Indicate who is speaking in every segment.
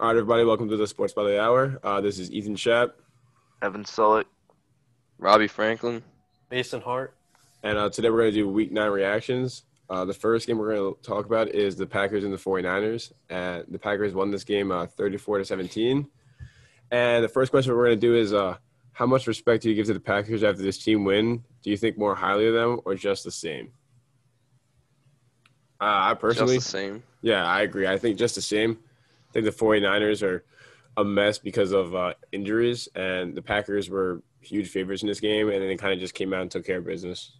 Speaker 1: All right, everybody, welcome to the Sports by the Hour. Uh, this is Ethan Schapp,
Speaker 2: Evan Sullick.
Speaker 3: Robbie Franklin.
Speaker 4: Mason Hart.
Speaker 1: and uh, today we're going to do Week 9 reactions. Uh, the first game we're going to talk about is the Packers and the 49ers. And the Packers won this game uh, 34 to 17. And the first question we're going to do is uh, how much respect do you give to the Packers after this team win? Do you think more highly of them or just the same? Uh, I personally
Speaker 3: Just the same.
Speaker 1: Yeah, I agree. I think just the same. I think the 49ers are a mess because of uh, injuries, and the Packers were huge favorites in this game, and then they kind of just came out and took care of business.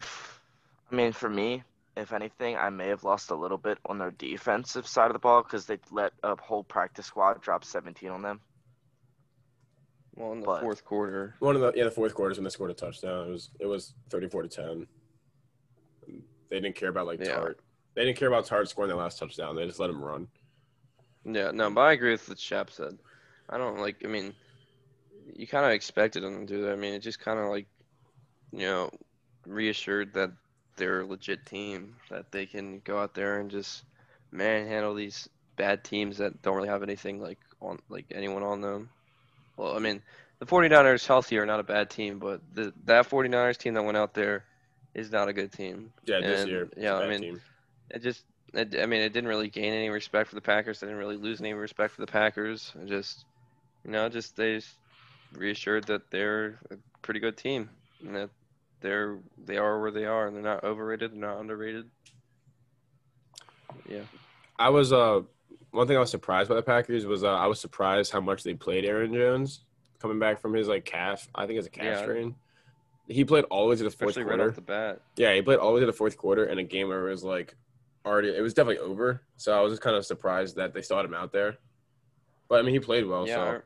Speaker 2: I mean, for me, if anything, I may have lost a little bit on their defensive side of the ball because they let a whole practice squad drop 17 on them.
Speaker 3: Well, in the
Speaker 2: But-
Speaker 3: fourth quarter.
Speaker 1: One of the yeah, the fourth quarter is when they scored a touchdown. It was it was 34 to 10. They didn't care about like
Speaker 3: Yeah.
Speaker 1: Tart. They didn't care about Tart scoring the last touchdown. They just let him run.
Speaker 3: Yeah, no, but I agree with what Shap said. I don't like. I mean, you kind of expected them to do that. I mean, it just kind of like, you know, reassured that they're a legit team that they can go out there and just manhandle these bad teams that don't really have anything like on like anyone on them. Well, I mean, the 49ers healthy are not a bad team, but the, that 49ers team that went out there is not a good team.
Speaker 1: Yeah, this
Speaker 3: And,
Speaker 1: year. it's a
Speaker 3: yeah, I
Speaker 1: bad
Speaker 3: mean,
Speaker 1: team.
Speaker 3: it just it, I mean it didn't really gain any respect for the Packers. They didn't really lose any respect for the Packers. It just you know just they just reassured that they're a pretty good team and that they're they are where they are and they're not overrated. They're not underrated. Yeah,
Speaker 1: I was uh one thing I was surprised by the Packers was uh, I was surprised how much they played Aaron Jones coming back from his like calf. I think it's a calf
Speaker 3: Yeah.
Speaker 1: strain. He played always in the fourth
Speaker 3: especially right
Speaker 1: quarter.
Speaker 3: off the bat.
Speaker 1: yeah, he played always in the fourth quarter in a game where it was like already it was definitely over. So I was just kind of surprised that they still had him out there. But I mean, he played well.
Speaker 3: yeah,
Speaker 1: so
Speaker 3: I-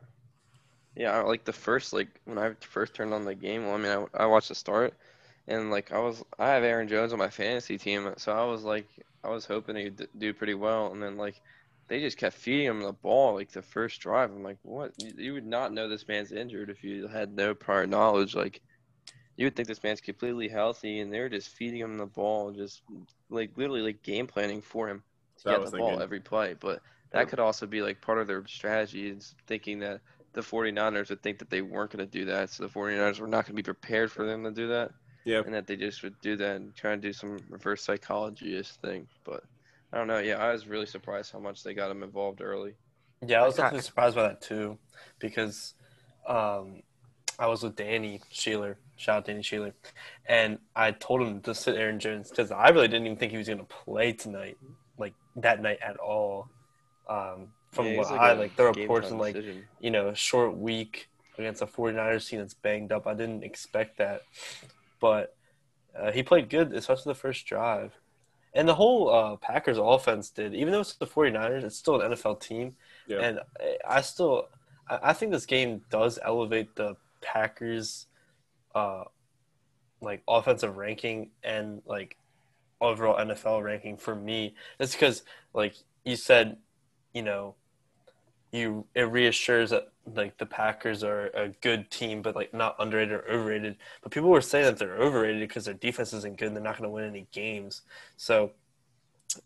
Speaker 3: yeah. I- Like the first, like when I first turned on the game, well, I mean, I, I watched the start, and like I was, I have Aaron Jones on my fantasy team, so I was like, I was hoping he'd d- do pretty well, and then like they just kept feeding him the ball like the first drive. I'm like, what? You, you would not know this man's injured if you had no prior knowledge. Like, you would think this man's completely healthy, and they were just feeding him the ball, just like literally like game planning for him to
Speaker 1: So I
Speaker 3: get
Speaker 1: was
Speaker 3: the
Speaker 1: thinking-
Speaker 3: ball every play, but. That could also be like part of their strategy is thinking that the 49ers would think that they weren't going to do that. So the 49ers were not going to be prepared for them to do that.
Speaker 1: Yeah.
Speaker 3: And that they just would do that and try and do some reverse psychology ish thing. But I don't know. Yeah, I was really surprised how much they got him involved early.
Speaker 4: Yeah, I was
Speaker 2: Okay.
Speaker 4: actually surprised by that too, because um, I was with Danny Sheeler. Shout out Danny Sheeler, and I told him to sit Aaron Jones because I really didn't even think he was going to play tonight, like that night at all. Um, from
Speaker 3: Yeah, he
Speaker 4: what
Speaker 3: was,
Speaker 4: I
Speaker 3: a
Speaker 4: like, the
Speaker 3: game
Speaker 4: reports
Speaker 3: time
Speaker 4: and like
Speaker 3: decision.
Speaker 4: you know, a short week against a 49ers team that's banged up. I didn't expect that. But uh, he played good, especially the first drive. And the whole uh, Packers offense did. Even though it's the 49ers, it's still an NFL team.
Speaker 1: Yeah.
Speaker 4: And I I still – I I think this game does elevate the Packers, uh, like, offensive ranking and, like, overall NFL ranking for me. That's because, like, you said, you know – you it reassures that like the Packers are a good team, but like not underrated or overrated. But people were saying that they're overrated because their defense isn't good. and They're not going to win any games. So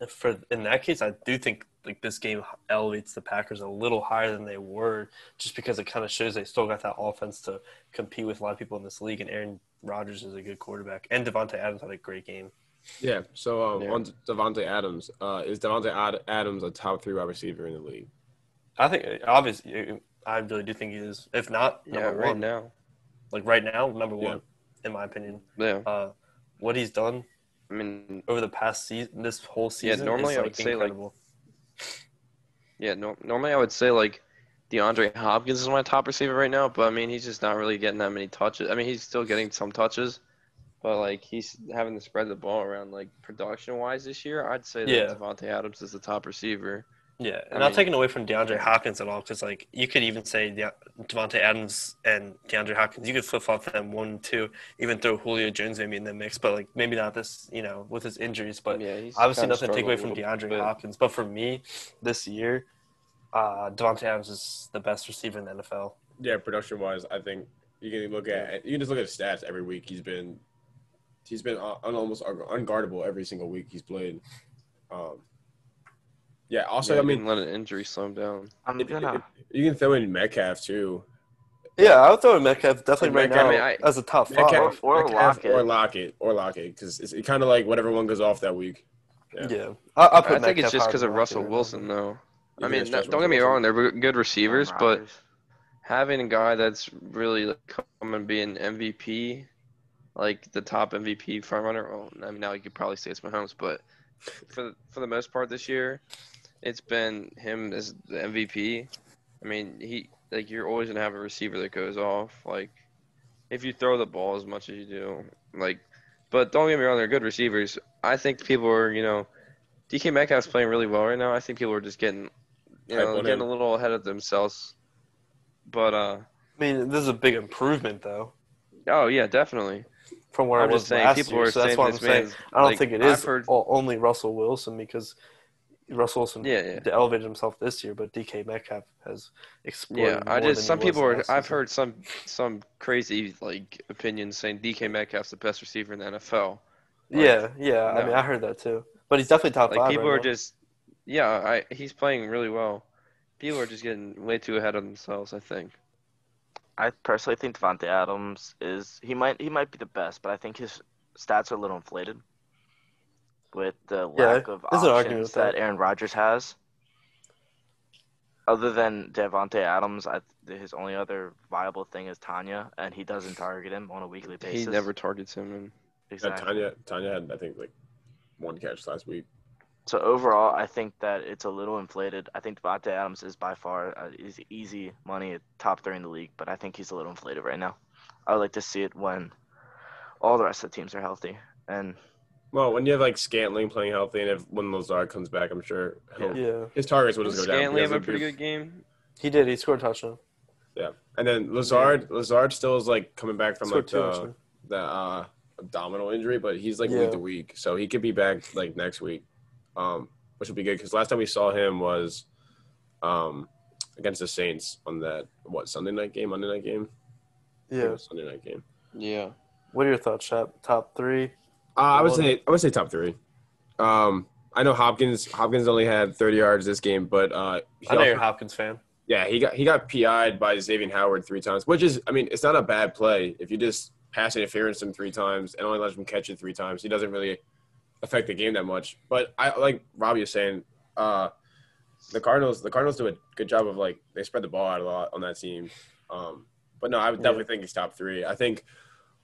Speaker 4: for in that case, I do think like this game elevates the Packers a little higher than they were, just because it kind of shows they still got that offense to compete with a lot of people in this league. And Aaron Rodgers is a good quarterback, and Devontae Adams had a great game.
Speaker 1: yeah. So um,
Speaker 3: Yeah.
Speaker 1: on Devontae Adams, uh, is Devontae Ad- Adams a top three wide receiver in the league?
Speaker 4: I think obviously, I really do think he is. If not,
Speaker 3: Yeah,
Speaker 4: number
Speaker 3: right
Speaker 4: one,
Speaker 3: now.
Speaker 4: like right now, number
Speaker 1: Yeah.
Speaker 4: one, in my opinion.
Speaker 3: Yeah.
Speaker 4: uh, what he's done
Speaker 3: I mean,
Speaker 4: over the past season, this whole season. is,
Speaker 3: normally I
Speaker 4: like,
Speaker 3: would say, like,
Speaker 4: incredible.
Speaker 3: Yeah, no, normally I would say like DeAndre Hopkins is my top receiver right now, but I mean he's just not really getting that many touches. I mean he's still getting some touches, but like he's having to spread the ball around. Like production wise this year, I'd say that
Speaker 4: Yeah.
Speaker 3: Devontae Adams is the top receiver.
Speaker 4: yeah,
Speaker 3: I
Speaker 4: and not
Speaker 3: mean-
Speaker 4: taking away from DeAndre Hopkins at all, because like you could even say De- Devonte Adams and DeAndre Hopkins, you could flip flop them one, two, even throw Julio Jones maybe in the mix, but like maybe not this, you know, with his injuries, but
Speaker 3: yeah, he's
Speaker 4: obviously
Speaker 3: kinda
Speaker 4: nothing to take away from
Speaker 3: struggling a
Speaker 4: DeAndre
Speaker 3: little bit.
Speaker 4: Hopkins. But for me, this year, uh, Devonte Adams is the best receiver in the NFL.
Speaker 1: Yeah, production wise, I think you can look at you can just look at his stats every week. He's been he's been un- almost unguardable every single week he's played. Um, Yeah. Also,
Speaker 3: Yeah,
Speaker 1: I mean,
Speaker 3: didn't let an injury slow him down.
Speaker 2: I'm
Speaker 1: if-
Speaker 2: gonna.
Speaker 1: if- you can throw in Metcalf too.
Speaker 4: Yeah, I would throw in Metcalf definitely right
Speaker 1: Metcalf,
Speaker 4: now
Speaker 3: I mean, I-
Speaker 4: as a top five.
Speaker 1: Metcalf,
Speaker 2: or
Speaker 1: Metcalf
Speaker 2: Lockett.
Speaker 1: or Lockett or Lockett because it's kind of like whatever one goes off that week.
Speaker 4: yeah,
Speaker 1: Yeah.
Speaker 4: I, I,
Speaker 3: I,
Speaker 4: put
Speaker 3: think
Speaker 4: Metcalf
Speaker 3: it's just
Speaker 4: higher
Speaker 3: because
Speaker 4: than
Speaker 3: of
Speaker 4: Lockett
Speaker 3: Russell
Speaker 4: right now.
Speaker 3: Wilson, though.
Speaker 1: You
Speaker 3: I
Speaker 1: can
Speaker 3: mean, no,
Speaker 1: stretch
Speaker 3: don't get me
Speaker 1: Russell.
Speaker 3: wrong; they're good receivers,
Speaker 2: Aaron
Speaker 3: but
Speaker 2: Rodgers.
Speaker 3: having a guy that's really like, come and be an MVP, like the top MVP front runner. Well, I mean, now you could probably say it's Mahomes, but for the, for the most part this year, it's been him as the MVP. I mean, he like you're always gonna have a receiver that goes off. Like if you throw the ball as much as you do, like. But don't get me wrong; they're good receivers. I think people are, you know, DK Metcalf's playing really well right now. I think people are just getting, you
Speaker 1: Hype
Speaker 3: know,
Speaker 1: on him.
Speaker 3: getting a little ahead of themselves. But uh,
Speaker 4: I mean, this is a big improvement though
Speaker 3: Oh yeah, definitely.
Speaker 4: from where
Speaker 3: I'm
Speaker 4: I was
Speaker 3: just saying
Speaker 4: last
Speaker 3: people
Speaker 4: year.
Speaker 3: are
Speaker 4: So that's
Speaker 3: saying
Speaker 4: why I'm
Speaker 3: this
Speaker 4: saying
Speaker 3: man's
Speaker 4: I don't
Speaker 3: like,
Speaker 4: think it
Speaker 3: I've
Speaker 4: is
Speaker 3: heard-
Speaker 4: o- only Russell Wilson because Russell Wilson
Speaker 3: Yeah, yeah.
Speaker 4: elevated himself this year, but DK Metcalf has exploded.
Speaker 3: yeah, I
Speaker 4: more
Speaker 3: just
Speaker 4: than
Speaker 3: some
Speaker 4: he was
Speaker 3: people are.
Speaker 4: last
Speaker 3: I've
Speaker 4: season.
Speaker 3: heard some some crazy like opinions saying DK Metcalf's the best receiver in the NFL. like,
Speaker 4: yeah, yeah. I
Speaker 3: no.
Speaker 4: mean, I heard that too. But he's definitely top
Speaker 3: Like
Speaker 4: five.
Speaker 3: people
Speaker 4: right
Speaker 3: are
Speaker 4: now.
Speaker 3: just, yeah, I he's playing really well. People are just getting way too ahead of themselves. I think.
Speaker 2: I personally think Devontae Adams is he might he might be the best, but I think his stats are a little inflated with the
Speaker 4: Yeah,
Speaker 2: lack of
Speaker 4: there's an argument
Speaker 2: options
Speaker 4: with
Speaker 2: that
Speaker 4: that.
Speaker 2: Aaron Rodgers has. Other than Devontae Adams, I, his only other viable thing is Tanya, and he doesn't target him on a weekly basis.
Speaker 3: He never targets him, and
Speaker 1: Yeah,
Speaker 2: exactly.
Speaker 1: Tanya, Tanya had I think like one catch last week.
Speaker 2: So overall, I think that it's a little inflated. I think Devontae Adams is by far uh, is easy money at top three in the league, but I think he's a little inflated right now. I would like to see it when all the rest of the teams are healthy. And
Speaker 1: Well, when you have like Scantling playing healthy, and if when Lazard comes back, I'm sure he'll,
Speaker 4: Yeah,
Speaker 1: his targets will just go down.
Speaker 3: Scantley
Speaker 1: because
Speaker 3: have a
Speaker 1: of
Speaker 3: pretty
Speaker 1: the-
Speaker 3: good game.
Speaker 4: he did. He scored a touchdown.
Speaker 1: And then Lazard, Lazard still is like coming back from
Speaker 4: scored
Speaker 1: like
Speaker 4: two.
Speaker 1: the,
Speaker 4: actually.
Speaker 1: the uh, abdominal injury, but he's like
Speaker 4: Yeah.
Speaker 1: week to week, so he could be back like next week, um, which would be good because last time we saw him was um, against the Saints on that what Sunday night game, Monday night game, I think it
Speaker 4: Yeah.
Speaker 1: was Sunday night game.
Speaker 3: Yeah,
Speaker 4: What are your thoughts, Shep? Top three.
Speaker 1: Uh, I would
Speaker 4: Well-
Speaker 1: say I would say top three. Um, I know Hopkins Hopkins only had 30 yards this game, but uh, he
Speaker 4: I know
Speaker 1: also-
Speaker 4: you're a Hopkins fan.
Speaker 1: Yeah, he got he got PI'd by Xavier Howard three times, which is I mean, it's not a bad play. If you just pass interference him three times and only let him catch it three times, he doesn't really affect the game that much. But I like Robbie was saying, uh the Cardinals the Cardinals do a good job of like they spread the ball out a lot on that team. Um but no, I would
Speaker 4: Yeah.
Speaker 1: definitely think he's top three. I think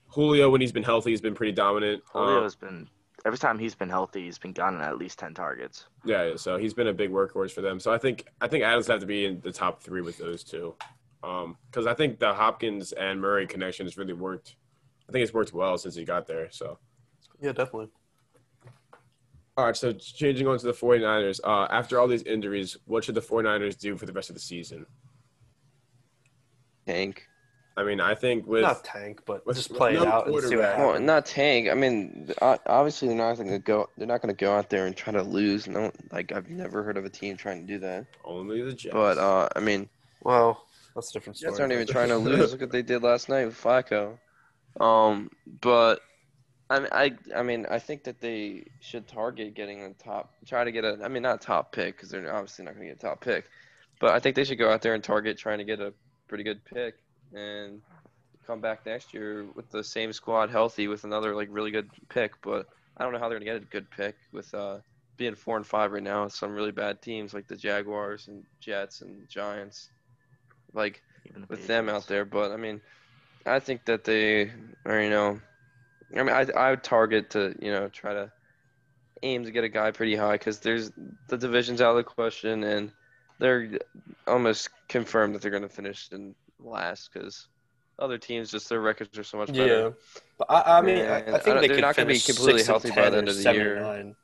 Speaker 1: Julio when he's been healthy has been pretty dominant. Um,
Speaker 3: Oh.
Speaker 2: Julio's been every time he's been healthy, he's been gotten at least ten targets.
Speaker 1: yeah, yeah, so he's been a big workhorse for them. So I think I think Adams have to be in the top three with those two, because I think the Hopkins and Murray connection has really worked. I think it's worked well since he got there. So
Speaker 4: Yeah, definitely.
Speaker 1: all right, so changing on to the 49ers. Uh, after all these injuries, what should the 49ers do for the rest of the season?
Speaker 3: tank.
Speaker 1: I mean, I think with
Speaker 4: Not tank, but
Speaker 1: with-
Speaker 4: just
Speaker 1: with
Speaker 4: play
Speaker 1: no
Speaker 4: it out and see what
Speaker 1: quarterback.
Speaker 4: happens.
Speaker 3: Well, not tank. I mean, o- obviously they're not going to go. They're not going to go out there and try to lose. No, like I've never heard of a team trying to do that.
Speaker 1: only the Jets,
Speaker 3: But uh, I mean,
Speaker 4: Well, that's a different story.
Speaker 3: Jets aren't even trying to lose. Look what they did last night with Flacco. Um, but I mean, I I mean, I think that they should target getting a top. Try to get a. I mean, not a top pick because they're obviously not going to get a top pick. But I think they should go out there and target trying to get a pretty good pick and come back next year with the same squad healthy with another like really good pick. But I don't know how they're going to get a good pick with uh being four and five right now. with Some really bad teams like the Jaguars and Jets and Giants. Like
Speaker 2: Even the
Speaker 3: with them
Speaker 2: Patriots.
Speaker 3: out there. But I mean, I think that they are, you know, I mean, I, I would target to, you know, try to aim to get a guy pretty high because there's the division's out of the question and they're almost confirmed that they're going to finish in last because other teams just their records are so much
Speaker 4: Yeah,
Speaker 3: better.
Speaker 4: but I, I mean,
Speaker 3: Yeah,
Speaker 4: I, I
Speaker 3: I
Speaker 4: think
Speaker 3: don't-
Speaker 4: they
Speaker 3: they're
Speaker 4: could
Speaker 3: not gonna be
Speaker 4: finish
Speaker 3: completely
Speaker 4: six
Speaker 3: healthy
Speaker 4: and
Speaker 3: by the
Speaker 4: 10
Speaker 3: end
Speaker 4: or
Speaker 3: of the year.
Speaker 4: 79.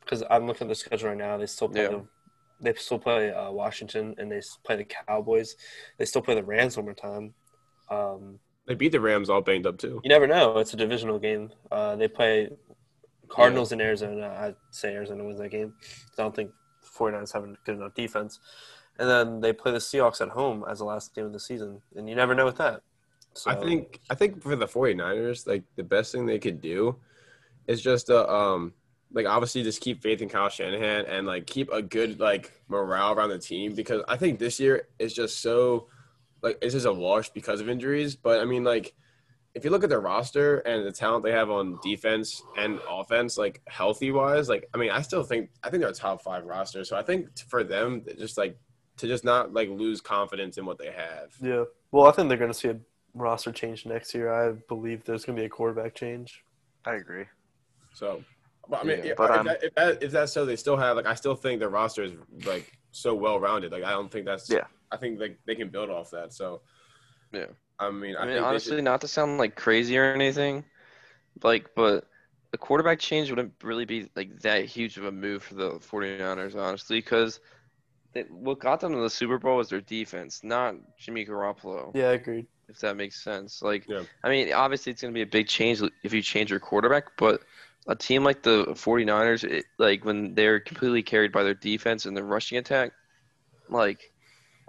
Speaker 4: Because I'm looking at the schedule right now, they still play.
Speaker 3: Yeah.
Speaker 4: The, they still play uh, Washington, and they s- play the Cowboys. They still play the Rams one more time. Um,
Speaker 1: they beat the Rams all banged up too.
Speaker 4: you never know; it's a divisional game. Uh, they play Cardinals in Arizona. I'd say Arizona wins that game. I don't think 49ers have a good enough defense. And then they play the Seahawks at home as the last game of the season, and you never know with that. So,
Speaker 1: I think I think for the 49ers, like the best thing they could do is just uh, um like obviously just keep faith in Kyle Shanahan and like keep a good like morale around the team because I think this year is just so like it's just a wash because of injuries. But I mean like if you look at their roster and the talent they have on defense and offense, like healthy wise, like I mean I still think I think they're a top five roster. So I think t- for them just like to just not like lose confidence in what they have.
Speaker 4: Yeah. Well, I think they're going to see a roster change next year. I believe there's going to be a quarterback change.
Speaker 2: I agree.
Speaker 1: So, but I mean,
Speaker 3: Yeah,
Speaker 1: if,
Speaker 2: but,
Speaker 1: if
Speaker 2: um,
Speaker 1: that, if, that, if that's so, they still have like I still think their roster is like so well rounded. Like I don't think that's
Speaker 2: Yeah.
Speaker 1: I think like they can build off that. So
Speaker 3: Yeah.
Speaker 1: I mean, I,
Speaker 3: I mean,
Speaker 1: think
Speaker 3: honestly,
Speaker 1: they should,
Speaker 3: not to sound like crazy or anything, like, but the quarterback change wouldn't really be like that huge of a move for the 49ers, honestly, because what got them to the Super Bowl was their defense, not Jimmy Garoppolo,
Speaker 4: Yeah, agreed.
Speaker 3: if that makes sense. Like,
Speaker 1: Yeah.
Speaker 3: I mean, obviously, it's going to be a big change if you change your quarterback, but a team like the 49ers, it, like, when they're completely carried by their defense and their rushing attack, like,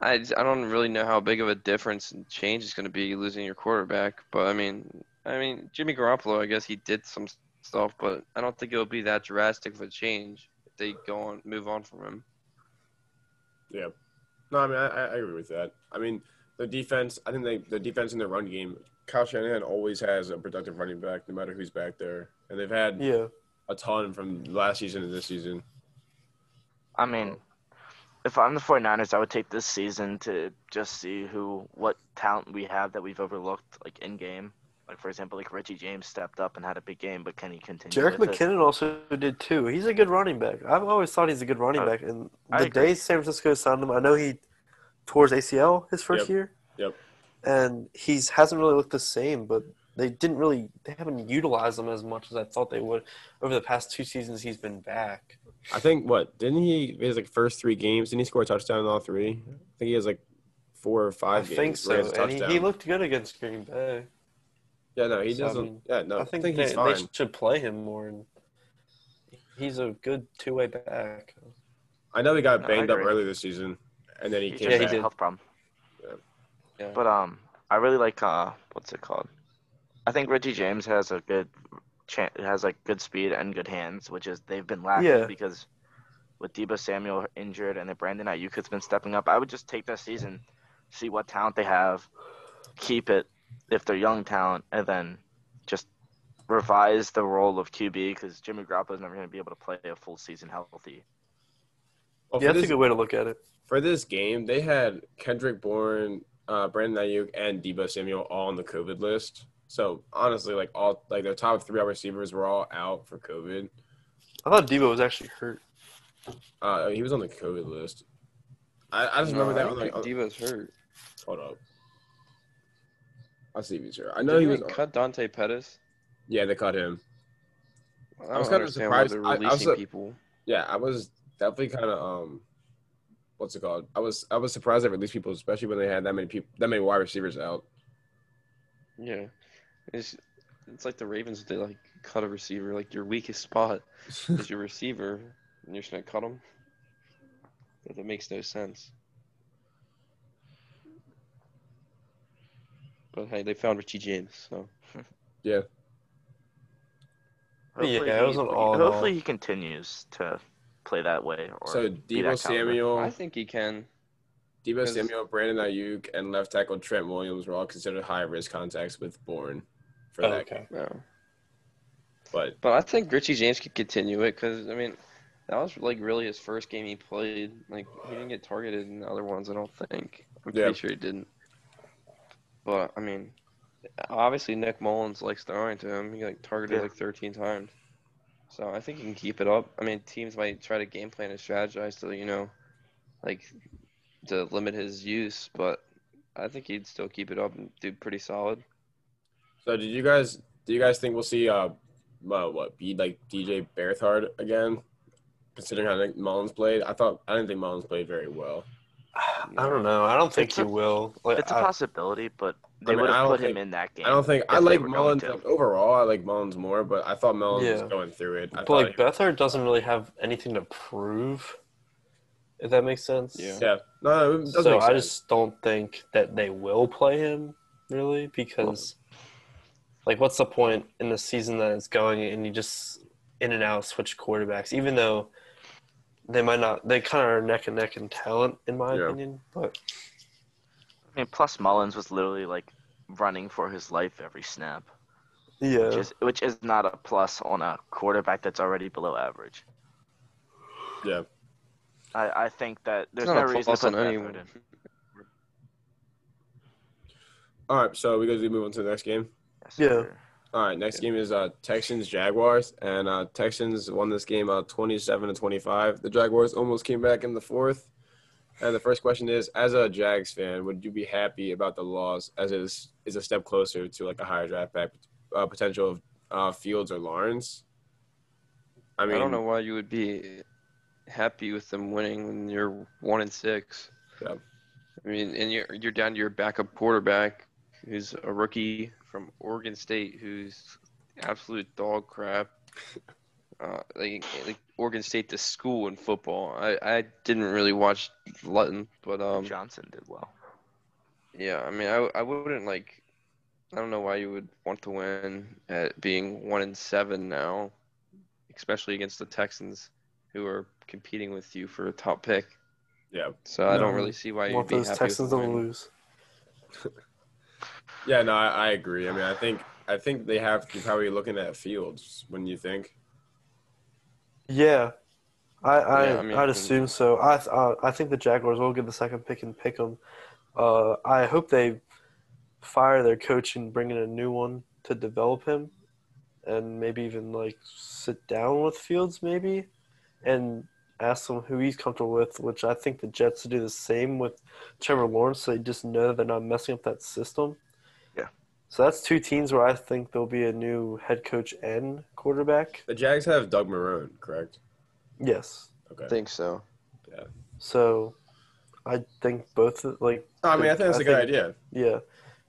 Speaker 3: I, I don't really know how big of a difference and change is going to be losing your quarterback, but I mean, I mean Jimmy Garoppolo, I guess he did some stuff, but I don't think it'll be that drastic of a change if they go on move on from him.
Speaker 1: yeah. No, I mean, I, I agree with that. I mean, the defense. I think they the defense in the run game. Kyle Shanahan always has a productive running back, no matter who's back there, and they've had
Speaker 4: Yeah.
Speaker 1: a ton from last season to this season.
Speaker 2: I mean, if I'm the 49ers, I would take this season to just see who, what talent we have that we've overlooked, like in game. Like for example, like Richie James stepped up and had a big game, but can he continue?
Speaker 4: Jarek
Speaker 2: with it?
Speaker 4: McKinnon also did too. He's a good running back. I've always thought he's a good running
Speaker 2: Uh,
Speaker 4: back. And
Speaker 2: I
Speaker 4: the
Speaker 2: agree.
Speaker 4: day San Francisco signed him, I know he tore his ACL his first
Speaker 1: Yep.
Speaker 4: year.
Speaker 1: Yep.
Speaker 4: And he's hasn't really looked the same, but they didn't really they haven't utilized him as much as I thought they would over the past two seasons he's been back.
Speaker 1: I think what didn't he his like first three games? Didn't he score a touchdown in all three? I think he has like four or
Speaker 4: I
Speaker 1: five games.
Speaker 4: think
Speaker 1: where
Speaker 4: so.
Speaker 1: has a
Speaker 4: And he, he
Speaker 1: touchdown.
Speaker 4: looked good against Green Bay.
Speaker 1: Yeah, no, he
Speaker 4: So, I
Speaker 1: doesn't.
Speaker 4: mean,
Speaker 1: yeah, no,
Speaker 4: I think,
Speaker 1: he's
Speaker 4: they, they
Speaker 1: fine.
Speaker 4: should play him more and he's a good two way back.
Speaker 1: I know he got
Speaker 2: No, I
Speaker 1: banged up
Speaker 2: agree.
Speaker 1: earlier this season, and then he
Speaker 2: He
Speaker 1: came
Speaker 2: just
Speaker 4: he
Speaker 1: back.
Speaker 2: had a
Speaker 4: did.
Speaker 2: health problem.
Speaker 3: Yeah.
Speaker 2: But um, I really like uh, what's it called? I think Richie James has a good, chan has like good speed and good hands, which is they've been lacking
Speaker 4: Yeah.
Speaker 2: because with Debo Samuel injured and then Brandon Ayuk has been stepping up. I would just take this season, see what talent they have, keep it if they're young talent, and then just revise the role of QB because Jimmy Garoppolo is never going to be able to play a full season healthy.
Speaker 1: Well,
Speaker 4: yeah,
Speaker 1: for,
Speaker 4: that's a
Speaker 1: this,
Speaker 4: good way to look at it.
Speaker 1: for this game, they had Kendrick Bourne, uh, Brandon Ayuk, and Debo Samuel all on the COVID list. So honestly, like all like their top three wide receivers were all out for COVID.
Speaker 4: I thought Debo was actually hurt.
Speaker 1: Uh, he was on the COVID list. I, I just
Speaker 3: No,
Speaker 1: remember
Speaker 3: I
Speaker 1: that.
Speaker 3: don't
Speaker 1: one, like, uh, oh,
Speaker 3: think Debo's hurt.
Speaker 1: hold up, I'll see if he's here. I
Speaker 3: No,
Speaker 1: know he was.
Speaker 3: cut Dante Pettis.
Speaker 1: Yeah, they cut him.
Speaker 3: I,
Speaker 1: was kinda
Speaker 3: don't understand why
Speaker 1: surprised-
Speaker 3: they're
Speaker 1: I- I was
Speaker 3: releasing
Speaker 1: su-
Speaker 3: people.
Speaker 1: Yeah, I was definitely kind of um, what's it called? I was I was surprised they released people, especially when they had that many people, that many wide receivers out.
Speaker 3: Yeah, it's it's like the Ravens they like cut a receiver. Like your weakest spot is your receiver, and you're just gonna cut him. That, that makes no sense. But hey, they found Richie James, so
Speaker 1: Yeah,
Speaker 2: Hopefully
Speaker 4: Yeah, it was
Speaker 2: he-
Speaker 4: an all in all.
Speaker 2: Hopefully he continues to play that way. Or
Speaker 1: so
Speaker 2: be
Speaker 1: Debo
Speaker 2: that caliber.
Speaker 3: I
Speaker 1: Samuel,
Speaker 3: think he can.
Speaker 1: Debo
Speaker 3: 'cause-
Speaker 1: Samuel, Brandon Ayuk, and left tackle Trent Williams were all considered high risk contacts with Bourne for that.
Speaker 4: Oh, okay.
Speaker 3: No.
Speaker 1: But
Speaker 3: But I think Richie James could continue it because I mean, that was like really his first game he played. Like he didn't get targeted in the other ones. I don't think. I'm
Speaker 1: Yeah.
Speaker 3: pretty sure he didn't. But I mean, obviously Nick Mullins likes throwing to him. He like targeted
Speaker 2: Yeah.
Speaker 3: like 13 times. So I think he can keep it up. I mean, teams might try to game plan and strategize to you know, like, to limit his use. But I think he'd still keep it up and do pretty solid.
Speaker 1: so did you guys? Do you guys think we'll see uh, uh what be like DJ Berthard again? Considering how Nick Mullins played, I thought I didn't think Mullins played very well.
Speaker 4: I don't know. I don't think
Speaker 2: It's
Speaker 4: he
Speaker 2: a-
Speaker 4: will. Like,
Speaker 2: It's a
Speaker 4: I-
Speaker 2: possibility, but they
Speaker 1: mean,
Speaker 2: would
Speaker 1: uh, I
Speaker 2: have
Speaker 1: don't
Speaker 2: put
Speaker 1: think-
Speaker 2: him in that game.
Speaker 1: I don't think I
Speaker 2: if they
Speaker 1: like
Speaker 2: were going
Speaker 1: Mullins
Speaker 2: to.
Speaker 1: like, overall. I like Mullins more, but I thought Mullins was
Speaker 4: Yeah.
Speaker 1: going through it. I
Speaker 4: but
Speaker 1: thought
Speaker 4: like Bethard doesn't really have anything to prove. If that makes sense.
Speaker 3: Yeah.
Speaker 1: yeah, no, no, it doesn't
Speaker 4: So
Speaker 1: make
Speaker 4: I
Speaker 1: sense.
Speaker 4: just don't think that they will play him really because, like, what's the point in the season that it's going and you just in and out switch quarterbacks, even though they might not. They kind of are neck and neck in talent, in my
Speaker 1: Yeah.
Speaker 4: opinion. But
Speaker 2: I mean, plus Mullins was literally like running for his life every snap,
Speaker 4: yeah,
Speaker 2: which is which is not a plus on a quarterback that's already below average.
Speaker 1: Yeah.
Speaker 2: I, I think that there's
Speaker 3: It's
Speaker 2: no
Speaker 3: not a
Speaker 2: reason to
Speaker 3: plus
Speaker 2: put
Speaker 3: on
Speaker 2: that
Speaker 3: anyone.
Speaker 2: effort in.
Speaker 1: All right, so we going to move on to the next game.
Speaker 2: Yes,
Speaker 4: Yeah.
Speaker 2: sir.
Speaker 1: All right, next game is uh, Texans Jaguars, and uh, Texans won this game uh, 27 to 25. The Jaguars almost came back in the fourth. And the first question is, as a Jags fan, would you be happy about the loss as it is, is a step closer to like a higher draft back uh, potential of uh, Fields or Lawrence? I
Speaker 3: I,
Speaker 1: mean,
Speaker 3: don't know why you would be happy with them winning when you're one and six.
Speaker 1: Yeah.
Speaker 3: I mean, and you're you're down to your backup quarterback, who's a rookie from Oregon State, who's absolute dog crap. Uh, like, like Oregon State, the school in football. I, I didn't really watch Lutton, but um,
Speaker 2: Johnson did well.
Speaker 3: yeah. I mean, I I wouldn't like. I don't know why you would want to win at being one and seven now, especially against the Texans, who are competing with you for a top pick.
Speaker 1: Yeah.
Speaker 3: So I don't
Speaker 4: No.
Speaker 3: really see why you'd
Speaker 4: want
Speaker 3: be
Speaker 4: those
Speaker 3: happy
Speaker 4: Texans
Speaker 3: with
Speaker 4: to
Speaker 3: a win.
Speaker 4: lose.
Speaker 1: Yeah, no, I, I agree. I mean, I think I think they have to probably looking at Fields, wouldn't you think?
Speaker 4: Yeah, I I
Speaker 3: Yeah, I mean,
Speaker 4: I'd
Speaker 3: and-
Speaker 4: assume so. I th- uh, I think the Jaguars will get the second pick and pick them. Uh, I hope they fire their coach and bring in a new one to develop him, and maybe even like sit down with Fields maybe, and ask him who he's comfortable with. Which I think the Jets to do the same with Trevor Lawrence. So they just know they're not messing up that system.
Speaker 2: Yeah.
Speaker 4: So that's two teams where I think there'll be a new head coach and quarterback.
Speaker 1: The Jags have Doug Marone, correct?
Speaker 4: Yes.
Speaker 1: Okay.
Speaker 3: I think so.
Speaker 4: So I think both like
Speaker 1: I mean, I think that's a good
Speaker 4: I think-
Speaker 1: idea.
Speaker 4: yeah.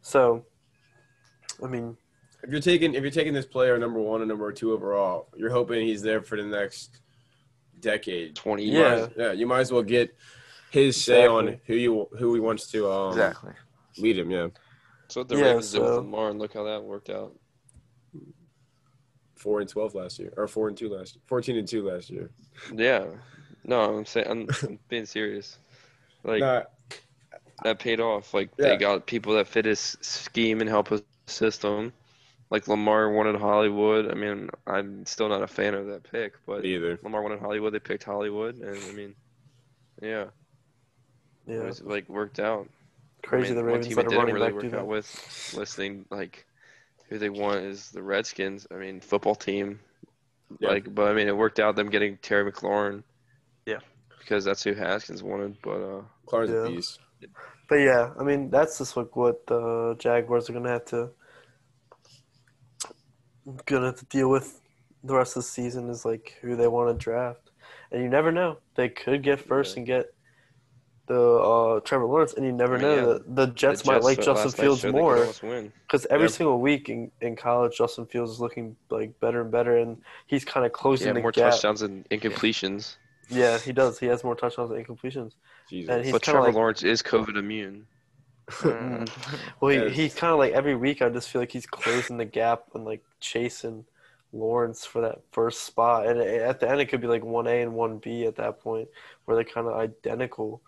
Speaker 4: So I mean
Speaker 1: If you're taking if you're taking this player number one and number two overall, you're hoping he's there for the next decade.
Speaker 3: Twenty
Speaker 1: You
Speaker 4: Yeah.
Speaker 1: might as- yeah. You might as well get his say on who you who he wants to um,
Speaker 2: Exactly.
Speaker 1: lead him. Yeah,
Speaker 3: So the
Speaker 4: Yeah,
Speaker 3: Ravens did
Speaker 4: so-
Speaker 3: with Lamar, and look how that worked out.
Speaker 1: four and twelve last year, or four and two last, fourteen and two last year.
Speaker 3: Yeah. No, I'm saying I'm, I'm being serious. Like
Speaker 1: Nah,
Speaker 3: that paid off. Like
Speaker 1: Yeah.
Speaker 3: they got people that fit his scheme and help his system. Like Lamar wanted Hollywood. I mean, I'm still not a fan of that pick, but
Speaker 1: me either.
Speaker 3: Lamar wanted Hollywood. They picked Hollywood, and I mean, yeah,
Speaker 4: yeah,
Speaker 3: it was like worked out.
Speaker 4: crazy
Speaker 3: I mean,
Speaker 4: the
Speaker 3: one
Speaker 4: Ravens
Speaker 3: team
Speaker 4: that
Speaker 3: it
Speaker 4: are
Speaker 3: didn't
Speaker 4: running
Speaker 3: really
Speaker 4: back do
Speaker 3: work
Speaker 4: that.
Speaker 3: out with listening like who they want is the Redskins. I mean, football team.
Speaker 1: Yeah.
Speaker 3: Like, but I mean, it worked out them getting Terry McLaurin.
Speaker 2: Yeah.
Speaker 3: Because that's who Haskins wanted, but uh,
Speaker 1: Clarence
Speaker 4: Yeah.
Speaker 1: a beast.
Speaker 4: But yeah, I mean that's just like what the Jaguars are gonna have to gonna have to deal with the rest of the season is like who they want to draft, and you never know. They could get first
Speaker 3: Yeah.
Speaker 4: and get the uh, Trevor Lawrence, and you never
Speaker 3: I mean,
Speaker 4: know.
Speaker 3: yeah,
Speaker 4: the, the Jets
Speaker 3: the
Speaker 4: might like
Speaker 3: uh,
Speaker 4: Justin
Speaker 3: last night
Speaker 4: Fields
Speaker 3: showed they could
Speaker 4: more.
Speaker 3: almost win.
Speaker 4: Because every
Speaker 1: Yeah.
Speaker 4: single week in, in college, Justin Fields is looking like better and better, and he's kind of closing
Speaker 3: Yeah,
Speaker 4: the
Speaker 3: more
Speaker 4: gap.
Speaker 3: touchdowns and incompletions.
Speaker 4: Yeah, he does. He has more touchdowns and incompletions.
Speaker 1: Jesus.
Speaker 4: And he's
Speaker 3: but
Speaker 4: kinda
Speaker 3: Trevor
Speaker 4: like-
Speaker 3: Lawrence is COVID immune.
Speaker 2: Mm-hmm.
Speaker 4: Mm. Well, he,
Speaker 1: Yeah.
Speaker 4: he's kind of like every week. I just feel like he's closing the gap and like chasing Lawrence for that first spot. And it- at the end, it could be like one A and one B at that point, where they're kind of identical.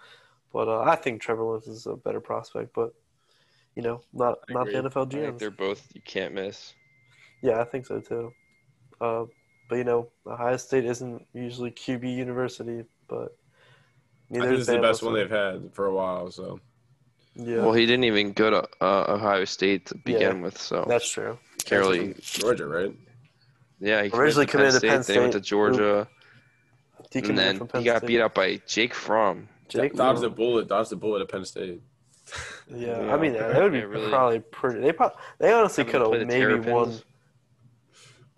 Speaker 4: But uh, I think Trevor Lawrence is a better prospect. But you know, not
Speaker 1: I
Speaker 4: not the
Speaker 1: agree.
Speaker 4: NFL
Speaker 3: I think
Speaker 4: GMs.
Speaker 3: they're both you can't miss.
Speaker 4: Yeah, I think so too. Uh, but you know, Ohio State isn't usually QB university, but
Speaker 1: I
Speaker 4: neither
Speaker 1: think this is the
Speaker 4: Bama,
Speaker 1: best
Speaker 4: so-
Speaker 1: one they've had for a while. So
Speaker 4: Yeah,
Speaker 3: Well, he didn't even go to uh, Ohio State to begin with, so
Speaker 4: that's true.
Speaker 3: can't really.
Speaker 1: Georgia, right?
Speaker 3: Yeah, he
Speaker 4: Originally committed to Penn
Speaker 3: They went to
Speaker 4: State.
Speaker 3: Georgia,
Speaker 4: Deacon
Speaker 3: and
Speaker 4: from
Speaker 3: then
Speaker 4: Penn
Speaker 3: he got
Speaker 4: State.
Speaker 3: beat up by Jake Fromm.
Speaker 4: Jake
Speaker 1: Dodged a
Speaker 4: Fromm.
Speaker 1: bullet. Dodged a bullet at Penn State.
Speaker 4: Yeah,
Speaker 3: Yeah.
Speaker 4: I mean that would be
Speaker 3: Yeah, really.
Speaker 4: probably pretty. They probably they honestly
Speaker 3: Haven't
Speaker 4: could
Speaker 3: played the
Speaker 4: have maybe won.
Speaker 3: Terrapins.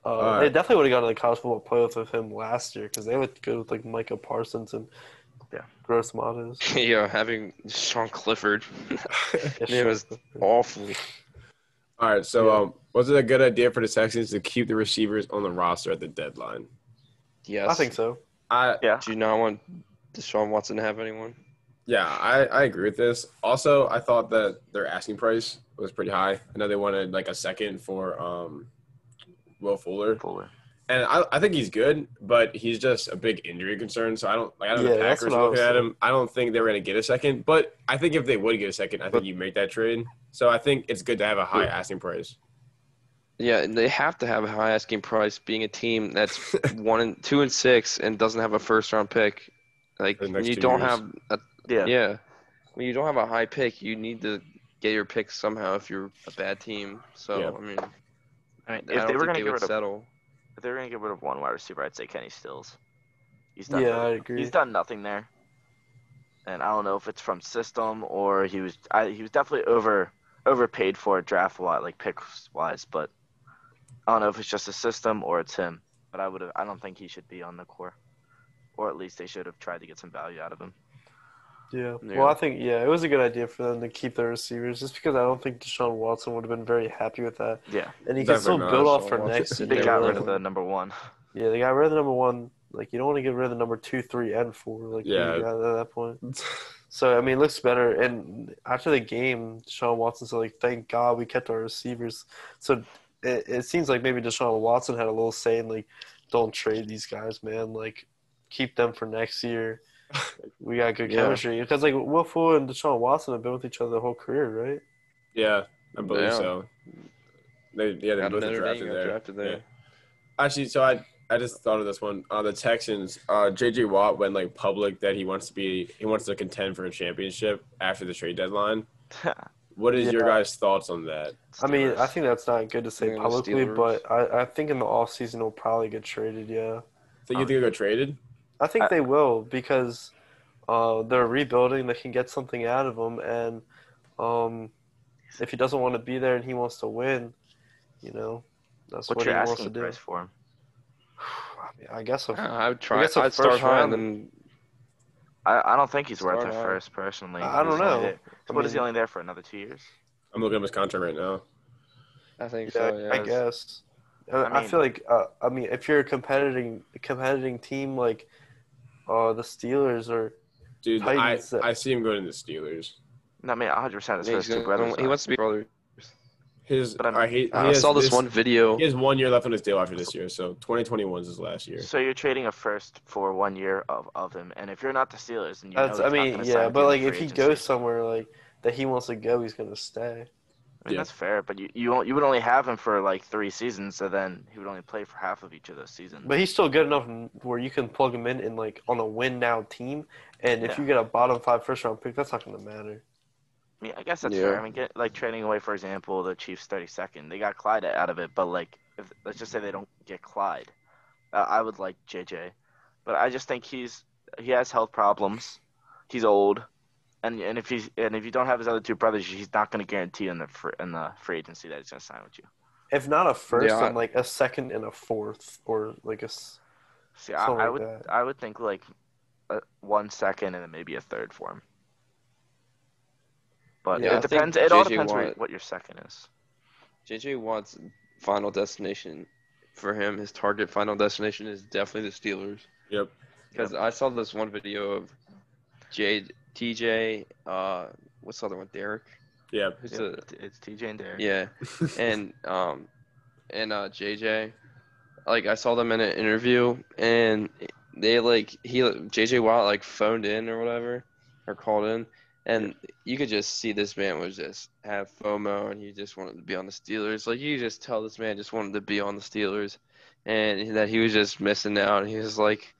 Speaker 4: Uh,
Speaker 1: Alright.
Speaker 4: They definitely would have gone to the college football playoff with him last year because they looked good with like Micah Parsons and
Speaker 2: Yeah.
Speaker 4: Gross Mottos.
Speaker 3: yeah, having Sean Clifford.
Speaker 4: Yeah,
Speaker 3: it was awful.
Speaker 1: All right, so
Speaker 4: Yeah.
Speaker 1: um, was it a good idea for the Texans to keep the receivers on the roster at the deadline?
Speaker 3: Yes.
Speaker 4: I think so.
Speaker 1: I
Speaker 2: Yeah.
Speaker 3: Do you not want Deshaun Watson to have anyone?
Speaker 1: yeah, I, I agree with this. Also, I thought that their asking price was pretty high. I know they wanted like a second for um, Will Fuller,
Speaker 2: Fuller.
Speaker 1: and I, I think he's good, but he's just a big injury concern. So I don't like I don't know
Speaker 4: Yeah,
Speaker 1: the
Speaker 4: that's
Speaker 1: Packers
Speaker 4: what I
Speaker 1: looking
Speaker 4: was
Speaker 1: at him. I don't think they're gonna get a second, but I think if they would get a second, I think you make that trade. So I think it's good to have a high asking price.
Speaker 3: Yeah, and they have to have a high asking price. Being a team that's one and two and six and doesn't have a first round pick, like
Speaker 1: For the next
Speaker 3: you
Speaker 1: two
Speaker 3: don't
Speaker 1: years.
Speaker 3: have a,
Speaker 2: Yeah.
Speaker 3: yeah, when you don't have a high pick, you need to get your pick somehow if you're a bad team. So
Speaker 1: Yeah.
Speaker 3: I mean,
Speaker 2: I mean,
Speaker 3: I
Speaker 2: if
Speaker 3: don't
Speaker 2: they were
Speaker 3: think
Speaker 2: gonna
Speaker 3: they
Speaker 2: get
Speaker 3: would
Speaker 2: rid of
Speaker 3: settle.
Speaker 2: if they were gonna get rid of one wide receiver, I'd say Kenny Stills. He's done.
Speaker 4: Yeah, I
Speaker 2: nothing-
Speaker 4: agree.
Speaker 2: He's done nothing there, and I don't know if it's from system or he was. I, he was definitely over overpaid for it draft wise, like picks wise. But I don't know if it's just a system or it's him. But I would. have I don't think he should be on the core, or at least they should have tried to get some value out of him.
Speaker 4: Yeah.
Speaker 3: Yeah.
Speaker 4: Well, I think yeah, it was a good idea for them to keep their receivers, just because I don't think Deshaun Watson would have been very happy with that,
Speaker 2: Yeah,
Speaker 4: and he can
Speaker 1: Never
Speaker 4: still
Speaker 1: know,
Speaker 4: build off
Speaker 3: Deshaun
Speaker 4: for
Speaker 3: Watson.
Speaker 4: next year.
Speaker 2: they
Speaker 3: Yeah,
Speaker 2: got
Speaker 3: well-
Speaker 2: rid of the number one.
Speaker 4: Yeah, they got rid of the number one. Like you don't want to get rid of the number two, three, and four. Like you
Speaker 1: Yeah.
Speaker 4: got at that point. So I mean, it looks better. And after the game, Deshaun Watson said, "Like thank God we kept our receivers." So it, it seems like maybe Deshaun Watson had a little say in like, "Don't trade these guys, man. Like keep them for next year. We got good
Speaker 3: Yeah.
Speaker 4: chemistry." Because like Will Fuller and Deshaun Watson have been with each other their whole career, right?
Speaker 1: Yeah, I believe
Speaker 3: Yeah.
Speaker 1: so. They yeah, they
Speaker 3: Out of
Speaker 1: both were
Speaker 3: Notre Dame,
Speaker 1: drafted
Speaker 3: got
Speaker 1: there.
Speaker 3: drafted there.
Speaker 1: Yeah. Actually, so I I just thought of this one. Uh, the Texans, uh, J.J. Watt went like public that he wants to be he wants to contend for a championship after the trade deadline. What is your
Speaker 4: Yeah.
Speaker 1: guys' thoughts on that?
Speaker 4: I mean, I
Speaker 2: Steelers.
Speaker 4: think that's not good to say
Speaker 3: Yeah, the
Speaker 4: publicly,
Speaker 3: Steelers.
Speaker 4: but I, I think in the offseason he'll probably get traded. Yeah.
Speaker 1: Think you think he'll go traded?
Speaker 4: I think
Speaker 2: I-
Speaker 4: they will because uh, they're rebuilding. They can get something out of him, and um, if he doesn't want to be there and he wants to win, you know, that's
Speaker 2: What's
Speaker 4: what he
Speaker 2: your
Speaker 4: wants to
Speaker 2: asking
Speaker 4: do.
Speaker 2: price for him?
Speaker 4: I, mean, I guess. i
Speaker 3: I would try.
Speaker 4: guess a
Speaker 3: I'd start
Speaker 4: first
Speaker 3: high
Speaker 4: round.
Speaker 3: and then
Speaker 2: I, I don't think he's worth
Speaker 3: Start
Speaker 2: it
Speaker 3: high.
Speaker 2: first, personally.
Speaker 4: I don't
Speaker 2: He's only
Speaker 4: know.
Speaker 2: there- what is he
Speaker 4: mean-
Speaker 2: only there for? Another two years?
Speaker 1: I'm looking up his contract right now.
Speaker 3: I think
Speaker 4: yeah,
Speaker 3: so. Yeah.
Speaker 4: I guess. I,
Speaker 2: I
Speaker 4: I
Speaker 2: mean-
Speaker 4: feel like uh, I mean, if you're a competing competing team like uh, the Steelers or
Speaker 1: Dude, I,
Speaker 4: Titans, uh,
Speaker 1: I see him going to the Steelers.
Speaker 2: No, I mean, 100% his
Speaker 3: Yeah, he's
Speaker 2: first two
Speaker 3: gonna-
Speaker 2: brothers.
Speaker 3: he wants to be brother.
Speaker 1: His
Speaker 2: But I'm-
Speaker 1: I hate.
Speaker 3: I saw this, one video.
Speaker 1: He has one year left on his deal after this year, so 2021 is his last year.
Speaker 2: So you're trading a first for one year of, of him, and if you're not the Steelers, and you
Speaker 4: that's,
Speaker 2: know
Speaker 4: I
Speaker 2: he's not
Speaker 4: mean,
Speaker 2: gonna sign
Speaker 4: yeah,
Speaker 2: with
Speaker 4: but
Speaker 2: you in
Speaker 4: like
Speaker 2: free
Speaker 4: if he
Speaker 2: agency,
Speaker 4: goes somewhere like that he wants to go, he's gonna stay.
Speaker 2: I mean,
Speaker 1: Yeah.
Speaker 2: that's fair. But you you, won't, you would only have him for like three seasons, so then he would only play for half of each of those seasons.
Speaker 4: But he's still good enough n- where you can plug him in in like on a win now team, and if
Speaker 2: Yeah.
Speaker 4: you get a bottom five first round pick, that's not going to matter.
Speaker 2: I mean, I guess that's
Speaker 3: Yeah.
Speaker 2: fair. I mean, get, like trading away, for example, the Chiefs 32nd, they got Clyde out of it, but like, if, let's just say they don't get Clyde, uh, I would like JJ, but I just think he's he has health problems, he's old, and and if he's and if you don't have his other two brothers, he's not going to guarantee in the fr- in the free agency that he's going to sign with you.
Speaker 4: If not a first,
Speaker 3: Yeah, I-
Speaker 4: then like a second and a fourth, or like a s-
Speaker 2: See, I,
Speaker 4: Something
Speaker 2: I
Speaker 4: like
Speaker 2: would
Speaker 4: that.
Speaker 2: I would think like uh, one second and then maybe a third for him. But
Speaker 3: Yeah, I
Speaker 2: it
Speaker 3: think
Speaker 2: depends. It all
Speaker 3: JJ
Speaker 2: depends where,
Speaker 3: Watt-
Speaker 2: what your second is.
Speaker 3: JJ Watt's final destination for him, his target final destination is definitely the Steelers.
Speaker 1: Yep.
Speaker 3: Because I saw this one video of J TJ, uh, what's the other one? Derek?
Speaker 1: Yep.
Speaker 3: Who's
Speaker 2: Yeah,
Speaker 3: the,
Speaker 2: it's- it's TJ and Derek.
Speaker 3: yeah, and um, and uh, JJ. Like I saw them in an interview, and they like he JJ Watt like phoned in or whatever, or called in, and you could just see this man was just have FOMO, and he just wanted to be on the Steelers. Like you could just tell this man just wanted to be on the Steelers, and that he was just missing out. And he was like,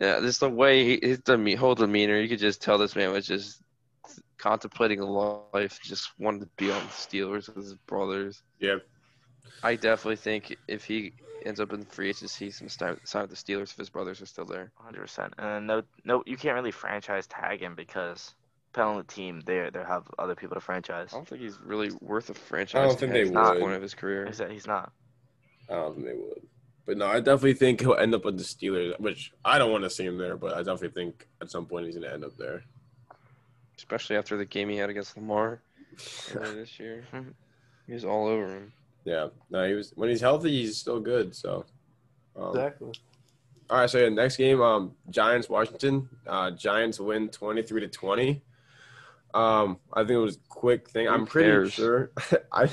Speaker 3: yeah, just the way he, his deme- whole demeanor, you could just tell this man was just contemplating life, just wanted to be on the Steelers with his brothers.
Speaker 1: Yep.
Speaker 3: I definitely think if he ends up in free agency, he's gonna sign sign with the Steelers if his brothers are still there.
Speaker 2: Hundred percent, and no, no, you can't really franchise tag him because depending on the team, they they have other people to franchise.
Speaker 1: Oh,
Speaker 3: I don't think he's really worth a franchise.
Speaker 1: think
Speaker 3: tag
Speaker 1: they
Speaker 3: at this
Speaker 1: would.
Speaker 3: point of his career.
Speaker 2: He's, he's not.
Speaker 1: I don't think they would. But no, I definitely think he'll end up with the Steelers, which I don't want to see him there, but I definitely think at some point he's going to end up there.
Speaker 3: especially after the game he had against Lamar earlier this year.
Speaker 4: Hmm.
Speaker 2: Mhm.
Speaker 3: He was all over him.
Speaker 1: Yeah. No, he was when he's healthy, he's still good. So. Um,
Speaker 4: exactly.
Speaker 1: All right. So yeah, next game, um, Giants Washington. Uh, Giants win twenty three to twenty. Um, I think it was a quick thing.
Speaker 3: Who
Speaker 1: I'm pretty
Speaker 3: cares?
Speaker 1: sure. I,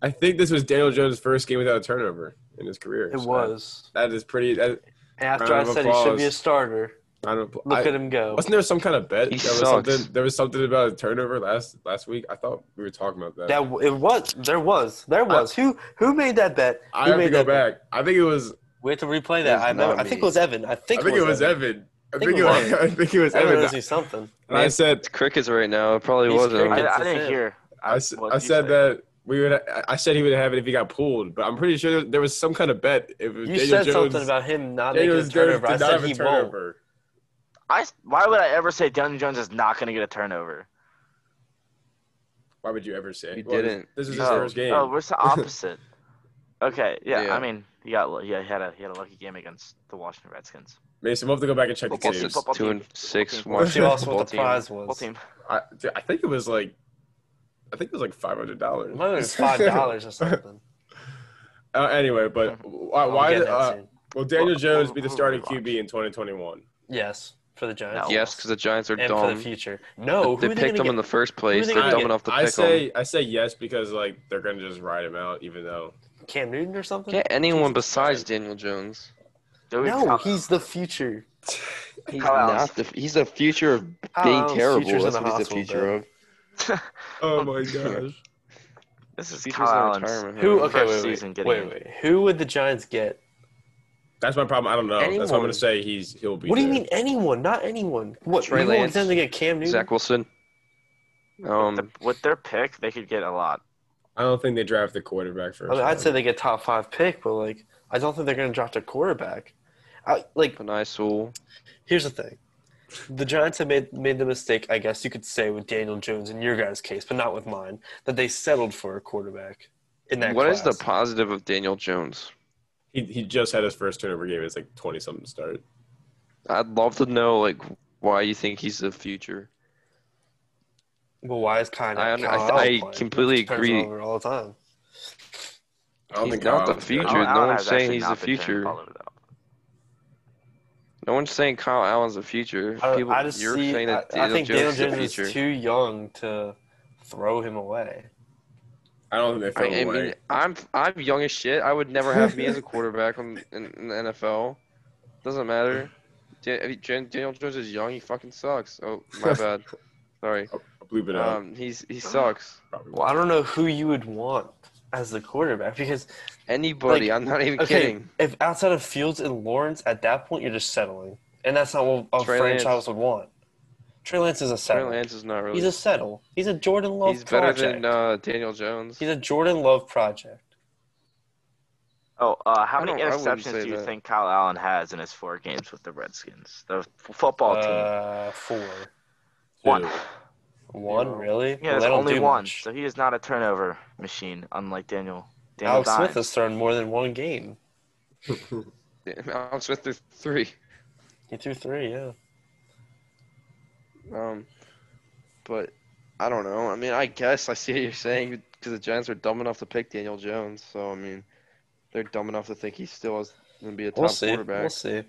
Speaker 1: I think this was Daniel Jones' first game without a turnover. in his career.
Speaker 4: It
Speaker 1: So
Speaker 4: was.
Speaker 1: That is pretty. That,
Speaker 4: And after I
Speaker 1: Round of
Speaker 4: said he should be a
Speaker 1: applause.
Speaker 4: starter,
Speaker 1: I don't.
Speaker 4: look
Speaker 1: I,
Speaker 4: at him go.
Speaker 1: wasn't there some kind of bet?
Speaker 3: He
Speaker 1: There was,
Speaker 3: sucks.
Speaker 1: something, there was something about a turnover last last week. I thought we were talking about that.
Speaker 4: That w- it was there was there was who who made that bet?
Speaker 1: I
Speaker 4: who
Speaker 1: have
Speaker 4: made
Speaker 1: to go
Speaker 4: that bet?
Speaker 1: back. I think it was.
Speaker 4: We have to replay
Speaker 3: It
Speaker 4: that.
Speaker 3: was
Speaker 4: I remember.
Speaker 3: not
Speaker 4: I think it
Speaker 3: me.
Speaker 4: was Evan. I
Speaker 1: I
Speaker 4: think
Speaker 1: think it was Evan. I think it was. I think it was
Speaker 4: Evan
Speaker 1: Evan.
Speaker 4: owes you something.
Speaker 1: And I said,
Speaker 3: It's crickets right now. It probably
Speaker 4: He's
Speaker 3: wasn't.
Speaker 2: I,
Speaker 4: crickets. It's
Speaker 2: I
Speaker 4: the
Speaker 2: didn't
Speaker 4: same.
Speaker 2: hear.
Speaker 1: I, s-
Speaker 2: what
Speaker 1: I
Speaker 2: you
Speaker 1: said
Speaker 2: said.
Speaker 1: that we would. I- I said he would have it if he got pulled, but I'm pretty sure there, there was some kind of bet. If
Speaker 4: You
Speaker 1: Daniel
Speaker 4: said
Speaker 1: Jones,
Speaker 4: something about him not
Speaker 1: Daniel
Speaker 4: making a
Speaker 1: Jones
Speaker 4: turnover. I
Speaker 1: did not
Speaker 4: said
Speaker 1: have a
Speaker 4: he won't.
Speaker 1: turnover.
Speaker 2: I s- why would I ever say Daniel Jones is not going to get a turnover?
Speaker 1: Why would you ever say?
Speaker 3: You
Speaker 1: it? Well,
Speaker 3: didn't.
Speaker 1: This is his
Speaker 3: You
Speaker 2: oh,
Speaker 1: first game.
Speaker 2: oh, we're the opposite. okay, yeah,
Speaker 3: Yeah.
Speaker 2: I mean, he got lu- yeah, he had a he had a lucky game against the Washington Redskins.
Speaker 1: Mason, we'll have to go back and check the
Speaker 2: Football
Speaker 3: Plus
Speaker 1: tape.
Speaker 3: it's
Speaker 2: team. football
Speaker 3: two
Speaker 2: team.
Speaker 3: and six.
Speaker 2: Football
Speaker 4: But
Speaker 3: Washington
Speaker 4: you also
Speaker 3: football
Speaker 4: what the
Speaker 3: team.
Speaker 4: prize
Speaker 2: Whole
Speaker 4: was.
Speaker 2: team.
Speaker 1: I, dude, I think it was like, I think it was like five hundred dollars.
Speaker 4: It might have been five dollars or something.
Speaker 1: uh, anyway, but why?
Speaker 4: I'll
Speaker 1: why
Speaker 4: get
Speaker 1: did,
Speaker 4: that
Speaker 1: uh,
Speaker 4: soon.
Speaker 1: will Daniel
Speaker 2: Well,
Speaker 1: Jones
Speaker 2: we'll-
Speaker 1: be the
Speaker 2: we'll
Speaker 1: starting
Speaker 2: rewatch.
Speaker 1: QB in 2021?
Speaker 4: Yes, for the Giants.
Speaker 2: No.
Speaker 3: Yes, because the Giants are
Speaker 4: and for the
Speaker 3: dumb.
Speaker 4: future. No,
Speaker 3: They
Speaker 4: who are
Speaker 3: picked
Speaker 4: they
Speaker 3: them
Speaker 4: gonna
Speaker 3: in the
Speaker 4: get?
Speaker 3: first place.
Speaker 4: they
Speaker 3: They're
Speaker 4: gonna
Speaker 3: dumb
Speaker 4: get?
Speaker 3: enough to
Speaker 1: I
Speaker 3: pick them.
Speaker 1: say I say yes because like they're gonna just ride him out, even though
Speaker 4: Cam Newton or something?
Speaker 3: Get anyone besides Daniel Jones.
Speaker 2: They'll be
Speaker 4: No,
Speaker 2: top-
Speaker 4: he's the future.
Speaker 3: He's
Speaker 2: Kyle Allen's-
Speaker 3: not the. He's the future of
Speaker 4: Kyle
Speaker 3: being
Speaker 4: Allen's future's
Speaker 3: terrible.
Speaker 4: in
Speaker 3: That's
Speaker 4: the
Speaker 3: what he's the
Speaker 4: hospital
Speaker 3: future
Speaker 4: bed.
Speaker 3: of.
Speaker 1: Oh my gosh!
Speaker 2: this is
Speaker 3: Future's
Speaker 2: Kyle
Speaker 3: in
Speaker 2: Allen's.
Speaker 3: retirement home.
Speaker 4: Who? Okay,
Speaker 2: First
Speaker 4: wait,
Speaker 2: season
Speaker 4: wait, wait,
Speaker 2: getting in.
Speaker 4: wait, Who would the Giants get?
Speaker 1: That's my problem. I don't know. That's what I'm
Speaker 3: Anyone.
Speaker 1: gonna say. He's he'll be.
Speaker 4: What do you
Speaker 1: there.
Speaker 4: mean anyone? Not anyone. What?
Speaker 3: Trey
Speaker 4: you want
Speaker 3: Lance.
Speaker 4: them to get Cam Newton?
Speaker 3: Zach Wilson.
Speaker 2: The-
Speaker 3: Um,
Speaker 2: with their pick, they could get a lot.
Speaker 1: I don't think they draft the quarterback first.
Speaker 4: I mean, I'd say
Speaker 1: round.
Speaker 4: they get top five pick, but like, I don't think they're going to draft a quarterback. I, like,
Speaker 3: Panay Sewell.
Speaker 4: here's the thing: the Giants have made made the mistake, I guess you could say, with Daniel Jones in your guys' case, but not with mine, that they settled for a quarterback in that.
Speaker 3: What is the
Speaker 4: class.
Speaker 3: positive of Daniel Jones?
Speaker 1: he he just had his first turnover game. It's like 20 something start.
Speaker 3: I'd love to know like why you think he's the future.
Speaker 4: Well, why is kind
Speaker 3: I
Speaker 4: of
Speaker 3: under- I- I completely agree.
Speaker 4: all the time.
Speaker 1: I don't
Speaker 3: He's
Speaker 1: think
Speaker 3: not
Speaker 1: Kyle-
Speaker 3: the future.
Speaker 2: Allen-
Speaker 3: no
Speaker 2: Allen
Speaker 3: one's
Speaker 2: has
Speaker 3: saying
Speaker 2: actually
Speaker 3: he's
Speaker 2: not
Speaker 3: the
Speaker 2: been turning
Speaker 3: future.
Speaker 2: ball over, though.
Speaker 3: No one's saying Kyle Allen's the future.
Speaker 4: I,
Speaker 3: People,
Speaker 4: I just
Speaker 3: you're
Speaker 4: see.
Speaker 3: saying that
Speaker 4: I, I
Speaker 3: Daniel
Speaker 4: think
Speaker 3: Jones
Speaker 4: Daniel
Speaker 3: is
Speaker 4: Jones
Speaker 3: the
Speaker 4: is
Speaker 3: future.
Speaker 4: too young to throw him away.
Speaker 1: I don't think they
Speaker 3: I,
Speaker 1: throw
Speaker 3: I
Speaker 1: away.
Speaker 3: mean, I'm I'm young as shit. I would never have me as a quarterback on, in, in the NFL. Doesn't matter. Dan, I mean, Jan- Daniel Jones is young. He fucking sucks. Oh my bad. Sorry.
Speaker 1: I bleep it out.
Speaker 3: Um, he's he sucks.
Speaker 1: probably.
Speaker 4: Well, I don't know who you would want as the quarterback because
Speaker 3: Anybody.
Speaker 4: Like,
Speaker 3: I'm not even
Speaker 4: okay,
Speaker 3: kidding.
Speaker 4: if outside of Fields and Lawrence, at that point you're just settling, and that's not what a
Speaker 3: Trey
Speaker 4: franchise
Speaker 3: Lance.
Speaker 4: would want. Trey Lance is a
Speaker 3: Trey
Speaker 4: settle.
Speaker 3: Lance is not really.
Speaker 4: He's a settle. He's a Jordan Love
Speaker 3: he's better
Speaker 4: project.
Speaker 3: than uh, Daniel Jones.
Speaker 4: He's a Jordan Love project.
Speaker 2: Oh, uh, how
Speaker 3: I
Speaker 2: many
Speaker 3: don't- I wouldn't say
Speaker 2: interceptions do you
Speaker 3: that.
Speaker 2: think Kyle Allen has in his four games with the Redskins? The f- football team.
Speaker 4: Uh, four.
Speaker 2: One.
Speaker 1: Dude,
Speaker 4: One
Speaker 3: Yeah.
Speaker 4: really?
Speaker 2: Yeah,
Speaker 4: Well,
Speaker 2: there's
Speaker 4: they don't
Speaker 2: only
Speaker 4: do
Speaker 2: one.
Speaker 4: much.
Speaker 2: So he is not a turnover machine, unlike Daniel. Daniel
Speaker 4: Alex
Speaker 2: Dimes.
Speaker 4: Smith has thrown more than one game.
Speaker 3: Alex Smith threw three.
Speaker 4: He threw three, yeah.
Speaker 3: Um, but I don't know. I mean, I guess I see what you're saying because the Giants are dumb enough to pick Daniel Jones. So I mean, they're dumb enough to think he still is going to be a top
Speaker 4: We'll see.
Speaker 3: quarterback.
Speaker 4: We'll see.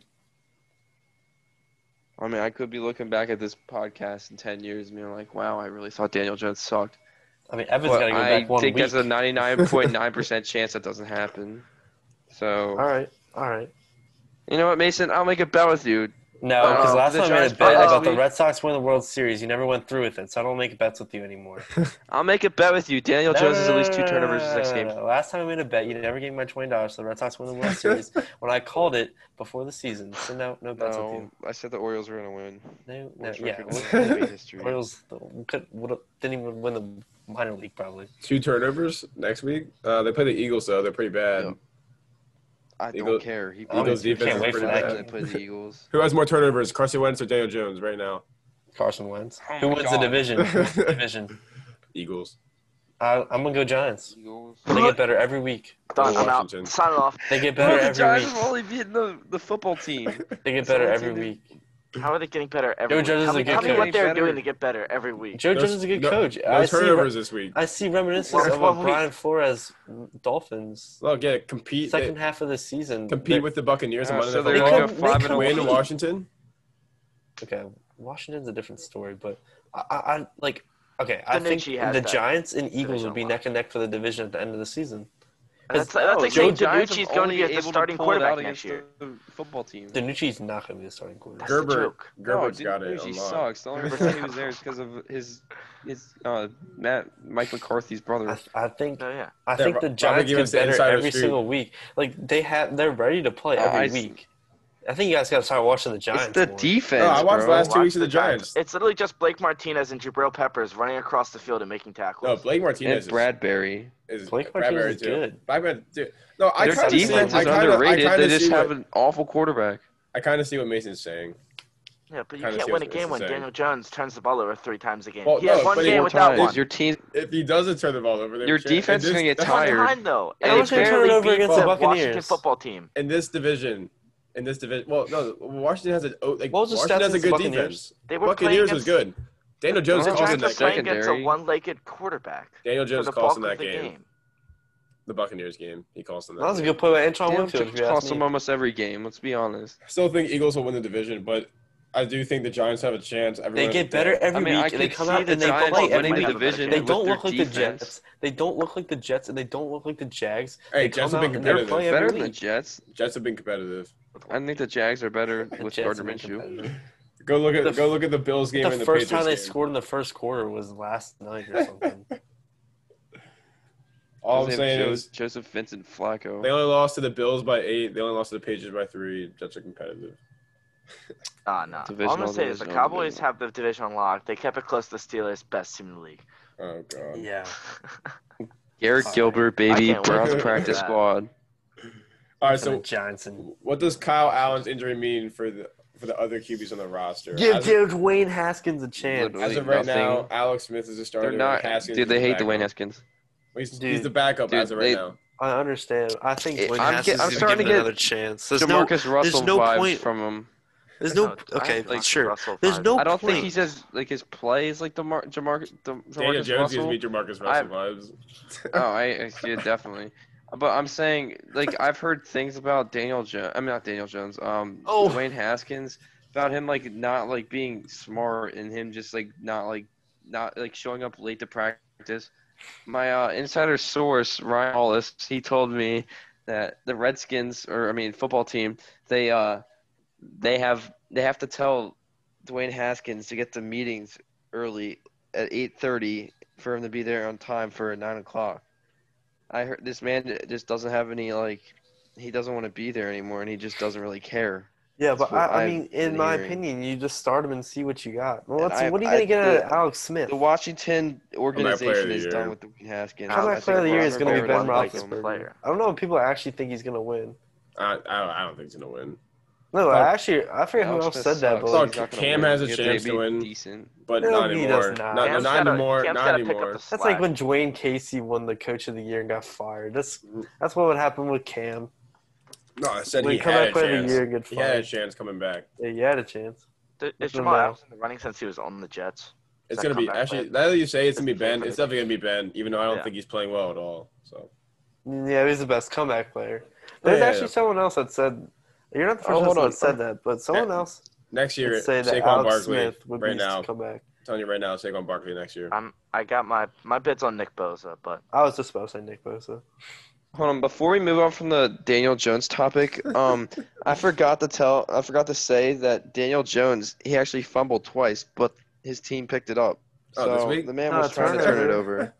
Speaker 3: I mean, I could be looking back at this podcast in ten years and being like, "Wow, I really thought Daniel Jones sucked."
Speaker 4: I mean, Evan's
Speaker 3: But
Speaker 4: got to go
Speaker 3: I
Speaker 4: back one
Speaker 3: think
Speaker 4: week.
Speaker 3: there's a 99.9 percent chance that doesn't happen. So
Speaker 4: All right, all right.
Speaker 3: you know what, Mason? I'll make a bet with you.
Speaker 4: No,
Speaker 3: Uh,
Speaker 4: because last
Speaker 3: the
Speaker 4: time I made
Speaker 3: Giants
Speaker 4: a bet
Speaker 2: bet
Speaker 4: about
Speaker 2: last
Speaker 4: the
Speaker 3: week.
Speaker 4: Red Sox winning the World Series, you never went through with it, so I don't make bets with you anymore.
Speaker 3: I'll make a bet with you. Daniel
Speaker 4: No,
Speaker 3: Jones
Speaker 4: no,
Speaker 3: has
Speaker 4: no,
Speaker 3: at least two
Speaker 4: no, no,
Speaker 3: turnovers
Speaker 4: no,
Speaker 3: this next
Speaker 4: no,
Speaker 3: game.
Speaker 4: no, no. Last time I made a bet, you never gave me my twenty dollars. The Red Sox won the World Series when I called it before the season. So no, no bets with
Speaker 3: No,
Speaker 4: you.
Speaker 3: I said the Orioles were going to win.
Speaker 4: No, no,
Speaker 3: Which
Speaker 4: yeah.
Speaker 3: record
Speaker 4: well,
Speaker 3: in NBA history.
Speaker 4: Orioles could, would, didn't even win the minor league probably.
Speaker 1: Two turnovers next week. Uh, they play the Eagles, though. They're pretty bad.
Speaker 3: Yeah. I don't
Speaker 1: Eagles-
Speaker 3: care. He
Speaker 4: Eagles
Speaker 3: plays-
Speaker 1: defense
Speaker 3: can't
Speaker 1: is
Speaker 3: wait
Speaker 1: pretty
Speaker 3: for that
Speaker 1: bad.
Speaker 3: game. They play the Eagles.
Speaker 1: Who has more turnovers, Carson Wentz or Daniel Jones, right now?
Speaker 4: Carson Wentz.
Speaker 3: Oh
Speaker 4: Who
Speaker 3: my
Speaker 4: wins
Speaker 3: God.
Speaker 4: the division? Who wins the division.
Speaker 1: Eagles.
Speaker 4: I, I'm gonna go Giants.
Speaker 3: Eagles.
Speaker 4: They get better every week.
Speaker 2: Done. I'm out.
Speaker 1: Washington.
Speaker 2: Sign off.
Speaker 4: They get better
Speaker 3: the
Speaker 4: every
Speaker 3: Giants
Speaker 4: week.
Speaker 3: have only beaten the, the football team.
Speaker 4: They get
Speaker 3: That's the
Speaker 4: better
Speaker 3: only
Speaker 4: every
Speaker 3: team they-
Speaker 4: week.
Speaker 2: How are they getting better every
Speaker 4: Joe
Speaker 2: week?
Speaker 4: Judge is
Speaker 2: Tell
Speaker 4: a
Speaker 2: me,
Speaker 4: good
Speaker 2: tell me
Speaker 4: coach.
Speaker 2: what they're
Speaker 3: Better.
Speaker 2: doing to get better every week.
Speaker 4: Joe
Speaker 1: No-
Speaker 4: Jones is a good
Speaker 1: no-
Speaker 4: coach.
Speaker 1: No
Speaker 4: I see
Speaker 1: turnovers this week.
Speaker 4: I see reminiscences
Speaker 2: Worth
Speaker 4: of
Speaker 2: one
Speaker 4: a
Speaker 2: week.
Speaker 4: Brian Flores Dolphins
Speaker 1: Look, yeah, compete.
Speaker 4: second
Speaker 1: they-
Speaker 4: half of the season.
Speaker 1: compete
Speaker 4: They-
Speaker 1: with the Buccaneers on
Speaker 3: Uh,
Speaker 1: Monday
Speaker 3: so
Speaker 1: Night
Speaker 3: they're
Speaker 1: Football.
Speaker 3: going to
Speaker 4: They
Speaker 3: go five
Speaker 4: couldn't-
Speaker 3: and
Speaker 4: they
Speaker 1: Win
Speaker 4: couldn't-
Speaker 3: one.
Speaker 1: Washington.
Speaker 4: okay. Washington's a different story, but I, I, I like okay. I
Speaker 2: Danucci
Speaker 4: think
Speaker 2: has
Speaker 4: the
Speaker 2: that
Speaker 4: Giants and Eagles would be
Speaker 2: division
Speaker 4: neck and neck for the division at the end of the season.
Speaker 2: That's, that's like
Speaker 4: Joe
Speaker 2: saying
Speaker 3: Giants
Speaker 2: DiNucci's
Speaker 3: have
Speaker 2: going to be
Speaker 3: only
Speaker 2: like the
Speaker 3: able
Speaker 2: starting
Speaker 3: pull it out
Speaker 2: quarterback
Speaker 3: against
Speaker 2: next year.
Speaker 3: The football team.
Speaker 4: Danucci's not going to be the starting quarterback.
Speaker 2: That's the
Speaker 1: Gerber-
Speaker 2: joke.
Speaker 1: Gerber's
Speaker 3: no,
Speaker 1: got it.
Speaker 3: He
Speaker 1: unlocked.
Speaker 3: sucks. The only reason he was there is because of his his uh, Matt Mike McCarthy's brother.
Speaker 4: I, I think
Speaker 2: No, yeah.
Speaker 4: I
Speaker 1: Yeah,
Speaker 4: think
Speaker 1: Ro-
Speaker 4: the
Speaker 1: Robert
Speaker 4: Giants
Speaker 1: gave
Speaker 4: get
Speaker 1: us the
Speaker 4: better
Speaker 1: insider
Speaker 4: every
Speaker 1: scoop.
Speaker 4: single week. Like they have, they're ready to play
Speaker 3: Yeah, I
Speaker 4: every
Speaker 3: s-
Speaker 4: week. I think you guys gotta start watching the Giants.
Speaker 3: It's the
Speaker 4: more.
Speaker 3: defense.
Speaker 1: No, I watched
Speaker 3: bro.
Speaker 1: last two
Speaker 2: Watch
Speaker 1: weeks of the Giants.
Speaker 2: It's literally just Blake Martinez and Jabril Peppers running across the field and making
Speaker 1: No,
Speaker 2: tackles.
Speaker 1: Blake Martinez
Speaker 3: And
Speaker 1: is,
Speaker 3: Bradbury.
Speaker 1: is
Speaker 4: Blake
Speaker 1: Bradbury
Speaker 4: Martinez is
Speaker 1: too.
Speaker 4: good.
Speaker 1: Bradbury, dude. No, I
Speaker 3: Their
Speaker 1: kind of see. I
Speaker 3: defense is
Speaker 1: kind of. I
Speaker 3: underrated.
Speaker 1: kind
Speaker 3: They
Speaker 1: of see.
Speaker 3: just have
Speaker 1: What,
Speaker 3: an awful quarterback.
Speaker 1: I kind of see what Mason's saying.
Speaker 2: yeah, but you
Speaker 1: kinda
Speaker 2: can't
Speaker 1: see
Speaker 2: win a
Speaker 1: what
Speaker 2: game when
Speaker 1: Mason's saying.
Speaker 2: Daniel Jones turns the ball over three times a game.
Speaker 1: Well,
Speaker 2: he had
Speaker 1: no,
Speaker 2: one
Speaker 1: but he-
Speaker 2: game
Speaker 1: Four
Speaker 2: without one.
Speaker 3: Your team,
Speaker 1: If he doesn't turn the ball over, they
Speaker 3: Your
Speaker 1: would change.
Speaker 3: defense
Speaker 1: In
Speaker 3: is gonna
Speaker 1: this-
Speaker 3: get
Speaker 2: One
Speaker 3: tired.
Speaker 2: time though,
Speaker 3: And
Speaker 2: and
Speaker 3: it's
Speaker 2: they barely
Speaker 4: turning over
Speaker 2: beat
Speaker 4: against
Speaker 1: the
Speaker 2: the Washington
Speaker 4: Buccaneers.
Speaker 2: football team.
Speaker 1: in this division. In this division, well, no, Washington has a oh, like
Speaker 4: What was the
Speaker 1: Washington
Speaker 4: stats
Speaker 1: has a
Speaker 4: against
Speaker 1: good
Speaker 4: Buccaneers?
Speaker 1: defense.
Speaker 2: They were playing
Speaker 1: Buccaneers was
Speaker 2: against,
Speaker 1: good. Daniel Jones
Speaker 2: The
Speaker 1: cost
Speaker 3: Giants
Speaker 2: Giants
Speaker 1: in
Speaker 2: were
Speaker 1: that
Speaker 2: playing
Speaker 1: game.
Speaker 2: against a
Speaker 3: secondary.
Speaker 2: one-legged quarterback.
Speaker 1: Daniel
Speaker 2: for
Speaker 1: Jones
Speaker 2: the
Speaker 1: cost
Speaker 2: bulk
Speaker 1: in
Speaker 2: of
Speaker 1: that
Speaker 2: the
Speaker 1: game.
Speaker 2: game.
Speaker 1: The Buccaneers game, he cost in that.
Speaker 4: That was a
Speaker 1: game.
Speaker 4: good play by Antoine
Speaker 3: Damn,
Speaker 4: Winfield. If
Speaker 3: Jones
Speaker 4: you
Speaker 3: costs
Speaker 4: ask
Speaker 3: them
Speaker 4: me.
Speaker 3: almost every game. Let's be honest.
Speaker 1: I still think Eagles will win the division, but I do think the Giants have a chance.
Speaker 4: They
Speaker 1: Everyone-
Speaker 4: get better every
Speaker 3: I mean, I
Speaker 4: week,
Speaker 3: can
Speaker 4: and they come
Speaker 3: see
Speaker 4: out
Speaker 3: the
Speaker 4: and they
Speaker 3: Giants
Speaker 4: play
Speaker 3: winning
Speaker 4: every
Speaker 2: might
Speaker 3: the
Speaker 2: have
Speaker 4: week.
Speaker 2: a
Speaker 3: division.
Speaker 2: better
Speaker 4: They
Speaker 2: with
Speaker 4: don't
Speaker 3: their
Speaker 4: look like the
Speaker 3: defense.
Speaker 4: Jets. They don't look like the Jets, and they don't look like the Jags.
Speaker 1: Hey,
Speaker 4: They
Speaker 1: Jets
Speaker 4: come
Speaker 1: have
Speaker 4: out
Speaker 1: been
Speaker 4: and they're
Speaker 1: competitive.
Speaker 4: playing
Speaker 3: Better
Speaker 4: every
Speaker 3: than the
Speaker 4: week.
Speaker 3: Jets.
Speaker 1: Jets have been competitive.
Speaker 3: I think the Jags are better
Speaker 4: The
Speaker 3: with
Speaker 4: Jets
Speaker 3: Gardner
Speaker 4: have been
Speaker 3: Minshew.
Speaker 4: competitive.
Speaker 1: Go look at
Speaker 4: The f-
Speaker 1: go look at the Bills game
Speaker 4: The,
Speaker 1: and the
Speaker 4: first
Speaker 1: Patriots
Speaker 4: time they
Speaker 1: game.
Speaker 4: scored in the first quarter was last night or something.
Speaker 1: All I'm
Speaker 3: They have
Speaker 1: saying
Speaker 3: Jo-
Speaker 1: is
Speaker 3: Joseph Vincent Flacco.
Speaker 1: they only lost to the Bills by eight. They only lost to the Patriots by three. Jets are competitive.
Speaker 2: Nah, nah. All I'm
Speaker 3: Divisional,
Speaker 2: gonna say is the
Speaker 3: divisional,
Speaker 2: Cowboys
Speaker 3: divisional.
Speaker 2: have the division unlocked. They kept it close to the Steelers, best team in the league.
Speaker 1: Oh god.
Speaker 4: yeah.
Speaker 3: Garrett
Speaker 4: Fuck.
Speaker 3: Gilbert,
Speaker 2: I
Speaker 3: baby,
Speaker 2: can't
Speaker 1: wait
Speaker 3: Browns
Speaker 1: for
Speaker 3: practice
Speaker 2: that.
Speaker 3: squad.
Speaker 1: All right.
Speaker 4: So the
Speaker 1: So
Speaker 4: Giants and
Speaker 1: what does Kyle Allen's injury mean for the for the other QBs on the roster?
Speaker 4: Give
Speaker 1: as,
Speaker 4: Duke Wayne Haskins a chance.
Speaker 1: as
Speaker 3: Really
Speaker 1: of right
Speaker 3: nothing.
Speaker 1: now, Alex Smith is a starter.
Speaker 3: They're not.
Speaker 1: Haskins
Speaker 3: Dude,
Speaker 1: is
Speaker 3: they
Speaker 1: the
Speaker 3: hate the Wayne
Speaker 1: backup.
Speaker 3: Haskins.
Speaker 1: He's,
Speaker 4: Dude.
Speaker 1: he's the backup
Speaker 3: Dude,
Speaker 1: as of right
Speaker 3: they-
Speaker 1: now.
Speaker 4: I understand. I think
Speaker 3: It-
Speaker 4: Wayne
Speaker 3: I'm
Speaker 4: Haskins
Speaker 3: get- I'm
Speaker 4: is
Speaker 3: starting to
Speaker 4: given
Speaker 3: get
Speaker 4: another chance. There's no,
Speaker 3: Jamarcus Russell
Speaker 4: no
Speaker 3: vibes
Speaker 4: point-
Speaker 3: from him.
Speaker 4: there's
Speaker 2: No,
Speaker 4: no.
Speaker 2: I
Speaker 4: Okay,
Speaker 2: think
Speaker 4: sure.
Speaker 2: Russell
Speaker 4: There's
Speaker 2: finds-
Speaker 4: no.
Speaker 3: I don't
Speaker 4: point.
Speaker 3: think he says like his plays like the Mar- Jamar- the
Speaker 1: Daniel
Speaker 3: Jamarcus
Speaker 1: Jones gives
Speaker 3: Russell.
Speaker 1: me Jamarcus Russell
Speaker 3: I've-
Speaker 1: vibes.
Speaker 3: oh, I, I yeah, definitely. But I'm saying like I've heard things about Daniel Jones. I'm mean, not Daniel Jones. Um,
Speaker 4: Oh.
Speaker 3: Wayne Haskins about him like not like being smart and him just like not like not like showing up late to practice. My uh, insider source Ryan Hollis he told me that the Redskins or I mean football team they uh they have they have to tell Dwayne Haskins to get the meetings early at eight thirty for him to be there on time for nine o'clock. I heard this man just doesn't have any like he doesn't want to be there anymore and he just doesn't really care.
Speaker 4: Yeah, but
Speaker 3: That's what
Speaker 4: I, I
Speaker 3: I've
Speaker 4: mean, in
Speaker 3: been
Speaker 4: my
Speaker 3: hearing.
Speaker 4: opinion, you just start him and see what you got. Well,
Speaker 3: And
Speaker 4: let's see.
Speaker 3: I-
Speaker 4: What are you gonna
Speaker 3: I-
Speaker 4: get out of
Speaker 3: the-
Speaker 4: Alex Smith?
Speaker 3: The Washington
Speaker 1: Comeback player of
Speaker 3: organization
Speaker 1: the
Speaker 3: is
Speaker 1: year.
Speaker 3: done with Dwayne Haskins.
Speaker 2: Comeback
Speaker 3: I
Speaker 4: Comeback
Speaker 3: think
Speaker 4: player of the year is
Speaker 3: Robert
Speaker 4: gonna be
Speaker 3: Griffin
Speaker 4: Ben
Speaker 2: Robert
Speaker 3: likes him.
Speaker 2: Griffin.
Speaker 4: Roethlisberger.
Speaker 2: player.
Speaker 4: I don't know if people actually think he's gonna win.
Speaker 1: I, I, don't, I don't think he's gonna win.
Speaker 4: No,
Speaker 1: Fuck.
Speaker 4: I actually, I forget who
Speaker 3: Alex
Speaker 4: else
Speaker 3: Smith
Speaker 4: said that,
Speaker 1: Fuck.
Speaker 4: but
Speaker 3: sucks.
Speaker 4: like,
Speaker 3: He's not gonna
Speaker 1: Cam
Speaker 3: win.
Speaker 1: has a
Speaker 3: He has to
Speaker 1: chance to
Speaker 3: be
Speaker 1: win.
Speaker 3: Decent.
Speaker 1: But
Speaker 4: No,
Speaker 1: not
Speaker 4: he
Speaker 1: anymore.
Speaker 4: does
Speaker 1: Not,
Speaker 4: not.
Speaker 1: Uh, not,
Speaker 2: Cam's gotta-
Speaker 1: anymore.
Speaker 2: Cam's
Speaker 1: not
Speaker 2: gotta pick up
Speaker 1: anymore.
Speaker 2: the
Speaker 4: that's
Speaker 2: slack.
Speaker 4: like when Dwayne Casey won the Coach of the Year and got fired. That's that's what would happen with Cam.
Speaker 1: No, I said Mm.
Speaker 4: When
Speaker 1: he had
Speaker 4: comeback
Speaker 1: a
Speaker 4: player of the
Speaker 1: chance.
Speaker 4: year, good
Speaker 1: He had a
Speaker 4: fired.
Speaker 1: chance coming back.
Speaker 4: Yeah, you had a chance.
Speaker 2: Th- Is
Speaker 4: Nothing
Speaker 2: Jamal
Speaker 4: now.
Speaker 2: Adams in the running since he was on the Jets?
Speaker 1: It's
Speaker 2: that
Speaker 1: gonna be
Speaker 2: comeback
Speaker 1: actually.
Speaker 2: player?
Speaker 1: Now that you say it's gonna be
Speaker 2: It's gonna
Speaker 1: Ben,
Speaker 2: be-
Speaker 1: it's definitely gonna be Ben. Even though I don't
Speaker 2: Yeah.
Speaker 1: think he's playing well at all. So
Speaker 4: Yeah, he's the best comeback player. There's
Speaker 1: Yeah, yeah,
Speaker 4: actually
Speaker 1: yeah.
Speaker 4: someone else that said you're not the
Speaker 3: Oh,
Speaker 4: first
Speaker 3: hold
Speaker 4: person
Speaker 3: on.
Speaker 4: that said that, but someone
Speaker 1: Yeah.
Speaker 4: else
Speaker 1: next year,
Speaker 4: would say that
Speaker 1: Saquon
Speaker 4: Alex
Speaker 1: Barkley.
Speaker 4: Smith would
Speaker 1: right
Speaker 4: be
Speaker 1: now,
Speaker 4: to come back.
Speaker 1: I'm telling you right now, Saquon Barkley next year.
Speaker 2: I'm. I got my my bids on Nick Bosa, but
Speaker 4: I was just about to say Nick Bosa.
Speaker 3: Hold on, before we move on from the Daniel Jones topic, um, I forgot to tell, I forgot to say that Daniel Jones, he actually fumbled twice, but his team picked it up.
Speaker 1: Oh,
Speaker 3: so
Speaker 1: this week?
Speaker 3: the man
Speaker 4: No,
Speaker 3: was
Speaker 4: it's
Speaker 3: trying to
Speaker 4: turnover.
Speaker 3: turn it over.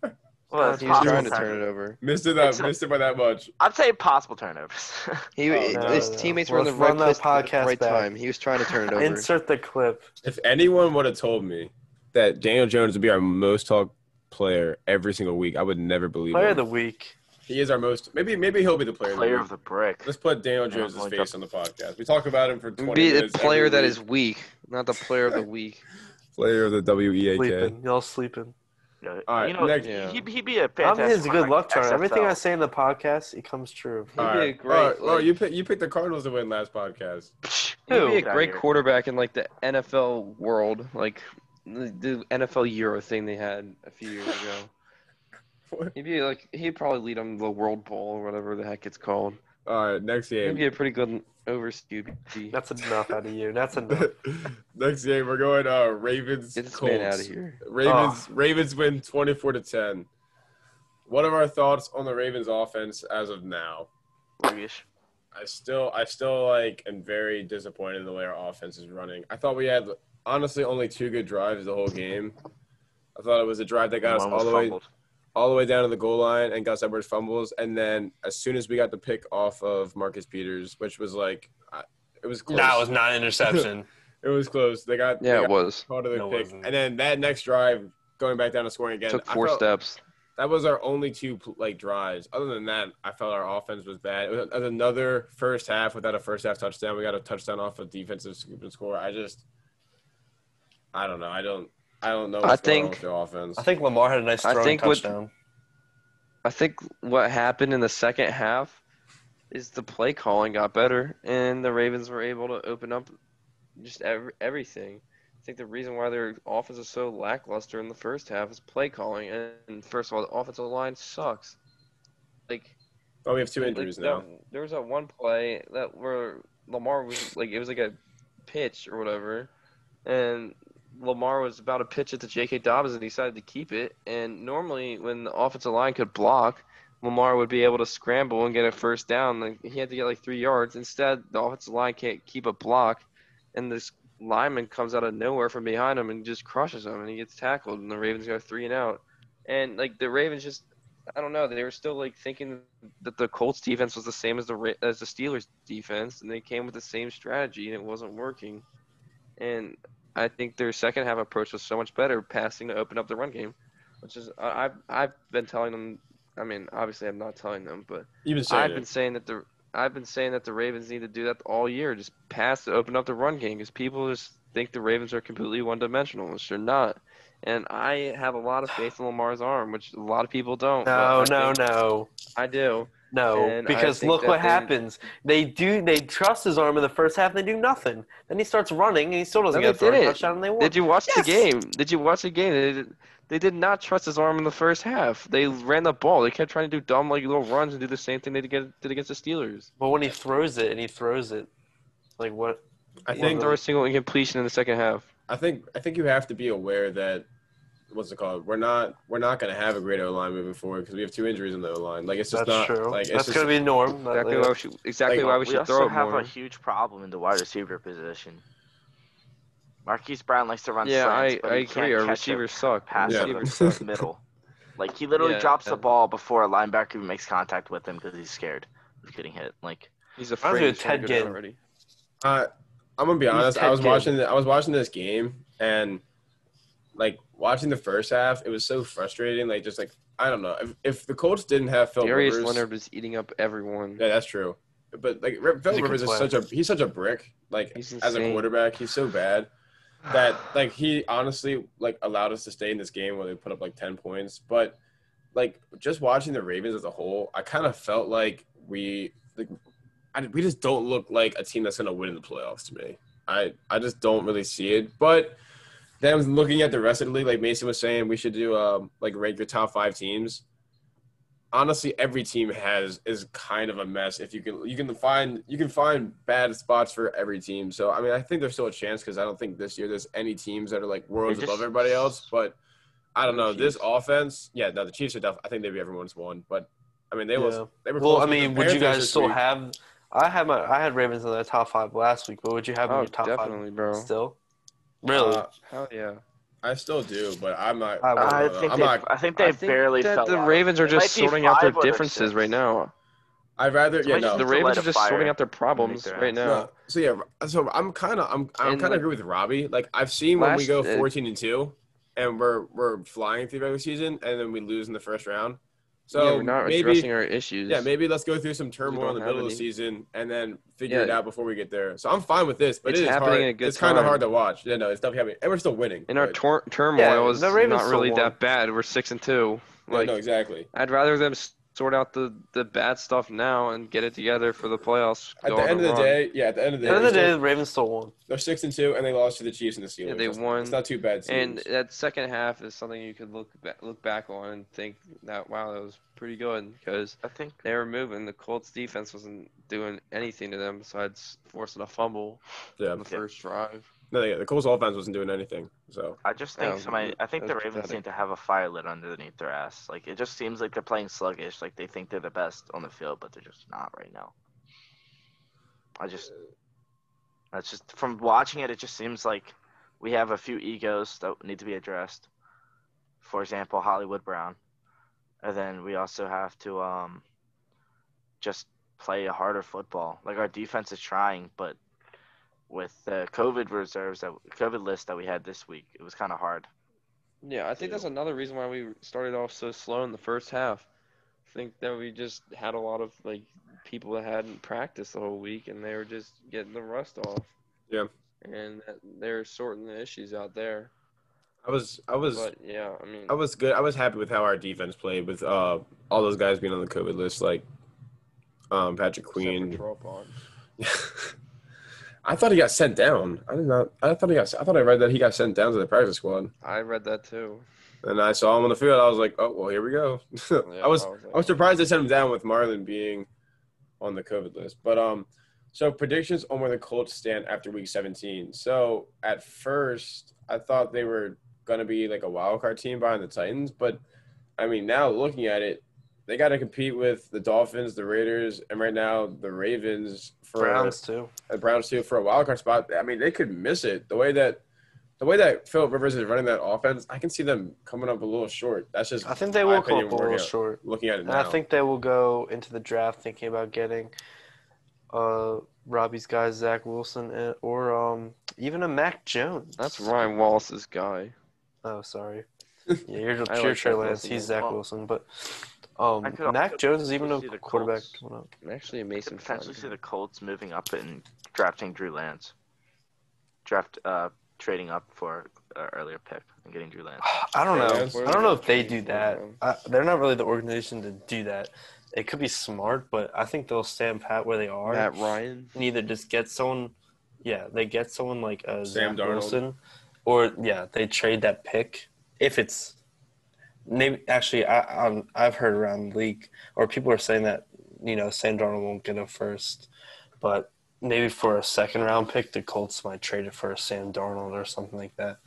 Speaker 4: Oh,
Speaker 2: well, it's
Speaker 3: He was
Speaker 2: possible
Speaker 3: trying to
Speaker 2: turnovers.
Speaker 3: turn it over.
Speaker 1: missed it that
Speaker 2: It's-
Speaker 1: missed it by that much.
Speaker 2: I'd say possible turnovers.
Speaker 3: He,
Speaker 1: Oh, no,
Speaker 3: his
Speaker 4: no.
Speaker 3: teammates were in
Speaker 4: Let's
Speaker 3: the right
Speaker 4: run that
Speaker 3: place at the
Speaker 4: podcast
Speaker 3: right
Speaker 4: back.
Speaker 3: time. He was trying to turn it over.
Speaker 4: Insert the clip.
Speaker 1: If anyone would have told me that Daniel Jones would be our most talked player every single week, I would never believe
Speaker 4: Player
Speaker 1: it.
Speaker 4: of the week.
Speaker 1: he is our most. Maybe maybe he'll be the player.
Speaker 2: Player
Speaker 1: of
Speaker 2: of
Speaker 1: the week.
Speaker 2: the brick.
Speaker 1: Let's put Daniel
Speaker 2: Yeah,
Speaker 1: Jones'
Speaker 2: I'll
Speaker 1: face
Speaker 2: jump-
Speaker 1: on the podcast. We talk about him for 20
Speaker 3: Be the
Speaker 1: minutes.
Speaker 3: player
Speaker 1: every
Speaker 3: that
Speaker 1: week.
Speaker 3: is weak, not the player of the week.
Speaker 1: player of the E WEAK.
Speaker 4: Sleeping. Y'all sleeping.
Speaker 2: You know,
Speaker 1: All right,
Speaker 2: you know
Speaker 1: next-
Speaker 2: he-
Speaker 3: Yeah.
Speaker 2: he'd, he'd be a
Speaker 4: I'm
Speaker 2: fantastic.
Speaker 4: his good
Speaker 2: quarterback
Speaker 4: luck charm.
Speaker 2: XFL.
Speaker 4: Everything I say in the podcast, it comes true.
Speaker 3: He'd be a great,
Speaker 1: All right, Laura,
Speaker 3: like-
Speaker 1: you pick, you picked the Cardinals to win last podcast.
Speaker 2: Psh,
Speaker 3: He'd be a
Speaker 2: get outta
Speaker 3: great
Speaker 2: here.
Speaker 3: quarterback in like the NFL world, like the- the NFL Euro thing they had a few years ago. He'd be like he'd probably lead them the World Bowl or whatever the heck it's called.
Speaker 1: All right, next
Speaker 3: He'd be
Speaker 1: game.
Speaker 3: a pretty good overskew. Get
Speaker 4: That's enough out of you. That's enough.
Speaker 1: next game, we're going uh, Ravens.
Speaker 3: this
Speaker 1: Colts.
Speaker 3: man out of here.
Speaker 1: Ravens. Ravens win twenty four to ten. what are our thoughts on the Ravens offense as of now?
Speaker 2: Sluggish.
Speaker 1: I still, I still like am very disappointed in the way our offense is running. I thought we had honestly only two good drives the whole game. I thought it was a drive that got us
Speaker 2: One
Speaker 1: all
Speaker 2: was
Speaker 1: the way,
Speaker 2: fumbled.
Speaker 1: all the way down to the goal line, and Gus Edwards fumbles, and then as soon as we got the pick off of Marcus Peters, which was like, I- it was close.
Speaker 4: That was not an interception.
Speaker 1: it was close. They got, they
Speaker 3: Yeah,
Speaker 1: got
Speaker 3: it was.
Speaker 1: caught of the
Speaker 4: No, it
Speaker 1: pick,
Speaker 4: wasn't.
Speaker 1: and then that next drive going back down to scoring again.
Speaker 3: Took
Speaker 1: I
Speaker 3: four
Speaker 1: felt-
Speaker 3: steps.
Speaker 1: That was our only two like drives. Other than that, I felt our offense was bad. It was it was another first half without a first half touchdown. We got a touchdown off a defensive scoop and score. I just, I don't know. I don't. I don't know.
Speaker 3: I
Speaker 1: What's going on
Speaker 3: think-
Speaker 1: with the offense.
Speaker 4: I think Lamar had a nice
Speaker 3: I
Speaker 4: throwing
Speaker 3: think with-
Speaker 4: touchdown.
Speaker 3: I think what happened in the second half is the play calling got better, and the Ravens were able to open up just ev- everything. I think the reason why their offense is so lackluster in the first half is play calling, and, and first of all, the offensive line sucks. Like
Speaker 1: oh, we have two
Speaker 3: like,
Speaker 1: injuries
Speaker 3: that-
Speaker 1: now.
Speaker 3: there was that one play that where Lamar was like it was like a pitch or whatever, and Lamar was about to pitch it to J.K. Dobbins and decided to keep it. And normally, when the offensive line could block, Lamar would be able to scramble and get a first down. Like he had to get like three yards. Instead, the offensive line can't keep a block, and this lineman comes out of nowhere from behind him and just crushes him, and he gets tackled, and the Ravens go three and out. And like the Ravens just I don't know. They were still like thinking that the Colts defense was the same as the Ra- as the Steelers defense, and they came with the same strategy, and it wasn't working. And I think their second half approach was so much better, passing to open up the run game, which is I, I've I've been telling them. I mean, obviously, I'm not telling them, but
Speaker 1: You've been
Speaker 3: I've
Speaker 1: saying
Speaker 3: been
Speaker 1: it.
Speaker 3: saying that the I've been saying that the Ravens need to do that all year, just pass to open up the run game, because people just think the Ravens are completely one-dimensional, which they're not. And I have a lot of faith in Lamar's arm, which a lot of people don't. but
Speaker 4: No,
Speaker 3: I
Speaker 4: no,
Speaker 3: think-
Speaker 4: no.
Speaker 3: I do.
Speaker 4: No,
Speaker 3: And I
Speaker 4: because
Speaker 3: think
Speaker 4: look
Speaker 3: that
Speaker 4: what
Speaker 3: they-
Speaker 4: happens. They do. They trust his arm in the first half. They do nothing. Then he starts running, and he still doesn't
Speaker 3: No,
Speaker 4: get a
Speaker 3: they did
Speaker 4: throwing
Speaker 3: it.
Speaker 4: touchdown. And they won.
Speaker 3: Did you watch the
Speaker 4: Yes.
Speaker 3: game? Did you watch the game? They did, they did not trust his arm in the first half. They ran the ball. They kept trying to do dumb like little runs and do the same thing they did against, did against the Steelers.
Speaker 4: but when he throws it, and he throws it, like what?
Speaker 1: I
Speaker 3: They didn't
Speaker 1: think.
Speaker 3: throw a single incompletion in the second half.
Speaker 1: I think. I think you have to be aware that what's it called? We're not. We're not going to have a great O line moving forward because we have two injuries in the O line. Like it's just
Speaker 4: That's
Speaker 1: not.
Speaker 4: true.
Speaker 1: Like it's
Speaker 4: That's
Speaker 1: just,
Speaker 4: gonna be the norm. That-
Speaker 3: Exactly why we should, exactly
Speaker 1: Like,
Speaker 3: why we
Speaker 2: we
Speaker 3: should
Speaker 2: also
Speaker 3: throw it
Speaker 2: have
Speaker 3: more.
Speaker 2: a huge problem in the wide receiver position. Marquise Brown likes to run
Speaker 3: yeah,
Speaker 2: slants,
Speaker 3: I,
Speaker 2: but
Speaker 3: I
Speaker 2: he can't
Speaker 3: agree. Our
Speaker 2: catch a
Speaker 3: receivers suck. Our
Speaker 2: pass
Speaker 1: Yeah.
Speaker 2: over
Speaker 3: Receivers
Speaker 2: the
Speaker 3: suck.
Speaker 2: middle. Like he literally
Speaker 3: Yeah,
Speaker 2: drops the
Speaker 3: and-
Speaker 2: ball before a linebacker even makes contact with him because he's scared of getting hit. Like
Speaker 3: He's
Speaker 4: me
Speaker 3: afraid
Speaker 4: of
Speaker 3: he's trying
Speaker 4: Ted
Speaker 3: to go down
Speaker 4: Ginn.
Speaker 3: already.
Speaker 1: Uh, I'm gonna be
Speaker 4: Who's
Speaker 1: honest. I
Speaker 4: Ted
Speaker 1: was
Speaker 4: Ginn?
Speaker 1: watching. The, I was watching this game and like watching the first half. It was so frustrating. Like just like I don't know. If, if the Colts didn't have Phil
Speaker 3: Darius
Speaker 1: Rivers,
Speaker 3: Leonard was eating up everyone.
Speaker 1: yeah, that's true. But like Phil
Speaker 4: a good
Speaker 1: Rivers is
Speaker 4: player.
Speaker 1: such a he's such a brick. Like
Speaker 3: He's
Speaker 1: as a
Speaker 3: insane.
Speaker 1: quarterback, he's so bad that like he honestly like allowed us to stay in this game where they put up like 10 points but like just watching the ravens as a whole i kind of felt like we like I, we just don't look like a team that's going to win in the playoffs to me i i just don't really see it but then I was looking at the rest of the league like mason was saying we should do um like rank your top five teams honestly every team has is kind of a mess if you can you can find you can find bad spots for every team so i mean i think there's still a chance because i don't think this year there's any teams that are like worlds
Speaker 2: They're just-
Speaker 1: above everybody else but i don't
Speaker 2: The
Speaker 1: know this
Speaker 2: Chiefs.
Speaker 1: offense yeah no the chiefs are definitely i think they'd be everyone's one but i mean they
Speaker 4: Yeah.
Speaker 1: will they were
Speaker 4: Well,
Speaker 1: close with
Speaker 4: I
Speaker 1: the
Speaker 4: mean, would you
Speaker 1: Panthers
Speaker 4: guys
Speaker 1: this
Speaker 4: still
Speaker 1: week.
Speaker 4: have? I had my I had Ravens in the top five last week, but would you have them in
Speaker 3: Oh,
Speaker 4: your top
Speaker 3: definitely, bro.
Speaker 4: five still? Really?
Speaker 1: Uh,
Speaker 3: Hell yeah.
Speaker 1: i still do but i'm not
Speaker 4: I
Speaker 1: i,
Speaker 4: would.
Speaker 1: don't
Speaker 2: I
Speaker 1: know.
Speaker 2: think
Speaker 1: Uh, i'm
Speaker 2: they,
Speaker 1: not
Speaker 2: I think they
Speaker 3: I think
Speaker 2: barely
Speaker 3: that
Speaker 2: fell
Speaker 3: the
Speaker 2: out.
Speaker 3: Ravens are
Speaker 2: They might
Speaker 3: just
Speaker 2: be
Speaker 3: sorting out their
Speaker 2: five or they're
Speaker 3: differences
Speaker 2: six.
Speaker 3: right now.
Speaker 1: i'd rather yeah
Speaker 2: Somebody
Speaker 1: no
Speaker 2: just
Speaker 3: The
Speaker 2: to
Speaker 3: Ravens
Speaker 2: light
Speaker 3: are
Speaker 2: a
Speaker 3: just
Speaker 2: fire
Speaker 3: sorting out their problems
Speaker 2: their
Speaker 3: right
Speaker 2: ass.
Speaker 3: now.
Speaker 1: No. So yeah, so I'm kind of I'm I'm
Speaker 3: And,
Speaker 1: kind of
Speaker 3: like-
Speaker 1: agree with Robbie. Like I've seen when we
Speaker 3: Last-
Speaker 1: go
Speaker 3: uh,
Speaker 1: 14 and two, and we're we're flying through regular season, and then we lose in the first round. So
Speaker 3: yeah, we're not addressing
Speaker 1: maybe
Speaker 3: our issues.
Speaker 1: yeah, maybe let's go through some turmoil in
Speaker 3: don't
Speaker 1: the
Speaker 3: have
Speaker 1: middle of the
Speaker 3: any.
Speaker 1: season, and then figure it
Speaker 3: Yeah.
Speaker 1: out before we get there. So I'm fine with this, but
Speaker 3: It's
Speaker 1: it is
Speaker 3: happening
Speaker 1: hard.
Speaker 3: at a good
Speaker 1: it's kind of
Speaker 3: time.
Speaker 1: hard to watch. Yeah, no, it's definitely happening, and we're still winning.
Speaker 3: And our
Speaker 1: but-
Speaker 3: tor-
Speaker 4: Yeah,
Speaker 3: turmoil is
Speaker 4: the Ravens
Speaker 3: not
Speaker 4: still
Speaker 3: really
Speaker 4: won.
Speaker 3: that bad. We're six and two.
Speaker 1: yeah,
Speaker 3: Like
Speaker 1: no, exactly.
Speaker 3: I'd rather them s- sort out the, the bad stuff now and get it together for the playoffs.
Speaker 1: At
Speaker 3: go
Speaker 1: the
Speaker 3: on
Speaker 1: end of
Speaker 3: a
Speaker 1: the
Speaker 3: run.
Speaker 1: day, yeah, at the end of the
Speaker 4: At the end of the
Speaker 1: day,
Speaker 4: day, the Ravens still won.
Speaker 1: they're six and two, and they lost to the Chiefs and the Steelers.
Speaker 3: they
Speaker 1: It's-
Speaker 3: won.
Speaker 1: It's not too bad.
Speaker 3: and
Speaker 1: teams.
Speaker 3: that second half is something you could look ba- look back on and think that wow, that was pretty good because
Speaker 2: I think
Speaker 3: they were moving. The Colts defense wasn't doing anything to them besides forcing a fumble
Speaker 1: yeah.
Speaker 3: on the first drive.
Speaker 1: No, yeah, the Colts offense wasn't doing anything. So
Speaker 2: I just think
Speaker 3: Yeah,
Speaker 2: somebody. I think the
Speaker 3: that's
Speaker 2: Ravens
Speaker 3: pathetic.
Speaker 2: need to have a fire lit underneath their ass. Like it just seems like they're playing sluggish. Like they think they're the best on the field, but they're just not right now. I just. That's just from watching it. It just seems like we have a few egos that need to be addressed. For example, Hollywood Brown, and then we also have to um, just play a harder football. Like our defense is trying, but with the COVID reserves that COVID list that we had this week, it was kind of hard.
Speaker 3: Yeah, I think that's another reason why we started off so slow in the first half. I think that we just had a lot of like people that hadn't practiced the whole week and they were just getting the rust off.
Speaker 1: Yeah.
Speaker 3: And that- they're sorting the issues out there.
Speaker 1: I was I was
Speaker 3: But yeah, I mean,
Speaker 1: I was good. I was happy with how our defense played with uh, all those guys being on the COVID list, like um, Patrick
Speaker 3: except for
Speaker 1: Queen.
Speaker 3: Trolpon.
Speaker 1: I thought he got sent down. I did not. I thought he got. I thought I read that he got sent down to the practice squad,
Speaker 3: I read that too.
Speaker 1: and I saw him on the field. I was like, oh well, here we go.
Speaker 3: Yeah,
Speaker 1: I was
Speaker 3: like,
Speaker 1: I was surprised they sent him down with Marlon being on the COVID list. But um, so predictions on where the Colts stand after Week 17. So at first, I thought they were gonna be like a wild card team behind the Titans, but I mean now looking at it, they got to compete with the Dolphins, the Raiders, and right now the Ravens for
Speaker 4: Browns too.
Speaker 1: the Browns too for a wild card spot. I mean, they could miss it the way that. The way that Philip Rivers is running that offense, I can see them coming up a little short. That's just
Speaker 4: I think they
Speaker 1: my
Speaker 4: will come
Speaker 1: opinion
Speaker 4: up a
Speaker 1: working
Speaker 4: little
Speaker 1: out-
Speaker 4: short.
Speaker 1: looking at it
Speaker 4: And
Speaker 1: now.
Speaker 4: I think they will go into the draft thinking about getting uh, Robbie's guy, Zach Wilson, and- or um, even a Mac Jones.
Speaker 3: That's Ryan Wallace's guy.
Speaker 4: Oh, sorry. Yeah, you're,
Speaker 3: I
Speaker 4: you're
Speaker 3: like
Speaker 4: Trey Lance.
Speaker 3: Zach Wilson
Speaker 4: He's
Speaker 3: as
Speaker 4: Zach
Speaker 2: well.
Speaker 4: Wilson. But um,
Speaker 2: I could
Speaker 4: Mac
Speaker 2: also
Speaker 4: Jones is even a
Speaker 2: potentially see the
Speaker 4: quarterback.
Speaker 2: Colts.
Speaker 4: coming up.
Speaker 3: And actually,
Speaker 2: You
Speaker 3: Mason
Speaker 2: could potentially see
Speaker 3: Crosby.
Speaker 2: the Colts moving up and drafting Drew Lance, draft uh, trading up for uh, earlier pick and getting Drew Lance.
Speaker 4: I don't
Speaker 1: Yeah,
Speaker 4: know.
Speaker 1: where
Speaker 4: I don't
Speaker 3: they
Speaker 4: know if they
Speaker 3: trade
Speaker 4: do
Speaker 3: for
Speaker 4: that.
Speaker 3: him.
Speaker 4: I, they're not really the organization to do that. It could be smart, but I think they'll stand pat where they are.
Speaker 3: Matt Ryan.
Speaker 4: and either just get someone, yeah, they get someone like uh,
Speaker 1: Sam
Speaker 4: Zach
Speaker 1: Darnold.
Speaker 4: Wilson, or yeah, they trade that pick if it's maybe actually I i I've heard around the league or people are saying that you know Sam Darnold won't get a first, but maybe for a second round pick the Colts might trade it for a Sam Darnold or something like that.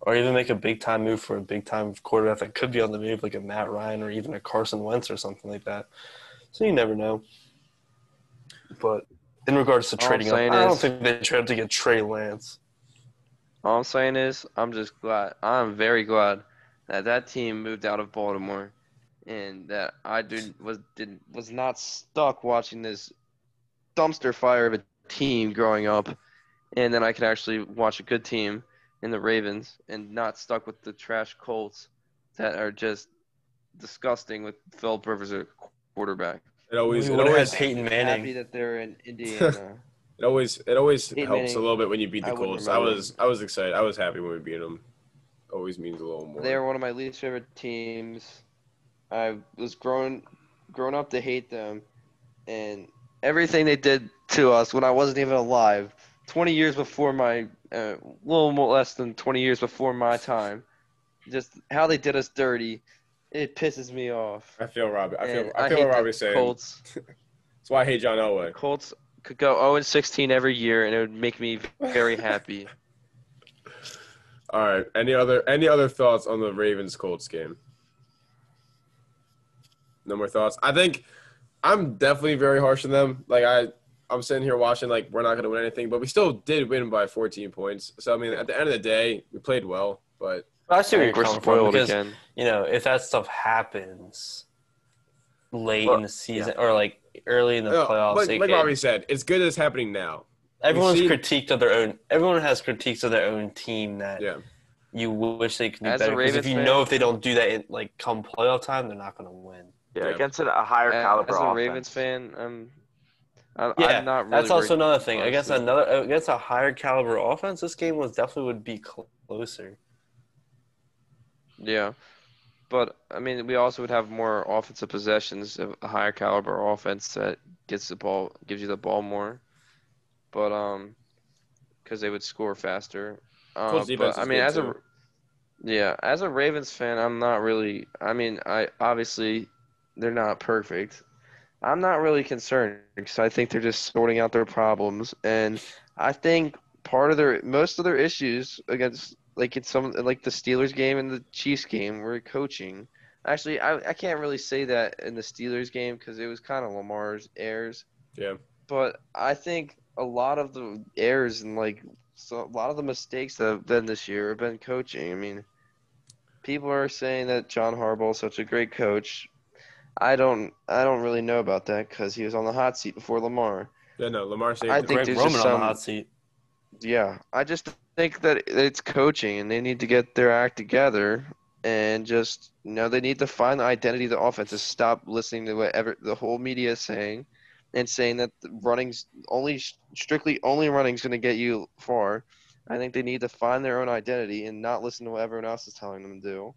Speaker 4: Or even make a big time move for a big time quarterback that could be on the move, like a Matt Ryan or even a Carson Wentz or something like that. So you never know. But in regards to
Speaker 3: All I'm
Speaker 4: trading up, I
Speaker 3: saying
Speaker 4: don't
Speaker 3: is-
Speaker 4: think they trade up to get Trey Lance.
Speaker 3: All I'm saying is, I'm just glad. I'm very glad that that team moved out of Baltimore, and that I did was did was not stuck watching this dumpster fire of a team growing up, and then I could actually watch a good team in the Ravens and not stuck with the trash Colts that are just disgusting with Philip Rivers as quarterback.
Speaker 1: It always,
Speaker 4: we
Speaker 1: it
Speaker 4: would have had
Speaker 1: always,
Speaker 4: Peyton
Speaker 3: Happy
Speaker 4: Manning.
Speaker 3: that they're in Indiana.
Speaker 1: it always, it always
Speaker 3: Peyton
Speaker 1: helps a
Speaker 3: Manning.
Speaker 1: little bit when you beat the
Speaker 3: I wouldn't
Speaker 1: Colts. I
Speaker 3: remember.
Speaker 1: was, I was excited. I was happy when we beat them. Always means a little more.
Speaker 3: They were one of my least favorite teams. I was grown grown up to hate them, and everything they did to us when I wasn't even alive, 20 years before my, uh, little more less than 20 years before my time, just how they did us dirty, it pisses me off.
Speaker 1: I feel Robbie. I feel,
Speaker 3: And
Speaker 1: I
Speaker 3: I
Speaker 1: feel
Speaker 3: hate
Speaker 1: what
Speaker 3: the
Speaker 1: Robbie's saying.
Speaker 3: Colts,
Speaker 1: That's why I hate John Elway.
Speaker 3: Colts could go 0 and 16 every year, and it would make me very happy.
Speaker 1: All right. Any other, any other thoughts on the Ravens Colts game? No more thoughts. I think I'm definitely very harsh on them. Like I, I'm sitting here watching like we're not gonna win anything, but we still did win by 14 points. So I mean, at the end of the day, we played well, but
Speaker 4: I see where you're
Speaker 3: we're
Speaker 4: coming from
Speaker 3: spoiled
Speaker 4: because
Speaker 3: again.
Speaker 4: you know, if that stuff happens late
Speaker 2: Well,
Speaker 4: in the season or like early in the
Speaker 1: No,
Speaker 4: playoffs,
Speaker 1: uh, like,
Speaker 4: it
Speaker 1: like
Speaker 4: can-
Speaker 1: Robbie said, it's good that it's happening now.
Speaker 4: everyone's
Speaker 1: see-
Speaker 4: critiqued of their own. Everyone has critiques of their own team that
Speaker 1: Yeah.
Speaker 4: you wish they could do
Speaker 3: As a
Speaker 4: better. Because if
Speaker 3: Ravens
Speaker 4: you
Speaker 3: fan-
Speaker 4: know if they don't do that, in, like come playoff time, they're not going to win.
Speaker 2: Yeah,
Speaker 1: Yeah.
Speaker 2: against a higher
Speaker 3: As
Speaker 2: caliber
Speaker 3: a
Speaker 2: offense.
Speaker 3: Ravens fan, I'm, I,
Speaker 4: Yeah,
Speaker 3: I'm not really
Speaker 4: That's also
Speaker 3: worried.
Speaker 4: another thing. I guess
Speaker 3: honestly.
Speaker 4: another against a higher caliber offense, this game was definitely would be cl- closer.
Speaker 3: Yeah, but I mean, we also would have more offensive possessions, a a higher caliber offense that gets the ball, gives you the ball more. But um, because they would score faster. Uh,
Speaker 1: Colts defense
Speaker 3: but I
Speaker 1: is
Speaker 3: mean,
Speaker 1: good,
Speaker 3: as a
Speaker 1: too.
Speaker 3: yeah, as a Ravens fan, I'm not really. I mean, I obviously they're not perfect. I'm not really concerned because I think they're just sorting out their problems, and I think part of their most of their issues against like it's some like the Steelers game and the Chiefs game were coaching. Actually, I I can't really say that in the Steelers game because it was kind of Lamar's errors.
Speaker 1: Yeah.
Speaker 3: But I think a lot of the errors and like so a lot of the mistakes that have been this year have been coaching. I mean, people are saying that John Harbaugh is such a great coach. I don't I don't really know about that because he was on the hot seat before Lamar.
Speaker 1: Yeah, no, Lamar saved
Speaker 3: I
Speaker 1: it.
Speaker 3: think
Speaker 4: Greg
Speaker 3: there's
Speaker 4: Roman
Speaker 3: just
Speaker 4: on
Speaker 3: some-
Speaker 4: the hot seat.
Speaker 3: Yeah, I just think that it's coaching, and they need to get their act together, and just you know they need to find the identity of the offense. Just stop listening to whatever the whole media is saying, and saying that the running's only strictly only running's going to get you far. I think they need to find their own identity and not listen to what everyone else is telling them to do.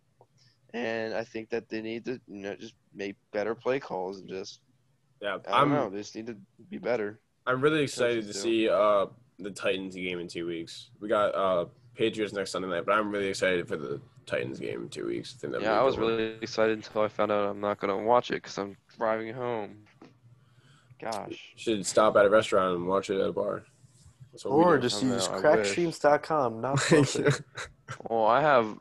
Speaker 3: And I think that they need to you know just make better play calls and just
Speaker 1: Yeah,
Speaker 3: I don't
Speaker 1: I'm
Speaker 3: know they just need to be better.
Speaker 1: I'm really excited to
Speaker 3: too.
Speaker 1: see uh, the Titans game in two weeks. We got uh, Patriots next Sunday night, but I'm really excited for the Titans game in two weeks. think that'll be
Speaker 3: Yeah,
Speaker 1: a
Speaker 3: I
Speaker 1: good
Speaker 3: was
Speaker 1: one.
Speaker 3: really excited until I found out I'm not gonna watch it because I'm driving home. Gosh.
Speaker 1: should stop at a restaurant and watch it at a bar. That's what we
Speaker 4: Or
Speaker 1: do.
Speaker 4: just
Speaker 3: I
Speaker 4: use
Speaker 3: know, I wish.
Speaker 4: crackstreams.com. Not sponsored.
Speaker 3: Well, I have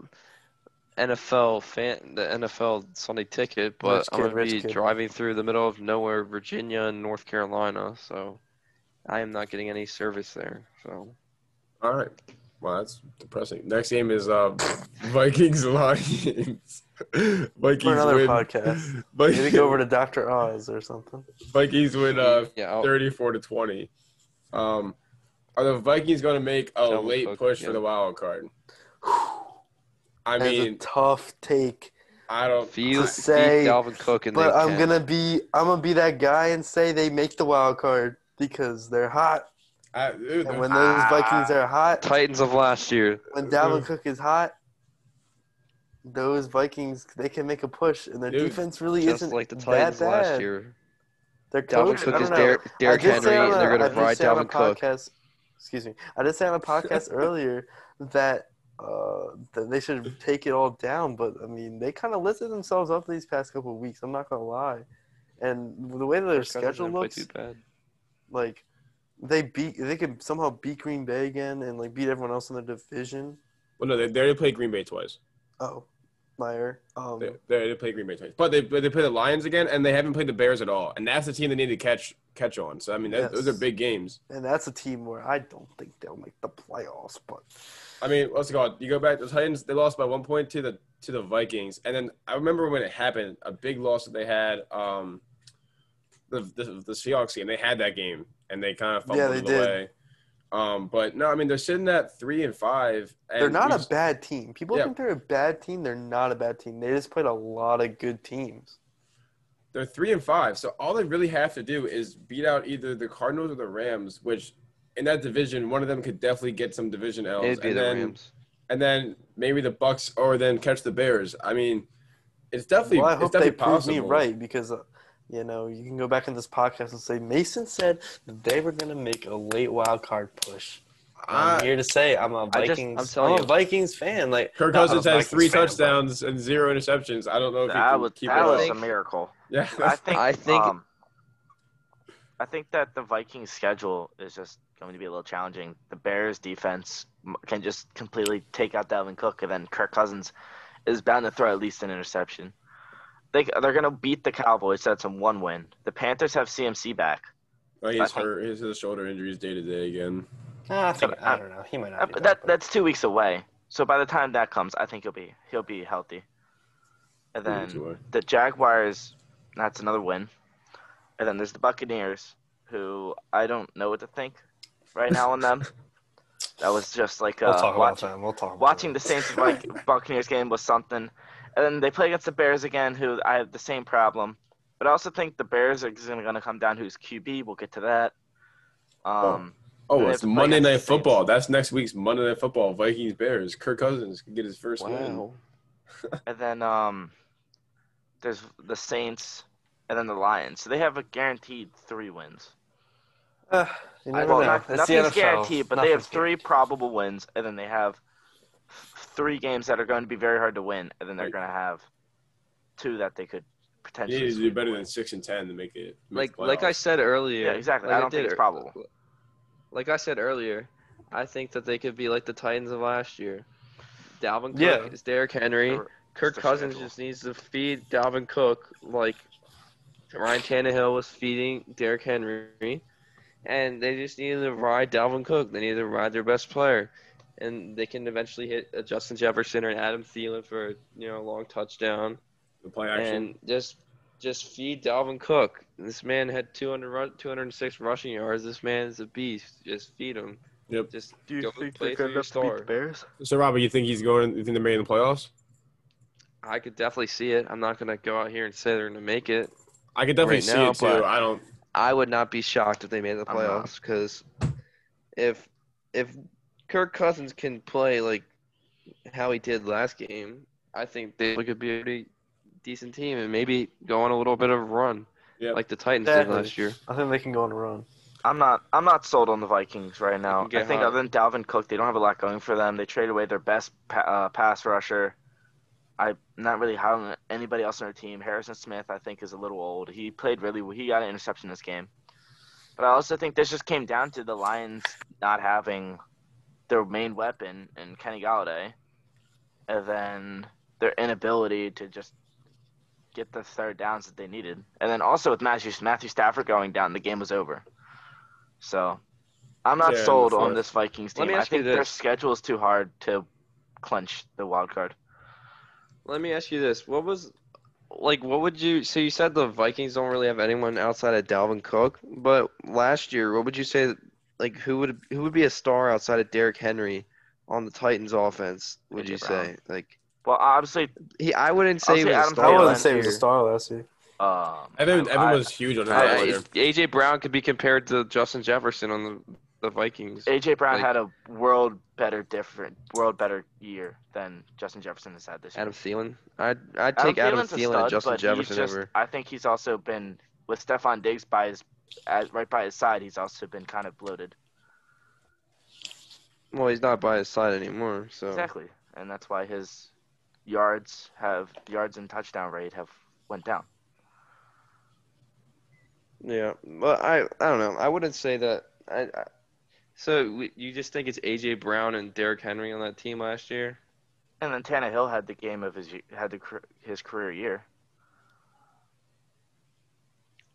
Speaker 3: NFL fan the NFL Sunday ticket, but
Speaker 4: Rich
Speaker 3: I'm
Speaker 4: kid,
Speaker 3: gonna
Speaker 4: rich
Speaker 3: be
Speaker 4: kid.
Speaker 3: driving through the middle of nowhere, Virginia and North Carolina, so I am not getting any service there. So
Speaker 1: All right. Wow, that's depressing. Next game is uh, Vikings Lions. Vikings
Speaker 4: another
Speaker 1: win.
Speaker 4: podcast.
Speaker 1: Vikings,
Speaker 4: Maybe go over to Dr. Oz or something.
Speaker 1: Vikings win uh,
Speaker 3: yeah, I'll-
Speaker 1: 34 to 20. Um, are the Vikings going to make a
Speaker 3: Tell me,
Speaker 1: late
Speaker 3: fuck,
Speaker 1: push for
Speaker 3: yeah.
Speaker 1: the wild card? I
Speaker 4: That's a
Speaker 1: mean,
Speaker 4: tough take.
Speaker 1: I don't.
Speaker 3: feel
Speaker 1: I-
Speaker 3: beat
Speaker 4: say-
Speaker 3: Dalvin Cook and
Speaker 4: But
Speaker 3: they
Speaker 4: I'm
Speaker 3: can.
Speaker 4: gonna be I'm gonna be that guy and say they make the wild card because they're hot.
Speaker 1: I, dude,
Speaker 4: And when those Vikings
Speaker 3: Ah.
Speaker 4: are hot,
Speaker 3: Titans of last year.
Speaker 4: when
Speaker 3: Mm.
Speaker 4: Dalvin Cook is hot, those Vikings they can make a push and their
Speaker 1: Dude,
Speaker 4: defense really
Speaker 3: Just
Speaker 4: isn't
Speaker 3: like the
Speaker 4: that
Speaker 3: Titans
Speaker 4: bad.
Speaker 3: last year.
Speaker 4: Their
Speaker 3: Dalvin
Speaker 4: coach, I
Speaker 3: Cook
Speaker 4: don't
Speaker 3: is
Speaker 4: know.
Speaker 3: Der- Derrick
Speaker 4: I did
Speaker 3: Henry
Speaker 4: say on
Speaker 3: and
Speaker 4: a-
Speaker 3: they're
Speaker 4: I
Speaker 3: gonna
Speaker 4: did
Speaker 3: ride
Speaker 4: say on a
Speaker 3: Dalvin Cook.
Speaker 4: podcast- Excuse me. I did say on a podcast earlier that uh, that they should take it all down, but I mean they kind of lifted themselves up these past couple of weeks. I'm not gonna lie, and the way that their schedule looks, like they beat they could somehow beat Green Bay again and like beat everyone else in the division.
Speaker 1: well, no, they, they already played Green Bay twice.
Speaker 4: Oh, liar. Um,
Speaker 1: They, they already played Green Bay twice, but they but they play the Lions again, and they haven't played the Bears at all. And that's the team they need to catch catch on. So I mean, that,
Speaker 4: Yes.
Speaker 1: those are big games.
Speaker 4: and that's a team where I don't think they'll make the playoffs, but
Speaker 1: I mean, what's it called? You go back the Titans. They lost by one point to the to the Vikings, and then I remember when it happened, a big loss that they had. Um, the the, the Seahawks game. They had that game, and they kind of fumbled
Speaker 4: Yeah, they
Speaker 1: it
Speaker 4: did.
Speaker 1: away. Um, but no, I mean they're sitting at three and five. And
Speaker 4: they're not
Speaker 1: we
Speaker 4: a
Speaker 1: just-
Speaker 4: bad team. People
Speaker 1: Yeah.
Speaker 4: think they're a bad team. They're not a bad team. They just played a lot of good teams.
Speaker 1: They're three and five, so all they really have to do is beat out either the Cardinals or the Rams, which in that division, one of them could definitely get some division L's,
Speaker 3: It'd be
Speaker 1: and
Speaker 3: the
Speaker 1: then
Speaker 3: Rams.
Speaker 1: and then maybe the Bucks or then catch the Bears. I mean, it's definitely
Speaker 4: Well, I
Speaker 1: it's
Speaker 4: hope
Speaker 1: definitely
Speaker 4: they prove me
Speaker 1: possible.
Speaker 4: right because, uh, you know, you can go back in this podcast and say Mason said that they were going to make a late wild card push. I'm
Speaker 1: I,
Speaker 4: here to say I'm a
Speaker 3: I just-
Speaker 4: Vikings.
Speaker 3: I'm
Speaker 4: I'm,
Speaker 3: telling
Speaker 4: a
Speaker 3: you.
Speaker 4: Vikings fan. Like
Speaker 1: Kirk
Speaker 4: not a
Speaker 1: Cousins has
Speaker 4: Vikings
Speaker 1: three
Speaker 4: fan, but-
Speaker 1: touchdowns and zero interceptions. I don't know if he
Speaker 2: That
Speaker 1: can
Speaker 2: was
Speaker 1: keep
Speaker 2: that
Speaker 1: it
Speaker 2: was
Speaker 1: up.
Speaker 3: think-
Speaker 2: a miracle.
Speaker 1: Yeah,
Speaker 2: I think.
Speaker 3: I think-
Speaker 2: Um, I think that the Vikings' schedule is just going to be a little challenging. The Bears' defense m- can just completely take out Dalvin Cook, and then Kirk Cousins is bound to throw at least an interception. They they're going to beat the Cowboys. That's a one win. The Panthers have CMC back.
Speaker 1: Oh,
Speaker 2: I
Speaker 1: he's
Speaker 2: think-
Speaker 1: hurt. He's his shoulder injuries day to day again.
Speaker 4: Ah, I, think, I don't know. He might
Speaker 2: Uh,
Speaker 4: not. Be
Speaker 2: but
Speaker 4: back,
Speaker 2: that
Speaker 4: but-
Speaker 2: that's two weeks away. So by the time that comes, I think he'll be he'll be healthy. And
Speaker 1: Either
Speaker 2: then
Speaker 1: way.
Speaker 2: the Jaguars, that's another win. And then there's the Buccaneers, who I don't know what to think right now on them. that was just like
Speaker 4: we'll
Speaker 2: uh,
Speaker 4: talk about
Speaker 2: watching
Speaker 4: them. We'll talk. About
Speaker 2: watching
Speaker 4: them.
Speaker 2: the Saints Vik- Buccaneers game was something. And then they play against the Bears again, who I have the same problem. But I also think the Bears are going to come down who's QB. We'll get to that. Um,
Speaker 1: Oh,
Speaker 2: They have
Speaker 1: it's
Speaker 2: to play
Speaker 1: Monday
Speaker 2: against
Speaker 1: Night
Speaker 2: the Saints.
Speaker 1: Football. That's next week's Monday Night Football. Vikings Bears. Kirk Cousins can get his first win.
Speaker 3: Wow.
Speaker 4: Oh.
Speaker 2: And then um, there's the Saints, and then the Lions. So they have a guaranteed three wins.
Speaker 4: Uh, you never
Speaker 2: well,
Speaker 4: know.
Speaker 2: not-
Speaker 4: It's the
Speaker 2: nothing's
Speaker 4: NFL.
Speaker 2: guaranteed, but they have
Speaker 4: Nothing's
Speaker 2: three
Speaker 4: guaranteed.
Speaker 2: probable wins, and then they have three games that are going to be very hard to win, and then they're
Speaker 1: Right.
Speaker 2: going to have two that they could
Speaker 1: You
Speaker 2: potentially.
Speaker 1: need to do
Speaker 2: sweep
Speaker 1: better
Speaker 2: away.
Speaker 1: than six and ten to make it. Make
Speaker 3: Like
Speaker 1: the
Speaker 3: like I
Speaker 1: playoffs.
Speaker 3: said earlier.
Speaker 2: Yeah, exactly.
Speaker 3: like
Speaker 2: I don't think
Speaker 3: did
Speaker 2: it's
Speaker 3: ear-
Speaker 2: probable.
Speaker 3: Like I said earlier, I think that they could be like the Titans of last year. Dalvin Cook
Speaker 4: Yeah.
Speaker 3: is Derrick Henry.
Speaker 2: Or-
Speaker 3: Kirk
Speaker 2: the
Speaker 3: Cousins
Speaker 2: schedule.
Speaker 3: just needs to feed Dalvin Cook like Ryan Tannehill was feeding Derrick Henry, and they just needed to ride Dalvin Cook. They needed to ride their best player, and they can eventually hit a Justin Jefferson or an Adam Thielen for you know a long touchdown,
Speaker 1: The play action.
Speaker 3: and just just feed Dalvin Cook. This man had 200 run, 206 rushing yards. This man is a beast. Just feed him.
Speaker 1: Yep.
Speaker 3: Just
Speaker 2: Do you
Speaker 3: Go
Speaker 2: think
Speaker 3: play
Speaker 2: they're
Speaker 3: for
Speaker 2: good
Speaker 3: your
Speaker 2: enough to beat
Speaker 3: star.
Speaker 2: the Bears?
Speaker 1: so, Robert, you think he's going? You think they're making the playoffs?
Speaker 3: I could definitely see it. I'm not gonna go out here and say they're gonna make it.
Speaker 1: I could definitely
Speaker 3: Right
Speaker 1: see
Speaker 3: now,
Speaker 1: it too.
Speaker 3: but-
Speaker 1: I don't.
Speaker 3: I would not be shocked if they made the
Speaker 2: I'm not.
Speaker 3: playoffs because if if Kirk Cousins can play like how he did last game, I think they could be a pretty decent team and maybe go on a little bit of a run
Speaker 1: Yeah.
Speaker 3: like the Titans
Speaker 4: Exactly.
Speaker 3: did last year.
Speaker 4: I think they can go on a run.
Speaker 2: I'm not. I'm not sold on the Vikings right now.
Speaker 3: can get
Speaker 2: I think
Speaker 3: hot.
Speaker 2: other than Dalvin Cook, they don't have a lot going for them. They trade away their best pa- uh, pass rusher. I'm not really high on anybody else on their team. Harrison Smith, I think, is a little old. He played really. well. He got an interception this game, but I also think this just came down to the Lions not having their main weapon in Kenny Galladay, and then their inability to just get the third downs that they needed, and then also with Matthew Matthew Stafford going down, the game was over. So I'm not
Speaker 1: Yeah, and
Speaker 2: sold
Speaker 1: the
Speaker 2: on
Speaker 1: fourth.
Speaker 2: this Vikings
Speaker 3: Let
Speaker 2: team.
Speaker 3: me
Speaker 2: I
Speaker 3: ask you
Speaker 2: think their
Speaker 3: this.
Speaker 2: schedule is too hard to clinch the wild card.
Speaker 3: Let me ask you this: What was like? What would you? So you said the Vikings don't really have anyone outside of Dalvin Cook, but last year, what would you say? Like, who would who would be a star outside of Derrick Henry on the Titans' offense? Would
Speaker 2: A.J.
Speaker 3: you
Speaker 2: Brown.
Speaker 3: say like
Speaker 2: Well, obviously,
Speaker 3: he? I wouldn't
Speaker 2: I'll
Speaker 3: say he
Speaker 2: say
Speaker 3: was a
Speaker 2: Adam
Speaker 3: star.
Speaker 2: Thielen.
Speaker 4: I wouldn't
Speaker 3: last
Speaker 4: say he was a
Speaker 3: year.
Speaker 4: star last year.
Speaker 2: um,
Speaker 1: Evan,
Speaker 2: I-
Speaker 1: Evan
Speaker 2: I-
Speaker 1: was huge on him.
Speaker 3: I- I-
Speaker 1: last year.
Speaker 3: AJ Brown could be compared to Justin Jefferson on the the Vikings.
Speaker 2: AJ Brown
Speaker 3: like-
Speaker 2: had a world better different world better year than Justin Jefferson has had this year.
Speaker 3: Adam Thielen. I'd I'd take Adam,
Speaker 2: Thielen's a
Speaker 3: Thielen and
Speaker 2: stud,
Speaker 3: Justin
Speaker 2: but he's
Speaker 3: Jefferson
Speaker 2: just-
Speaker 3: over.
Speaker 2: I think he's also been with Stefan Diggs by his as, right by his side. He's also been kind of bloated.
Speaker 3: Well, he's not by his side anymore, so
Speaker 2: Exactly, and that's why his yards have yards and touchdown rate have went down.
Speaker 3: Yeah, but I I don't know. I wouldn't say that. I, I so we, you just think it's AJ Brown and Derrick Henry on that team last year?
Speaker 2: And then Tannehill had the game of his y- had the cr- his career year,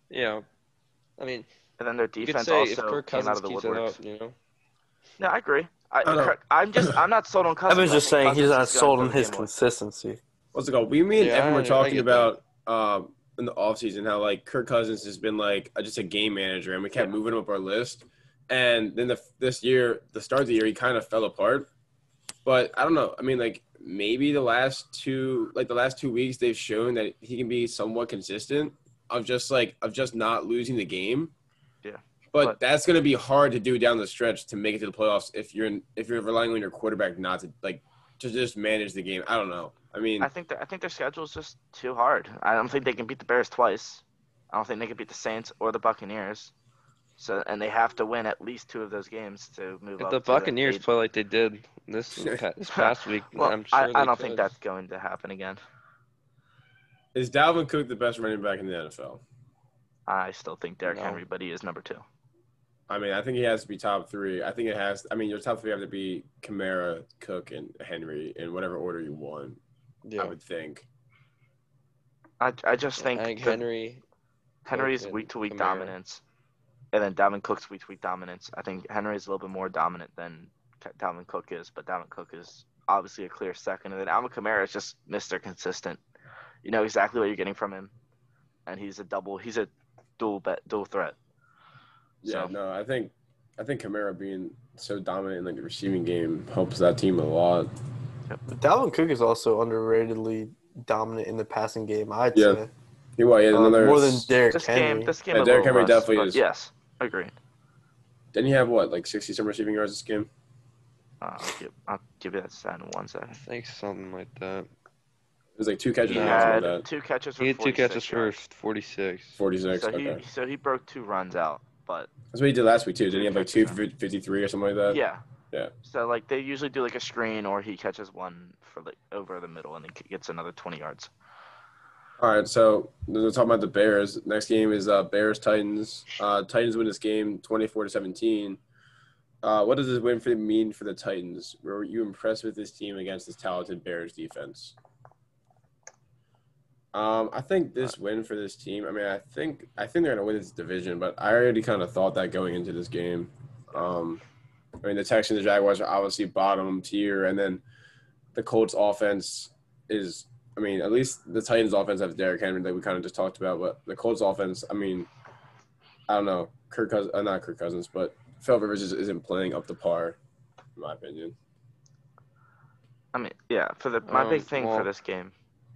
Speaker 3: Yeah, I mean
Speaker 2: and then their
Speaker 3: you could
Speaker 2: defense
Speaker 3: say if
Speaker 2: also
Speaker 3: Kirk
Speaker 2: came out
Speaker 3: Cousins
Speaker 2: of the
Speaker 3: keeps it
Speaker 2: woodworks.
Speaker 3: up, you know.
Speaker 2: No, I agree. I,
Speaker 1: I know.
Speaker 2: Kirk- I'm just I'm not sold on Cousins.
Speaker 4: Evan's just
Speaker 2: I think
Speaker 4: saying he's
Speaker 2: Cousins
Speaker 4: not
Speaker 2: is gonna
Speaker 4: sold
Speaker 2: throw
Speaker 4: on
Speaker 2: the
Speaker 4: his
Speaker 2: game away.
Speaker 4: consistency.
Speaker 1: What's it called? We, me, and
Speaker 3: Yeah,
Speaker 1: Evan
Speaker 3: I
Speaker 1: were
Speaker 3: get
Speaker 1: talking
Speaker 3: that.
Speaker 1: about um, in the offseason how like Kirk Cousins has been like a- just a game manager, and we kept moving him up our list. And then the, this year, the start of the year, he kind of fell apart. But I don't know. I mean, like maybe the last two, like the last two weeks, they've shown that he can be somewhat consistent of just like of just not losing the game.
Speaker 2: Yeah.
Speaker 1: But,
Speaker 2: But-
Speaker 1: that's going to be hard to do down the stretch to make it to the playoffs if you're in, if you're relying on your quarterback not to like to just manage the game. I don't know. I mean,
Speaker 2: I think that I think their schedule is just too hard. I don't think they can beat the Bears twice. I don't think they can beat the Saints or the Buccaneers. So and they have to win at least two of those games to move
Speaker 3: If
Speaker 2: up.
Speaker 3: the
Speaker 2: to
Speaker 3: Buccaneers
Speaker 2: eight-
Speaker 3: play like they did this pa- this past week,
Speaker 2: well,
Speaker 3: I'm sure
Speaker 2: I, I
Speaker 3: they
Speaker 2: don't think
Speaker 3: could.
Speaker 2: that's going to happen again.
Speaker 1: Is Dalvin Cook the best running back in the NFL?
Speaker 2: I still think Derrick
Speaker 3: No.
Speaker 2: Henry, but he is number two.
Speaker 1: I mean, I think he has to be top three. I think it has. I mean, your top three have to be Kamara, Cook, and Henry in whatever order you want.
Speaker 3: Yeah,
Speaker 1: I would think.
Speaker 2: I, I just think
Speaker 3: I think
Speaker 2: the-
Speaker 3: Henry.
Speaker 2: Henry's
Speaker 3: and
Speaker 2: week to week
Speaker 3: Kamara.
Speaker 2: dominance, and then Dalvin Cook's week to week dominance. I think Henry's a little bit more dominant than K- Dalvin Cook is, but Dalvin Cook is obviously a clear second. And then Alvin Kamara is just Mr. Consistent. You know exactly what you're getting from him, and he's a double. He's a dual bet, dual threat.
Speaker 1: Yeah.
Speaker 2: So-
Speaker 1: No, I think I think Kamara being so dominant in like the receiving game helps that team a lot.
Speaker 4: Dalvin Cook is also underratedly dominant in the passing game. I'd
Speaker 1: Yeah.
Speaker 4: say
Speaker 1: He well, he had
Speaker 2: Um,
Speaker 4: Uh,
Speaker 1: another.
Speaker 4: more than Derrick
Speaker 2: This
Speaker 4: Henry.
Speaker 2: game, this game,
Speaker 1: Yeah,
Speaker 2: a
Speaker 1: Derrick
Speaker 2: little
Speaker 1: Henry
Speaker 2: less,
Speaker 1: definitely
Speaker 2: but
Speaker 1: is.
Speaker 2: Yes, agreed.
Speaker 1: Didn't he have what like sixty some receiving yards this game?
Speaker 2: Uh, I'll, give, I'll give you that stat in one
Speaker 3: I
Speaker 2: second.
Speaker 3: think something like that.
Speaker 1: It was like two catches.
Speaker 2: He
Speaker 1: or
Speaker 3: Yeah.
Speaker 1: something
Speaker 2: had
Speaker 1: like that.
Speaker 2: two catches for
Speaker 3: He had two
Speaker 2: 46
Speaker 3: catches for
Speaker 2: yards.
Speaker 3: forty-six.
Speaker 1: Forty-six.
Speaker 2: So
Speaker 1: okay.
Speaker 2: he so he broke two runs out, but
Speaker 1: That's what he did last week too. Didn't he have like two fifty-three or something like that?
Speaker 2: Yeah.
Speaker 1: Yeah.
Speaker 2: So like they usually do like a screen or he catches one for like over the middle and he gets another 20 yards.
Speaker 1: All right, so we're talking about the Bears. Next game is uh, Bears Titans. Uh, Titans win this game twenty four to seventeen. Uh, what does this win for mean for the Titans? Were you impressed with this team against this talented Bears defense? Um, I think this win for this team. I mean, I think I think they're gonna win this division, but I already kind of thought that going into this game. Um, I mean, the Texans and the Jaguars are obviously bottom tier, and then the Colts offense is. I mean, at least the Titans offense has Derrick Henry that we kind of just talked about, but the Colts offense. I mean, I don't know. Kirk Cousins, uh, not Kirk Cousins, but Phil Rivers just isn't playing up to par, in my opinion.
Speaker 2: I mean, yeah. For the my
Speaker 3: Um,
Speaker 2: big thing for
Speaker 3: well-
Speaker 2: this game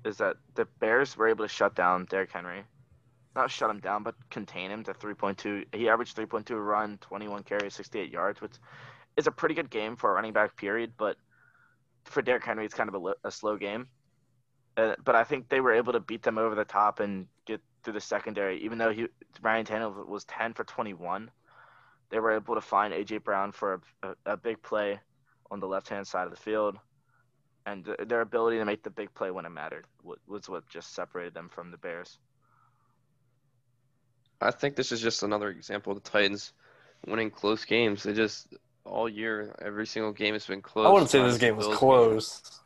Speaker 2: is that the Bears were able to shut down Derrick Henry, not shut him down, but contain him to 3.2. He averaged 3.2 a run, 21 carries, 68 yards, which is a pretty good game for a running back. Period, but for Derrick Henry, it's kind of a, li- a slow game. Uh, but I think they were able to beat them over the top and get through the secondary, even though he Ryan Tannehill was 10 for 21. They were able to find AJ Brown for a, a, a big play on the left hand side of the field and th- their ability to make the big play when it mattered wa- was what just separated them from the Bears.
Speaker 3: I think this is just another example of the Titans winning close games. They just all year, every single game has been close.
Speaker 4: I wouldn't say
Speaker 3: Not
Speaker 4: this
Speaker 3: just
Speaker 4: game was
Speaker 3: Bills
Speaker 4: close.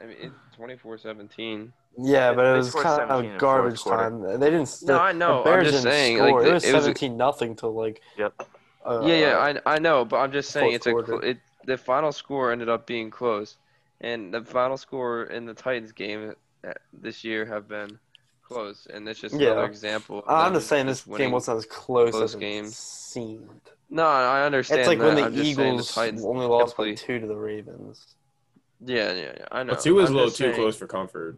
Speaker 3: I mean, it's 24-17.
Speaker 4: Yeah,
Speaker 2: They-
Speaker 4: but
Speaker 2: they
Speaker 4: it was
Speaker 2: scored
Speaker 4: kind
Speaker 2: 17 in
Speaker 4: of
Speaker 2: the
Speaker 4: garbage
Speaker 2: fourth quarter.
Speaker 4: time. They didn't.
Speaker 3: No,
Speaker 4: the-
Speaker 3: I know.
Speaker 4: The
Speaker 3: I'm
Speaker 4: Bears
Speaker 3: just
Speaker 4: didn't
Speaker 3: saying,
Speaker 4: score.
Speaker 3: like,
Speaker 4: it
Speaker 3: the-
Speaker 4: was
Speaker 3: it was-
Speaker 4: seventeen nothing till like.
Speaker 2: Yep.
Speaker 4: Uh,
Speaker 3: yeah, yeah, I, I know, but I'm just saying
Speaker 4: fourth
Speaker 3: it's a cl-
Speaker 4: quarter.
Speaker 3: it, the final score ended up being close, and the final score in the Titans game uh, this year have been close, and that's just another
Speaker 4: Yeah.
Speaker 3: example. of
Speaker 4: I'm
Speaker 3: them
Speaker 4: just saying this
Speaker 3: winning.
Speaker 4: game wasn't as close,
Speaker 3: close
Speaker 4: as
Speaker 3: game.
Speaker 4: it seemed.
Speaker 3: No, I understand.
Speaker 4: It's like
Speaker 3: that.
Speaker 4: when
Speaker 3: I'm
Speaker 4: the
Speaker 3: just saying
Speaker 4: Eagles
Speaker 3: the Titans.
Speaker 4: only lost by
Speaker 3: typically-
Speaker 4: two to the Ravens.
Speaker 3: Yeah, yeah, yeah. I know.
Speaker 1: But two is a
Speaker 3: I'm
Speaker 1: little
Speaker 3: just
Speaker 1: too
Speaker 3: saying-
Speaker 1: close for comfort.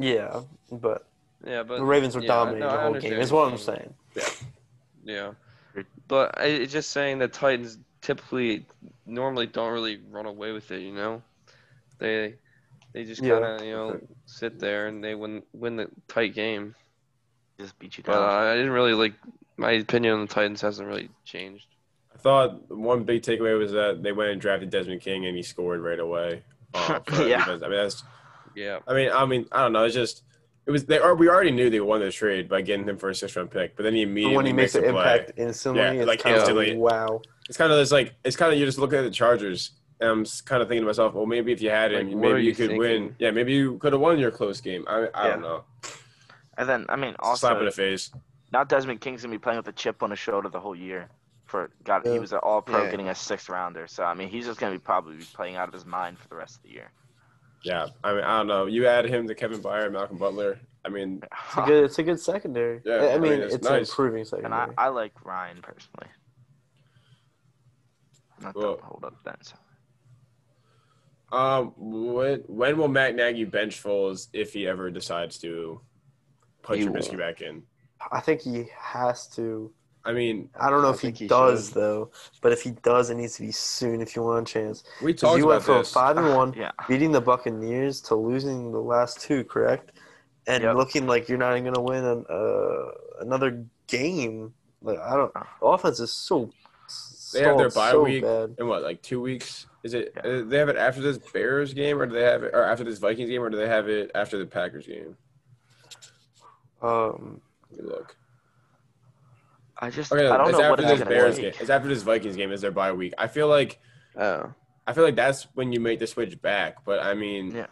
Speaker 4: Yeah, but
Speaker 3: Yeah, but
Speaker 4: the Ravens were
Speaker 3: yeah,
Speaker 4: dominating
Speaker 3: no, I
Speaker 4: the whole
Speaker 3: understand
Speaker 4: game. Is
Speaker 3: what
Speaker 4: what I'm
Speaker 3: you're saying.
Speaker 4: saying.
Speaker 3: Yeah, but I, it's just saying that Titans typically normally don't really run away with it. You know, they they just
Speaker 4: Yeah.
Speaker 3: kind of you know sit there and they win win the tight game.
Speaker 2: Just beat you
Speaker 3: But uh,
Speaker 2: down.
Speaker 3: I didn't really like my opinion on the Titans hasn't really changed.
Speaker 1: I thought one big takeaway was that they went and drafted Desmond King and he scored right away. uh, for that
Speaker 2: Yeah.
Speaker 1: defense. I mean, that's
Speaker 3: Yeah,
Speaker 1: I mean, I mean, I don't know. It's just it was they are we already knew they won the trade by getting him for a six round pick, but then he
Speaker 4: But
Speaker 1: immediately
Speaker 4: when he makes
Speaker 1: a
Speaker 4: an
Speaker 1: play.
Speaker 4: impact instantly,
Speaker 1: Yeah,
Speaker 4: it's
Speaker 1: like,
Speaker 4: kind
Speaker 1: instantly.
Speaker 4: of like, wow.
Speaker 1: It's kind of this like it's kind of you're just looking at the Chargers. And I'm kind of thinking to myself, well, maybe if you had him,
Speaker 3: Like, what are
Speaker 1: maybe you
Speaker 3: you
Speaker 1: could win.
Speaker 3: thinking?
Speaker 1: Yeah, maybe you could have won your close game. I I don't know.
Speaker 2: and then I mean
Speaker 1: Slap in
Speaker 2: also
Speaker 1: the face.
Speaker 2: now Desmond King's gonna be playing with a chip on his shoulder the whole year. For God,
Speaker 4: Yeah.
Speaker 2: he was an All Pro,
Speaker 3: Yeah.
Speaker 2: getting a sixth rounder. So I mean, he's just gonna be probably be playing out of his mind for the rest of the year.
Speaker 1: Yeah, I mean, I don't know. You add him to Kevin Byer, Malcolm Butler. I mean,
Speaker 4: It's a good. It's a good secondary.
Speaker 1: Yeah,
Speaker 4: I- I,
Speaker 1: I
Speaker 4: mean,
Speaker 1: mean, it's
Speaker 4: it's, an
Speaker 1: nice.
Speaker 4: improving
Speaker 2: and
Speaker 4: secondary.
Speaker 2: I, I like Ryan personally. Not
Speaker 1: Well-
Speaker 2: that- hold up, then.
Speaker 1: um, when when will Matt Nagy bench Foles if he ever decides to put
Speaker 2: He
Speaker 1: Trubisky
Speaker 2: will.
Speaker 1: back in?
Speaker 4: I think he has to.
Speaker 1: I mean,
Speaker 4: I don't know
Speaker 3: I
Speaker 4: if he,
Speaker 3: think he
Speaker 4: does
Speaker 3: should.
Speaker 4: though, but if he does, it needs to be soon if you want a chance.
Speaker 1: we
Speaker 4: Because
Speaker 1: talked
Speaker 4: you went
Speaker 1: about
Speaker 4: from
Speaker 1: this.
Speaker 4: five and one,
Speaker 2: Yeah.
Speaker 4: beating the Buccaneers to losing the last two, correct? And
Speaker 2: Yep.
Speaker 4: looking like you're not even going to win an, uh, another game. Like I don't. The offense is so.
Speaker 1: They have their
Speaker 4: stalled
Speaker 1: bye
Speaker 4: so
Speaker 1: week
Speaker 4: Bad.
Speaker 1: in what, like two weeks? Is it?
Speaker 2: Yeah.
Speaker 1: uh, they have it after this Bears game, or do they have it, or after this Vikings game, or do they have it after the Packers game?
Speaker 4: Um,
Speaker 1: Let me look.
Speaker 2: I just
Speaker 1: Okay,
Speaker 2: I don't
Speaker 1: it's
Speaker 2: know what
Speaker 1: after
Speaker 2: it's
Speaker 1: this
Speaker 2: gonna
Speaker 1: Bears
Speaker 2: take.
Speaker 1: game. It's after this Vikings game. Is their bye week? I feel like
Speaker 3: oh,
Speaker 1: I feel like that's when you make the switch back. But I mean,
Speaker 2: Yeah.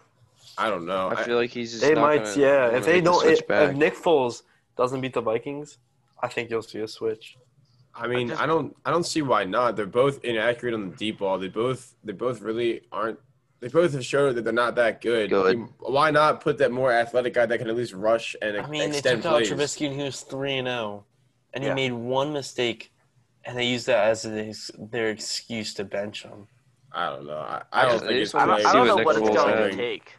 Speaker 1: I don't know.
Speaker 3: I
Speaker 1: I,
Speaker 3: feel like he's just
Speaker 4: they
Speaker 3: not
Speaker 4: might.
Speaker 3: gonna-
Speaker 4: yeah,
Speaker 3: gonna
Speaker 4: if they
Speaker 3: make the
Speaker 4: don't,
Speaker 3: switch
Speaker 4: if,
Speaker 3: back.
Speaker 4: if Nick Foles doesn't beat the Vikings, I think you'll see a switch.
Speaker 1: I mean, I,
Speaker 2: just-
Speaker 1: don't, I don't see why not. They're both inaccurate on the deep ball. They both, they both really aren't. They both have showed that they're not that good.
Speaker 3: Good.
Speaker 1: You- why not put that more athletic guy that can at least rush and
Speaker 4: I mean, they
Speaker 1: extend
Speaker 4: took out
Speaker 1: plays?
Speaker 4: Trubisky and he was three and zero, and
Speaker 2: Yeah.
Speaker 4: he made one mistake, and they used that as an ex- their excuse to bench him.
Speaker 1: I don't know. I, I don't
Speaker 3: Yeah,
Speaker 1: think
Speaker 3: they
Speaker 1: it's.
Speaker 3: just wanna
Speaker 2: I
Speaker 1: playing.
Speaker 2: don't, I don't
Speaker 3: See
Speaker 2: know
Speaker 3: what
Speaker 2: what
Speaker 3: Nick
Speaker 2: it's
Speaker 3: Foles
Speaker 2: going
Speaker 3: had.
Speaker 2: to take.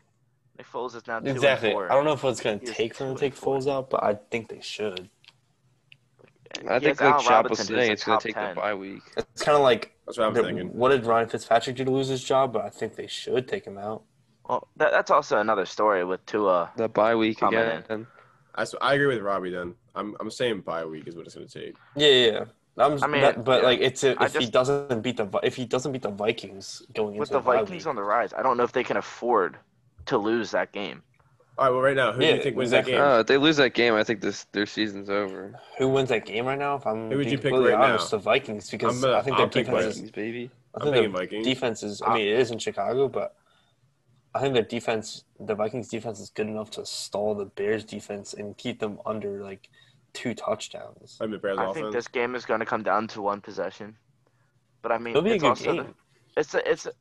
Speaker 2: Nick Foles is now two
Speaker 4: Exactly.
Speaker 2: and four.
Speaker 4: I don't know if it's going
Speaker 2: He
Speaker 4: to
Speaker 2: was
Speaker 4: take for them to
Speaker 2: two and
Speaker 4: take
Speaker 2: four.
Speaker 4: Foles out, but I think they should.
Speaker 3: I
Speaker 2: He
Speaker 3: think
Speaker 2: has
Speaker 3: like
Speaker 2: Allen
Speaker 3: Chop was
Speaker 2: Robinson, who's
Speaker 3: saying,
Speaker 2: a
Speaker 3: it's gonna
Speaker 2: top
Speaker 3: take
Speaker 2: 10.
Speaker 3: the bye week.
Speaker 4: It's kind of like
Speaker 1: That's what I'm
Speaker 4: the-
Speaker 1: thinking.
Speaker 4: what did Ryan Fitzpatrick do to lose his job? But I think they should take him out.
Speaker 2: Well, that, that's also another story with Tua.
Speaker 3: The bye week
Speaker 2: Come
Speaker 3: again.
Speaker 1: I, s- I agree with Robbie. Then I'm, I'm saying bye week is what it's going to take.
Speaker 4: Yeah, yeah. yeah. I'm,
Speaker 2: I mean,
Speaker 4: but, but, like it's a,
Speaker 2: I
Speaker 4: if he
Speaker 2: just-
Speaker 4: doesn't beat the Vi- if he doesn't beat the Vikings going
Speaker 2: With the
Speaker 4: into bye
Speaker 2: Vikings
Speaker 4: week.
Speaker 2: on the rise, I don't know if they can afford to lose that game.
Speaker 1: All right, well, right now, who do
Speaker 4: Yeah,
Speaker 1: you think wins that
Speaker 4: exactly.
Speaker 1: game?
Speaker 3: Uh, if they lose that game, I think this their season's over.
Speaker 4: Who wins that game right now? If I'm
Speaker 1: Who would you
Speaker 4: being
Speaker 1: pick
Speaker 4: completely
Speaker 1: right now?
Speaker 4: honest, the Vikings
Speaker 1: I'm
Speaker 4: because
Speaker 1: gonna-
Speaker 4: I think their
Speaker 1: I'll pick
Speaker 4: defense is
Speaker 3: Vikings, baby.
Speaker 4: I
Speaker 1: I'm
Speaker 4: think
Speaker 1: thinking
Speaker 4: their
Speaker 1: Vikings. Ah.
Speaker 4: defense is. I mean, it is in Chicago, but I think their defense, the Vikings' defense, is good enough to stall the Bears' defense and keep them under like two touchdowns.
Speaker 1: I'm the Bears
Speaker 2: I think
Speaker 1: offense.
Speaker 2: this game is going to come down to one possession. But I mean,
Speaker 4: It'll be a
Speaker 2: it's
Speaker 4: good
Speaker 2: also
Speaker 4: game.
Speaker 2: The, it's a, it's a-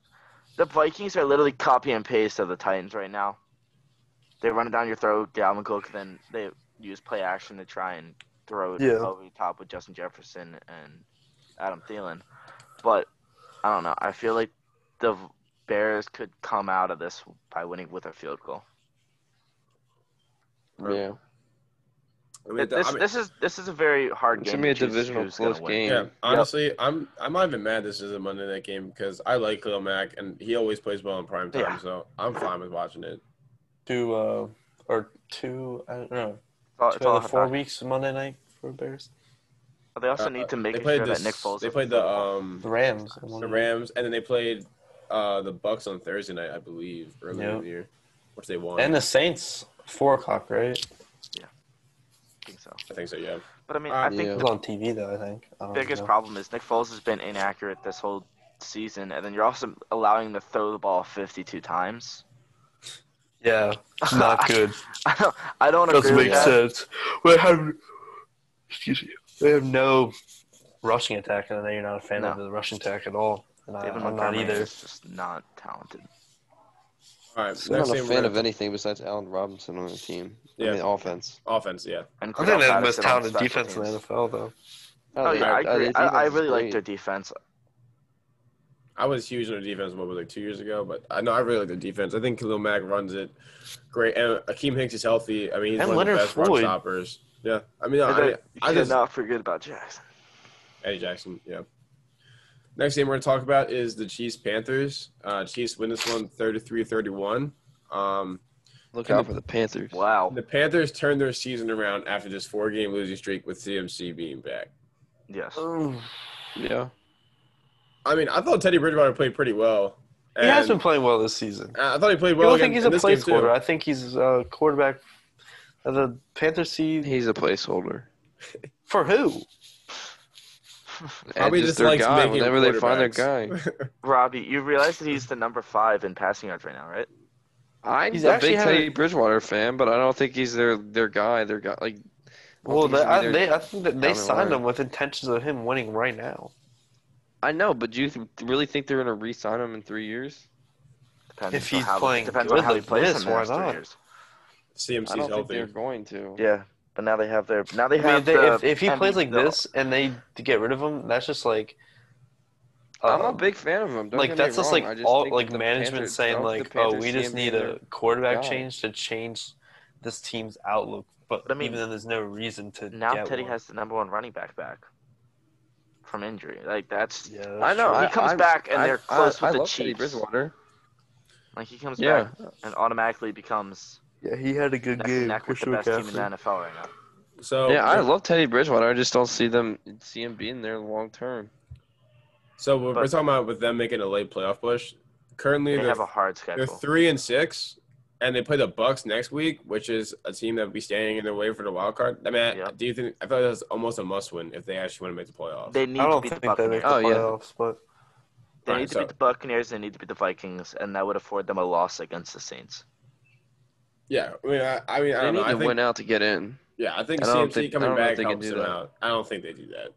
Speaker 2: the Vikings are literally copy and paste of the Titans right now. They run it down your throat, Dalvin Cook, then they use play action to try and throw it
Speaker 4: Yeah.
Speaker 2: over the top with Justin Jefferson and Adam Thielen. But I don't know. I feel like the V- Bears could come out of this by winning with a field goal.
Speaker 3: Yeah,
Speaker 1: I mean,
Speaker 2: this,
Speaker 1: I mean,
Speaker 2: this is this is a very hard
Speaker 3: it's
Speaker 2: game.
Speaker 3: gonna be a
Speaker 2: to choose
Speaker 3: divisional
Speaker 2: who's gonna
Speaker 3: close
Speaker 2: win.
Speaker 3: game.
Speaker 1: yeah, honestly, I'm I'm not even mad this isn't Monday night game because I like Khalil Mack and he always plays well in prime time,
Speaker 2: Yeah.
Speaker 1: so I'm fine with watching it.
Speaker 4: Two uh, or two. I don't
Speaker 2: It's all-
Speaker 4: know. Two
Speaker 2: Oh, it's
Speaker 4: out
Speaker 2: all
Speaker 4: of the four
Speaker 2: about-
Speaker 4: weeks Monday night for Bears.
Speaker 2: They also
Speaker 1: Uh,
Speaker 2: need to make
Speaker 1: They
Speaker 2: it sure
Speaker 1: played
Speaker 2: that Nick
Speaker 1: the
Speaker 2: Foles.
Speaker 1: they
Speaker 2: is
Speaker 1: played the
Speaker 2: available.
Speaker 1: um
Speaker 4: The Rams. on
Speaker 1: the
Speaker 4: Monday night.
Speaker 1: Rams and then they played uh the Bucks on Thursday night, I believe, earlier
Speaker 4: Yep.
Speaker 1: in the year, which they won.
Speaker 4: and the Saints. Four o'clock, right?
Speaker 2: I think so.
Speaker 1: I think so, yeah.
Speaker 2: But I mean,
Speaker 1: Uh,
Speaker 2: I think
Speaker 3: yeah.
Speaker 4: It was on TV though. I think. I
Speaker 2: the
Speaker 4: don't
Speaker 2: biggest
Speaker 4: know.
Speaker 2: problem is Nick Foles has been inaccurate this whole season, and then you're also allowing him to throw the ball 52 times.
Speaker 4: Yeah, not good.
Speaker 2: I don't, I don't agree
Speaker 4: Doesn't
Speaker 2: with
Speaker 4: make
Speaker 2: that.
Speaker 4: sense. They have, excuse me, they have no rushing attack, and I know you're not a fan of
Speaker 2: No.
Speaker 4: the rushing attack at all. And I,
Speaker 2: David
Speaker 4: I'm not
Speaker 2: Montgomery
Speaker 4: either.
Speaker 2: is just not talented.
Speaker 1: All right,
Speaker 3: I'm
Speaker 1: next
Speaker 3: not a
Speaker 1: game
Speaker 3: fan
Speaker 1: we're
Speaker 3: of anything besides Allen Robinson on the team.
Speaker 1: Yeah.
Speaker 3: I mean, offense.
Speaker 1: offense, yeah.
Speaker 2: And
Speaker 4: I think
Speaker 2: Cordell
Speaker 4: they're the most
Speaker 2: Patterson on
Speaker 4: talented
Speaker 2: special
Speaker 4: defense in the
Speaker 2: teams.
Speaker 4: NFL, though.
Speaker 2: Oh yeah, I
Speaker 3: uh,
Speaker 2: agree.
Speaker 3: their
Speaker 2: I,
Speaker 3: defense
Speaker 2: I
Speaker 3: is
Speaker 2: really like
Speaker 3: great.
Speaker 2: their defense.
Speaker 1: I was huge on the defense what was it, like two years ago, but I know I really like the defense. I think Khalil Mack runs it great, and Akeem Hicks is healthy. I mean, he's
Speaker 4: And
Speaker 1: one
Speaker 4: Leonard
Speaker 1: of the best run
Speaker 4: Floyd.
Speaker 1: stoppers. Yeah, I mean,
Speaker 2: I,
Speaker 1: I, I
Speaker 2: did
Speaker 1: just
Speaker 2: not forget about Jackson.
Speaker 1: Eddie Jackson. Yeah. Next game we're gonna talk about is the Chiefs Panthers. Uh, Chiefs win this one 33-31. Um,
Speaker 3: Look out for the Panthers.
Speaker 2: Wow.
Speaker 1: the Panthers turned their season around after this four-game losing streak with CMC being back.
Speaker 2: Yes.
Speaker 3: Yeah.
Speaker 1: I mean, I thought Teddy Bridgewater played pretty well.
Speaker 4: He has
Speaker 1: and
Speaker 4: been playing well this season.
Speaker 1: I thought he played
Speaker 4: I
Speaker 1: well.
Speaker 4: don't
Speaker 1: again
Speaker 4: think he's
Speaker 1: in
Speaker 4: a
Speaker 1: this game, too.
Speaker 4: placeholder. I think he's a quarterback. of The Panthers see
Speaker 3: He's a placeholder.
Speaker 4: for who?
Speaker 1: Probably
Speaker 3: Edge is
Speaker 1: just
Speaker 3: their
Speaker 1: likes
Speaker 3: guy
Speaker 1: making
Speaker 3: whenever they find their guy.
Speaker 1: quarterbacks.
Speaker 2: Robbie, you realize that he's the number five in passing yards right now, right?
Speaker 3: I'm
Speaker 4: He's
Speaker 3: a
Speaker 4: actually
Speaker 3: big
Speaker 4: had
Speaker 3: Teddy
Speaker 4: a-
Speaker 3: Bridgewater fan, but I don't think he's their their guy. Their guy, like, I don't
Speaker 4: Well,
Speaker 3: think
Speaker 4: they,
Speaker 3: he's
Speaker 4: I,
Speaker 3: their-
Speaker 4: they, I think that they
Speaker 3: Down the
Speaker 4: signed
Speaker 3: line.
Speaker 4: him with intentions of him winning right now.
Speaker 3: I know, but do you th- really think they're gonna re-sign him in three years?
Speaker 2: Depends
Speaker 4: If
Speaker 2: on
Speaker 4: he's
Speaker 2: how,
Speaker 4: playing
Speaker 2: depends
Speaker 4: good
Speaker 2: on how
Speaker 4: like
Speaker 2: he plays
Speaker 4: this,
Speaker 2: in the
Speaker 4: why
Speaker 2: next three
Speaker 4: not?
Speaker 2: years.
Speaker 1: CMC's
Speaker 3: I don't think
Speaker 1: healthy.
Speaker 3: they're going to.
Speaker 2: Yeah, but now they have their now they
Speaker 4: I
Speaker 2: have.
Speaker 4: mean, if, they,
Speaker 2: the
Speaker 4: if, if he
Speaker 2: MV
Speaker 4: plays like
Speaker 2: the-
Speaker 4: this and they get rid of him, that's just like.
Speaker 3: I'm
Speaker 4: uh,
Speaker 3: a big fan of him. Don't
Speaker 4: like
Speaker 3: get me
Speaker 4: that's just
Speaker 3: wrong, I
Speaker 4: like
Speaker 3: just
Speaker 4: all
Speaker 3: think
Speaker 4: like
Speaker 3: the
Speaker 4: management
Speaker 3: Panthers-
Speaker 4: saying
Speaker 3: don't the
Speaker 4: like, oh,
Speaker 3: Panthers
Speaker 4: we
Speaker 3: see
Speaker 4: just
Speaker 3: him being
Speaker 4: need
Speaker 3: their-
Speaker 4: a quarterback
Speaker 3: guy.
Speaker 4: change to change this team's outlook. But
Speaker 2: But I mean,
Speaker 4: even then, there's no reason to.
Speaker 2: now
Speaker 4: get
Speaker 2: Teddy
Speaker 4: one.
Speaker 2: has the number one running back back from injury. Like that's
Speaker 4: Yeah, that's
Speaker 3: I know.
Speaker 4: true.
Speaker 2: He
Speaker 3: I,
Speaker 2: comes
Speaker 3: I-
Speaker 2: back and
Speaker 3: I-
Speaker 2: they're
Speaker 3: I-
Speaker 2: close
Speaker 3: I
Speaker 2: with the
Speaker 3: love Teddy
Speaker 2: Chiefs.
Speaker 3: Bridgewater.
Speaker 2: like he comes
Speaker 3: Yeah.
Speaker 2: back and automatically becomes
Speaker 4: yeah, he had a good
Speaker 2: neck and neck with the best team in the NFL right now.
Speaker 1: So
Speaker 3: yeah, I love Teddy Bridgewater. I just don't see them see him being there long term.
Speaker 1: So we're, we're
Speaker 2: But-
Speaker 1: talking about with them making a late playoff push. Currently,
Speaker 2: They
Speaker 1: they're,
Speaker 2: have a hard
Speaker 1: they're
Speaker 2: schedule.
Speaker 1: three and six, and they play the Bucks next week, which is a team that would be standing in their way for the wild card. I mean, I-
Speaker 2: Yeah.
Speaker 1: do you think? I feel like that's almost a must win if they actually want to make the playoffs.
Speaker 2: They need
Speaker 4: I
Speaker 2: to
Speaker 4: don't
Speaker 2: beat the
Speaker 4: think they make
Speaker 2: Buccaneers.
Speaker 4: the
Speaker 3: Oh, yeah.
Speaker 4: playoffs, but
Speaker 2: They
Speaker 1: Right,
Speaker 2: need to
Speaker 1: so-
Speaker 2: beat the Buccaneers. They need to beat the Vikings, and that would afford them a loss against the Saints.
Speaker 1: yeah, I mean, I, I mean, I
Speaker 3: They
Speaker 1: don't
Speaker 3: need
Speaker 1: know. I
Speaker 3: to
Speaker 1: think,
Speaker 3: win out to get in.
Speaker 1: yeah, I think
Speaker 3: I
Speaker 1: CMC
Speaker 3: don't think- I
Speaker 1: coming
Speaker 3: don't know if
Speaker 1: back
Speaker 3: they can
Speaker 1: helps
Speaker 3: do
Speaker 1: them
Speaker 3: that.
Speaker 1: out. I don't think they do that.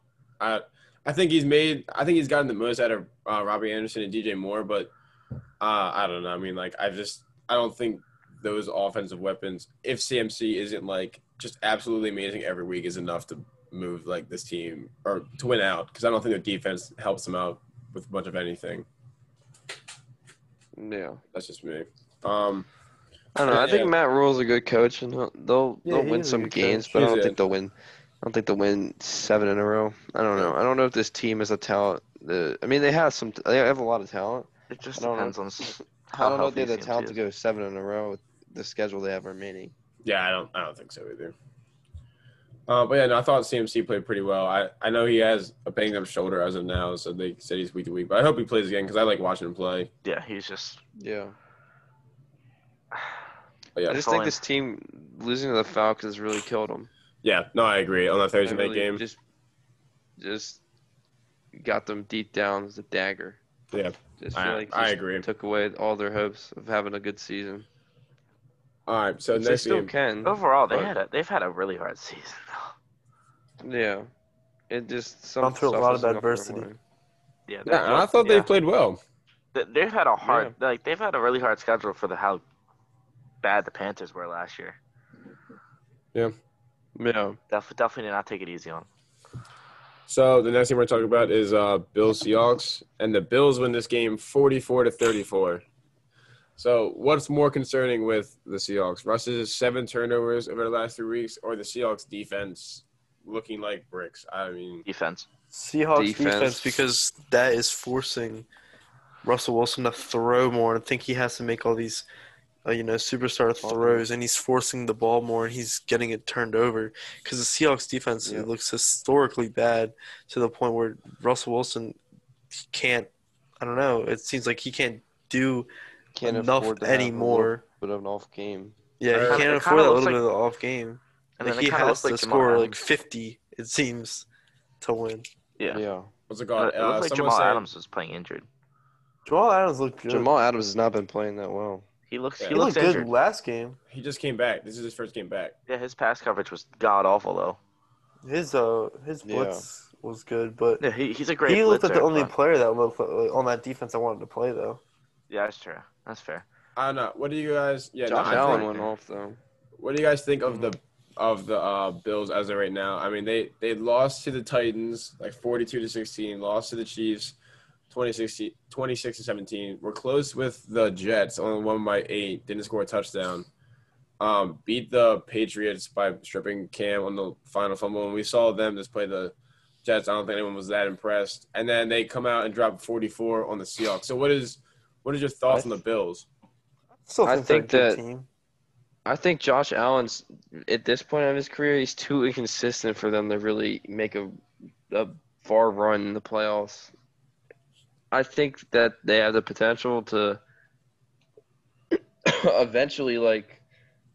Speaker 1: I, I think he's made. I think he's gotten the most out of uh, Robbie Anderson and DJ Moore, but uh, I don't know. I mean, like, I just, I don't think those offensive weapons, if CMC isn't like just absolutely amazing every week, is enough to move like this team or to win out because I don't think their defense helps them out with much of anything.
Speaker 3: Yeah.
Speaker 1: That's just me. Um,
Speaker 3: I don't know. I
Speaker 1: Yeah.
Speaker 3: think Matt Rule's a good coach, and he'll- they'll
Speaker 4: Yeah,
Speaker 3: they'll
Speaker 4: he
Speaker 3: win
Speaker 4: is a
Speaker 3: some
Speaker 4: good
Speaker 3: games,
Speaker 4: coach.
Speaker 3: but I
Speaker 1: He's
Speaker 3: don't
Speaker 1: a-
Speaker 3: think they'll win. I don't think they'll win seven in a row. I don't know. I don't know if this team is a talent. The I mean, they have some. They have a lot of talent.
Speaker 2: It just
Speaker 3: I don't know.
Speaker 2: depends on s-
Speaker 3: I don't know if they
Speaker 2: healthy
Speaker 3: have
Speaker 2: CMC
Speaker 3: the talent to
Speaker 2: is.
Speaker 3: go seven in a row with the schedule they have remaining.
Speaker 1: Yeah, I don't I don't think so either. Uh, but yeah, no, I thought CMC played pretty well. I, I know he has a banged up shoulder as of now, so they said he's week to week. But I hope he plays again because I like watching him play.
Speaker 2: Yeah, he's just.
Speaker 3: Yeah.
Speaker 1: Yeah.
Speaker 3: I just
Speaker 2: Colin.
Speaker 3: think this team losing to the Falcons really killed them.
Speaker 1: Yeah, no, I agree. On that Thursday
Speaker 3: I
Speaker 1: night
Speaker 3: really
Speaker 1: game,
Speaker 3: Just, just got them deep down as a dagger.
Speaker 1: Yeah.
Speaker 3: Just
Speaker 1: I-
Speaker 3: feel like
Speaker 1: I
Speaker 3: just
Speaker 1: agree.
Speaker 3: Took away all their hopes of having a good season.
Speaker 1: all right. So
Speaker 3: Which they
Speaker 1: next
Speaker 3: still
Speaker 1: game,
Speaker 3: can.
Speaker 2: Overall, they
Speaker 3: Mm-hmm. But-
Speaker 2: had a, they've had a really hard season. though.
Speaker 3: Yeah. It just some
Speaker 4: Gone through a lot of
Speaker 3: stuff is not going
Speaker 4: adversity.
Speaker 3: away.
Speaker 2: Yeah,
Speaker 1: yeah, and I thought they
Speaker 2: yeah.
Speaker 1: played well.
Speaker 2: They- they've had a hard like they've had a really hard schedule for the how bad the Panthers were last year.
Speaker 3: Yeah.
Speaker 2: Def, definitely did not take it easy on. 'em.
Speaker 1: So the next game we're talking about is uh, Bills Seahawks, and the Bills win this game forty-four to thirty-four. So what's more concerning with the Seahawks? Russ's seven turnovers over the last three weeks, or the Seahawks defense looking like bricks? I mean,
Speaker 2: Defense.
Speaker 4: Seahawks
Speaker 3: Defense.
Speaker 4: defense. because that is forcing Russell Wilson to throw more and think he has to make all these, uh, you know, superstar throws, and he's forcing the ball more and he's getting it turned over because the Seahawks defense
Speaker 3: Yeah.
Speaker 4: it looks historically bad to the point where Russell Wilson he can't. I don't know. It seems like he can't do
Speaker 3: Can't afford
Speaker 4: enough
Speaker 3: to have a little
Speaker 4: anymore.
Speaker 3: bit of an off game.
Speaker 1: It
Speaker 4: Yeah,
Speaker 1: kinda-
Speaker 4: he can't
Speaker 2: it
Speaker 4: afford
Speaker 2: kinda
Speaker 4: a
Speaker 2: looks
Speaker 4: little bit
Speaker 2: like-
Speaker 4: of the off game.
Speaker 2: And
Speaker 4: Like
Speaker 2: then
Speaker 4: he
Speaker 2: it kind of
Speaker 4: has
Speaker 2: looks
Speaker 4: to
Speaker 2: like Jamal
Speaker 4: score
Speaker 2: Adams.
Speaker 4: like 50. It seems to win.
Speaker 2: yeah.
Speaker 3: Yeah.
Speaker 1: what's it
Speaker 2: It,
Speaker 1: called?
Speaker 2: it looked
Speaker 1: Uh,
Speaker 2: like
Speaker 1: someone
Speaker 2: Jamal
Speaker 1: said,
Speaker 2: Adams was playing injured.
Speaker 4: Jamal Adams looked good.
Speaker 3: Jamal Adams has not been playing that well.
Speaker 2: He looks
Speaker 1: Yeah.
Speaker 2: he
Speaker 4: he looked
Speaker 2: looks
Speaker 4: good
Speaker 2: injured.
Speaker 4: last game.
Speaker 1: he just came back. This is his first game back.
Speaker 2: Yeah, his pass coverage was god awful though.
Speaker 4: His uh his
Speaker 3: Yeah.
Speaker 4: blitz was good, but
Speaker 2: Yeah, he, he's a great.
Speaker 4: he looked like
Speaker 2: blitzer,
Speaker 4: the only
Speaker 2: but-
Speaker 4: player that looked like, on that defense I wanted to play though.
Speaker 2: Yeah, that's true. That's fair.
Speaker 1: I don't know. What do you guys? Yeah, no,
Speaker 3: Josh
Speaker 1: I
Speaker 3: Allen
Speaker 1: think-
Speaker 3: went off though.
Speaker 1: What do you guys think of the of the uh, Bills as of right now? I mean, they they lost to the Titans like forty two to sixteen, lost to the Chiefs 26 26 to seventeen. We're close with the Jets, only one by eight, didn't score a touchdown. Um, beat the Patriots by stripping Cam on the final fumble, and we saw them just play the Jets. I don't think anyone was that impressed. And then they come out and drop forty four on the Seahawks. So what is what is your thoughts on the Bills?
Speaker 4: Still
Speaker 3: I
Speaker 4: think they're a
Speaker 3: think
Speaker 4: good team.
Speaker 3: I think Josh Allen's at this point of his career, he's too inconsistent for them to really make a a far run in the playoffs. I think that they have the potential to eventually like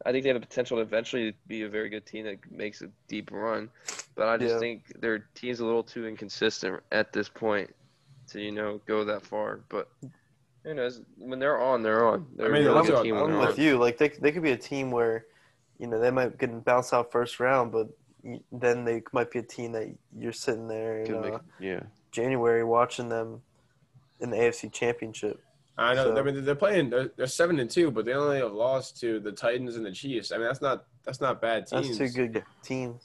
Speaker 3: I think they have the potential to eventually be a very good team that makes a deep run. But I just
Speaker 4: Yeah.
Speaker 3: think their team's a little too inconsistent at this point to, you know, go that far. But who knows? When they're on, they're on. They're
Speaker 1: mean,
Speaker 3: a
Speaker 1: I'm
Speaker 3: really good
Speaker 1: with-
Speaker 3: team when
Speaker 4: I'm
Speaker 3: they're
Speaker 1: Why
Speaker 4: with
Speaker 3: on.
Speaker 4: you. Like they they could be a team where, you know, they might get bounce out first round, but y- then they might be a team that you're sitting there in
Speaker 3: Could make-
Speaker 4: uh,
Speaker 3: yeah.
Speaker 4: January watching them in the AFC Championship.
Speaker 1: I know. I
Speaker 4: So-
Speaker 1: mean, they're playing. They're, they're seven and two, but they only have lost to the Titans and the Chiefs. I mean, that's not that's not bad teams.
Speaker 4: That's two good teams.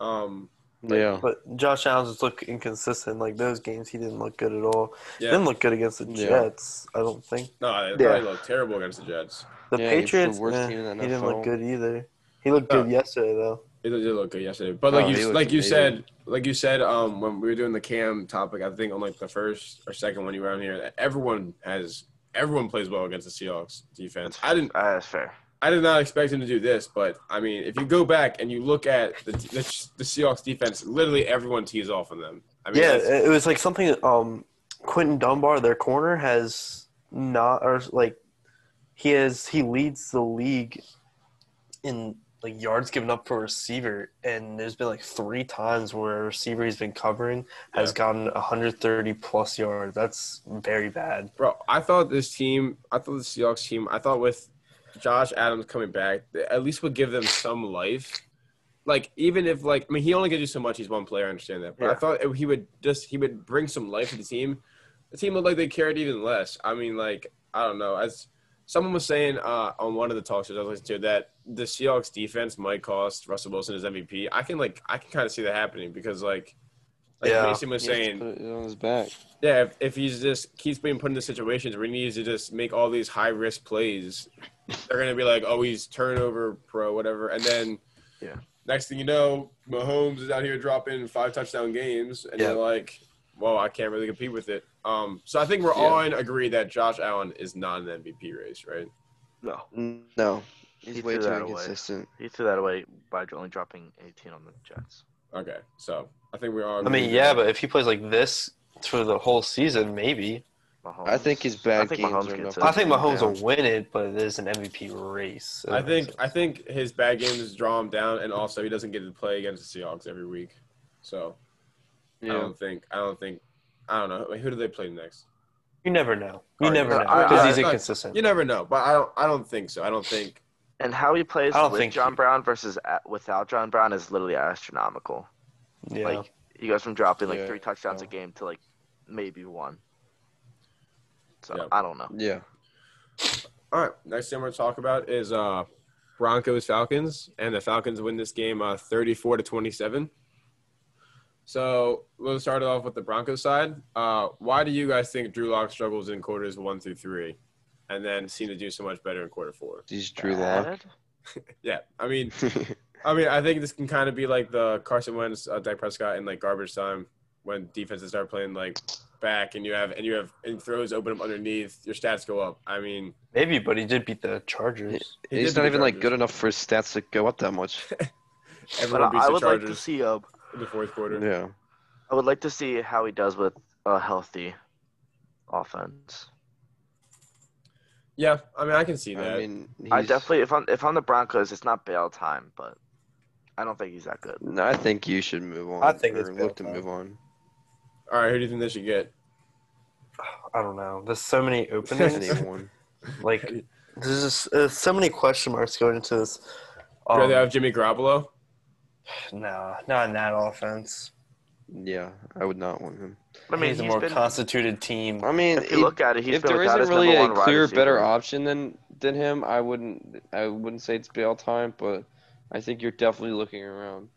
Speaker 1: Um,
Speaker 3: Yeah.
Speaker 4: But Josh Allen just looked inconsistent. Like those games, he didn't look good at all.
Speaker 1: yeah,
Speaker 4: Didn't look good against the
Speaker 3: Yeah.
Speaker 4: Jets. I don't think
Speaker 1: no, they
Speaker 2: Yeah.
Speaker 1: probably look terrible against the Jets.
Speaker 4: the
Speaker 3: Yeah, he's the
Speaker 4: Patriots.
Speaker 3: worst
Speaker 4: eh,
Speaker 3: team in the
Speaker 4: he didn't
Speaker 3: NFL.
Speaker 4: look good either. He looked good
Speaker 1: Oh.
Speaker 4: yesterday though.
Speaker 1: They did look good yesterday, but like
Speaker 3: Oh, he
Speaker 1: you
Speaker 3: looked
Speaker 1: like you
Speaker 3: amazing.
Speaker 1: said, like you said, um, when we were doing the Cam topic, I think on like the first or second one you were on here, everyone has everyone plays well against the Seahawks defense. I didn't
Speaker 2: Uh, that's fair.
Speaker 1: I did not expect him to do this, but I mean, if you go back and you look at the the, the Seahawks defense, literally everyone tees off on them. I mean,
Speaker 4: yeah,
Speaker 1: that's-
Speaker 4: it it was like something. Um, Quentin Dunbar, their corner, has not or like he has he leads the league in like yards given up for a receiver, and there's been like three times where a receiver he's been covering has
Speaker 1: Yeah.
Speaker 4: gotten 130 plus yards. That's very bad.
Speaker 1: Bro, I thought this team, I thought the Seahawks team, I thought with Josh Adams coming back, th- at least would give them some life. Like even if like I mean he only can do so much. He's one player, I understand that. But I
Speaker 4: Yeah.
Speaker 1: thought it- he would just he would bring some life to the team. The team looked like they cared even less. I mean, like I don't know. As someone was saying uh, on one of the talk shows I was listening to, that the Seahawks defense might cost Russell Wilson his MVP. I can like I can kind of see that happening because like like
Speaker 4: Yeah.
Speaker 1: Mason was
Speaker 3: He has to
Speaker 1: saying,
Speaker 3: put it on his back.
Speaker 1: yeah, if, if he's just keeps being put into situations where he needs to just make all these high risk plays, they're gonna be like, oh, he's turnover pro, whatever. And then,
Speaker 2: Yeah.
Speaker 1: next thing you know, Mahomes is out here dropping five touchdown games, and
Speaker 4: Yeah.
Speaker 1: they're like, well, I can't really compete with it. Um, so I think we're all in agree that Josh Allen is not an MVP race, right?
Speaker 2: No,
Speaker 3: No, he's
Speaker 2: He
Speaker 3: way
Speaker 2: threw
Speaker 3: too
Speaker 2: that away.
Speaker 3: inconsistent.
Speaker 2: he threw that away by only dropping 18 on the Jets.
Speaker 1: Okay, so I think we all.
Speaker 4: I mean,
Speaker 1: agree
Speaker 4: yeah,
Speaker 1: that-
Speaker 4: but if he plays like this for the whole season, maybe.
Speaker 2: Mahomes.
Speaker 3: I think his bad
Speaker 2: I think
Speaker 3: games
Speaker 2: Mahomes
Speaker 3: are
Speaker 2: gets
Speaker 3: enough.
Speaker 2: it.
Speaker 4: I think Mahomes
Speaker 2: Yeah.
Speaker 4: will win it, but it is an MVP race.
Speaker 1: I think I think his bad games draw him down, and also he doesn't get to play against the Seahawks every week. So I
Speaker 3: Yeah.
Speaker 1: don't think I don't think I don't know Wait, who do they play next.
Speaker 4: you never know. You
Speaker 1: All right,
Speaker 4: never
Speaker 2: I-
Speaker 4: know
Speaker 2: I-
Speaker 4: because
Speaker 2: I-
Speaker 4: he's
Speaker 1: I-
Speaker 4: inconsistent.
Speaker 1: You never know, but I don't I don't think so. I don't think
Speaker 2: And how he plays
Speaker 4: I don't
Speaker 2: with
Speaker 4: think
Speaker 2: John
Speaker 4: he-
Speaker 2: Brown versus at, without John Brown is literally astronomical.
Speaker 4: yeah.
Speaker 2: Like he goes from dropping like
Speaker 3: Yeah,
Speaker 2: three touchdowns
Speaker 3: yeah.
Speaker 2: a game to like maybe one. So
Speaker 1: Yeah.
Speaker 2: I don't know.
Speaker 3: Yeah.
Speaker 1: All right, next thing we're gonna talk about is uh, Broncos Falcons, and the Falcons win this game uh, 34 to 27. So we'll start it off with the Broncos side. Uh, why do you guys think Drew Lock struggles in quarters one through three, and then seem to do so much better in quarter four?
Speaker 3: He's Drew Lock.
Speaker 2: Bad?
Speaker 1: Yeah, I mean,
Speaker 3: yeah.
Speaker 1: I mean, I think this can kind of be like the Carson Wentz, uh, Dak Prescott, and like garbage time when defenses start playing like back, and you have and you have and throws open up underneath, your stats go up. I mean,
Speaker 4: Maybe, but he did beat the Chargers.
Speaker 1: he
Speaker 3: He's
Speaker 1: did
Speaker 3: not
Speaker 1: beat
Speaker 3: even like
Speaker 1: Chargers.
Speaker 3: good enough for his stats to go up that much.
Speaker 2: But
Speaker 1: Everyone
Speaker 2: I,
Speaker 1: beats
Speaker 2: I
Speaker 1: the
Speaker 2: would like to
Speaker 1: Chargers
Speaker 2: see um,
Speaker 1: in the fourth quarter.
Speaker 3: yeah.
Speaker 2: I would like to see how he does with a healthy offense.
Speaker 1: Yeah, I mean, I can see that.
Speaker 3: I mean, he's,
Speaker 2: I definitely if I'm if I'm the Broncos, it's not bail time, but I don't think he's that good.
Speaker 3: No, I think you should move on.
Speaker 4: I think
Speaker 3: or
Speaker 4: it's
Speaker 3: look to
Speaker 4: Bill
Speaker 3: move on.
Speaker 1: All right, who do you think they should get?
Speaker 4: I don't know. There's so many openings.
Speaker 3: Anyone.
Speaker 4: like there's just there's so many question marks going into this.
Speaker 1: Would you rather
Speaker 4: Um,
Speaker 1: have Jimmy Garoppolo?
Speaker 4: nah, not in that offense.
Speaker 3: Yeah, I would not want him.
Speaker 2: I mean,
Speaker 4: he's a
Speaker 2: he's
Speaker 4: more
Speaker 2: been.
Speaker 4: constituted team.
Speaker 3: I mean,
Speaker 2: If you
Speaker 3: it-
Speaker 2: look at it, he's
Speaker 3: if
Speaker 2: been
Speaker 3: there
Speaker 2: without his
Speaker 3: isn't really
Speaker 2: number
Speaker 3: a
Speaker 2: one wide
Speaker 3: clear,
Speaker 2: receiver.
Speaker 3: better option than than him, I wouldn't. I wouldn't say it's bail time, but I think you're definitely looking around.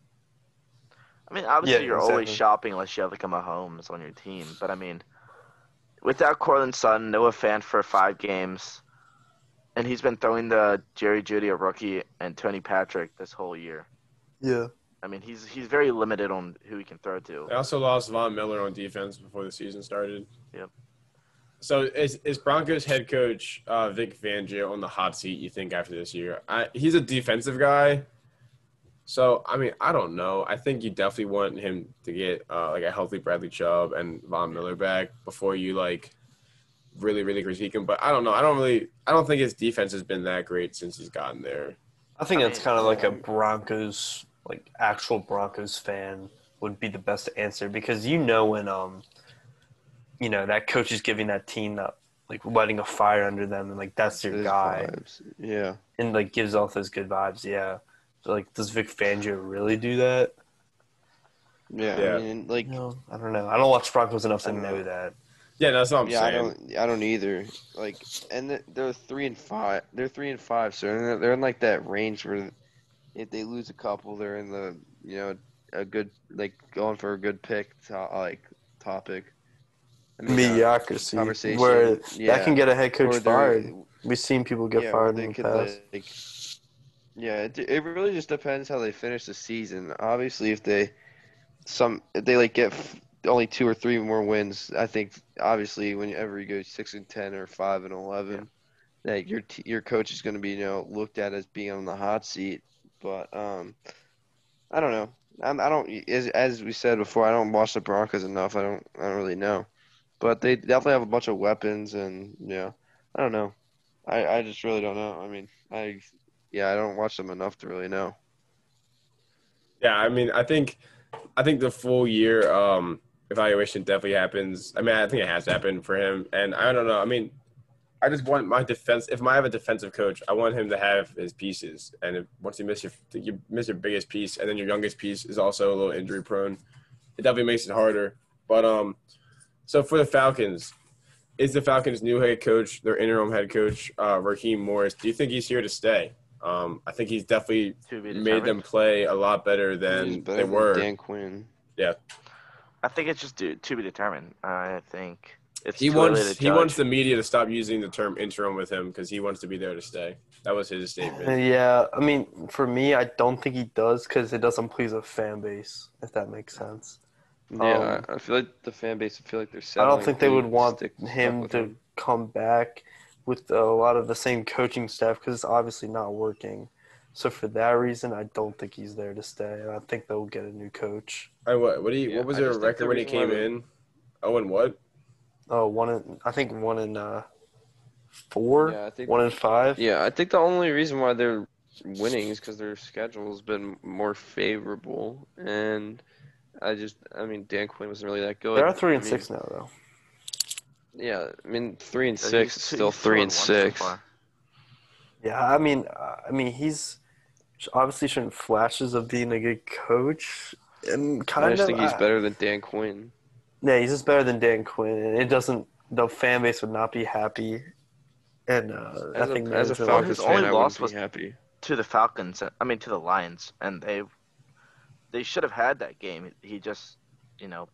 Speaker 2: I mean, obviously
Speaker 4: Yeah,
Speaker 2: you're always
Speaker 4: exactly.
Speaker 2: shopping unless you have like a Mahomes on your team. But I mean, without Cortland Sutton, Noah Fan for five games, and he's been throwing the Jerry Judy, a rookie, and Tony Patrick this whole year.
Speaker 4: Yeah.
Speaker 2: I mean, he's he's very limited on who he can throw to.
Speaker 1: They also lost Von Miller on defense before the season started.
Speaker 2: Yep.
Speaker 1: So is is Broncos head coach uh, Vic Fangio on the hot seat? You think after this year, I, he's a defensive guy. So I mean, I don't know. I think you definitely want him to get uh, like a healthy Bradley Chubb and Von Miller back before you like really really critique him. But I don't know. I don't really. I don't think his defense has been that great since he's gotten there.
Speaker 4: I think
Speaker 2: I
Speaker 4: it's
Speaker 2: mean,
Speaker 4: kind of like a Broncos, like actual Broncos fan would be the best answer because you know when um, you know that coach is giving that team that like lighting a fire under them and like that's your
Speaker 3: His
Speaker 4: guy
Speaker 3: vibes. Yeah.
Speaker 4: and like gives off those good vibes. Yeah. So, like does Vic Fangio really do that?
Speaker 3: Yeah.
Speaker 1: Yeah.
Speaker 3: I mean, like.
Speaker 4: No, I don't know. I don't watch Broncos enough to
Speaker 3: I don't
Speaker 4: know
Speaker 3: know.
Speaker 4: that.
Speaker 1: Yeah, that's what I'm
Speaker 3: Yeah, I
Speaker 1: saying.
Speaker 3: don't. I don't either. Like, and th- they're three and five. They're three and five, so they're- they're in like that range where, if they lose a couple, they're in the you know a good like going for a good pick to, like topic. I mean, uh,
Speaker 4: Mediocrity,
Speaker 3: conversation,
Speaker 4: where
Speaker 3: yeah.
Speaker 4: that can get a head
Speaker 3: or
Speaker 4: coach
Speaker 3: they're-
Speaker 4: fired. We've seen people get
Speaker 3: yeah, or
Speaker 4: fired
Speaker 3: they
Speaker 4: in the
Speaker 3: could,
Speaker 4: past.
Speaker 3: like- yeah, it, it really just depends how they finish the season. Obviously, if they some if they like get f- only two or three more wins, I think obviously whenever you go six and ten or five and eleven, like your t- your coach is going to be you know looked at as being on the hot seat. But um, I don't know. I'm, I don't as as we said before. I don't watch the Broncos enough. I don't I don't really know. But they definitely have a bunch of weapons, and yeah, I don't know. I, I just really don't know. I mean, I yeah, I don't watch them enough to really know.
Speaker 1: Yeah, I mean, I think, I think the full year um, evaluation definitely happens. I mean, I think it has to happen for him, and I don't know. I mean, I just want my defense. If I have a defensive coach, I want him to have his pieces, and if, once you miss your you miss your biggest piece, and then your youngest piece is also a little injury prone, it definitely makes it harder. But um, so for the Falcons, is the Falcons' new head coach, their interim head coach, uh, Raheem Morris? Do you think he's here to stay? Um, I think he's definitely
Speaker 2: To be
Speaker 1: made them
Speaker 2: determined.
Speaker 1: play a lot better
Speaker 3: He's
Speaker 1: than
Speaker 3: better
Speaker 1: they
Speaker 3: than
Speaker 1: were.
Speaker 3: Dan Quinn.
Speaker 2: I think it's just to, to be determined. I think it's
Speaker 1: He
Speaker 2: too early
Speaker 1: wants
Speaker 2: to
Speaker 1: he
Speaker 2: judge.
Speaker 1: wants the media to stop using the term interim with him because he wants to be there to stay. That was his statement.
Speaker 4: Yeah, I mean, for me, I don't think he does because it doesn't please a fan base, if that makes sense.
Speaker 3: Yeah,
Speaker 4: Um,
Speaker 3: I I feel like the fan base. I feel like they're.
Speaker 4: I don't
Speaker 3: settling
Speaker 4: think they
Speaker 3: to
Speaker 4: would want
Speaker 3: stick- stuck
Speaker 4: him
Speaker 3: with
Speaker 4: to come back with a lot of the same coaching staff because it's obviously not working. So for that reason, I don't think he's there to stay, and I think they'll get a new coach.
Speaker 1: I, what what, do you,
Speaker 3: Yeah,
Speaker 1: what was
Speaker 3: I
Speaker 1: their
Speaker 3: just think
Speaker 1: record
Speaker 3: the
Speaker 1: when he
Speaker 3: reason why
Speaker 1: came
Speaker 3: we-
Speaker 1: in? Oh, and what?
Speaker 4: Oh, one in I think one in uh, four,
Speaker 3: Yeah, I think.
Speaker 4: one in five.
Speaker 3: Yeah, I think the only reason why they're winning is because their schedule's been more favorable, and I just, I mean, Dan Quinn wasn't really that good.
Speaker 4: There are three and
Speaker 3: I mean,
Speaker 4: six now though.
Speaker 3: Yeah, I mean, three and
Speaker 2: So
Speaker 3: six
Speaker 2: he's-
Speaker 3: is still
Speaker 2: he's
Speaker 3: three
Speaker 2: two
Speaker 3: and
Speaker 2: one so
Speaker 3: six.
Speaker 2: far.
Speaker 4: Yeah, I mean, uh, I mean, he's obviously showing flashes of being a good coach, and kind
Speaker 3: I just
Speaker 4: of.
Speaker 3: think he's
Speaker 4: I-
Speaker 3: better than Dan Quinn.
Speaker 4: Yeah, he's just better than Dan Quinn, and it doesn't. The fan base would not be happy, and uh, I
Speaker 3: As
Speaker 4: think
Speaker 3: a, as a
Speaker 4: management-
Speaker 2: Well,
Speaker 3: Falcons
Speaker 2: his
Speaker 3: fan,
Speaker 2: only
Speaker 3: I
Speaker 2: loss
Speaker 3: wouldn't
Speaker 2: was-
Speaker 3: be happy.
Speaker 2: To the Falcons, I mean to the Lions, and they they should have had that game. He just, you know,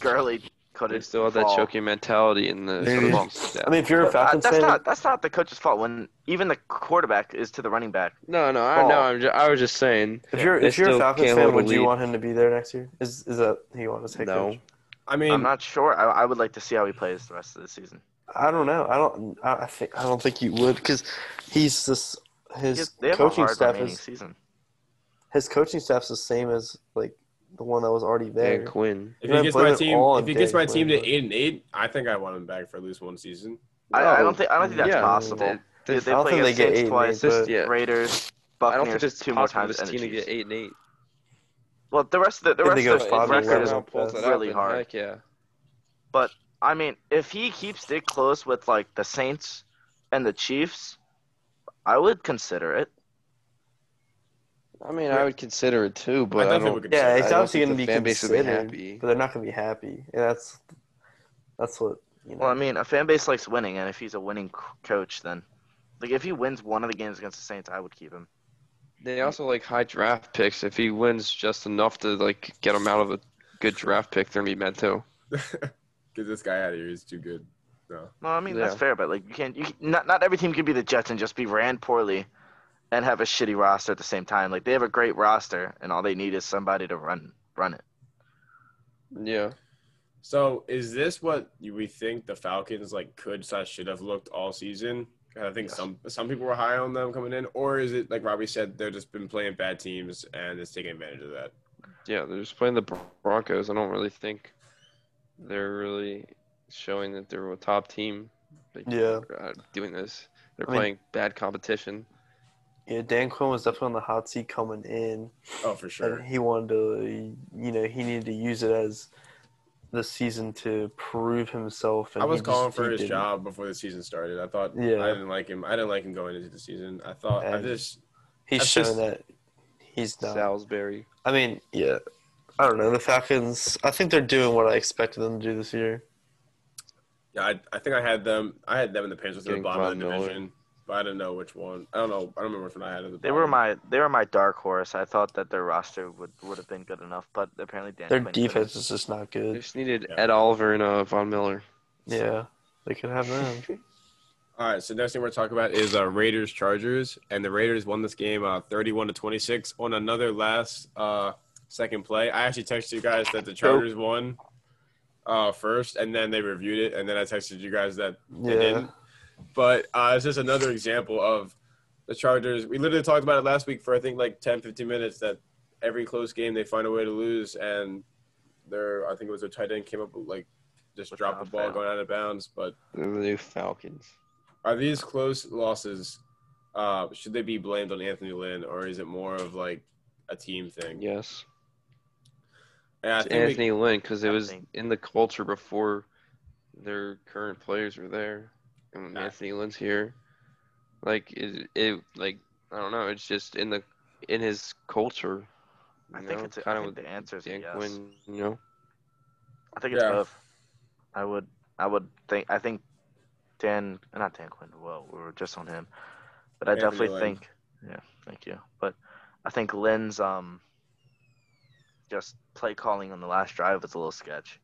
Speaker 2: Gurley
Speaker 3: They
Speaker 2: couldn't.
Speaker 3: still have that
Speaker 2: fall.
Speaker 3: choking mentality in the
Speaker 4: Maybe.
Speaker 3: football staff.
Speaker 4: I mean, if you're a
Speaker 2: But that-
Speaker 4: Falcons
Speaker 2: that's
Speaker 4: fan,
Speaker 2: not that's not the coach's fault. When even the quarterback is to the running back.
Speaker 3: no, no, I know.
Speaker 2: Fall.
Speaker 3: I'm just, I was just saying.
Speaker 4: if you're
Speaker 3: They
Speaker 4: if you're a
Speaker 3: still
Speaker 4: Falcons
Speaker 3: can't
Speaker 4: fan,
Speaker 3: hold a
Speaker 4: would you
Speaker 3: lead.
Speaker 4: want him to be there next year? Is is that who you want to take?
Speaker 3: No.
Speaker 4: coach?
Speaker 1: I mean,
Speaker 2: I'm not sure. I, I would like to see how he plays the rest of the season.
Speaker 4: I don't know. I don't. I I think I don't think you would because he's this
Speaker 2: He has-
Speaker 4: his
Speaker 2: they have a
Speaker 4: coaching
Speaker 2: hard
Speaker 4: staff
Speaker 2: remaining
Speaker 4: is
Speaker 2: season.
Speaker 4: his coaching staff's the same as like the one that was already there.
Speaker 3: Dan Quinn.
Speaker 1: if
Speaker 4: you're
Speaker 1: he
Speaker 4: not
Speaker 1: gets
Speaker 4: blaming
Speaker 1: my
Speaker 4: it
Speaker 1: team,
Speaker 4: all on
Speaker 1: if he gets
Speaker 4: Dan
Speaker 1: my team to
Speaker 4: Quinn, but-
Speaker 1: eight and eight, I think I want him back for at least one season.
Speaker 2: I, I
Speaker 4: No.
Speaker 2: don't think I don't think that's
Speaker 3: Yeah,
Speaker 2: possible.
Speaker 3: they- they-
Speaker 2: Dude, they
Speaker 4: I don't
Speaker 2: play
Speaker 4: think they
Speaker 2: against
Speaker 4: get
Speaker 2: Saints
Speaker 4: eight and
Speaker 2: twice,
Speaker 4: eight,
Speaker 3: It's
Speaker 4: but-
Speaker 3: just- yeah,
Speaker 2: Raiders,
Speaker 3: I don't think
Speaker 2: Buccaneers
Speaker 3: it's
Speaker 2: two more
Speaker 3: possible for
Speaker 2: times,
Speaker 3: this
Speaker 2: and
Speaker 3: team
Speaker 2: the
Speaker 3: to get
Speaker 2: Chiefs.
Speaker 3: eight and eight.
Speaker 2: Well, the rest of the, the
Speaker 4: If
Speaker 2: rest
Speaker 4: they
Speaker 2: of
Speaker 4: go
Speaker 2: the
Speaker 4: five and
Speaker 2: record is
Speaker 4: eleven.
Speaker 2: really hard.
Speaker 3: Heck yeah.
Speaker 2: But I mean, if he keeps it close with like the Saints and the Chiefs, I would consider it.
Speaker 3: I mean, I would consider it too, but
Speaker 1: I
Speaker 3: I,
Speaker 1: definitely
Speaker 3: don't.
Speaker 1: would consider
Speaker 4: Yeah,
Speaker 1: it.
Speaker 4: it's
Speaker 3: I don't
Speaker 4: obviously
Speaker 3: think
Speaker 4: going to
Speaker 3: the
Speaker 4: be
Speaker 3: fan base would be
Speaker 4: considered,
Speaker 3: happy.
Speaker 4: but they're not going to be happy. And that's that's what you know.
Speaker 2: Well, I mean, a fan base likes winning, and if he's a winning c- coach, then like if he wins one of the games against the Saints, I would keep him.
Speaker 3: They also like high draft picks. If he wins just enough to like get him out of a good draft pick, they're gonna be mad too.
Speaker 1: Get this guy out of here. He's too good. No.
Speaker 2: Well, I mean that's
Speaker 3: Yeah.
Speaker 2: fair, but like you can't. You, not not every team can be the Jets and just be ran poorly, and have a shitty roster at the same time. Like they have a great roster, and all they need is somebody to run run it.
Speaker 3: Yeah.
Speaker 1: So is this what you- we think the Falcons like could slash should have looked all season? 'Cause I think
Speaker 2: Yes.
Speaker 1: some some people were high on them coming in, or is it like Robbie said, they're just been playing bad teams and it's taking advantage of that?
Speaker 3: Yeah, they're just playing the Broncos. I don't really think they're really showing that they're a top team. Like,
Speaker 4: Yeah.
Speaker 3: uh, doing this, they're
Speaker 4: I mean-
Speaker 3: playing bad competition.
Speaker 4: yeah, Dan Quinn was definitely on the hot seat coming in,
Speaker 1: Oh, for sure.
Speaker 4: and he wanted to, you know, he needed to use it as the season to prove himself. And
Speaker 1: I
Speaker 4: he
Speaker 1: was
Speaker 4: just-
Speaker 1: calling
Speaker 4: he
Speaker 1: for his
Speaker 4: didn't.
Speaker 1: job before the season started. I thought
Speaker 4: Yeah.
Speaker 1: I didn't like him. I didn't like him going into the season. I thought I
Speaker 4: And-
Speaker 1: just
Speaker 4: He's
Speaker 1: That's
Speaker 4: shown
Speaker 1: just-
Speaker 4: that he's not.
Speaker 3: Salisbury.
Speaker 4: I mean, yeah, I don't know. The Falcons, I think they're doing what I expected them to do this year.
Speaker 1: yeah, I, I think I had them I had them in the Panthers at the
Speaker 3: Getting
Speaker 1: bottom of
Speaker 3: Von
Speaker 1: the
Speaker 3: Miller.
Speaker 1: division. But I don't know which one. I don't know. I don't remember which one I had at the
Speaker 2: They were
Speaker 1: bottom.
Speaker 2: my they were my dark horse. I thought that their roster would would have been good enough, but apparently Dan
Speaker 4: Their
Speaker 2: Quinn
Speaker 4: defense is just not
Speaker 3: They
Speaker 4: good.
Speaker 3: just needed
Speaker 1: Yeah.
Speaker 3: Ed Oliver and uh, Von Miller.
Speaker 4: Yeah, they could have them.
Speaker 1: All right, so next thing we're talking about is uh, Raiders Chargers, and the Raiders won this game uh, 31 to 26 on another last uh, second play. I actually texted you guys that the Chargers won uh, first, and then they reviewed it, and then I texted you guys that they
Speaker 4: Yeah.
Speaker 1: didn't. But uh, it's just another example of the Chargers. We literally talked about it last week for I think like 10, 15 minutes that every close game they find a way to lose, and their I think it was their tight end came up with, like just
Speaker 2: With
Speaker 1: dropped
Speaker 2: a
Speaker 1: the ball
Speaker 2: foul.
Speaker 1: going out of bounds, but
Speaker 3: They're the new Falcons.
Speaker 1: are these close losses uh should they be blamed on anthony lynn or is it more of like a team thing
Speaker 3: Yes.
Speaker 1: And I
Speaker 3: It's
Speaker 1: think we-
Speaker 3: Anthony Lynn because it
Speaker 2: I
Speaker 3: was
Speaker 2: think-
Speaker 3: in the culture before their current players were there, and when
Speaker 1: Yeah.
Speaker 3: Anthony Lynn's here, like it, it, like I don't know, it's just in the in his culture.
Speaker 2: I
Speaker 3: you
Speaker 2: think
Speaker 3: know,
Speaker 2: it's I
Speaker 3: kinda
Speaker 2: think
Speaker 3: with
Speaker 2: the answer is a
Speaker 3: Dan
Speaker 2: yes.
Speaker 3: Quinn, you know.
Speaker 2: I think it's
Speaker 1: Yeah.
Speaker 2: both. I would I would think I think Dan not Dan Quinn. Whoa, we were just on him, but I
Speaker 1: Anthony
Speaker 2: definitely
Speaker 1: Lynn.
Speaker 2: think yeah, thank you. But I think Lynn's um just play calling on the last drive was a little sketch.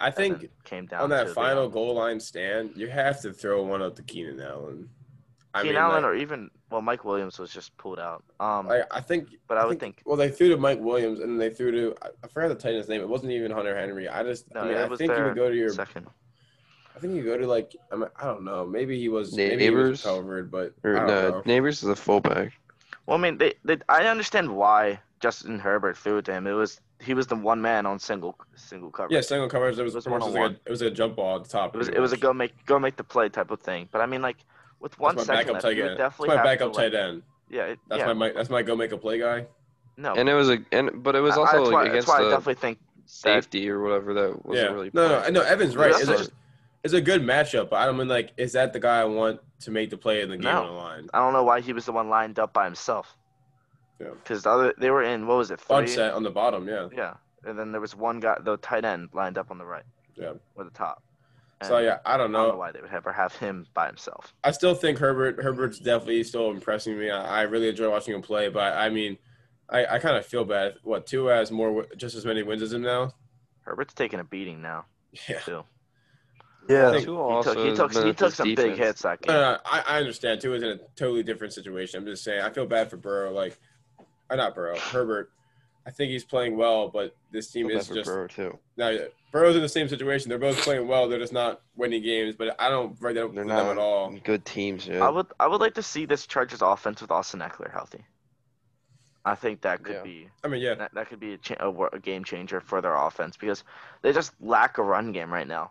Speaker 1: i
Speaker 2: and
Speaker 1: think
Speaker 2: then came down
Speaker 1: on
Speaker 2: to
Speaker 1: that
Speaker 2: the,
Speaker 1: final
Speaker 2: um,
Speaker 1: goal line stand you have to throw one up to keenan allen i
Speaker 2: Keenan
Speaker 1: mean
Speaker 2: Allen
Speaker 1: like,
Speaker 2: or even well Mike Williams was just pulled out. Um,
Speaker 1: like, i think
Speaker 2: but I would think
Speaker 1: well they threw to mike williams and they threw to i, I forgot the titan's name it wasn't even hunter henry i just
Speaker 2: No,
Speaker 1: i mean
Speaker 2: it
Speaker 1: i
Speaker 2: was
Speaker 1: think you
Speaker 2: their
Speaker 1: would go to your
Speaker 2: second.
Speaker 1: i think you go to like I, mean, I don't know maybe he was
Speaker 3: Na-
Speaker 1: maybe he was
Speaker 3: neighbors?
Speaker 1: covered but I
Speaker 3: Or
Speaker 1: don't
Speaker 3: no,
Speaker 1: know.
Speaker 3: neighbors is a fullback.
Speaker 2: Well, I mean, they, they I understand why Justin Herbert threw it to him. It was he was the one man on single single coverage.
Speaker 1: Yeah, single coverage. It was,
Speaker 2: It was
Speaker 1: pretty much just like a,
Speaker 2: one-on-one.
Speaker 1: it was a jump ball at the top.
Speaker 2: It was
Speaker 1: pretty
Speaker 2: it was a
Speaker 1: much.
Speaker 2: go make go make the play type of thing. But I mean, like with one
Speaker 1: That's my
Speaker 2: second
Speaker 1: backup
Speaker 2: left,
Speaker 1: tight
Speaker 2: you
Speaker 1: end.
Speaker 2: would
Speaker 1: That's
Speaker 2: definitely
Speaker 1: my
Speaker 2: have
Speaker 1: backup
Speaker 2: to, like-
Speaker 1: tight end.
Speaker 2: Yeah, it,
Speaker 1: That's
Speaker 2: yeah.
Speaker 1: my mi- that's my go make a play guy.
Speaker 2: no.
Speaker 3: And it was a and but it was
Speaker 2: Oh. I- I-
Speaker 3: also
Speaker 2: that's
Speaker 3: like,
Speaker 2: why, that's
Speaker 3: against
Speaker 2: why I
Speaker 3: the
Speaker 2: definitely think
Speaker 3: safety or whatever that wasn't
Speaker 1: yeah.
Speaker 3: really.
Speaker 1: no, no,
Speaker 3: playing.
Speaker 1: I know Evans right.
Speaker 2: That's
Speaker 1: It's
Speaker 2: just-
Speaker 1: a, it's a good matchup, but I don't mean like is that the guy I want to make the play in the game
Speaker 2: No.
Speaker 1: on the line?
Speaker 2: I don't know why he was the one lined up by himself.
Speaker 1: Yeah.
Speaker 2: Because the other they were in what was it three?
Speaker 1: Bunch set on the bottom, yeah.
Speaker 2: Yeah, and then there was one guy the tight end lined up on the right.
Speaker 1: Yeah.
Speaker 2: Or the top.
Speaker 1: So
Speaker 2: And
Speaker 1: yeah, I don't
Speaker 2: I don't know
Speaker 1: know.
Speaker 2: why they would ever have him by himself.
Speaker 1: I still think Herbert Herbert's definitely still impressing me. I, I really enjoy watching him play, but I mean, I, I kind of feel bad. What Tua has more wi- just as many wins as him now.
Speaker 2: Herbert's taking a beating now
Speaker 1: Yeah.
Speaker 2: too.
Speaker 1: I
Speaker 4: Yeah.
Speaker 1: think-
Speaker 3: Tua
Speaker 2: He
Speaker 3: also
Speaker 2: took he
Speaker 3: has
Speaker 2: took,
Speaker 3: been
Speaker 2: he
Speaker 3: with
Speaker 2: took
Speaker 3: his
Speaker 2: some big
Speaker 3: defense.
Speaker 2: hits that
Speaker 1: No,
Speaker 2: game.
Speaker 1: no, I, I understand. Tua's in a totally different situation. I'm just saying. I feel bad for Burrow. Like, uh, not Burrow, Herbert. I think he's playing well, but this team
Speaker 3: Feel bad
Speaker 1: is
Speaker 3: for
Speaker 1: just
Speaker 3: Burrow, too.
Speaker 1: now. Burrow's in the same situation. They're both playing well. They're just not winning games. But I don't write that up for
Speaker 3: They're
Speaker 1: them
Speaker 3: not
Speaker 1: at all.
Speaker 3: good teams. Dude.
Speaker 2: Oh. I would I would like to see this Chargers offense with Austin Eckler healthy. I think that could
Speaker 3: Yeah.
Speaker 2: be
Speaker 1: I mean, yeah,
Speaker 2: that, that could be a, cha- a, wor- a game changer for their offense because they just lack a run game right now.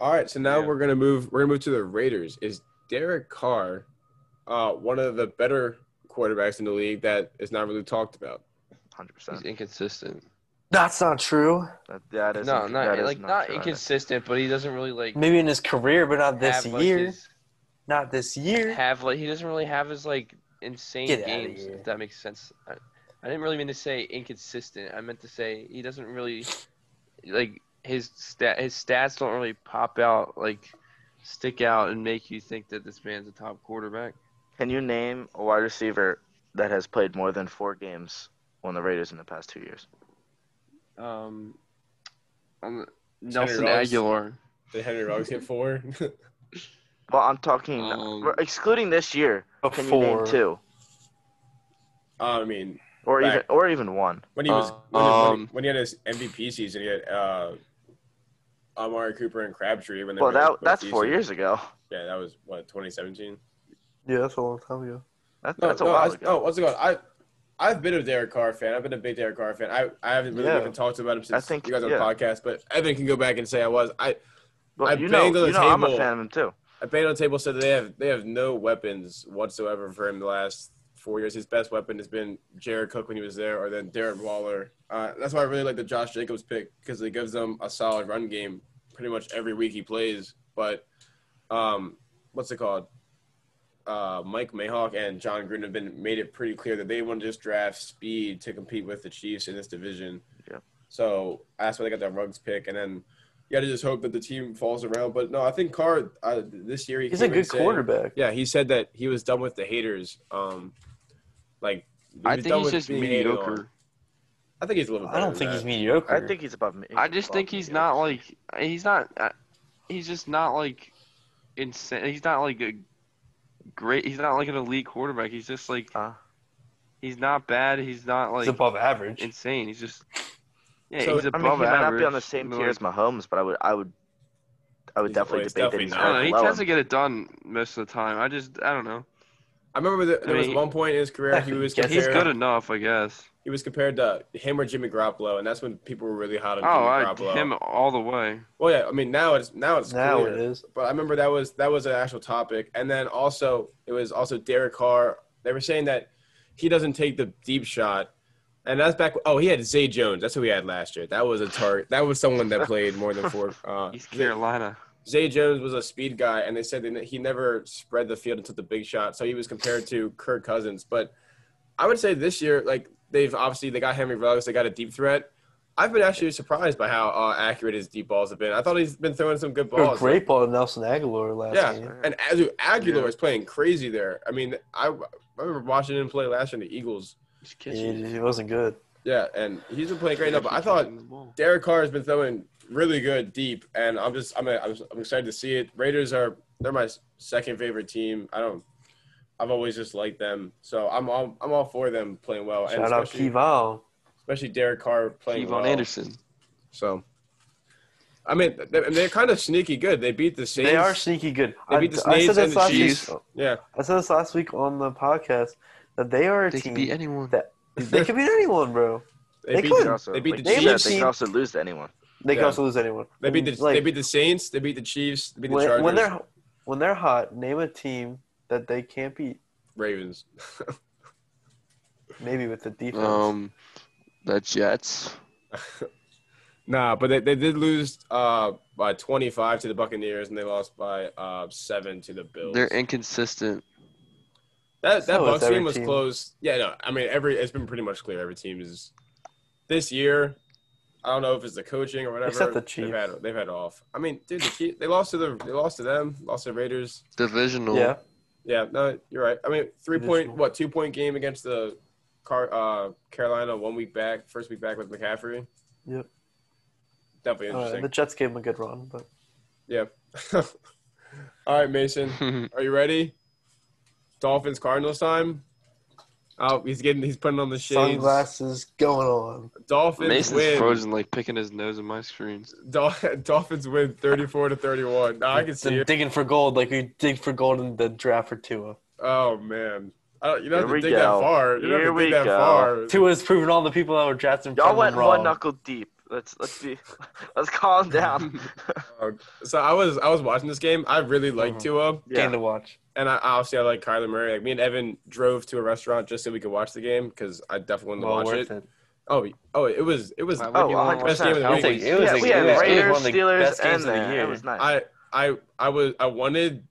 Speaker 1: All right, so now
Speaker 3: Yeah.
Speaker 1: we're gonna move. We're gonna move to the Raiders. Is Derek Carr uh, one of the better quarterbacks in the league that is not really talked about?
Speaker 2: Hundred
Speaker 3: He's
Speaker 2: percent.
Speaker 3: inconsistent.
Speaker 4: That's not true.
Speaker 2: That, that is
Speaker 3: No, not
Speaker 2: that is
Speaker 3: like not
Speaker 2: true.
Speaker 3: inconsistent, but he doesn't really like
Speaker 4: Maybe in his career, but not this
Speaker 3: have, like,
Speaker 4: year.
Speaker 3: his-
Speaker 4: Not this year.
Speaker 3: have like he doesn't really have his like insane
Speaker 4: Get outta
Speaker 3: games.
Speaker 4: here.
Speaker 3: If that makes sense. I, I didn't really mean to say inconsistent. I meant to say he doesn't really like his stat. His stats don't really pop out like stick out and make you think that this man's a top quarterback.
Speaker 2: Can you name a wide receiver that has played more than four games on the Raiders in the past two years?
Speaker 3: Um, on the- Nelson
Speaker 1: Ruggs.
Speaker 3: Aguilar.
Speaker 1: Did Henry Ruggs hit four?
Speaker 2: Well, I'm talking
Speaker 3: Um,
Speaker 2: we're excluding this year. Can you name
Speaker 4: Before-
Speaker 2: two,
Speaker 1: I mean,
Speaker 2: or
Speaker 1: Back.
Speaker 2: even or even one?
Speaker 1: when he was when, he,
Speaker 3: Um,
Speaker 1: when he had his MVP season, he had uh, Amari Cooper and Crabtree. When they
Speaker 2: Well,
Speaker 1: were
Speaker 2: that
Speaker 1: both
Speaker 2: that's four
Speaker 1: decent.
Speaker 2: years ago.
Speaker 1: Yeah, that was what 2017.
Speaker 4: Yeah, that's a long time ago.
Speaker 2: That,
Speaker 1: No,
Speaker 2: that's a
Speaker 1: no,
Speaker 2: while
Speaker 1: I,
Speaker 2: ago.
Speaker 1: no, what's it called? I I've been a Derek Carr fan. I've been a big Derek Carr fan. I, I haven't really
Speaker 4: Yeah.
Speaker 1: even talked about him since
Speaker 2: I think-
Speaker 1: you guys on
Speaker 2: yeah.
Speaker 1: the podcast. But Evan can go back and say I was. I
Speaker 2: well,
Speaker 1: I
Speaker 2: you know,
Speaker 1: banged on the
Speaker 2: you know I'm a
Speaker 1: table.
Speaker 2: fan of him too.
Speaker 1: I banged on the table said that they have they have no weapons whatsoever for him the last four years. His best weapon has been Jared Cook when he was there, or then Darren Waller. Uh, that's why I really like the Josh Jacobs pick because it gives them a solid run game pretty much every week he plays. But um, what's it called? Uh, Mike Mayhawk and John Gruden have been made it pretty clear that they want to just draft speed to compete with the Chiefs in this division.
Speaker 2: Yeah.
Speaker 1: So that's why they got that Ruggs pick, and then you got to just hope that the team falls around. But no, I think Carr uh, this year he
Speaker 4: He's a
Speaker 1: came in
Speaker 4: good
Speaker 1: saying-
Speaker 4: quarterback.
Speaker 1: Yeah, he said that he was done with the haters. Um, like he
Speaker 3: I
Speaker 1: was
Speaker 3: think
Speaker 1: done
Speaker 3: he's
Speaker 1: with
Speaker 3: just
Speaker 1: being hated on.
Speaker 3: mediocre.
Speaker 1: I think he's a little. Better
Speaker 4: I don't think
Speaker 1: than
Speaker 4: he's
Speaker 1: that.
Speaker 4: mediocre.
Speaker 2: I think he's above me.
Speaker 3: I just think
Speaker 2: above
Speaker 3: he's
Speaker 2: mediocre.
Speaker 3: not like he's not. uh, He's just not like insane. He's not like a great. He's not like an elite quarterback. He's just like
Speaker 2: Uh,
Speaker 3: he's not bad. He's not
Speaker 4: he's
Speaker 3: like
Speaker 4: above average.
Speaker 3: insane. He's just yeah.
Speaker 1: So,
Speaker 3: he's
Speaker 2: I
Speaker 3: above
Speaker 2: mean, he might not
Speaker 3: average.
Speaker 2: be on the same
Speaker 3: but,
Speaker 2: tier as
Speaker 3: like,
Speaker 2: Mahomes, but I would I would I would
Speaker 1: He's-
Speaker 2: definitely
Speaker 1: he's
Speaker 2: debate
Speaker 1: definitely
Speaker 2: that he's
Speaker 1: not.
Speaker 3: I don't know. He
Speaker 2: below
Speaker 3: tends to
Speaker 2: him.
Speaker 3: get it done most of the time. I just I don't know.
Speaker 1: I remember that there
Speaker 3: I
Speaker 1: was
Speaker 3: mean,
Speaker 1: one point in his career he was
Speaker 4: he's
Speaker 1: compared,
Speaker 3: He's good enough, I guess.
Speaker 1: he was compared to him or Jimmy Garoppolo, and that's when people were really hot on
Speaker 3: Oh, I,
Speaker 1: Jimmy Garoppolo.
Speaker 3: him all the way.
Speaker 1: Well, yeah, I mean now it's now it's
Speaker 4: Now
Speaker 1: clear.
Speaker 4: it is.
Speaker 1: but I remember that was that was an actual topic. And then also it was also Derek Carr. They were saying that he doesn't take the deep shot, and that's back. Oh, he had Zay Jones. That's who he had last year. That was a target. That was someone that played more than four. Uh,
Speaker 3: He's
Speaker 1: Zay-
Speaker 3: Carolina.
Speaker 1: Zay Jones was a speed guy, and they said that he never spread the field and took the big shot, so he was compared to Kirk Cousins. But I would say this year, like they've obviously they got Henry Ruggs, they got a deep threat. I've been actually surprised by how uh, accurate his deep balls have been. I thought he's been throwing some good
Speaker 4: Threw a
Speaker 1: balls.
Speaker 4: great ball to Nelson Aguilar last
Speaker 1: Yeah,
Speaker 4: game.
Speaker 1: and Azu Aguilar
Speaker 3: Yeah.
Speaker 1: is playing crazy there. I mean, I, I remember watching him play last year in the Eagles.
Speaker 3: He's
Speaker 4: He, he wasn't good.
Speaker 1: Yeah, and he's been playing great now. But I thought Derek Carr has been throwing really good deep, and I'm just I'm I'm, I'm excited to see it. Raiders are they're my second favorite team. I don't. I've always just liked them, so I'm all, I'm all for them playing well, and
Speaker 4: Shout out
Speaker 1: especially,
Speaker 4: Kevon.
Speaker 1: especially Derek Carr playing
Speaker 3: Kevon
Speaker 1: well.
Speaker 3: Anderson.
Speaker 1: So, I mean, they're, they're kind of sneaky good. They beat the Saints.
Speaker 4: They are sneaky good.
Speaker 1: They
Speaker 4: I,
Speaker 1: beat the
Speaker 4: I
Speaker 1: Saints
Speaker 4: said
Speaker 1: and
Speaker 4: this
Speaker 1: the
Speaker 4: last
Speaker 3: Chiefs.
Speaker 4: week.
Speaker 1: Yeah,
Speaker 4: I said this last week on the podcast that they are a
Speaker 3: They
Speaker 4: team
Speaker 3: can beat anyone.
Speaker 4: that They could beat anyone, bro.
Speaker 1: They,
Speaker 4: They
Speaker 1: beat
Speaker 4: could.
Speaker 1: the,
Speaker 2: also,
Speaker 1: they beat the
Speaker 2: like you said,
Speaker 1: Chiefs.
Speaker 2: They can also lose to anyone.
Speaker 4: They could
Speaker 1: Yeah.
Speaker 4: also lose anyone.
Speaker 1: they beat the
Speaker 4: Like,
Speaker 1: they beat the Saints. They beat the Chiefs. They beat the
Speaker 4: when,
Speaker 1: Chargers.
Speaker 4: when they're when they're hot. Name a team that they can't beat.
Speaker 1: Ravens.
Speaker 4: Maybe with the defense.
Speaker 3: Um, the Jets.
Speaker 1: nah, but they, they did lose uh by 25 to the Buccaneers and they lost by uh seven to the Bills.
Speaker 3: They're inconsistent.
Speaker 1: That that
Speaker 4: So Oh, it's
Speaker 1: Bucks
Speaker 4: every
Speaker 1: team was
Speaker 4: team.
Speaker 1: close. Yeah, no, I mean every it's been pretty much clear every team is this year. I don't know if it's the coaching or whatever.
Speaker 4: Except the
Speaker 1: They've had,
Speaker 4: Chiefs.
Speaker 1: they've had off. I mean, dude, the Chiefs, they lost to the they lost to them, lost to the Raiders.
Speaker 3: Divisional.
Speaker 4: yeah,
Speaker 1: Yeah, no, you're right. I mean, three point
Speaker 4: Divisional.
Speaker 1: what two point game against the Car uh, Carolina one week back, first week back with McCaffrey.
Speaker 4: Yep.
Speaker 1: Definitely
Speaker 4: All right,
Speaker 1: interesting.
Speaker 4: the Jets gave them a good run, but
Speaker 1: yeah. All right, Mason.
Speaker 3: All
Speaker 1: Are you ready? Dolphins Cardinals time. Oh, he's getting he's putting on the shades.
Speaker 4: sunglasses going on.
Speaker 1: Dolphins
Speaker 3: Mason's
Speaker 1: win.
Speaker 3: frozen, like picking his nose in my screens.
Speaker 1: Dol- Dolphins win 34 to 31. Nah, I can see
Speaker 4: Them
Speaker 1: it.
Speaker 4: digging for gold like we dig for gold in the draft for Tua.
Speaker 1: Oh man, I don't, you don't
Speaker 2: Here we
Speaker 1: have to dig that
Speaker 2: go.
Speaker 1: far. You don't
Speaker 2: Here
Speaker 1: have to
Speaker 2: we
Speaker 1: dig that
Speaker 2: go.
Speaker 1: far.
Speaker 4: Tua's proven all the people that were drafted
Speaker 2: Y'all
Speaker 4: from
Speaker 2: went
Speaker 4: him
Speaker 2: one
Speaker 4: wrong.
Speaker 2: knuckle deep. Let's let's be let's calm down.
Speaker 1: So I was I was watching this game. I really liked Tua,
Speaker 4: Game
Speaker 2: yeah.
Speaker 4: to watch.
Speaker 1: and I obviously I like Kyler Murray. Like me and Evan drove to a restaurant just so we could watch the game because I definitely wanted
Speaker 4: Well
Speaker 1: to watch it.
Speaker 4: worth it.
Speaker 1: Oh, oh, it was it was.
Speaker 3: Why would
Speaker 2: Oh,
Speaker 3: you wanna
Speaker 2: 100%.
Speaker 3: watch
Speaker 1: Best game of the
Speaker 3: that?
Speaker 1: week.
Speaker 4: It was
Speaker 2: yeah,
Speaker 4: a-
Speaker 2: we had
Speaker 4: it was
Speaker 2: Raiders,
Speaker 4: one of the
Speaker 2: Steelers,
Speaker 4: best games
Speaker 2: and
Speaker 4: of the
Speaker 2: that.
Speaker 4: year.
Speaker 2: It was nice.
Speaker 1: I I I was I wanted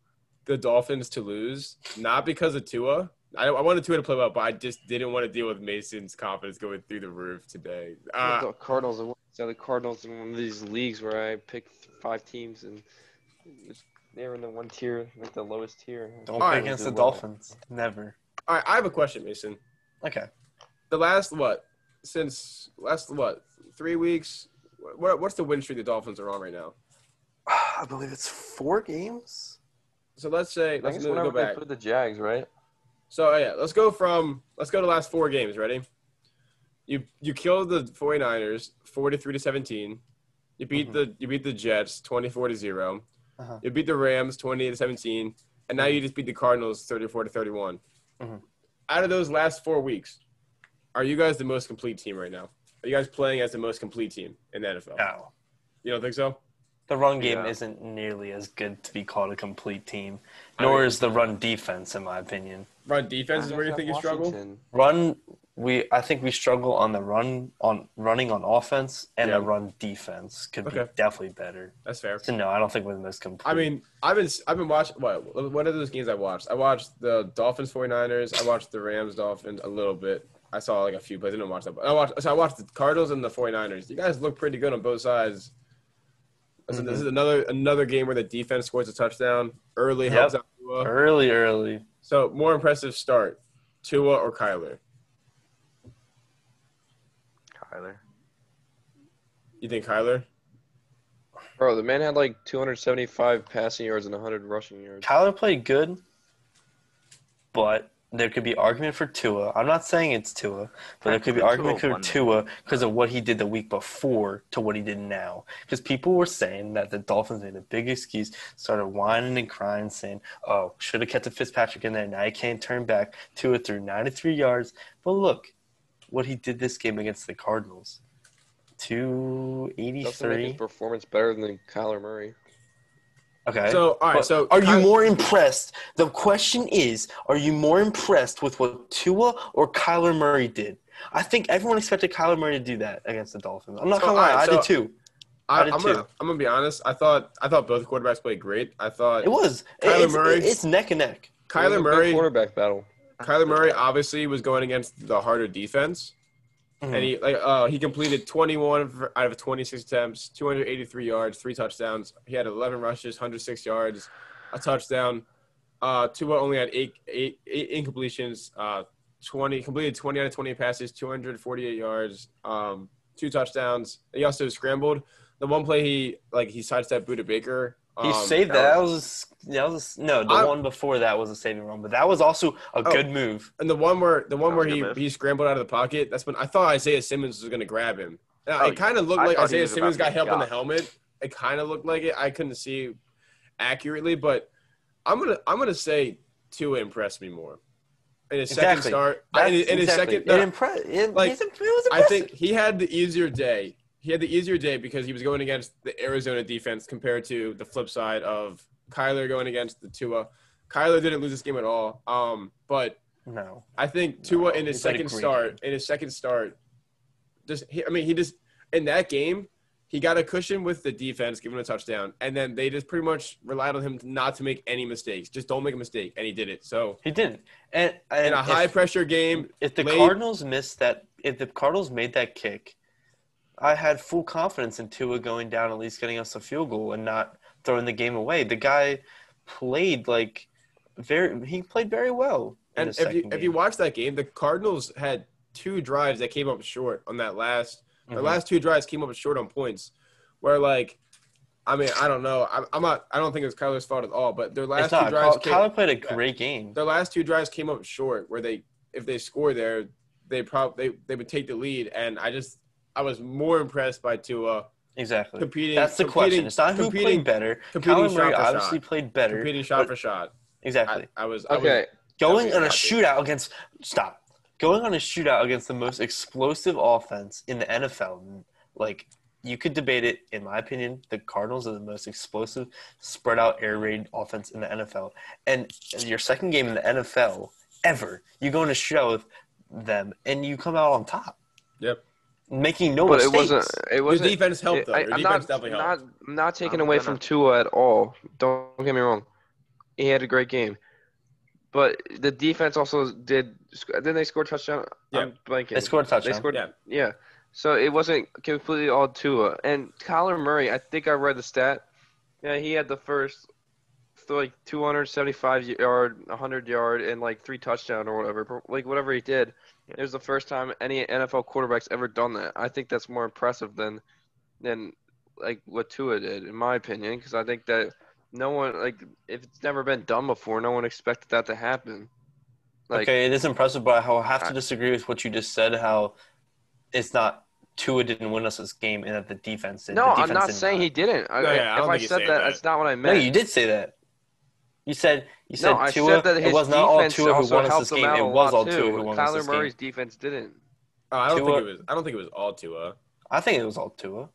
Speaker 1: the Dolphins to lose not because of Tua. I, I wanted Tua to play well, but I just didn't want to deal with Mason's confidence going through the roof today. Uh,
Speaker 3: the Cardinals. are one- So the Cardinals in one of these leagues where I pick five teams and they're in the one tier, like the lowest tier.
Speaker 4: Don't
Speaker 1: All
Speaker 4: play
Speaker 1: right.
Speaker 4: against the
Speaker 3: Do well.
Speaker 4: Dolphins. Never.
Speaker 1: All right, I have a question, Mason.
Speaker 4: Okay.
Speaker 1: The last what? Since last what? Three weeks. What, what's the win streak the Dolphins are on right now?
Speaker 4: Ah, I believe it's four games.
Speaker 1: So let's say
Speaker 3: I
Speaker 1: let's
Speaker 3: guess
Speaker 1: move- go
Speaker 3: whenever they
Speaker 1: back.
Speaker 3: put the Jags, right?
Speaker 1: So uh, yeah, let's go from let's go to the last four games. Ready? You you killed the 49ers 43 to 17. You beat
Speaker 4: Mhm.
Speaker 1: the you beat the Jets 24 to 0.
Speaker 4: Uh-huh.
Speaker 1: You beat the Rams 28 to 17 and now you just beat the Cardinals 34 to 31.
Speaker 4: Mhm.
Speaker 1: Out of those last 4 weeks, are you guys the most complete team right now? Are you guys playing as the most complete team in the NFL?
Speaker 4: No.
Speaker 1: You don't think so?
Speaker 4: The run game
Speaker 2: Yeah.
Speaker 4: isn't nearly as good to be called a complete team,
Speaker 1: I
Speaker 4: nor
Speaker 1: mean-
Speaker 4: is the run defense, in my opinion.
Speaker 1: Run defense is where you think you struggle?
Speaker 3: Washington.
Speaker 4: Run, we I think we struggle on the run on running on offense, and the
Speaker 1: Yeah.
Speaker 4: run defense could be
Speaker 1: Okay.
Speaker 4: definitely better.
Speaker 1: That's fair.
Speaker 4: So no, I don't think we're the most complete.
Speaker 1: I mean, I've been I've been watching what what are those games I watched? I watched the Dolphins 49ers, I watched the Rams Dolphins a little bit. I saw like a few plays. I didn't watch that. But I watched so I watched the Cardinals and the 49ers. You guys look pretty good on both sides. This is- This is
Speaker 4: Mm-hmm.
Speaker 1: another another game where the defense scores a touchdown early
Speaker 4: Yep.
Speaker 1: helps out Tua.
Speaker 4: early, early.
Speaker 1: So more impressive start, Tua or Kyler?
Speaker 2: Kyler.
Speaker 1: You think Kyler?
Speaker 3: Bro, the man had like 275 passing yards and 100 rushing yards.
Speaker 4: Kyler played good, but there could be argument for Tua. I'm not saying it's Tua, but there could be
Speaker 2: Tua
Speaker 4: argument for
Speaker 2: won.
Speaker 4: Tua because of what he did the week before to what he did now. Because people were saying that the Dolphins made a big excuse, started whining and crying, saying, "Oh, should have kept the Fitzpatrick in there. Now he can't turn back." Tua threw 93 yards, but look what he did this game against the Cardinals.
Speaker 3: Doesn't make his
Speaker 4: 283.
Speaker 3: performance better than Kyler Murray.
Speaker 4: Okay.
Speaker 1: So all right,
Speaker 4: But
Speaker 1: so
Speaker 4: are you
Speaker 1: Ky-
Speaker 4: more impressed? The question is, are you more impressed with what Tua or Kyler Murray did? I think everyone expected Kyler Murray to do that against the Dolphins. I'm not
Speaker 1: So,
Speaker 4: gonna lie,
Speaker 1: alright,
Speaker 4: I
Speaker 1: so-
Speaker 4: did too.
Speaker 1: I,
Speaker 4: I did
Speaker 1: I'm gonna
Speaker 4: too.
Speaker 1: I'm gonna be honest. I thought I thought both quarterbacks played great. I thought
Speaker 4: It was
Speaker 1: Kyler
Speaker 4: it's,
Speaker 1: Murray-
Speaker 4: It's neck and neck.
Speaker 3: It was a
Speaker 1: Kyler
Speaker 3: good
Speaker 1: Murray
Speaker 3: quarterback battle.
Speaker 1: Kyler Murray obviously was going against the harder defense, and he like uh, he completed 21 for- out of 26 attempts, 283 yards, three touchdowns. He had 11 rushes, 106 yards, a touchdown. Uh, Tua only had eight eight, eight incompletions, uh, 20 completed 20 out of 20 passes, 248 yards, um, two touchdowns. He also scrambled. The one play he like he sidestepped Buda Baker.
Speaker 4: He
Speaker 1: um,
Speaker 4: saved that. That was, that was, a s- no the
Speaker 1: I-
Speaker 4: one before that was a saving run, but that was also a
Speaker 1: Oh.
Speaker 4: good move.
Speaker 1: And the one where the one
Speaker 2: That
Speaker 1: where
Speaker 2: was a
Speaker 1: he,
Speaker 2: good move.
Speaker 1: he scrambled out of the pocket, that's when I thought Isaiah Simmons was going to grab him. Now,
Speaker 2: Oh,
Speaker 1: it kind of looked
Speaker 2: I
Speaker 1: like
Speaker 2: thought
Speaker 1: Isaiah
Speaker 2: he was about
Speaker 1: Simmons
Speaker 2: to
Speaker 1: got
Speaker 2: get
Speaker 1: help on the
Speaker 2: got.
Speaker 1: helmet. It kind of looked like it. I couldn't see accurately, but I'm gonna I'm gonna say Tua impressed me more. in his second
Speaker 4: Exactly.
Speaker 1: start,
Speaker 4: That's
Speaker 1: in, his- in his
Speaker 4: exactly-
Speaker 1: second, no,
Speaker 4: it impressed. It,
Speaker 1: like,
Speaker 4: he's, it was
Speaker 1: I
Speaker 4: impressive.
Speaker 1: think he had the easier day. He had the easier day because he was going against the Arizona defense compared to the flip side of Kyler going against the Tua. Kyler didn't lose this game at all. Um, but
Speaker 4: no.
Speaker 1: I think Tua in his
Speaker 4: he's had a
Speaker 1: second
Speaker 4: great
Speaker 1: start, in his second start, just he, I mean, he just in that game he got a cushion with the defense, giving him a touchdown, and then they just pretty much relied on him not to make any mistakes. Just don't make a mistake, and he did it. So
Speaker 4: He didn't. And,
Speaker 1: in
Speaker 4: and
Speaker 1: a
Speaker 4: if-
Speaker 1: high pressure game,
Speaker 4: If the
Speaker 1: late-
Speaker 4: Cardinals missed that, if the Cardinals made that kick, I had full confidence in Tua going down at least getting us a field goal and not throwing the game away. The guy played like very. He played very well.
Speaker 1: And
Speaker 4: in the
Speaker 1: if you
Speaker 4: second
Speaker 1: if you
Speaker 4: game.
Speaker 1: watch that game, the Cardinals had two drives that came up short on that last. The
Speaker 4: Mhm.
Speaker 1: last two drives came up short on points, where like, I mean, I don't know. I'm, I'm not. I don't think it was Kyler's fault at all. But their last
Speaker 4: it's
Speaker 1: two
Speaker 4: not.
Speaker 1: drives,
Speaker 4: Ky-
Speaker 1: came,
Speaker 4: Kyler played a great game.
Speaker 1: their last two drives came up short. Where they, if they score there, they probably they, they would take the lead. And I just, I was more impressed by Tua
Speaker 4: Exactly.
Speaker 1: competing.
Speaker 4: That's the
Speaker 1: competing-
Speaker 4: question. It's not who
Speaker 1: competing,
Speaker 4: played better.
Speaker 1: competing
Speaker 4: Kyler Murray
Speaker 1: shot for
Speaker 4: obviously
Speaker 1: shot.
Speaker 4: played better.
Speaker 1: competing shot
Speaker 4: but-
Speaker 1: for shot.
Speaker 4: Exactly.
Speaker 1: I, I was I was
Speaker 3: Okay,
Speaker 4: Going
Speaker 1: That'd
Speaker 4: on
Speaker 1: be
Speaker 4: a
Speaker 1: happy.
Speaker 4: shootout against stop. Going on a shootout against the most explosive offense in the NFL. Like you could debate it. In my opinion, the Cardinals are the most explosive spread out air raid offense in the NFL. And your second game in the NFL ever, you go in a shootout with them and you come out on top,
Speaker 1: Yep.
Speaker 4: making no
Speaker 3: Oh, but it
Speaker 4: mistakes.
Speaker 3: wasn't. It
Speaker 1: Your
Speaker 3: wasn't.
Speaker 1: defense helped though.
Speaker 3: I,
Speaker 1: Your
Speaker 3: am
Speaker 1: defense
Speaker 3: not,
Speaker 1: definitely helped.
Speaker 3: not, I'm not taking
Speaker 2: I'm
Speaker 3: away
Speaker 2: gonna-
Speaker 3: from Tua at all. Don't get me wrong. He had a great game, but the defense also did. sc- Didn't they score a touchdown?
Speaker 1: Yeah.
Speaker 3: I'm blanking.
Speaker 4: They scored a touchdown.
Speaker 3: They scored.
Speaker 1: Yeah.
Speaker 3: Yeah. So it wasn't completely all Tua and Kyler Murray. I think I read the stat. Yeah, he had the first th- like 275 yard, 100 yard, and like three touchdown or whatever. Like whatever he did,
Speaker 2: Yeah.
Speaker 3: it was the first time any NFL quarterback's ever done that. I think that's more impressive than than like what Tua did, in my opinion, because I think that no one like if it's never been done before, no one expected that to happen. Like
Speaker 4: okay, it is impressive, but I will have to disagree with what you just said. How it's not Tua didn't win us this game, and that the defense did.
Speaker 3: No,
Speaker 4: The
Speaker 3: I'm
Speaker 4: defense uh,
Speaker 3: not
Speaker 4: did
Speaker 3: saying he didn't. I,
Speaker 1: No, yeah, I
Speaker 3: if
Speaker 1: don't
Speaker 3: I,
Speaker 1: think he's
Speaker 3: said
Speaker 1: saying
Speaker 3: that,
Speaker 1: that.
Speaker 3: that's not what I
Speaker 4: No,
Speaker 3: meant.
Speaker 4: you did say that. You said you said
Speaker 3: no, I
Speaker 4: Tua.
Speaker 3: said that his
Speaker 4: it was not all
Speaker 3: defense
Speaker 4: Tua who
Speaker 3: also
Speaker 4: won us
Speaker 3: helped
Speaker 4: this
Speaker 3: him
Speaker 4: game.
Speaker 3: out
Speaker 4: It
Speaker 3: a
Speaker 4: was
Speaker 3: lot,
Speaker 4: all
Speaker 3: too.
Speaker 4: Tua who won us this
Speaker 3: Kyler Murray's
Speaker 4: game.
Speaker 3: defense didn't.
Speaker 1: Oh, I don't
Speaker 4: Tua-
Speaker 1: think it was. I don't think it was all Tua.
Speaker 4: I think it was all Tua.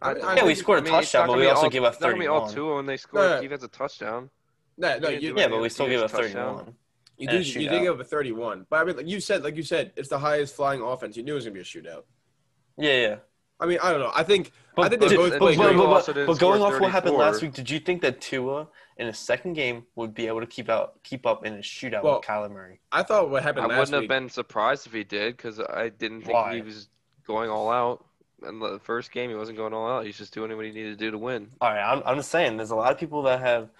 Speaker 1: I- I-
Speaker 4: Yeah, we scored a
Speaker 3: I mean, it's
Speaker 4: touchdown, but
Speaker 3: not gonna
Speaker 4: we
Speaker 3: be
Speaker 4: also
Speaker 3: all-
Speaker 4: gave up
Speaker 3: It's not gonna be all
Speaker 4: 31.
Speaker 3: two when they score
Speaker 1: No, no.
Speaker 3: a defense a touchdown.
Speaker 1: No, no, you,
Speaker 3: Yeah,
Speaker 4: Yeah, but we still
Speaker 3: He
Speaker 4: gave up
Speaker 3: gets a touchdown.
Speaker 4: 31.
Speaker 1: you
Speaker 4: and a
Speaker 1: did. You did
Speaker 4: shootout.
Speaker 1: give up a thirty-one, but I mean, like you said, like you said, it's the highest flying offense. You knew it was gonna be a shootout.
Speaker 4: Yeah, yeah.
Speaker 1: I mean, I don't know. I think
Speaker 4: But,
Speaker 1: I think they
Speaker 4: dude,
Speaker 1: both
Speaker 4: but,
Speaker 1: played
Speaker 4: but-
Speaker 1: great.
Speaker 4: but-
Speaker 3: Also
Speaker 4: but
Speaker 3: didn't
Speaker 4: going
Speaker 3: score
Speaker 4: off what happened
Speaker 3: 34.
Speaker 4: last week, did you think that Tua in his second game would be able to keep out keep up in a shootout
Speaker 1: Well,
Speaker 4: with Kyler Murray?
Speaker 1: I thought what happened
Speaker 3: I
Speaker 1: last
Speaker 3: wouldn't
Speaker 1: week.
Speaker 3: have been surprised if he did because I didn't think
Speaker 4: Why?
Speaker 3: he was going all out. In the first game, he wasn't going all out. He's just doing what he needed to do to win.
Speaker 4: All right, I'm, I'm just saying, there's a lot of people that have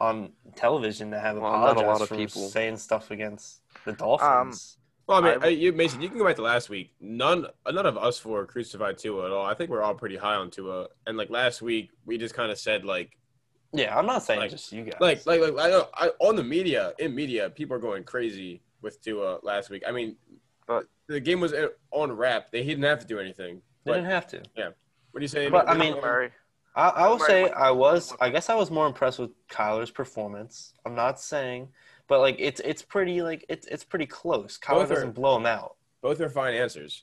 Speaker 4: on television that have
Speaker 3: Well, not a lot
Speaker 4: apologized
Speaker 3: of
Speaker 4: for
Speaker 3: people.
Speaker 4: saying stuff against the
Speaker 1: Um,
Speaker 4: Dolphins.
Speaker 1: well, I mean,
Speaker 2: I-
Speaker 1: I- you, Mason, you can go back to last week. None, none of us four crucified Tua at all. I think we're all pretty high on Tua. And like last week, we just kind of said like,
Speaker 4: yeah, I'm not saying
Speaker 1: Like-
Speaker 4: just you guys.
Speaker 1: like, like, like, I, know- I on the media, in media, people are going crazy with Tua last week. I mean,
Speaker 2: But-
Speaker 1: the game was uh, on wrap. They he didn't have to do anything.
Speaker 4: they
Speaker 1: But
Speaker 4: didn't have to.
Speaker 1: what do you say?
Speaker 4: But, I mean-
Speaker 2: Murray.
Speaker 4: I, I will
Speaker 2: Right.
Speaker 4: say I was. I guess I was more impressed with Kyler's performance. I'm not saying, but like it's it's pretty like it's it's pretty close. Kyler
Speaker 1: Both are-
Speaker 4: doesn't blow him out.
Speaker 1: both are fine answers.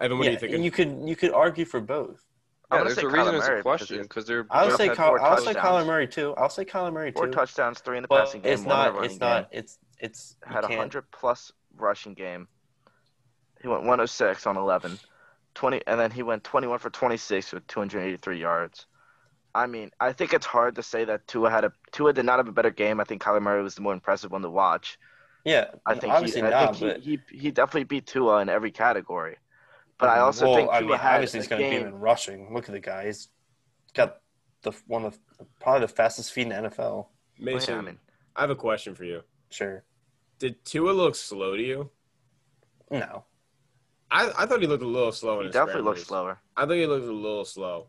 Speaker 1: Evan, what
Speaker 4: yeah,
Speaker 1: are you thinking?
Speaker 4: and you could you could argue for both.
Speaker 2: I'm
Speaker 3: Yeah,
Speaker 2: gonna
Speaker 3: there's
Speaker 2: say
Speaker 3: a
Speaker 2: Kyler
Speaker 3: reason it's
Speaker 2: Murray because he
Speaker 3: a question
Speaker 2: has
Speaker 3: because they're.
Speaker 4: I
Speaker 2: Both
Speaker 4: would say
Speaker 2: had
Speaker 4: Kyle,
Speaker 2: four
Speaker 4: I would say Kyler
Speaker 2: touchdowns.
Speaker 4: Murray too. I'll say Kyler Murray
Speaker 2: Four
Speaker 4: too.
Speaker 2: touchdowns, three in the
Speaker 4: But
Speaker 2: passing game,
Speaker 4: it's
Speaker 2: one in the
Speaker 4: not.
Speaker 2: running
Speaker 4: It's not.
Speaker 2: game.
Speaker 4: It's it's you
Speaker 2: Had a
Speaker 4: can't-
Speaker 2: hundred plus rushing game. He went 106 on 11, 20, and then he went 21 for 26 with 283 yards. I mean, I think it's hard to say that Tua had a Tua did not have a better game. I think Kyler Murray was the more impressive one to watch.
Speaker 4: Yeah,
Speaker 2: I think
Speaker 4: obviously
Speaker 2: he, I
Speaker 4: not.
Speaker 2: think
Speaker 4: but Mm-hmm.
Speaker 2: he, he he definitely beat Tua in every category. But I also
Speaker 4: well,
Speaker 2: think Tua
Speaker 4: I mean,
Speaker 2: had
Speaker 4: obviously
Speaker 2: a
Speaker 4: he's going to beat
Speaker 2: game.
Speaker 4: him in rushing. Look at the guy; he's got the one of probably the fastest feet in the NFL.
Speaker 2: Well, yeah,
Speaker 1: Mason,
Speaker 2: I mean,
Speaker 1: I have a question for you.
Speaker 4: Sure,
Speaker 1: Did Tua look slow to you?
Speaker 4: no,
Speaker 1: I, I thought he looked a little slow. in
Speaker 2: he
Speaker 1: his
Speaker 2: definitely looked
Speaker 1: scrambles.
Speaker 2: slower.
Speaker 1: I think he looked a little slow.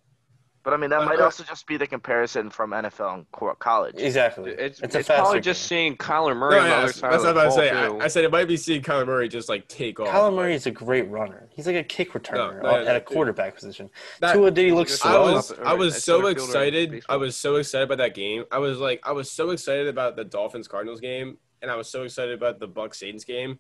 Speaker 2: But I mean, that
Speaker 1: Uh,
Speaker 2: might
Speaker 1: uh,
Speaker 2: also just be the comparison from NFL and co- college.
Speaker 4: exactly.
Speaker 3: It's,
Speaker 4: It's
Speaker 3: it's,
Speaker 4: a
Speaker 3: probably
Speaker 4: faster
Speaker 3: just
Speaker 4: game.
Speaker 3: seeing Kyler
Speaker 1: No,
Speaker 3: Murray on the
Speaker 1: yeah,
Speaker 3: other
Speaker 1: that's,
Speaker 3: side
Speaker 1: that's
Speaker 3: of
Speaker 1: what
Speaker 3: the
Speaker 1: I was
Speaker 3: ball
Speaker 1: saying.
Speaker 3: too.
Speaker 1: I, I said it might be seeing Kyler Murray just like take off.
Speaker 4: Kyler Murray is a great runner. He's like a kick returner
Speaker 1: no,
Speaker 4: at
Speaker 1: no,
Speaker 4: a
Speaker 1: dude.
Speaker 4: quarterback position.
Speaker 1: That-
Speaker 4: Tua did he look
Speaker 3: I
Speaker 1: I
Speaker 4: slow?
Speaker 1: was I
Speaker 3: It's
Speaker 1: was
Speaker 3: center
Speaker 1: so
Speaker 3: field or
Speaker 1: excited.
Speaker 3: baseball.
Speaker 1: I was so excited about that game. I was like I was so excited about the Dolphins Cardinals game, and I was so excited about the Bucks Saints game,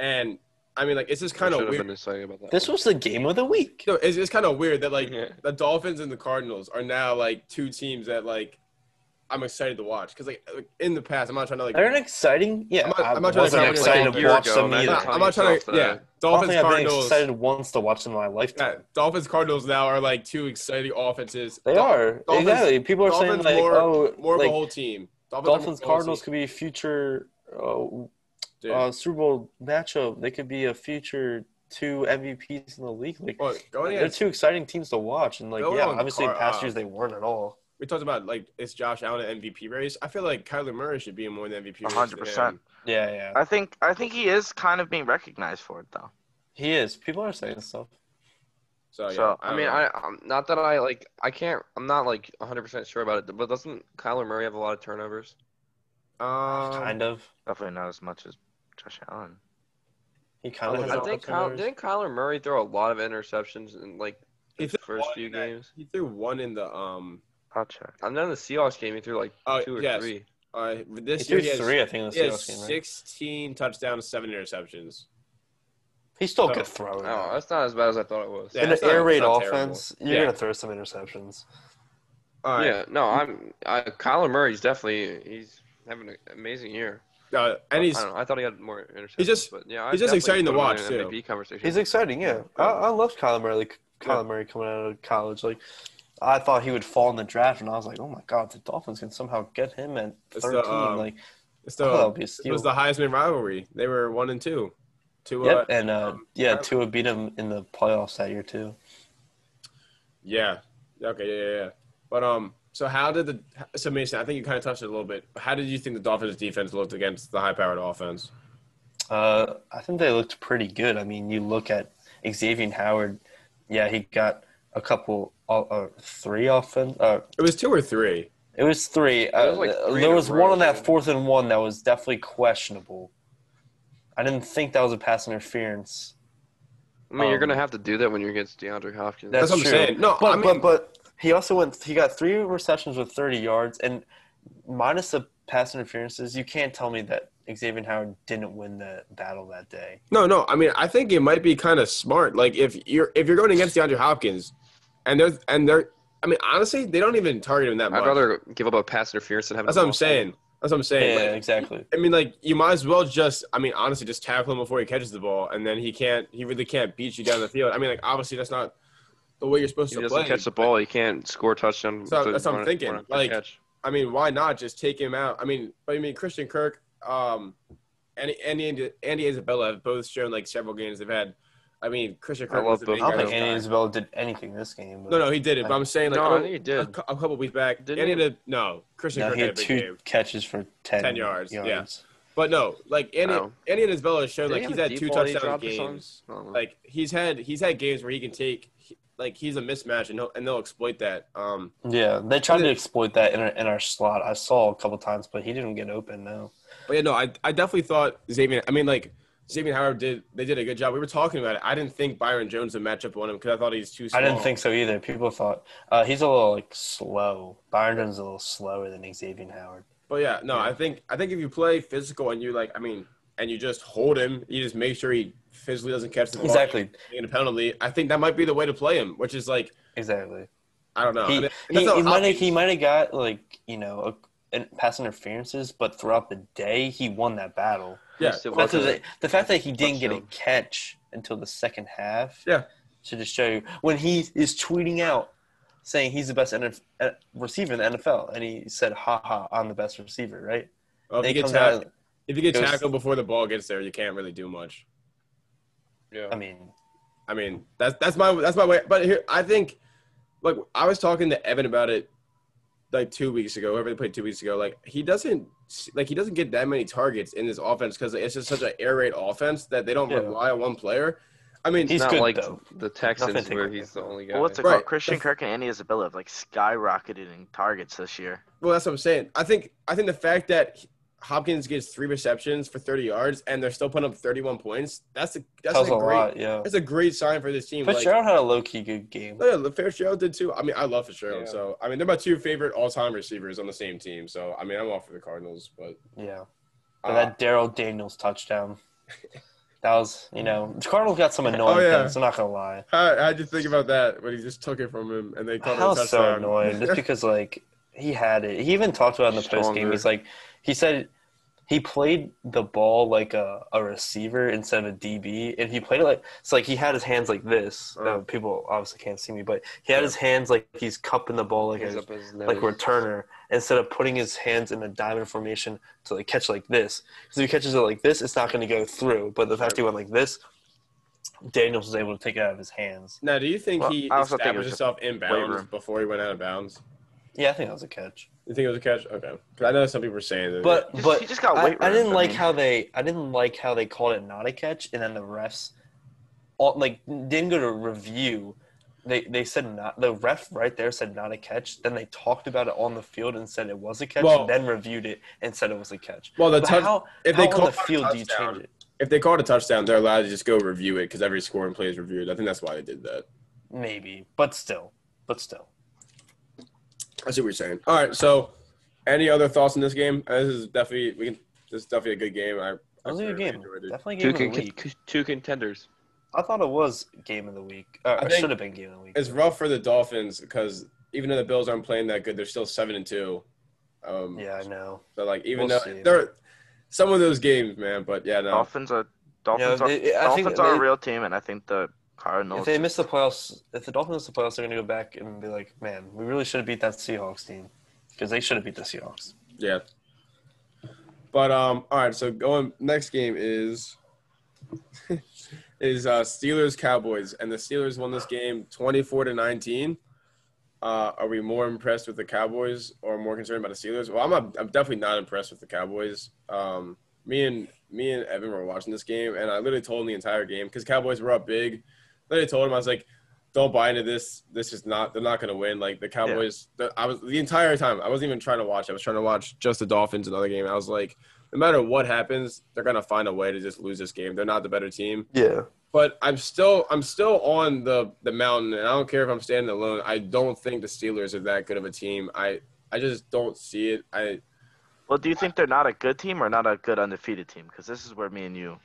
Speaker 1: and I mean like it's just
Speaker 3: I
Speaker 1: kind of
Speaker 3: should've
Speaker 1: weird.
Speaker 3: been excited about that.
Speaker 4: This
Speaker 3: one.
Speaker 4: was the game of the week.
Speaker 1: No, it's, it's kind of weird that like
Speaker 3: Yeah.
Speaker 1: the Dolphins and the Cardinals are now like two teams that like I'm excited to watch because like like, in the past I'm not trying to like
Speaker 4: They're an exciting. Yeah,
Speaker 1: I'm not-
Speaker 4: I
Speaker 1: I'm not trying to
Speaker 4: wasn't
Speaker 1: sound like a
Speaker 4: excited to
Speaker 3: year
Speaker 4: watch
Speaker 3: ago,
Speaker 4: them
Speaker 3: man.
Speaker 4: either.
Speaker 1: Nah,
Speaker 3: telling
Speaker 1: I'm not trying
Speaker 3: yourself
Speaker 1: to
Speaker 3: that.
Speaker 1: yeah
Speaker 4: I don't
Speaker 1: Dolphins
Speaker 4: think I've been
Speaker 1: Cardinals
Speaker 4: excited once to watch them in my lifetime.
Speaker 1: yeah, Dolphins Cardinals now are like two exciting offenses
Speaker 4: They
Speaker 1: Dol-
Speaker 4: are
Speaker 1: Dolphins-
Speaker 4: exactly. People are
Speaker 1: Dolphins
Speaker 4: saying like,
Speaker 1: more
Speaker 4: oh,
Speaker 1: more
Speaker 4: like,
Speaker 1: of a whole team Dolphins, are
Speaker 4: Dolphins
Speaker 1: more of a whole
Speaker 4: Cardinals
Speaker 1: team.
Speaker 4: could be a future uh,
Speaker 1: Dude.
Speaker 4: uh, Super Bowl matchup. They could be a future two MVPs in the league. Like
Speaker 1: Well, going
Speaker 4: they're
Speaker 1: against,
Speaker 4: two exciting teams to watch. And like
Speaker 1: Go
Speaker 4: yeah,
Speaker 1: on,
Speaker 4: obviously
Speaker 1: Car-
Speaker 4: past
Speaker 1: uh,
Speaker 4: years they weren't at all.
Speaker 1: we talked about like it's Josh Allen an MVP race. I feel like Kyler Murray should be in more than MVP race. than
Speaker 2: 100%.
Speaker 1: him.
Speaker 4: Yeah, yeah,
Speaker 2: I think I think he is kind of being recognized for it though.
Speaker 4: he is. People are saying stuff.
Speaker 1: So yeah,
Speaker 2: So,
Speaker 1: don't
Speaker 3: I mean,
Speaker 1: know.
Speaker 3: I I'm not that I like. I can't. I'm not like 100 percent sure about it. But doesn't Kyler Murray have a lot of turnovers?
Speaker 1: Um,
Speaker 4: kind of.
Speaker 2: Definitely not as much as Josh Allen.
Speaker 4: He kind
Speaker 1: I'll
Speaker 4: of
Speaker 1: look
Speaker 4: has.
Speaker 1: it
Speaker 3: I
Speaker 1: up.
Speaker 4: a
Speaker 3: think
Speaker 4: think
Speaker 3: Kyle, didn't Kyler Murray throw a lot of interceptions in like
Speaker 1: He
Speaker 3: the
Speaker 1: threw
Speaker 3: first
Speaker 1: one
Speaker 3: few
Speaker 1: in that-
Speaker 3: games?
Speaker 1: he threw one in the um.
Speaker 2: I'll check.
Speaker 3: I'm not in the Seahawks game. He threw like
Speaker 1: Oh,
Speaker 3: two or
Speaker 1: yes.
Speaker 3: three.
Speaker 1: Uh,
Speaker 4: he
Speaker 1: this
Speaker 4: threw
Speaker 1: year he has,
Speaker 4: three, I think, in the
Speaker 1: he has
Speaker 4: Seahawks game. Right?
Speaker 1: 16 touchdowns, seven interceptions.
Speaker 4: He still
Speaker 1: Oh.
Speaker 4: could throw it.
Speaker 3: Oh, that's not as bad as I thought it was.
Speaker 1: Yeah,
Speaker 4: in an
Speaker 1: it's not-
Speaker 4: air
Speaker 1: it's
Speaker 4: raid
Speaker 1: not terrible.
Speaker 4: offense, you're
Speaker 1: Yeah.
Speaker 4: gonna throw some interceptions.
Speaker 1: All right.
Speaker 3: Yeah, no, I'm. I, Kyler Murray's definitely he's having an amazing year.
Speaker 1: Uh, and he's
Speaker 3: I, don't know, I thought he had more interceptions.
Speaker 1: he's just-
Speaker 3: but yeah, I
Speaker 1: he's just
Speaker 3: definitely
Speaker 1: exciting to
Speaker 3: put him in
Speaker 1: watch,
Speaker 3: an
Speaker 1: too.
Speaker 3: MVP conversation.
Speaker 4: He's exciting, yeah. I, I loved Kyler Murray. Like, Kyler Murray coming out of college, like I thought he would fall in the draft, and I was like, oh my god, the Dolphins can somehow get him at
Speaker 1: It's
Speaker 4: thirteen.
Speaker 1: the, um,
Speaker 4: like,
Speaker 1: it's
Speaker 4: I thought that would
Speaker 1: the,
Speaker 4: be a
Speaker 1: it
Speaker 4: steal.
Speaker 1: was the Heisman rivalry. They were one and two. Two.
Speaker 4: yep,
Speaker 1: Uh,
Speaker 4: and uh, yeah,
Speaker 1: Kyler-
Speaker 4: Tua beat him in the playoffs that year too.
Speaker 1: yeah. Okay. Yeah, yeah. Yeah. But um. So how did the so Mason? I think you kind of touched it a little bit. How did you think the Dolphins' defense looked against the high-powered offense?
Speaker 4: Uh, I think they looked pretty good. I mean, you look at Xavier Howard. Yeah, he got a couple, uh, uh, three offense. Uh,
Speaker 1: It was two or three.
Speaker 4: It was three.
Speaker 3: was,
Speaker 4: Uh,
Speaker 3: like, three
Speaker 4: there
Speaker 3: in a
Speaker 4: was
Speaker 3: row,
Speaker 4: one on that
Speaker 3: dude.
Speaker 4: fourth and one that was definitely questionable. I didn't think that was a pass interference.
Speaker 3: I mean, you're
Speaker 4: um,
Speaker 3: gonna have to do that when you're against DeAndre Hopkins.
Speaker 1: That's,
Speaker 4: That's
Speaker 1: what I'm
Speaker 4: true.
Speaker 1: saying. No,
Speaker 4: But
Speaker 1: I mean,
Speaker 4: but but he also went. He got three receptions with thirty yards, and minus the pass interferences, you can't tell me that Xavier Howard didn't win the battle that day.
Speaker 1: No, no. I mean, I think it might be kind of smart. Like if you're if you're going against DeAndre Hopkins, and they're and they're. I mean, honestly, they don't even target him that much.
Speaker 3: I'd rather give up a pass interference than have.
Speaker 1: That's
Speaker 3: an
Speaker 1: what I'm
Speaker 3: offense.
Speaker 1: saying. That's what I'm saying.
Speaker 4: yeah,
Speaker 1: Like,
Speaker 4: exactly.
Speaker 1: I mean, like you might as well just. I mean, honestly, just tackle him before he catches the ball, and then he can't. He really can't beat you down the field. I mean, like obviously that's not the way you're supposed
Speaker 3: If
Speaker 1: to
Speaker 3: he doesn't
Speaker 1: play.
Speaker 3: catch the ball, he can't score a touchdown.
Speaker 1: So,
Speaker 3: with the
Speaker 1: that's what I'm
Speaker 3: run-
Speaker 1: thinking,
Speaker 3: run after
Speaker 1: like-
Speaker 3: catch.
Speaker 1: I mean, why not just take him out? I mean, but I mean, Christian Kirk, um, and Andy and Andy Isabella have both shown like several games they've had. I mean, Christian
Speaker 3: I
Speaker 1: Kirk.
Speaker 3: love
Speaker 1: was the
Speaker 3: both
Speaker 1: main
Speaker 4: I don't
Speaker 1: guy.
Speaker 4: think Andy Isabella did anything this game. But
Speaker 1: No, no, he did it. But I'm saying like
Speaker 3: no,
Speaker 1: I
Speaker 3: I
Speaker 1: don't-
Speaker 3: think he did.
Speaker 1: a, cou- a couple weeks back,
Speaker 3: Didn't
Speaker 1: Andy
Speaker 3: he?
Speaker 1: did no Christian
Speaker 4: No,
Speaker 1: Kirk
Speaker 4: he
Speaker 1: had a
Speaker 4: had
Speaker 1: big
Speaker 4: two
Speaker 1: game.
Speaker 4: catches for 10,
Speaker 1: 10 yards,
Speaker 4: yards.
Speaker 1: yeah. But no, like Andy,
Speaker 3: Oh.
Speaker 1: Andy and Isabella showed
Speaker 3: Did
Speaker 1: like
Speaker 3: he
Speaker 1: he's
Speaker 3: have a
Speaker 1: had
Speaker 3: deep
Speaker 1: two
Speaker 3: ball he
Speaker 1: touchdown
Speaker 3: dropped or something?
Speaker 1: games.
Speaker 3: I don't know.
Speaker 1: Like he's had he's had games where he can take he- like he's a mismatch and he'll, and they'll exploit that. Um,
Speaker 4: Yeah, they tried
Speaker 1: And
Speaker 4: to
Speaker 1: it-
Speaker 4: exploit that in our, in our slot. I saw a couple times, but he didn't get open. No,
Speaker 1: but Oh, yeah, no, I I definitely thought Xavier. I mean, like Xavier Howard did they did a good job. We were talking about it. I didn't think Byron Jones would match up on him because I thought he's too.
Speaker 4: I
Speaker 1: Small.
Speaker 4: didn't think so either. People thought uh, he's a little like slow. Byron Jones is a little slower than Xavier Howard.
Speaker 1: But yeah, no, I think I think if you play physical and you like, I mean, and you just hold him, you just make sure he physically doesn't catch the ball.
Speaker 4: Exactly,
Speaker 1: in a penalty. I think that might be the way to play him, which is like
Speaker 4: exactly.
Speaker 1: I don't know.
Speaker 4: He
Speaker 1: And that's
Speaker 4: he,
Speaker 1: not
Speaker 4: he might have
Speaker 1: obvious.
Speaker 4: he might have got like you know a, an pass interferences, but throughout the day he won that battle.
Speaker 1: yeah.
Speaker 3: Still
Speaker 4: The fact,
Speaker 3: wasn't
Speaker 4: that, the fact that he didn't get a
Speaker 3: Touchdown.
Speaker 4: catch until the second half.
Speaker 1: Yeah.
Speaker 4: Should just show you when he is tweeting out saying he's the best NF, uh, receiver in the NFL, and he said, "Ha ha, I'm the best receiver." Right?
Speaker 1: Well, if,
Speaker 4: And
Speaker 1: you
Speaker 4: he
Speaker 1: get
Speaker 4: comes out
Speaker 1: tack- if you get
Speaker 4: goes-
Speaker 1: tackled before the ball gets there, you can't really do much.
Speaker 3: Yeah.
Speaker 4: I mean,
Speaker 1: I mean, that's that's my that's my way. But here, I think, look, I was talking to Evan about it like two weeks ago. Whoever they played two weeks ago, like he doesn't like he doesn't get that many targets in this offense because it's just such an air raid offense that they don't
Speaker 4: Yeah.
Speaker 1: rely on one player. I mean,
Speaker 4: He's
Speaker 3: not
Speaker 4: good,
Speaker 3: like
Speaker 4: though.
Speaker 3: the Texans
Speaker 4: Nothing to
Speaker 3: where
Speaker 4: take
Speaker 3: he's the only guy.
Speaker 2: Well, what's it
Speaker 1: Right.
Speaker 2: called? Christian Kirk and Andy Isabella have like skyrocketed in targets this year.
Speaker 1: Well, that's what I'm saying. I think I think the fact that Hopkins gets three receptions for 30 yards and they're still putting up 31 points. That's a that's
Speaker 4: tells
Speaker 1: a
Speaker 4: a
Speaker 1: great
Speaker 4: lot. Yeah.
Speaker 1: that's a great sign for this team. Like,
Speaker 4: Fitzgerald had a low key good game.
Speaker 1: yeah, the Fitzgerald did too. I mean, I love Fitzgerald.
Speaker 3: Yeah.
Speaker 1: So I mean, they're my two favorite all-time receivers on the same team. So I mean, I'm all for the Cardinals, but
Speaker 4: Yeah. But
Speaker 1: Uh,
Speaker 4: that Daryl Daniels touchdown. That was, you know, the Cardinals got some annoying
Speaker 1: Oh, yeah.
Speaker 4: things. I'm not gonna lie.
Speaker 1: how how'd you think about that when he just took it from him and they called
Speaker 4: That
Speaker 1: it a
Speaker 4: was so
Speaker 1: touchdown?
Speaker 4: annoying. Just because like he had it. He even talked about it in the post game.
Speaker 3: Stronger.
Speaker 4: He's like, he said he played the ball like a, a receiver instead of a DB, and he played it like it's like he had his hands like this.
Speaker 1: Uh.
Speaker 4: Uh, people obviously can't see me, but he had his hands like he's cupping the ball like
Speaker 3: Hands
Speaker 4: a
Speaker 3: up his nose.
Speaker 4: like returner instead of putting his hands in a diamond formation to like catch like this. Because if he catches it like this, it's not going to go through. But the fact he went like this, Daniels was able to take it out of his hands.
Speaker 1: Now, do you think
Speaker 2: Well,
Speaker 1: he
Speaker 2: I also think it
Speaker 1: established
Speaker 2: was just
Speaker 1: himself in bounds
Speaker 2: room.
Speaker 1: before he went out of bounds?
Speaker 4: Yeah, I think that was a catch.
Speaker 1: You think it was a catch? Okay, because I know some people were saying that.
Speaker 4: But
Speaker 2: Just-
Speaker 4: but
Speaker 2: he just got
Speaker 4: I,
Speaker 2: weight
Speaker 4: I didn't
Speaker 2: room, I
Speaker 4: like
Speaker 2: mean.
Speaker 4: how they I didn't like how they called it not a catch, and then the refs all like didn't go to review. They they said not the ref right there said not a catch. Then they talked about it on the field and said it was a catch.
Speaker 1: Well-
Speaker 4: then reviewed it and said it was a catch.
Speaker 1: well, the
Speaker 4: But
Speaker 1: touch,
Speaker 4: how,
Speaker 1: if
Speaker 4: how
Speaker 1: they
Speaker 4: on
Speaker 1: call
Speaker 4: the
Speaker 1: it a
Speaker 4: field do you change
Speaker 1: touchdown,
Speaker 4: it?
Speaker 1: if they called a touchdown, they're allowed to just go review it because every scoring play is reviewed. I think that's why they did that.
Speaker 4: Maybe, but still, but still.
Speaker 1: I see what you're saying. All right, so any other thoughts on this game? Uh, This is definitely we can. This is definitely a good game. I, I
Speaker 4: That was a good
Speaker 1: really
Speaker 4: game.
Speaker 1: enjoyed it.
Speaker 4: Definitely
Speaker 3: two,
Speaker 4: game
Speaker 3: con-
Speaker 4: of the week.
Speaker 3: con- two contenders.
Speaker 4: I thought it was game of the week. Uh,
Speaker 1: I
Speaker 4: it
Speaker 1: think
Speaker 4: should have been game of the week.
Speaker 1: It's rough for the Dolphins because even though the Bills aren't playing that good, they're still seven and two. Um,
Speaker 4: Yeah, I know.
Speaker 1: So like even
Speaker 4: We'll
Speaker 1: though
Speaker 4: see.
Speaker 1: they're some of those games, man. But yeah, no.
Speaker 2: Dolphins are Dolphins
Speaker 4: Yeah,
Speaker 2: are
Speaker 4: they- I think
Speaker 2: Dolphins are
Speaker 4: they-
Speaker 2: a real team, and I think the Cardinals.
Speaker 4: If they miss the playoffs, if the Dolphins miss the playoffs, they're gonna go back and be like, "Man, we really should have beat that Seahawks team because they should have beat the Seahawks."
Speaker 1: Yeah. But um, all right. So going next game is is uh, Steelers Cowboys, and the Steelers won this game twenty four to nineteen. Uh, are we more impressed with the Cowboys or more concerned about the Steelers? Well, I'm not, I'm definitely not impressed with the Cowboys. Um, me and me and Evan were watching this game, and I literally told him the entire game because Cowboys were up big. Literally told him I was like, "Don't buy into this. This is not. They're not going to win." Like the Cowboys. The, I was the entire time. I wasn't even trying to watch. I was trying to watch just the Dolphins another game. I was like, no matter what happens, they're going to find a way to just lose this game. They're not the better team
Speaker 4: Yeah,
Speaker 1: but I'm still I'm still on the the mountain, and I don't care if I'm standing alone. I don't think the Steelers are that good of a team. I I just don't see it. I
Speaker 2: well, do you think they're not a good team or not a good undefeated team? Because this is where me and you.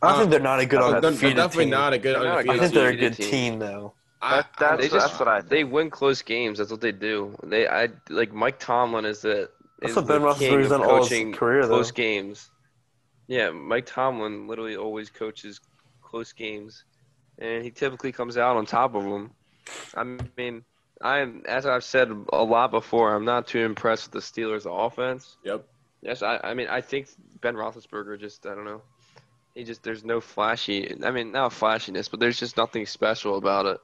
Speaker 4: I
Speaker 1: Uh,
Speaker 4: think they're not a good
Speaker 1: they're,
Speaker 2: I'm
Speaker 1: they're
Speaker 4: undefeated
Speaker 1: definitely
Speaker 4: team.
Speaker 1: not a good
Speaker 3: They're not a
Speaker 4: I
Speaker 1: undefeated
Speaker 4: think
Speaker 3: good
Speaker 1: team.
Speaker 4: they're a good
Speaker 3: team.
Speaker 4: team though.
Speaker 1: I-
Speaker 2: That- that's,
Speaker 3: They just-
Speaker 2: that's what I think.
Speaker 3: They win close games. That's what they do. They I like Mike Tomlin is the
Speaker 4: That's
Speaker 3: is
Speaker 4: what Ben
Speaker 3: the king
Speaker 4: Roethlisberger's
Speaker 3: of
Speaker 4: done all his
Speaker 3: coaching
Speaker 4: career though.
Speaker 3: close games. Yeah, Mike Tomlin literally always coaches close games, and he typically comes out on top of them. I mean, I'm as I've said a lot before. I'm not too impressed with the Steelers' offense.
Speaker 1: Yep.
Speaker 3: Yes, I, I mean I think Ben Roethlisberger just I don't know. He just there's no flashy. I mean not flashiness, but there's just nothing special about it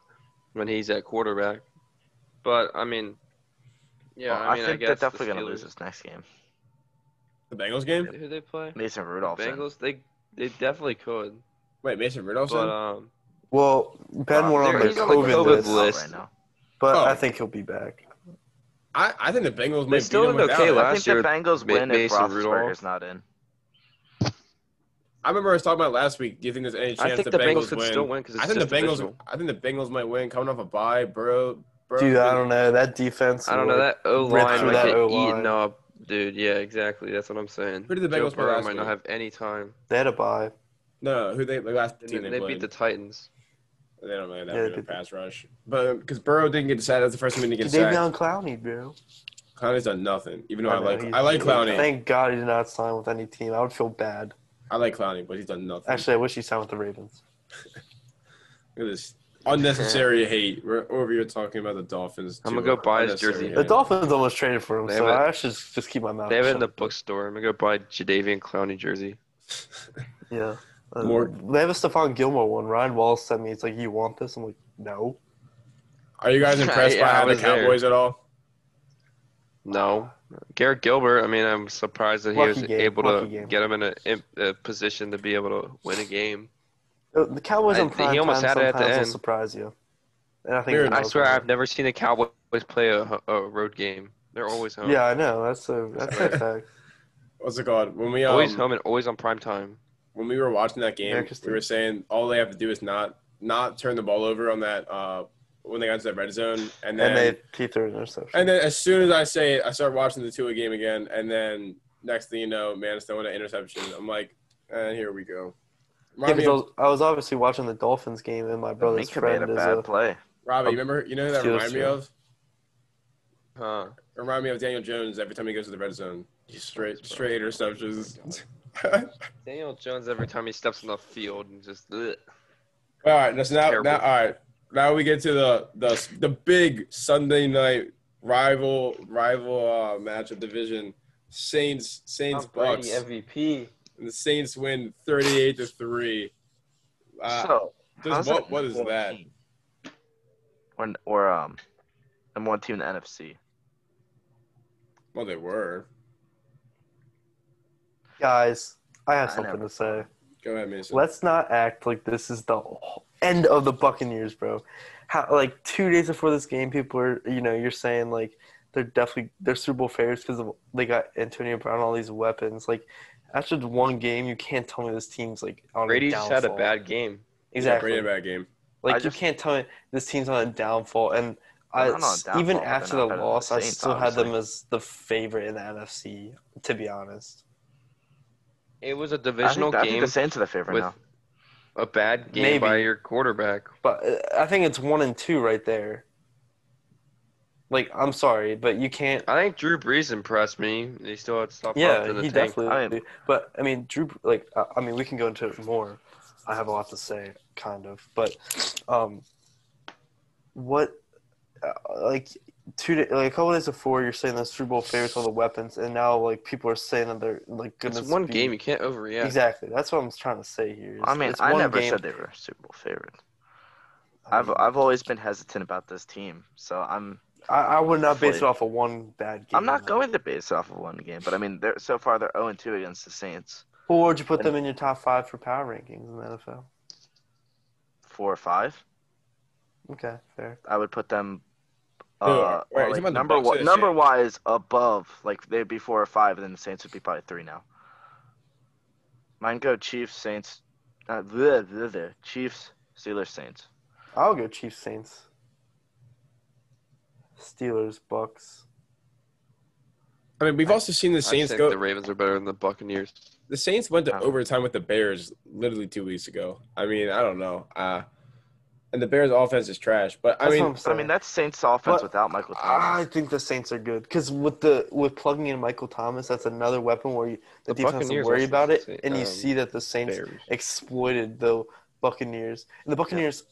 Speaker 3: when he's at quarterback. But I mean, yeah,
Speaker 2: Well,
Speaker 3: I mean I,
Speaker 2: think
Speaker 3: guess
Speaker 2: they're
Speaker 3: the
Speaker 2: definitely going to lose
Speaker 3: Steelers-
Speaker 2: this next game.
Speaker 1: The Bengals game.
Speaker 3: Who they play?
Speaker 2: Mason Rudolph.
Speaker 3: Bengals. They they definitely could,
Speaker 1: Wait, Mason Rudolph's
Speaker 3: but
Speaker 1: in?
Speaker 3: um,
Speaker 4: Well, Ben went on
Speaker 3: Uh, they're-
Speaker 4: the
Speaker 3: he's on the COVID
Speaker 4: COVID list,
Speaker 3: list.
Speaker 2: right now.
Speaker 4: but
Speaker 1: Oh.
Speaker 4: I think he'll be back.
Speaker 1: I, I think the Bengals
Speaker 3: They
Speaker 1: might
Speaker 3: still
Speaker 1: beat them
Speaker 3: did
Speaker 1: without.
Speaker 3: okay
Speaker 1: it.
Speaker 3: last-
Speaker 2: I think the
Speaker 3: year,
Speaker 2: Bengals
Speaker 3: Ma-
Speaker 2: win if
Speaker 3: Mason Rudolph.
Speaker 2: Roethlisberger's not in.
Speaker 1: I remember I was talking about last week. Do you think there's any chance
Speaker 3: I think
Speaker 1: the
Speaker 3: the Bengals, could
Speaker 1: win?
Speaker 3: still win because
Speaker 1: I think the Bengals. I think the Bengals might win. Coming off a bye, bro. bro
Speaker 4: Dude, I don't know that defense.
Speaker 3: I don't know
Speaker 4: will-
Speaker 3: that O
Speaker 4: through
Speaker 3: line might
Speaker 4: that
Speaker 3: get
Speaker 4: O-line.
Speaker 3: eaten up, dude. Yeah, exactly. That's what I'm saying.
Speaker 1: Who did the
Speaker 3: Joe
Speaker 1: Bengals play
Speaker 3: Burrow
Speaker 1: last
Speaker 3: might not
Speaker 1: week?
Speaker 3: have any time.
Speaker 4: They had a bye.
Speaker 1: No, who they the last team they,
Speaker 3: they
Speaker 1: played.
Speaker 3: beat the Titans.
Speaker 1: They don't really have that
Speaker 4: Yeah,
Speaker 1: good
Speaker 4: they
Speaker 1: of
Speaker 4: did.
Speaker 1: pass rush. But because Burrow didn't get sacked, that's the first time he didn't get
Speaker 4: David
Speaker 1: sacked.
Speaker 4: Allen Clowney, bro.
Speaker 1: Clowney's done nothing. Even though I,
Speaker 4: know,
Speaker 1: like
Speaker 4: he's-
Speaker 1: I like
Speaker 4: he-
Speaker 1: Clowney.
Speaker 4: Thank God he did not sign with any team. I would feel bad.
Speaker 1: I like Clowney, but he's done nothing.
Speaker 4: Actually, I wish he signed with the Ravens.
Speaker 1: Look at this unnecessary hate. We're over here talking about the Dolphins.
Speaker 3: I'm
Speaker 1: too.
Speaker 3: gonna go buy his
Speaker 1: Unnecessary
Speaker 3: jersey.
Speaker 1: hate.
Speaker 4: The Dolphins almost traded for him,
Speaker 3: They
Speaker 4: so
Speaker 3: have it-
Speaker 4: I should just keep my mouth
Speaker 3: They have it in
Speaker 4: shut.
Speaker 3: the bookstore. I'm gonna go buy Jadavian Clowney jersey.
Speaker 4: Yeah. Uh,
Speaker 1: More-
Speaker 4: They have a Stephon Gilmore one. Ryan Wallace sent me. It's like, you want this? I'm like, no.
Speaker 1: Are you guys impressed
Speaker 3: Yeah,
Speaker 1: by
Speaker 3: I
Speaker 1: how the
Speaker 3: was there.
Speaker 1: Cowboys at all?
Speaker 3: No, Garrett Gilbert. I mean, I'm surprised that he
Speaker 4: Ah. Lucky
Speaker 3: was
Speaker 4: game,
Speaker 3: able
Speaker 4: lucky
Speaker 3: to
Speaker 4: game.
Speaker 3: get him in a, in a position to be able to win a game.
Speaker 4: Uh, The Cowboys
Speaker 3: I-
Speaker 4: on
Speaker 3: he
Speaker 4: prime time
Speaker 3: almost had it at the
Speaker 4: sometimes will
Speaker 3: end.
Speaker 4: surprise you. And I think
Speaker 1: Weird.
Speaker 4: they
Speaker 3: I
Speaker 4: know
Speaker 3: swear,
Speaker 4: that.
Speaker 3: I've never seen the Cowboys play a, ho- a road game. They're always home.
Speaker 4: Yeah, I know. That's a, that's a fact.
Speaker 1: What's it called? When we
Speaker 3: always
Speaker 1: um,
Speaker 3: home and always on prime time.
Speaker 1: when we were watching that game,
Speaker 4: America's
Speaker 1: we were saying all they have to do is not not turn the ball over on that uh when they got into that red zone, and then
Speaker 4: And they threw an interception.
Speaker 1: And then as soon as I say it, I start watching the Tua game again, and then next thing you know, man, throwing an interception. I'm like, and here we go.
Speaker 4: Yeah,
Speaker 1: Robbie,
Speaker 4: 'cause I, was, I was obviously watching the Dolphins game, and my brother's
Speaker 2: Minka made
Speaker 4: friend
Speaker 2: a
Speaker 4: is
Speaker 2: bad
Speaker 4: a.
Speaker 2: play.
Speaker 1: Robbie, you remember? You know who that
Speaker 4: Steelers
Speaker 1: reminded me
Speaker 4: fan.
Speaker 1: of?
Speaker 3: Huh.
Speaker 1: Remind me of Daniel Jones every time he goes to the red zone. He's straight, straight interceptions.
Speaker 4: Oh
Speaker 3: Daniel Jones every time he steps on the field and just bleh.
Speaker 1: All right, that's now,
Speaker 3: Terrible.
Speaker 1: now. All right, now we get to the the the big Sunday night rival rival uh, match of division. Saints Saints
Speaker 3: Tom
Speaker 1: Bucks.
Speaker 3: Brady MVP.
Speaker 1: And the Saints win thirty eight to three. Uh,
Speaker 2: so
Speaker 1: just
Speaker 2: how's
Speaker 1: what-
Speaker 2: that
Speaker 1: what is
Speaker 2: number
Speaker 1: that?
Speaker 2: one team? When or um, number one team in the NFC.
Speaker 1: well, they were.
Speaker 4: Guys, I have
Speaker 2: I
Speaker 4: something
Speaker 2: know.
Speaker 4: to say.
Speaker 1: Go ahead, Mason.
Speaker 4: Let's not act like this is the end of the Buccaneers, bro. How, like two days before this game, people are you know you're saying like they're definitely they're Super Bowl favorites because they got Antonio Brown all these weapons. Like after one game, you can't tell me this team's like on
Speaker 3: Brady
Speaker 4: a
Speaker 3: just
Speaker 4: downfall.
Speaker 3: had a bad game.
Speaker 4: exactly.
Speaker 1: Yeah, Brady had a bad game.
Speaker 4: Like
Speaker 2: I
Speaker 4: you
Speaker 2: just-
Speaker 4: can't tell me this team's on a downfall, and
Speaker 2: They're
Speaker 4: I,
Speaker 2: not on a downfall,
Speaker 4: even
Speaker 2: they're
Speaker 4: after
Speaker 2: not
Speaker 4: the
Speaker 2: better than the
Speaker 4: loss, I
Speaker 2: Saints,
Speaker 4: still had them as the favorite in the NFC. To be honest,
Speaker 3: It was
Speaker 2: I
Speaker 3: a
Speaker 2: think,
Speaker 3: divisional
Speaker 2: I think
Speaker 3: game
Speaker 2: the Saints are the favorite
Speaker 3: with
Speaker 2: now.
Speaker 3: a bad game
Speaker 4: Maybe.
Speaker 3: by your quarterback.
Speaker 4: but uh, I think it's one and two right there. Like I'm sorry, but you can't.
Speaker 3: I think Drew Brees impressed me. They still had stuff left
Speaker 4: Yeah,
Speaker 3: in the
Speaker 4: he
Speaker 3: tank.
Speaker 4: definitely.
Speaker 2: I
Speaker 4: did. but I mean, Drew. Like I, I mean, we can go into it more. I have a lot to say, kind of. But, um, what, uh, like two da like a couple days before, you're saying the Super Bowl favorites all the weapons, and now like people are saying that they're like goodness.
Speaker 3: It's one
Speaker 4: be-
Speaker 3: game. You can't overreact.
Speaker 4: Exactly. That's what I'm trying to say here. is
Speaker 2: I mean,
Speaker 4: it's
Speaker 2: I
Speaker 4: one
Speaker 2: never
Speaker 4: game-
Speaker 2: said they were Super Bowl favorite.
Speaker 4: I,
Speaker 2: I've
Speaker 4: mean,
Speaker 2: I've always been hesitant about this team, so I'm
Speaker 4: I, I would not base it
Speaker 2: fully-
Speaker 4: off of one bad game.
Speaker 2: I'm not going to base off of one game, but I mean, they're so far they're 0 2 against the Saints,
Speaker 4: Or would you put them in your top five for power rankings in the NFL?
Speaker 2: four or five.
Speaker 4: Okay, fair.
Speaker 2: I would put them.
Speaker 1: Dude,
Speaker 2: Uh,
Speaker 1: wait,
Speaker 2: or,
Speaker 1: is it
Speaker 2: like,
Speaker 1: about the
Speaker 2: number
Speaker 1: Bucks or
Speaker 2: one,
Speaker 1: the
Speaker 2: number
Speaker 1: Saints?
Speaker 2: wise above, like they'd be four or five, and then the Saints would be probably three now. Mine go Chiefs, Saints, uh, bleh, bleh, bleh, Chiefs, Steelers, Saints.
Speaker 4: I'll go Chiefs Saints. Steelers Bucks.
Speaker 1: I mean, we've also seen the
Speaker 3: I
Speaker 1: Saints
Speaker 3: think
Speaker 1: go.
Speaker 3: the Ravens are better than the Buccaneers.
Speaker 1: the Saints went to
Speaker 2: Um,
Speaker 1: overtime with the Bears literally two weeks ago. I mean, I don't know. Uh, and the Bears' offense is trash. But I
Speaker 4: That's what
Speaker 1: mean,
Speaker 4: I'm
Speaker 2: I mean, that's Saints offense
Speaker 4: But-
Speaker 2: without Michael
Speaker 4: I
Speaker 2: Thomas.
Speaker 4: think the Saints are good because with the with plugging in Michael Thomas, that's another weapon where you, the,
Speaker 3: The
Speaker 4: defense doesn't
Speaker 3: Buccaneers
Speaker 4: worry
Speaker 3: also
Speaker 4: about it,
Speaker 3: say-
Speaker 4: and you
Speaker 3: um,
Speaker 4: see that the Saints
Speaker 3: Bears.
Speaker 4: exploited the Buccaneers. And the Buccaneers,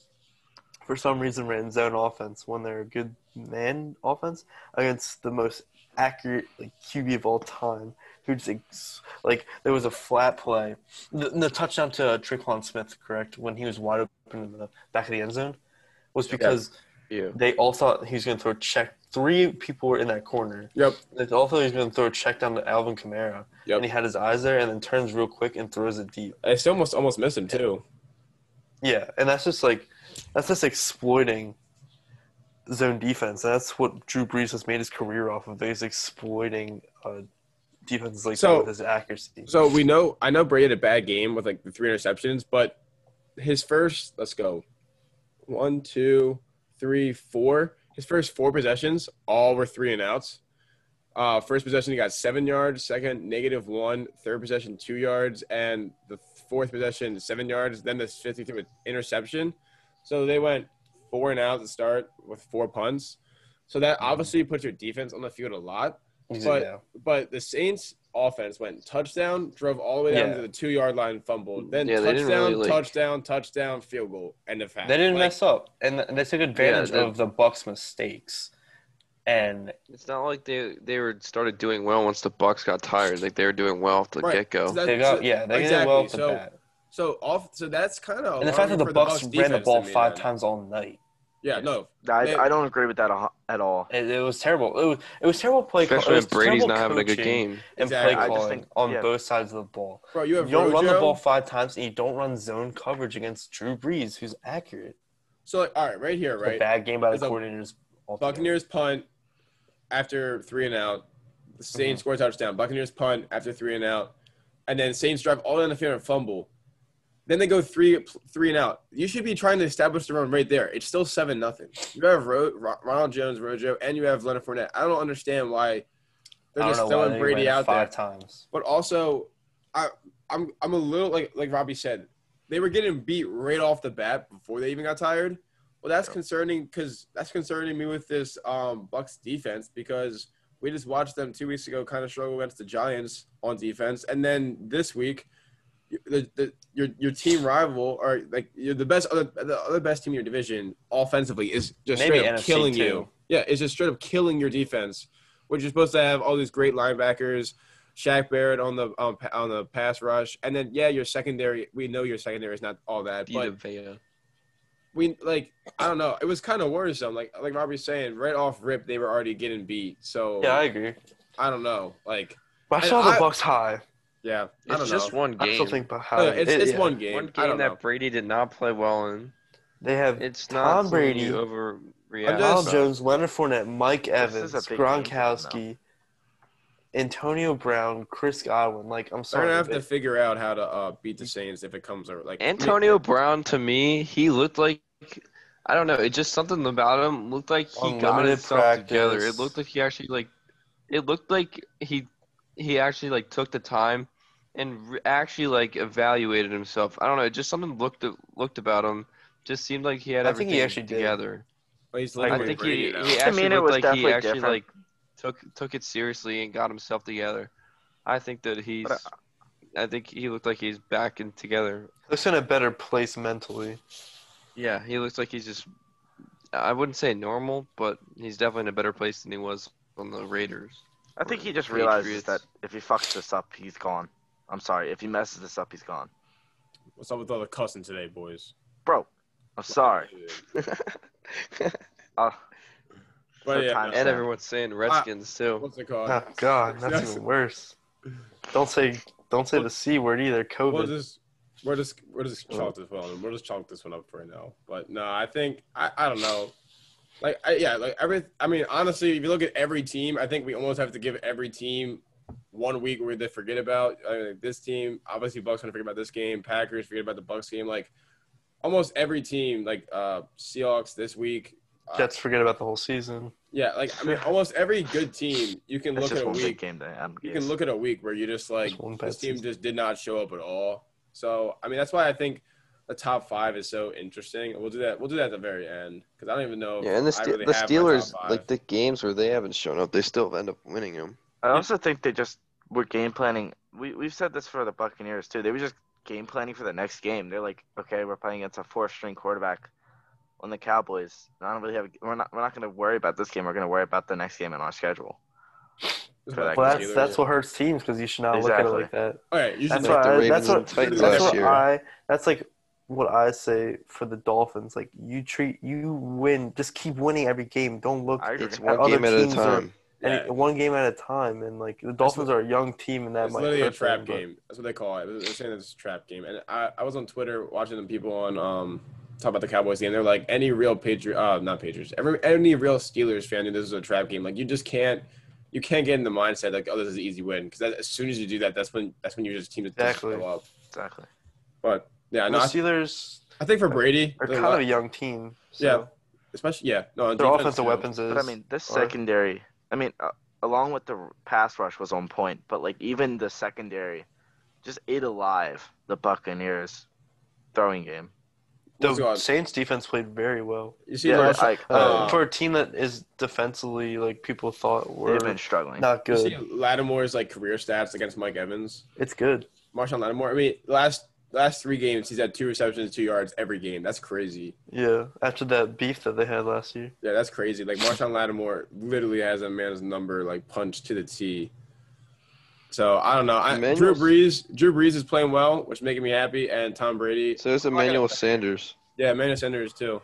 Speaker 4: for some reason, ran zone offense when they're a good man offense against the most accurate like, QB of all time. Who just ex- like there was a flat play, the, the touchdown to uh, Traquan Smith, correct, when he was wide open in the back of the end zone, was because
Speaker 3: Yeah.
Speaker 4: they all thought he was going to throw a check. Three people were in that corner.
Speaker 1: yep,
Speaker 4: They all thought he was going to throw a check down to Alvin Kamara,
Speaker 1: Yep.
Speaker 4: and he had his eyes there, and then turns real quick and throws it deep.
Speaker 1: I still almost almost missed him too.
Speaker 4: Yeah, and that's just like that's just exploiting zone defense. And that's what Drew Brees has made his career off of. He's exploiting uh, defenses like
Speaker 1: So-
Speaker 4: that with his accuracy.
Speaker 1: So we know I know Brady had a bad game with like the three interceptions, but his first let's go one, two, three, four. His first four possessions all were three and outs. Uh, first possession he got seven yards, second negative one, third possession two yards, and the fourth possession seven yards. Then the fifth he threw an interception. So they went four and out to start with four punts. So that obviously puts your defense on the field a lot.
Speaker 4: He's-
Speaker 1: but-
Speaker 4: yeah.
Speaker 1: But the Saints offense went touchdown, drove all the way down
Speaker 4: Yeah.
Speaker 1: to the two yard line, fumbled, then
Speaker 3: Yeah, they didn't
Speaker 1: touchdown,
Speaker 3: really, like-
Speaker 1: touchdown, touchdown, field goal, end of half.
Speaker 4: they didn't
Speaker 1: Like,
Speaker 4: mess up, and th- they took advantage
Speaker 3: that-
Speaker 4: of the Bucks' mistakes. And
Speaker 3: It's not like they they were started doing well once the Bucks got tired. Like they were doing well off the
Speaker 1: Right.
Speaker 3: get go.
Speaker 1: So that-
Speaker 4: they got yeah, they did
Speaker 1: exactly.
Speaker 4: well with the
Speaker 1: so,
Speaker 4: bat.
Speaker 1: So off. So that's kind of
Speaker 4: And the fact that the Bucks ran the ball five
Speaker 1: times.
Speaker 4: times all night,
Speaker 1: Yeah, no, they-
Speaker 2: I, I don't agree with that a- at all.
Speaker 4: it, it was terrible. It was, it was terrible play. call- it
Speaker 3: Especially when
Speaker 4: was
Speaker 3: Brady's
Speaker 4: terrible
Speaker 3: not having a good
Speaker 4: coaching
Speaker 3: game.
Speaker 4: And
Speaker 1: Exactly.
Speaker 4: play
Speaker 1: I
Speaker 2: just
Speaker 4: calling
Speaker 2: think-
Speaker 4: on
Speaker 2: yeah.
Speaker 4: both sides of the ball.
Speaker 1: bro. You
Speaker 4: You
Speaker 1: have
Speaker 4: don't run the
Speaker 1: Rojo.
Speaker 4: ball five times, and you don't run zone coverage against Drew Brees, who's accurate.
Speaker 1: So like, all right, right here,
Speaker 4: It's a
Speaker 1: right.
Speaker 4: bad game by
Speaker 1: It's
Speaker 4: the
Speaker 1: a-
Speaker 4: coordinators. altogether.
Speaker 1: Buccaneers punt after three and out. The
Speaker 4: Mm-hmm.
Speaker 1: Saints score a touchdown. Buccaneers punt after three and out, and then Saints drive all down the field and fumble. Then they go three three and out. You should be trying to establish the run right there. It's still seven nothing. You have Ro- Ro- Ronald Jones, Rojo, and you have Leonard Fournette. I don't understand why
Speaker 4: I
Speaker 1: They're
Speaker 4: don't
Speaker 1: just
Speaker 4: know why
Speaker 1: throwing
Speaker 4: they
Speaker 1: Brady
Speaker 4: ran it
Speaker 1: out there.
Speaker 4: five times.
Speaker 1: But also, I I'm I'm a little like like Robbie said, they were getting beat right off the bat before they even got tired. Well, that's
Speaker 2: Yeah.
Speaker 1: concerning because that's concerning me with this um, Bucks defense because we just watched them two weeks ago kind of struggle against the Giants on defense, and then this week, y- the, the your your team rival or like you're the best other the other best team in your division offensively is just
Speaker 4: Maybe
Speaker 1: straight up
Speaker 4: NFC
Speaker 1: killing
Speaker 4: too.
Speaker 1: you. Yeah, it's just straight up killing your defense, which you're supposed to have all these great linebackers, Shaq Barrett on the um, pa- on the pass rush, and then yeah, your secondary. We know your secondary is not all that, but
Speaker 3: DeVea.
Speaker 1: we like I don't know. It was kind of worrisome. Like like Robbie's saying, right off rip, they were already getting beat. So
Speaker 4: Yeah, I agree.
Speaker 1: I don't know. Like
Speaker 2: But I
Speaker 1: And
Speaker 2: saw the
Speaker 1: I-
Speaker 2: Bucks high.
Speaker 1: yeah, I don't
Speaker 3: It's just
Speaker 1: know.
Speaker 3: one game.
Speaker 2: I still think
Speaker 1: Uh,
Speaker 2: high.
Speaker 1: it's
Speaker 2: It-
Speaker 1: it's
Speaker 2: yeah.
Speaker 1: one game.
Speaker 3: One
Speaker 1: I
Speaker 3: game
Speaker 1: don't
Speaker 3: that
Speaker 1: know.
Speaker 3: Brady did not play well in.
Speaker 4: They have
Speaker 3: It's not
Speaker 4: Tom
Speaker 3: something
Speaker 4: Brady.
Speaker 3: You overreact.
Speaker 1: I'm
Speaker 4: Al
Speaker 1: just-
Speaker 4: Jones, Leonard Fournette, Mike
Speaker 2: is
Speaker 4: Evans,
Speaker 2: a big game for them,
Speaker 4: Gronkowski, Antonio Brown, Chris Godwin. Like, I'm
Speaker 1: They're
Speaker 4: sorry.
Speaker 1: gonna have to
Speaker 4: but
Speaker 1: figure out how to uh, beat
Speaker 3: Mm-hmm.
Speaker 1: the Saints if it comes over. Like
Speaker 3: Antonio Brown to me, he looked like I don't know. It just something about him looked like he got
Speaker 4: Unlimited
Speaker 3: himself together.
Speaker 4: practice.
Speaker 3: It looked like he actually like. It looked like he he actually like took the time and re- actually like evaluated himself. I don't know. Just something looked looked about him. Just seemed like he had
Speaker 4: I
Speaker 3: everything
Speaker 4: think he actually did.
Speaker 3: together.
Speaker 1: he's
Speaker 4: I
Speaker 1: literally
Speaker 3: I think
Speaker 1: Brady
Speaker 3: he,
Speaker 1: now.
Speaker 3: he
Speaker 2: I
Speaker 3: actually
Speaker 2: mean, it
Speaker 3: looked
Speaker 2: was
Speaker 3: like he
Speaker 2: definitely
Speaker 3: actually
Speaker 2: different.
Speaker 3: like took took it seriously and got himself together. I think that he's.
Speaker 4: uh,
Speaker 2: But
Speaker 3: I think he looked like he's back in together.
Speaker 4: Looks in a better place mentally.
Speaker 3: Yeah, he looks like he's just. I wouldn't say normal, but he's definitely in a better place than he was on the Raiders.
Speaker 2: I think he just
Speaker 3: Patriots.
Speaker 2: realizes that if he fucks this up, he's gone. I'm sorry. If he messes this up, he's gone.
Speaker 1: What's up with all the cussing today, boys?
Speaker 2: Bro, I'm sorry. Uh,
Speaker 1: But
Speaker 2: third
Speaker 1: yeah,
Speaker 2: time's
Speaker 3: and
Speaker 2: Yeah.
Speaker 3: everyone's saying Redskins too.
Speaker 1: What's it called?
Speaker 4: Oh God, that's
Speaker 1: Yes.
Speaker 4: even worse. Don't say don't say the c word either. COVID.
Speaker 1: We'll just we're just we're just chalk this one. up. We'll just chalk this one up for now. But no, I think I, I don't know. Like I, yeah, like every I mean honestly, if you look at every team, I think we almost have to give every team one week where they forget about I mean, this team. Obviously, Bucks gonna forget about this game. Packers forget about the Bucks game. Like almost every team, like uh Seahawks this week. Uh,
Speaker 4: Jets forget about the whole season.
Speaker 1: yeah, like I mean, almost every good team you can
Speaker 2: it's
Speaker 1: look
Speaker 2: just
Speaker 1: at a
Speaker 2: one big
Speaker 1: week.
Speaker 2: game day. I'm
Speaker 1: You can look at a week where you just like
Speaker 4: Just one bad
Speaker 1: this team
Speaker 4: season.
Speaker 1: just did not show up at all. So I mean that's why I think the top five is so interesting. We'll do that. We'll do that at the very end because I don't even know. if
Speaker 3: Yeah, and
Speaker 1: I
Speaker 3: the, Ste-
Speaker 1: really
Speaker 3: the
Speaker 1: have my top
Speaker 3: Steelers,
Speaker 1: five.
Speaker 3: like the games where they haven't shown up, they still end up winning them.
Speaker 2: I also think they just were game planning. We we've said this for the Buccaneers too. They were just game planning for the next game. They're like, okay, we're playing against a four string quarterback on the Cowboys. I don't really have. We're not we're not going to worry about this game. We're going to worry about the next game in our schedule.
Speaker 1: That's
Speaker 2: for
Speaker 1: what I
Speaker 2: that
Speaker 4: Well,
Speaker 1: think
Speaker 4: that's
Speaker 1: Steelers-
Speaker 4: that's what hurts teams because you should not
Speaker 2: Exactly.
Speaker 4: look at it like that.
Speaker 1: All right, you should
Speaker 4: That's
Speaker 1: know.
Speaker 3: like
Speaker 4: what
Speaker 3: the
Speaker 4: I,
Speaker 3: Ravens
Speaker 4: that's what
Speaker 3: and Titans
Speaker 4: that's
Speaker 3: last
Speaker 4: what
Speaker 3: year.
Speaker 4: I that's like what I say for the Dolphins. Like you treat you win, just keep winning every game. Don't look
Speaker 2: I agree.
Speaker 3: It's one
Speaker 4: other
Speaker 3: game at a
Speaker 4: teams are-
Speaker 3: time.
Speaker 4: any,
Speaker 1: Yeah.
Speaker 4: one game at a time. And like the Dolphins are a young team, and that
Speaker 1: it's
Speaker 4: might
Speaker 1: literally a
Speaker 4: hurt
Speaker 1: trap
Speaker 4: them, but-
Speaker 1: game. That's what they call it. They're saying it's a trap game. And I, I was on Twitter watching the people on um talk about the Cowboys game. They're like, any real Patriot, uh, not Patriots, every any real Steelers fan knew this is a trap game. Like you just can't, you can't get in the mindset like, oh, this is an easy win because as soon as you do that, that's when that's when your just team just doesn't
Speaker 4: Exactly.
Speaker 1: show up.
Speaker 2: Exactly.
Speaker 1: But yeah,
Speaker 4: And
Speaker 1: no,
Speaker 4: the
Speaker 1: I,
Speaker 4: Steelers
Speaker 1: I think for Brady,
Speaker 4: are
Speaker 1: there's a
Speaker 4: kind
Speaker 1: lot-
Speaker 4: of a young team. So
Speaker 1: Yeah, especially yeah, no, on
Speaker 4: their
Speaker 1: defense,
Speaker 4: offensive
Speaker 1: too.
Speaker 4: weapons is.
Speaker 2: But I mean, this
Speaker 4: Or-
Speaker 2: secondary. I mean, uh, along with the r- pass rush was on point, but like even the secondary just ate alive the Buccaneers throwing game.
Speaker 1: Let's go
Speaker 4: the
Speaker 1: on.
Speaker 4: Saints defense played very well
Speaker 1: You see,
Speaker 2: Yeah,
Speaker 1: Lar-
Speaker 2: like
Speaker 4: uh,
Speaker 1: Uh,
Speaker 4: for a team that is defensively like people thought were
Speaker 2: they've been struggling.
Speaker 4: not
Speaker 1: you see
Speaker 4: good.
Speaker 1: Lattimore's like career stats against Mike Evans.
Speaker 4: It's good.
Speaker 1: Marshawn Lattimore. I mean, last last three games, he's had two receptions, two yards every game. That's crazy.
Speaker 4: Yeah, after that beef that they had last year.
Speaker 1: Yeah, that's crazy. Like Marshawn Lattimore literally has a man's number like punched to the T. So I don't know. I, Drew
Speaker 3: Emmanuel's-
Speaker 1: Brees, Drew Brees is playing well, which is making me happy, and Tom Brady.
Speaker 3: So there's
Speaker 1: not gonna-
Speaker 4: uh,
Speaker 3: Emmanuel Sanders.
Speaker 1: Yeah, Emmanuel Sanders too.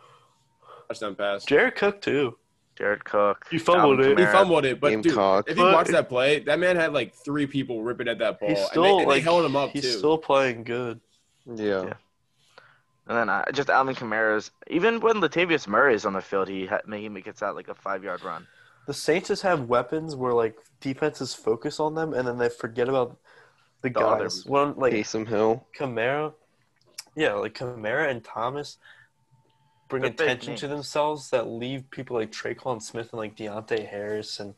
Speaker 1: Touchdown pass.
Speaker 4: Jared Cook too.
Speaker 2: Jared Cook.
Speaker 4: He fumbled
Speaker 2: Alvin
Speaker 4: it.
Speaker 1: He
Speaker 2: Kamara.
Speaker 1: fumbled it, but dude,
Speaker 3: Gamecock.
Speaker 1: if you
Speaker 4: But-
Speaker 1: watch that play, that man had like three people ripping at that ball,
Speaker 4: He's
Speaker 1: Oh, and, they,
Speaker 4: still
Speaker 1: and they
Speaker 4: like
Speaker 1: held him up
Speaker 4: he's
Speaker 1: too.
Speaker 4: still playing good.
Speaker 3: Yeah.
Speaker 2: Yeah. And then I, just Alvin Kamara's. Even when Latavius Murray is on the field, he ha- he gets out like a five yard run.
Speaker 4: The Saints just have weapons where like defenses focus on them and then they forget about the
Speaker 2: The other-
Speaker 4: guys. One like
Speaker 3: Taysom Hill.
Speaker 4: Kamara, yeah, like Kamara and Thomas bring
Speaker 2: They're big
Speaker 4: attention to
Speaker 2: names.
Speaker 4: themselves that leave people like Traquan Smith and like Deontay Harris and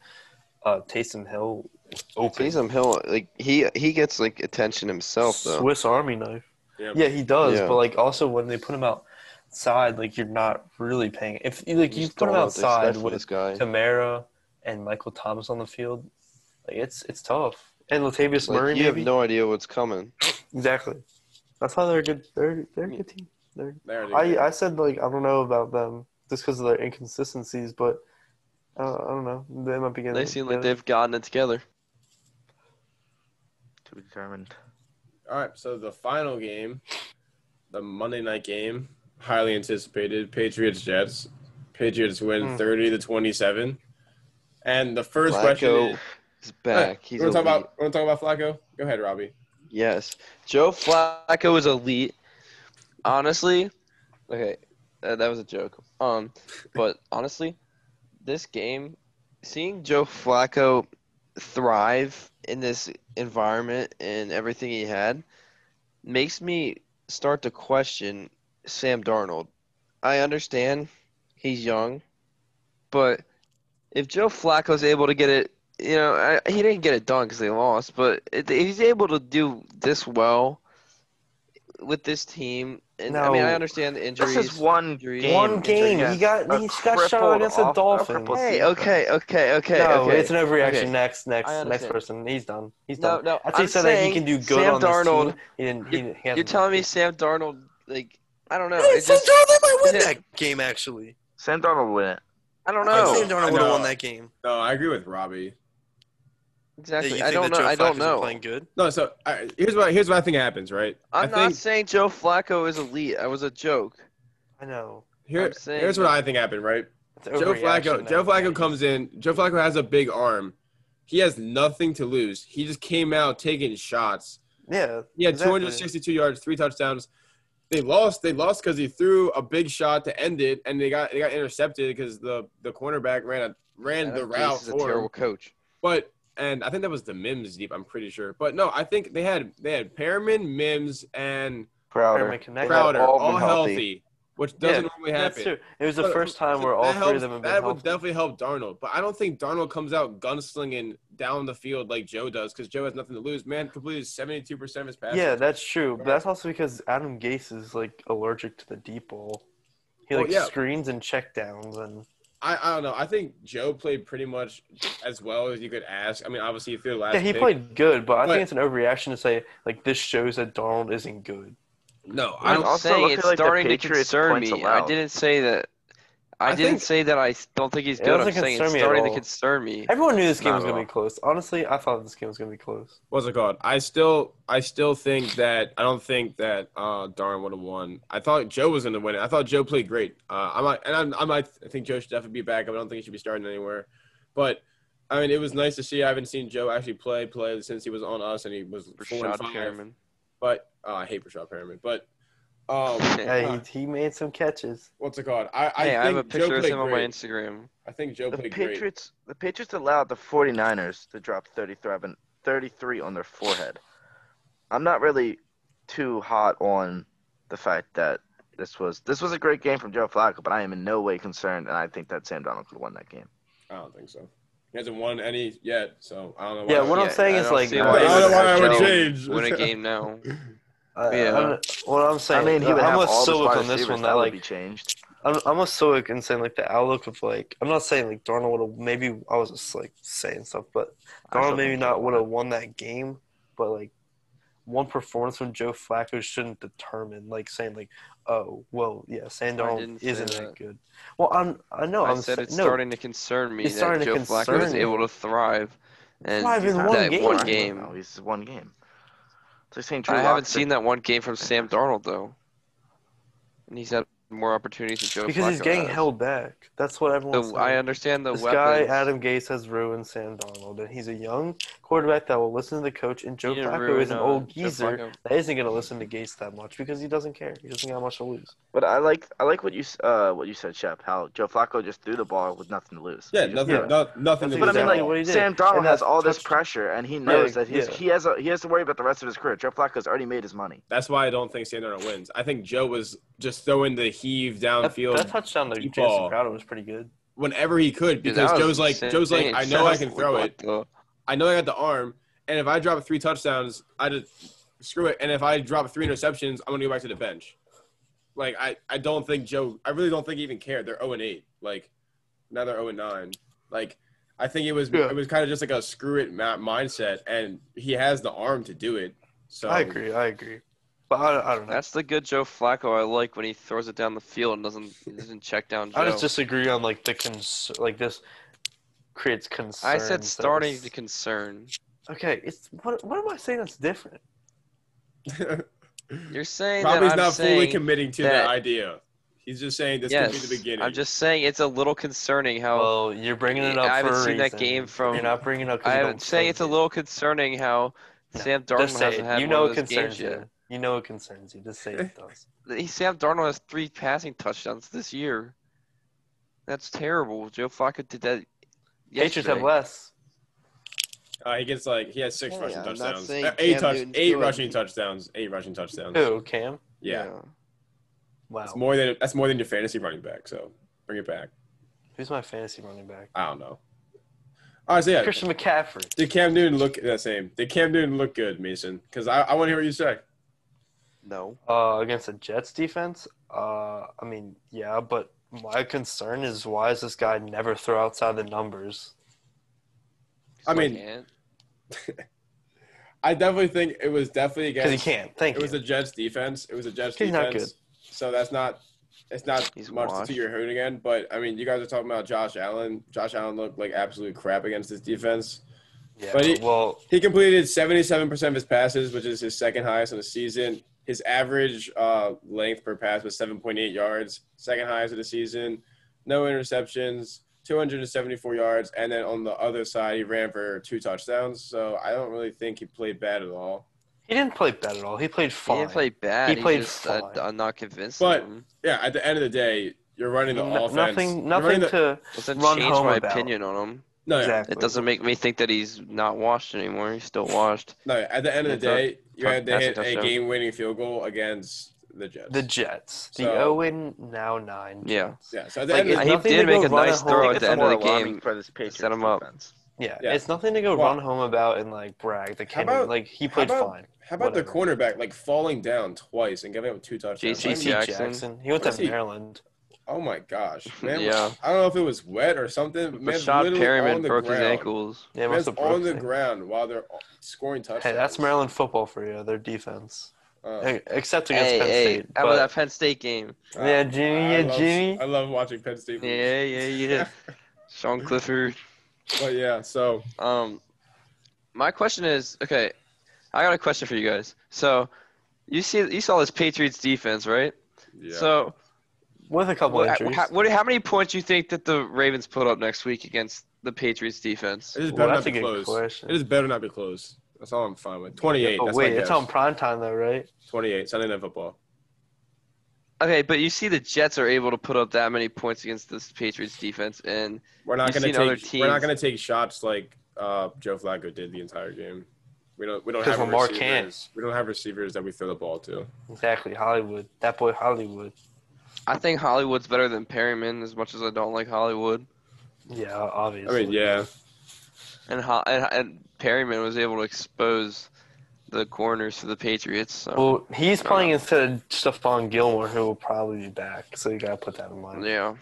Speaker 4: uh, Taysom Hill open.
Speaker 3: Taysom Hill, like he he gets like attention himself though.
Speaker 4: Swiss Army knife.
Speaker 1: Yeah.
Speaker 4: Yeah, he does.
Speaker 3: Yeah.
Speaker 4: But like, also when they put him outside, like you're not really paying. If you like you
Speaker 3: Just
Speaker 4: put
Speaker 3: don't
Speaker 4: him
Speaker 3: know what to expect
Speaker 4: outside
Speaker 3: from
Speaker 4: with
Speaker 3: this guy.
Speaker 4: Kamara and Michael Thomas on the field, like it's it's tough. And Latavius
Speaker 3: Like,
Speaker 4: Murray,
Speaker 3: you have
Speaker 4: maybe?
Speaker 3: no idea what's coming.
Speaker 4: exactly. That's how they're a good. They're they're a good team. They're,
Speaker 1: There it is.
Speaker 4: I I said like I don't know about them just because of their inconsistencies, but uh, I don't know. They might be getting.
Speaker 3: They seem like they've gotten it together.
Speaker 2: To be determined.
Speaker 1: All right, so the final game, the Monday night game, highly anticipated, Patriots Jets. Patriots win
Speaker 4: Hmm.
Speaker 1: 30 to 27. And the first question
Speaker 3: Flacco
Speaker 1: is,
Speaker 3: is
Speaker 1: Hey,
Speaker 3: back. He's
Speaker 1: you want to talk
Speaker 3: elite.
Speaker 1: about want to talk about Flacco? Go ahead, Robbie.
Speaker 3: Yes, Joe Flacco is elite. Honestly, okay, uh, that, that was a joke. Um, but honestly, this game, seeing Joe Flacco thrive in this environment and everything he had, makes me start to question Sam Darnold. I understand he's young, but if Joe Flacco's able to get it you know, I, he didn't get it done because they lost, but if he's able to do this well with this team, and I mean,
Speaker 4: No.
Speaker 3: I understand the injuries.
Speaker 2: This is one
Speaker 3: injuries.
Speaker 2: game.
Speaker 4: One game.
Speaker 2: injury
Speaker 4: He got
Speaker 2: a
Speaker 4: he got shut
Speaker 2: crippled
Speaker 4: out against the
Speaker 2: off- a
Speaker 4: Dolphins.
Speaker 2: crippled
Speaker 3: Hey,
Speaker 2: season.
Speaker 3: okay, okay, okay.
Speaker 4: no,
Speaker 3: okay.
Speaker 4: it's an overreaction.
Speaker 3: okay.
Speaker 4: Next, next,
Speaker 3: I
Speaker 4: next
Speaker 3: understand.
Speaker 4: person. He's done. He's
Speaker 3: No,
Speaker 4: done.
Speaker 3: no,
Speaker 4: I think
Speaker 3: I'm
Speaker 4: so that he
Speaker 3: saying
Speaker 4: can do good
Speaker 3: Sam
Speaker 4: on
Speaker 3: Darnold-
Speaker 4: this team. He didn't. He, he
Speaker 3: You're telling me Sam Darnold, like, I don't know.
Speaker 4: Hey,
Speaker 3: It's just,
Speaker 4: Darnold might
Speaker 3: win that
Speaker 4: game. Actually,
Speaker 2: Sam Darnold win it.
Speaker 3: I don't
Speaker 1: I
Speaker 3: know.
Speaker 1: think Sam Darnold would've won that
Speaker 4: game.
Speaker 1: No, I agree with Robbie.
Speaker 3: Exactly. I don't know. I don't know.
Speaker 4: good.
Speaker 1: No, so I here's what here's what I think happens, right?
Speaker 3: I'm
Speaker 1: I
Speaker 3: not
Speaker 1: think
Speaker 3: saying Joe Flacco is elite. I was a joke.
Speaker 4: I know.
Speaker 1: here,
Speaker 3: I'm saying
Speaker 1: here's what I think happened, right?
Speaker 4: It's
Speaker 1: Joe
Speaker 4: overreaction
Speaker 1: Flacco.
Speaker 4: now.
Speaker 1: Joe Flacco comes in. Joe Flacco has a big arm. He has nothing to lose. He just came out taking shots.
Speaker 4: Yeah.
Speaker 1: He had
Speaker 4: exactly.
Speaker 1: 262 yards, three touchdowns. They lost. They lost because he threw a big shot to end it, and they got they got intercepted because the the cornerback ran a ran the
Speaker 3: Adam
Speaker 1: route
Speaker 3: Gase is a
Speaker 1: for him.
Speaker 3: terrible coach.
Speaker 1: But and I think that was the Mims deep. I'm pretty sure. But no, I think they had they had Perriman, Mims, and
Speaker 4: Perriman
Speaker 2: Crowder.
Speaker 4: connected.
Speaker 1: Crowder all,
Speaker 3: been
Speaker 1: healthy.
Speaker 3: healthy.
Speaker 1: which doesn't
Speaker 4: Yeah,
Speaker 1: normally happen.
Speaker 4: That's true. It was the
Speaker 1: But-
Speaker 4: first time
Speaker 1: so
Speaker 4: where all
Speaker 1: that
Speaker 4: three
Speaker 1: helps-
Speaker 4: of them have been
Speaker 1: that would
Speaker 4: healthy.
Speaker 1: definitely help Darnold, but I don't think Darnold comes out gunslinging down the field like Joe does because Joe has nothing to lose. Man completed seventy two percent of his passes.
Speaker 4: Yeah, that's true. But that's also because Adam Gase is like allergic to the deep ball. He
Speaker 1: Well,
Speaker 4: like
Speaker 1: yeah.
Speaker 4: screens and checkdowns and
Speaker 1: I, I don't know. I think Joe played pretty much as well as you could ask. I mean, obviously he threw the last.
Speaker 4: yeah, he
Speaker 1: pick.
Speaker 4: played good, but I
Speaker 1: But-
Speaker 4: think it's an overreaction to say like this shows that Donald isn't good.
Speaker 1: No, I
Speaker 3: I'm
Speaker 1: don't.
Speaker 2: also
Speaker 3: saying
Speaker 2: looking
Speaker 3: it's
Speaker 2: like the
Speaker 3: starting to
Speaker 2: Patriots
Speaker 3: concern
Speaker 2: points
Speaker 3: me. I
Speaker 2: allowed.
Speaker 3: didn't say that. I,
Speaker 1: I
Speaker 3: didn't
Speaker 1: think-
Speaker 3: say that I s- don't think he's
Speaker 4: It
Speaker 3: good. I'm
Speaker 4: doesn't
Speaker 3: saying
Speaker 4: concern
Speaker 3: it's
Speaker 4: me at
Speaker 3: starting to
Speaker 4: all.
Speaker 3: concern me.
Speaker 4: Everyone knew this game
Speaker 2: Not
Speaker 4: was
Speaker 2: at
Speaker 4: gonna be
Speaker 2: all.
Speaker 4: close. Honestly, I thought this game was gonna be close.
Speaker 1: What's it called? I still, I still think that I don't think that uh, Darn would have won. I thought Joe was going to win it. I thought Joe played great. Uh, I might, and I'm, I might I think Joe should definitely be back. I don't think he should be starting anywhere. But I mean, it was nice to see. I haven't seen Joe actually play play since he was on us, and he was four and
Speaker 3: Rashad
Speaker 1: five.
Speaker 3: Perriman.
Speaker 1: But uh, I hate Rashad Perriman. But um,
Speaker 4: Hey, he, he made some catches.
Speaker 1: what's it called? I, I
Speaker 3: Hey,
Speaker 1: think
Speaker 3: I have
Speaker 1: Joe
Speaker 3: a picture of
Speaker 1: played
Speaker 3: him on my
Speaker 1: great.
Speaker 3: Instagram.
Speaker 1: I think Joe
Speaker 2: The
Speaker 1: played great.
Speaker 2: Patriots the Patriots allowed the 49ers to drop 33 on- 33 on their forehead. I'm not really too hot on the fact that this was this was a great game from Joe Flacco, but I am in no way concerned and I think that Sam Donald could have won that game.
Speaker 1: I don't think so. He hasn't won any yet, so I don't know.
Speaker 4: Yeah,
Speaker 1: why-
Speaker 4: what I'm saying
Speaker 3: I
Speaker 4: is
Speaker 3: don't
Speaker 4: like
Speaker 3: see
Speaker 1: I
Speaker 3: why
Speaker 1: don't
Speaker 3: he
Speaker 1: know
Speaker 3: would
Speaker 1: why I
Speaker 3: have
Speaker 1: would
Speaker 3: Joe
Speaker 1: change.
Speaker 3: Win a game now.
Speaker 4: I,
Speaker 3: Yeah.
Speaker 4: I don't, what I'm saying.
Speaker 2: I mean, he would
Speaker 4: I'm
Speaker 2: have all
Speaker 4: a
Speaker 2: of his
Speaker 4: soak
Speaker 2: wide
Speaker 4: on this
Speaker 2: receivers.
Speaker 4: one.
Speaker 2: That
Speaker 4: That
Speaker 2: would
Speaker 4: like
Speaker 2: be changed.
Speaker 4: I'm, I'm a stoic in saying like the outlook of like I'm not saying like Darnold would have maybe I was just like saying stuff, but
Speaker 2: I still
Speaker 4: Darnold maybe
Speaker 2: think
Speaker 4: not
Speaker 2: Joe
Speaker 4: would have won that game, but like one performance from Joe Flacco shouldn't determine like saying like oh well yeah Sam
Speaker 3: I
Speaker 4: Darnold
Speaker 3: didn't say
Speaker 4: isn't that.
Speaker 3: that.
Speaker 4: good. Well I'm I know
Speaker 3: I
Speaker 4: I'm
Speaker 3: said
Speaker 4: sa-
Speaker 3: it's
Speaker 4: no
Speaker 3: starting to concern me
Speaker 4: It's
Speaker 3: that
Speaker 4: starting to
Speaker 3: Joe Flacco
Speaker 4: concern
Speaker 3: is
Speaker 4: me.
Speaker 3: able to thrive. And
Speaker 4: Thrive in
Speaker 3: that
Speaker 4: one game.
Speaker 3: one
Speaker 4: Right.
Speaker 3: game.
Speaker 2: No, he's one game. It's like saying Drew
Speaker 3: I haven't
Speaker 2: Lock-
Speaker 3: seen that one game from Sam Darnold though, and he's had more opportunities than Joe
Speaker 4: because he's
Speaker 3: Flacco
Speaker 4: getting
Speaker 3: has.
Speaker 4: held back. That's what everyone's
Speaker 3: So
Speaker 4: saying.
Speaker 3: I understand the
Speaker 4: this guy
Speaker 3: weapons.
Speaker 4: Adam Gase has ruined Sam Darnold, and he's a young quarterback that will listen to the coach. And Joe
Speaker 3: He didn't
Speaker 4: Flacco
Speaker 3: ruin,
Speaker 4: is an
Speaker 3: uh,
Speaker 4: old
Speaker 3: Joe
Speaker 4: geezer
Speaker 3: Flacco.
Speaker 4: that isn't going to listen to Gase that much because he doesn't care. He doesn't got much to lose.
Speaker 2: But I like I like what you s- uh what you said, Shep. How Joe Flacco just threw the ball with nothing to lose.
Speaker 1: Yeah,
Speaker 2: He just
Speaker 1: nothing,
Speaker 4: Yeah.
Speaker 1: no- nothing.
Speaker 4: That's
Speaker 1: to
Speaker 2: But I
Speaker 1: lose
Speaker 2: mean,
Speaker 1: at
Speaker 4: Exactly
Speaker 1: all.
Speaker 4: what
Speaker 2: like
Speaker 4: he did.
Speaker 2: Sam Darnold
Speaker 4: And
Speaker 2: has
Speaker 4: that
Speaker 2: all this
Speaker 4: touchdown-
Speaker 2: pressure, and he knows
Speaker 4: Right,
Speaker 2: that he's,
Speaker 4: yeah.
Speaker 2: he has a, he has to worry about the rest of his career. Joe Flacco's already made his money.
Speaker 1: That's why I don't think Sandor wins. I think Joe was just throwing the heave
Speaker 4: That,
Speaker 1: downfield.
Speaker 4: that touchdown to
Speaker 1: deep
Speaker 4: Jason
Speaker 1: ball.
Speaker 4: Crowder was pretty good.
Speaker 1: whenever he could
Speaker 3: Dude,
Speaker 1: because
Speaker 3: that was
Speaker 1: Joe's like
Speaker 3: insane.
Speaker 1: Joe's like I know I can throw
Speaker 3: What
Speaker 1: it.
Speaker 3: the-
Speaker 1: I know I got the arm, and if I drop three touchdowns, I just screw it. And if I drop three interceptions, I'm gonna go back to the bench. Like I, I don't think Joe. I really don't think he even cared. They're 0 and 8. Like now they're 0 and 9. Like I think it was
Speaker 5: Yeah.
Speaker 1: it was kind of just like a screw it ma- mindset, and he has the arm to do it. So
Speaker 5: I agree. I agree. But I, I don't know.
Speaker 3: That's the good Joe Flacco I like when he throws it down the field and doesn't doesn't check down Joe.
Speaker 4: I just disagree on like the cons like this creates concern.
Speaker 3: I said starting to concern.
Speaker 4: Okay, it's what what am I saying that's different?
Speaker 3: You're saying
Speaker 1: probably he's
Speaker 3: that I'm
Speaker 1: not fully
Speaker 3: saying,
Speaker 1: committing to
Speaker 3: that-
Speaker 1: the idea. He's just saying this
Speaker 3: yes,
Speaker 1: could be the beginning.
Speaker 3: I'm just saying it's a little concerning how
Speaker 4: Well, you're bringing it up
Speaker 3: Oh, I haven't
Speaker 4: for a
Speaker 3: seen that
Speaker 4: reason.
Speaker 3: game from-
Speaker 4: You're not bringing it up. 'cause you
Speaker 3: I'm
Speaker 4: don't
Speaker 3: saying it's a
Speaker 4: think it.
Speaker 3: little concerning how
Speaker 4: No,
Speaker 3: Sam
Speaker 4: Just
Speaker 3: Darnold
Speaker 4: say
Speaker 3: hasn't
Speaker 4: it.
Speaker 3: had
Speaker 4: You
Speaker 3: one
Speaker 4: know
Speaker 3: of
Speaker 4: it
Speaker 3: those
Speaker 4: concerns
Speaker 3: games yet.
Speaker 4: you. You know it concerns you. Just say it does.
Speaker 3: He- Sam Darnold has three passing touchdowns this year. That's terrible. Joe Flacco did that.
Speaker 4: Patriots
Speaker 3: yesterday.
Speaker 4: have less.
Speaker 1: uh, he gets like he has six
Speaker 3: Hey,
Speaker 1: rushing
Speaker 3: I'm not
Speaker 1: touchdowns,
Speaker 3: saying
Speaker 1: Uh, eight
Speaker 3: Cam
Speaker 1: touch,
Speaker 3: Newton's
Speaker 1: eight
Speaker 3: good.
Speaker 1: rushing touchdowns, eight rushing touchdowns.
Speaker 4: Who Cam?
Speaker 1: yeah.
Speaker 4: Wow.
Speaker 1: It's more than that's more than your fantasy running back. So bring it back.
Speaker 4: Who's my fantasy running back?
Speaker 1: I don't know. All right, so yeah,
Speaker 4: Christian McCaffrey.
Speaker 1: did Cam Newton look that same? Did Cam Newton look good, Mason? Because I, I want to hear what you say.
Speaker 3: No.
Speaker 4: Uh, against the Jets defense, uh, I mean, yeah, but my concern is why does this guy never throw outside the numbers?
Speaker 1: I mean-
Speaker 3: can't.
Speaker 1: I definitely think it was definitely
Speaker 4: Because
Speaker 1: against.
Speaker 4: he can't. Thank
Speaker 1: It was
Speaker 4: you.
Speaker 1: the Jets defense. It was the Jets
Speaker 4: He's not
Speaker 1: defense. So that's not. It's not
Speaker 3: He's
Speaker 1: much
Speaker 3: washed.
Speaker 1: to your hood again, but I mean, you guys are talking about Josh Allen. Josh Allen looked like absolute crap against this defense.
Speaker 4: yeah.
Speaker 1: but he-
Speaker 4: well,
Speaker 1: He completed 77% of his passes, which is his second highest on the season. His average uh, length per pass was 7.8 yards, second highest of the season. No interceptions, 274 yards. And then on the other side, he ran for two touchdowns. So I don't really think he played bad at all.
Speaker 4: he didn't play bad at all. He played
Speaker 3: He
Speaker 4: fine.
Speaker 3: didn't play bad.
Speaker 4: He
Speaker 3: He
Speaker 4: played
Speaker 3: just, uh,
Speaker 4: fine.
Speaker 3: I'm not convinced.
Speaker 1: But-
Speaker 3: of him.
Speaker 1: Yeah, at the end of the day, you're running the
Speaker 4: No-
Speaker 1: offense.
Speaker 4: nothing.
Speaker 1: You're running
Speaker 4: Nothing
Speaker 1: the-
Speaker 4: to
Speaker 3: doesn't
Speaker 4: run
Speaker 3: change
Speaker 4: home
Speaker 3: my
Speaker 4: about.
Speaker 3: opinion on him.
Speaker 1: no,
Speaker 4: exactly.
Speaker 3: It doesn't make me think that he's not washed anymore. He's still washed.
Speaker 1: no, at the end of the
Speaker 3: Yeah,
Speaker 1: day, you had to
Speaker 3: passing
Speaker 1: hit a
Speaker 3: touchdown.
Speaker 1: game winning field goal against the Jets.
Speaker 4: The Jets, the
Speaker 1: So-
Speaker 4: Owen now nine.
Speaker 3: Yeah.
Speaker 4: Jets.
Speaker 1: yeah, so at the
Speaker 4: Like,
Speaker 1: end of
Speaker 4: it's
Speaker 1: the
Speaker 3: he
Speaker 4: nothing
Speaker 3: did
Speaker 4: to go
Speaker 3: make a
Speaker 4: run
Speaker 3: nice
Speaker 4: home.
Speaker 3: throw
Speaker 4: I
Speaker 2: I
Speaker 4: think
Speaker 3: at
Speaker 2: think
Speaker 3: the
Speaker 2: it's
Speaker 3: end
Speaker 2: more
Speaker 3: of the
Speaker 2: alarming
Speaker 3: game.
Speaker 2: for this Patriots
Speaker 3: him up.
Speaker 2: defense.
Speaker 4: yeah,
Speaker 1: Yeah.
Speaker 4: It's nothing to go
Speaker 1: Well-
Speaker 4: run home about and like brag that
Speaker 1: How
Speaker 4: Cam
Speaker 1: about-
Speaker 4: like he
Speaker 1: how
Speaker 4: played
Speaker 1: about-
Speaker 4: fine.
Speaker 1: How about the
Speaker 4: Whatever.
Speaker 1: cornerback like falling down twice and giving up two touchdowns?
Speaker 3: JC
Speaker 1: I mean,
Speaker 4: JC Jackson. He went
Speaker 1: What is
Speaker 4: to
Speaker 1: he-
Speaker 4: Maryland.
Speaker 1: Oh my gosh, man!
Speaker 3: Yeah.
Speaker 1: I don't know if it was wet or something. But man's
Speaker 3: Rashad
Speaker 1: literally
Speaker 3: Perryman
Speaker 1: on the
Speaker 3: broke
Speaker 1: ground.
Speaker 3: his ankles.
Speaker 4: Yeah, he
Speaker 1: Man's
Speaker 4: must have
Speaker 1: on the
Speaker 4: broke it.
Speaker 1: ground while they're scoring touchdowns.
Speaker 4: Hey, that's Maryland football for you. Their defense,
Speaker 1: Uh,
Speaker 4: E- except against
Speaker 3: Hey,
Speaker 4: Penn
Speaker 3: hey,
Speaker 4: State.
Speaker 3: how about
Speaker 4: But,
Speaker 3: that Penn State game?
Speaker 4: yeah, Jimmy,
Speaker 1: I
Speaker 4: yeah,
Speaker 1: love,
Speaker 4: Jimmy.
Speaker 1: I love watching Penn State. lose.
Speaker 3: Yeah, yeah, yeah. Sean Clifford.
Speaker 1: But yeah, so
Speaker 3: Um, my question is okay. I got a question for you guys. So, you see, you saw this Patriots defense, right?
Speaker 1: yeah.
Speaker 3: So,
Speaker 4: With a couple
Speaker 3: what,
Speaker 4: injuries.
Speaker 3: how, what, how many points do you think that the Ravens put up next week against the Patriots defense?
Speaker 1: it is
Speaker 4: Well,
Speaker 1: better
Speaker 4: that's
Speaker 1: not
Speaker 4: a
Speaker 1: be
Speaker 4: good
Speaker 1: close.
Speaker 4: question.
Speaker 1: It is better not be close. That's all I'm fine with. Twenty-eight.
Speaker 4: oh
Speaker 1: that's
Speaker 4: wait,
Speaker 1: my
Speaker 4: it's
Speaker 1: guess.
Speaker 4: on prime time though, right?
Speaker 1: Twenty-eight. Sunday Night Football.
Speaker 3: Okay, but you see, the Jets are able to put up that many points against this Patriots defense, and
Speaker 1: We're not
Speaker 3: You've
Speaker 1: going
Speaker 3: seen other
Speaker 1: to take. We're not
Speaker 3: teams-
Speaker 1: going to take shots like uh, Joe Flacco did the entire game. We don't. We don't
Speaker 4: 'Cause
Speaker 1: have
Speaker 4: Lamar
Speaker 1: receivers.
Speaker 4: can't.
Speaker 1: We don't have receivers that we throw the ball to.
Speaker 4: Exactly, Hollywood. That boy Hollywood.
Speaker 3: I think Hollywood's better than Perryman. As much as I don't like Hollywood,
Speaker 4: Yeah,
Speaker 1: I
Speaker 4: obviously.
Speaker 1: mean, yeah.
Speaker 3: and Ho- and, and Perryman was able to expose the corners for the Patriots. So.
Speaker 4: Well, he's playing instead of Stephon Gilmore, who will probably be back. So you gotta put that in mind.
Speaker 3: yeah.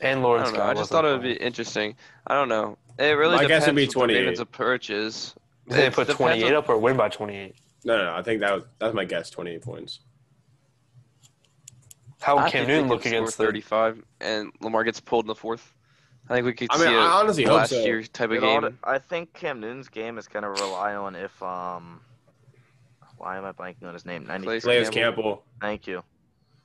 Speaker 4: And
Speaker 3: I
Speaker 4: Lawrence.
Speaker 3: don't know. I
Speaker 4: Guy wasn't
Speaker 3: just thought it would be
Speaker 4: playing.
Speaker 3: interesting. I don't know. It really
Speaker 1: My
Speaker 3: depends
Speaker 1: guess would be
Speaker 3: what the
Speaker 1: 28.
Speaker 3: Ravens' approach is.
Speaker 4: Did they
Speaker 3: It
Speaker 4: put
Speaker 3: depends
Speaker 4: twenty eight
Speaker 3: on-
Speaker 4: up or win by twenty eight?
Speaker 1: No, no, no. I think that was that's my guess. Twenty-eight points.
Speaker 4: How would
Speaker 3: I
Speaker 4: Cam
Speaker 3: think
Speaker 4: Newton
Speaker 3: we could
Speaker 4: look
Speaker 3: score
Speaker 4: against the
Speaker 3: 35 and Lamar gets pulled in the fourth? I think we could
Speaker 1: I
Speaker 3: see
Speaker 1: mean,
Speaker 3: a
Speaker 1: I honestly hope
Speaker 3: last
Speaker 1: so.
Speaker 3: year type of
Speaker 2: It all
Speaker 3: game.
Speaker 2: de- I think Cam Newton's game is going to rely on if um. Why am I blanking on his name? 90,
Speaker 3: Clay's
Speaker 1: Clayus
Speaker 3: Campbell.
Speaker 1: Campbell.
Speaker 2: Thank you.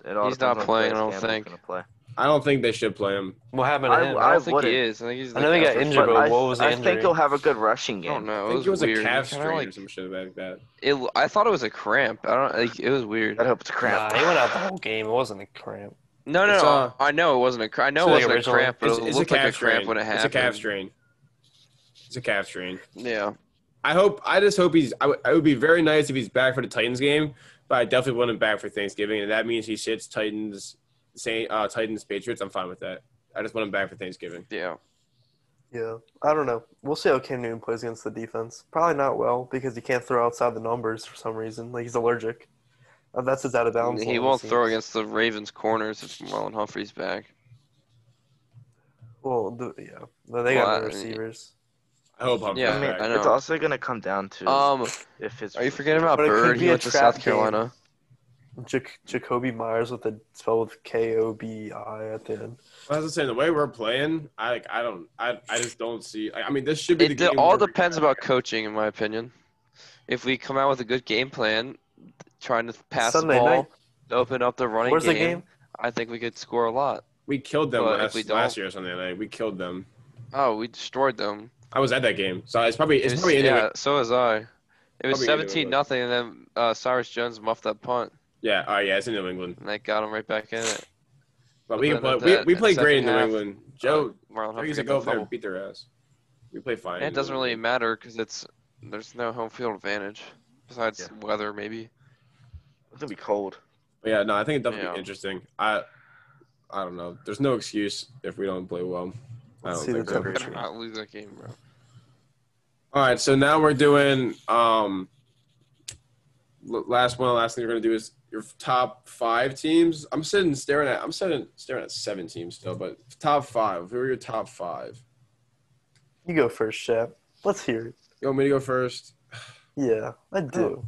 Speaker 2: It all
Speaker 3: He's not
Speaker 2: depends on
Speaker 3: playing,
Speaker 2: Clay's
Speaker 3: I don't
Speaker 2: Campbell's
Speaker 3: think.
Speaker 2: gonna Play.
Speaker 1: I don't think they should play him.
Speaker 4: what happened
Speaker 2: I-
Speaker 4: to him?
Speaker 3: I
Speaker 2: I
Speaker 3: don't think
Speaker 2: wouldn't.
Speaker 3: he is. I think he's.
Speaker 4: I know
Speaker 3: like
Speaker 4: he got
Speaker 3: out for
Speaker 4: injured,
Speaker 3: five-
Speaker 4: but
Speaker 2: I,
Speaker 4: what was the
Speaker 2: I
Speaker 4: injury?
Speaker 2: think he'll have a good rushing
Speaker 3: I
Speaker 2: game.
Speaker 3: don't know.
Speaker 1: I
Speaker 3: It
Speaker 1: think
Speaker 3: was,
Speaker 1: it was
Speaker 3: weird.
Speaker 1: a calf
Speaker 3: Kinda
Speaker 1: strain or
Speaker 3: like-
Speaker 1: some shit like that.
Speaker 3: it, I thought it was a cramp. I don't. Like, it was weird.
Speaker 2: I hope it's a cramp.
Speaker 4: Nah, he went out the whole game. It wasn't a cramp.
Speaker 3: No, no,
Speaker 1: It's,
Speaker 3: no.
Speaker 1: uh,
Speaker 3: I know it wasn't a cramp. I know
Speaker 4: it's
Speaker 3: it
Speaker 4: like
Speaker 3: wasn't a
Speaker 4: original-
Speaker 3: cramp, but
Speaker 1: It's,
Speaker 3: it
Speaker 1: it's a
Speaker 3: looked
Speaker 1: calf
Speaker 3: like a cramp
Speaker 1: strain.
Speaker 3: when it
Speaker 1: It's
Speaker 3: happened.
Speaker 1: a calf strain. It's a calf strain.
Speaker 3: Yeah.
Speaker 1: I hope. I just hope he's. I would- it would be very nice if he's back for the Titans game, but I definitely want him back for Thanksgiving, and that means he sits Titans Saint uh, Titans Patriots, I'm fine with that. I just want him back for Thanksgiving.
Speaker 3: Yeah.
Speaker 5: Yeah, I don't know. We'll see how Cam Newton plays against the defense. Probably not well because he can't throw outside the numbers for some reason. Like he's allergic. Uh, That's his out of bounds.
Speaker 3: He
Speaker 5: line, it
Speaker 3: won't throw
Speaker 5: seems.
Speaker 3: against the Ravens corners if Marlon Humphrey's back.
Speaker 5: Well, the, yeah, Well, they got
Speaker 3: Well,
Speaker 5: no
Speaker 3: I mean-
Speaker 5: receivers.
Speaker 1: I hope I'm
Speaker 3: Yeah,
Speaker 2: I mean,
Speaker 1: back.
Speaker 3: I know.
Speaker 2: it's also gonna come down to
Speaker 3: Um,
Speaker 2: if it's.
Speaker 3: are you forgetting about
Speaker 5: But it could
Speaker 3: Bird?
Speaker 5: be
Speaker 3: He
Speaker 5: a
Speaker 3: went to
Speaker 5: trap
Speaker 3: South
Speaker 5: game.
Speaker 3: Carolina.
Speaker 5: Jac- Jacoby Myers with the spelled K O B I at the end.
Speaker 1: I was saying the way we're playing, I like, I don't, I, I just don't see. Like, I mean, this should be the
Speaker 3: It
Speaker 1: game
Speaker 3: all
Speaker 1: where we-
Speaker 3: depends about coaching, in my opinion. If we come out with a good game plan, trying to pass
Speaker 5: Sunday
Speaker 3: the ball,
Speaker 5: night.
Speaker 3: to open up the running
Speaker 5: Where's
Speaker 3: game,
Speaker 5: the game?
Speaker 3: I think we could score a lot.
Speaker 1: We killed them
Speaker 3: But if
Speaker 1: last,
Speaker 3: we don't-
Speaker 1: last year or something. Like, we killed them.
Speaker 3: Oh, we destroyed them.
Speaker 1: I was at that game, so it's probably
Speaker 3: It
Speaker 1: it's
Speaker 3: was-
Speaker 1: probably in
Speaker 3: yeah,
Speaker 1: there.
Speaker 3: so was I. It was
Speaker 1: Probably anyway,
Speaker 3: 17
Speaker 1: but-
Speaker 3: nothing, and then uh, Cyrus Jones muffed that punt,
Speaker 1: Yeah, all right, yeah, it's in New England.
Speaker 3: and that got him right back in it. Uh,
Speaker 1: But
Speaker 3: But
Speaker 1: we can
Speaker 3: then
Speaker 1: play.
Speaker 3: at
Speaker 1: We,
Speaker 3: the-
Speaker 1: we
Speaker 3: at
Speaker 1: played
Speaker 3: the
Speaker 1: great in
Speaker 3: second
Speaker 1: New
Speaker 3: half,
Speaker 1: England. Joe,
Speaker 3: uh, Marlon
Speaker 1: uh,
Speaker 3: Humphrey
Speaker 1: used to
Speaker 3: got
Speaker 1: go
Speaker 3: the
Speaker 1: up there
Speaker 3: fumble.
Speaker 1: and beat their ass. We played fine.
Speaker 3: And it doesn't really matter because it's there's no home field advantage besides
Speaker 2: Yeah.
Speaker 3: weather, maybe.
Speaker 2: It's gonna be cold.
Speaker 1: But yeah, no, I think it'd definitely
Speaker 3: Yeah.
Speaker 1: be interesting. I, I don't know. There's no excuse if we don't play well. I
Speaker 5: Let's
Speaker 1: don't
Speaker 5: see the
Speaker 1: think so.
Speaker 5: temperature.
Speaker 3: Better not lose that game, bro.
Speaker 1: All right, so now we're doing um l- last one. Last thing we're gonna do is your top five teams. I'm sitting staring at. I'm sitting staring at seven teams still, but top five. Who are your top five?
Speaker 5: You go first, Shep. Let's hear it.
Speaker 1: You want me to go first?
Speaker 5: Yeah, I do.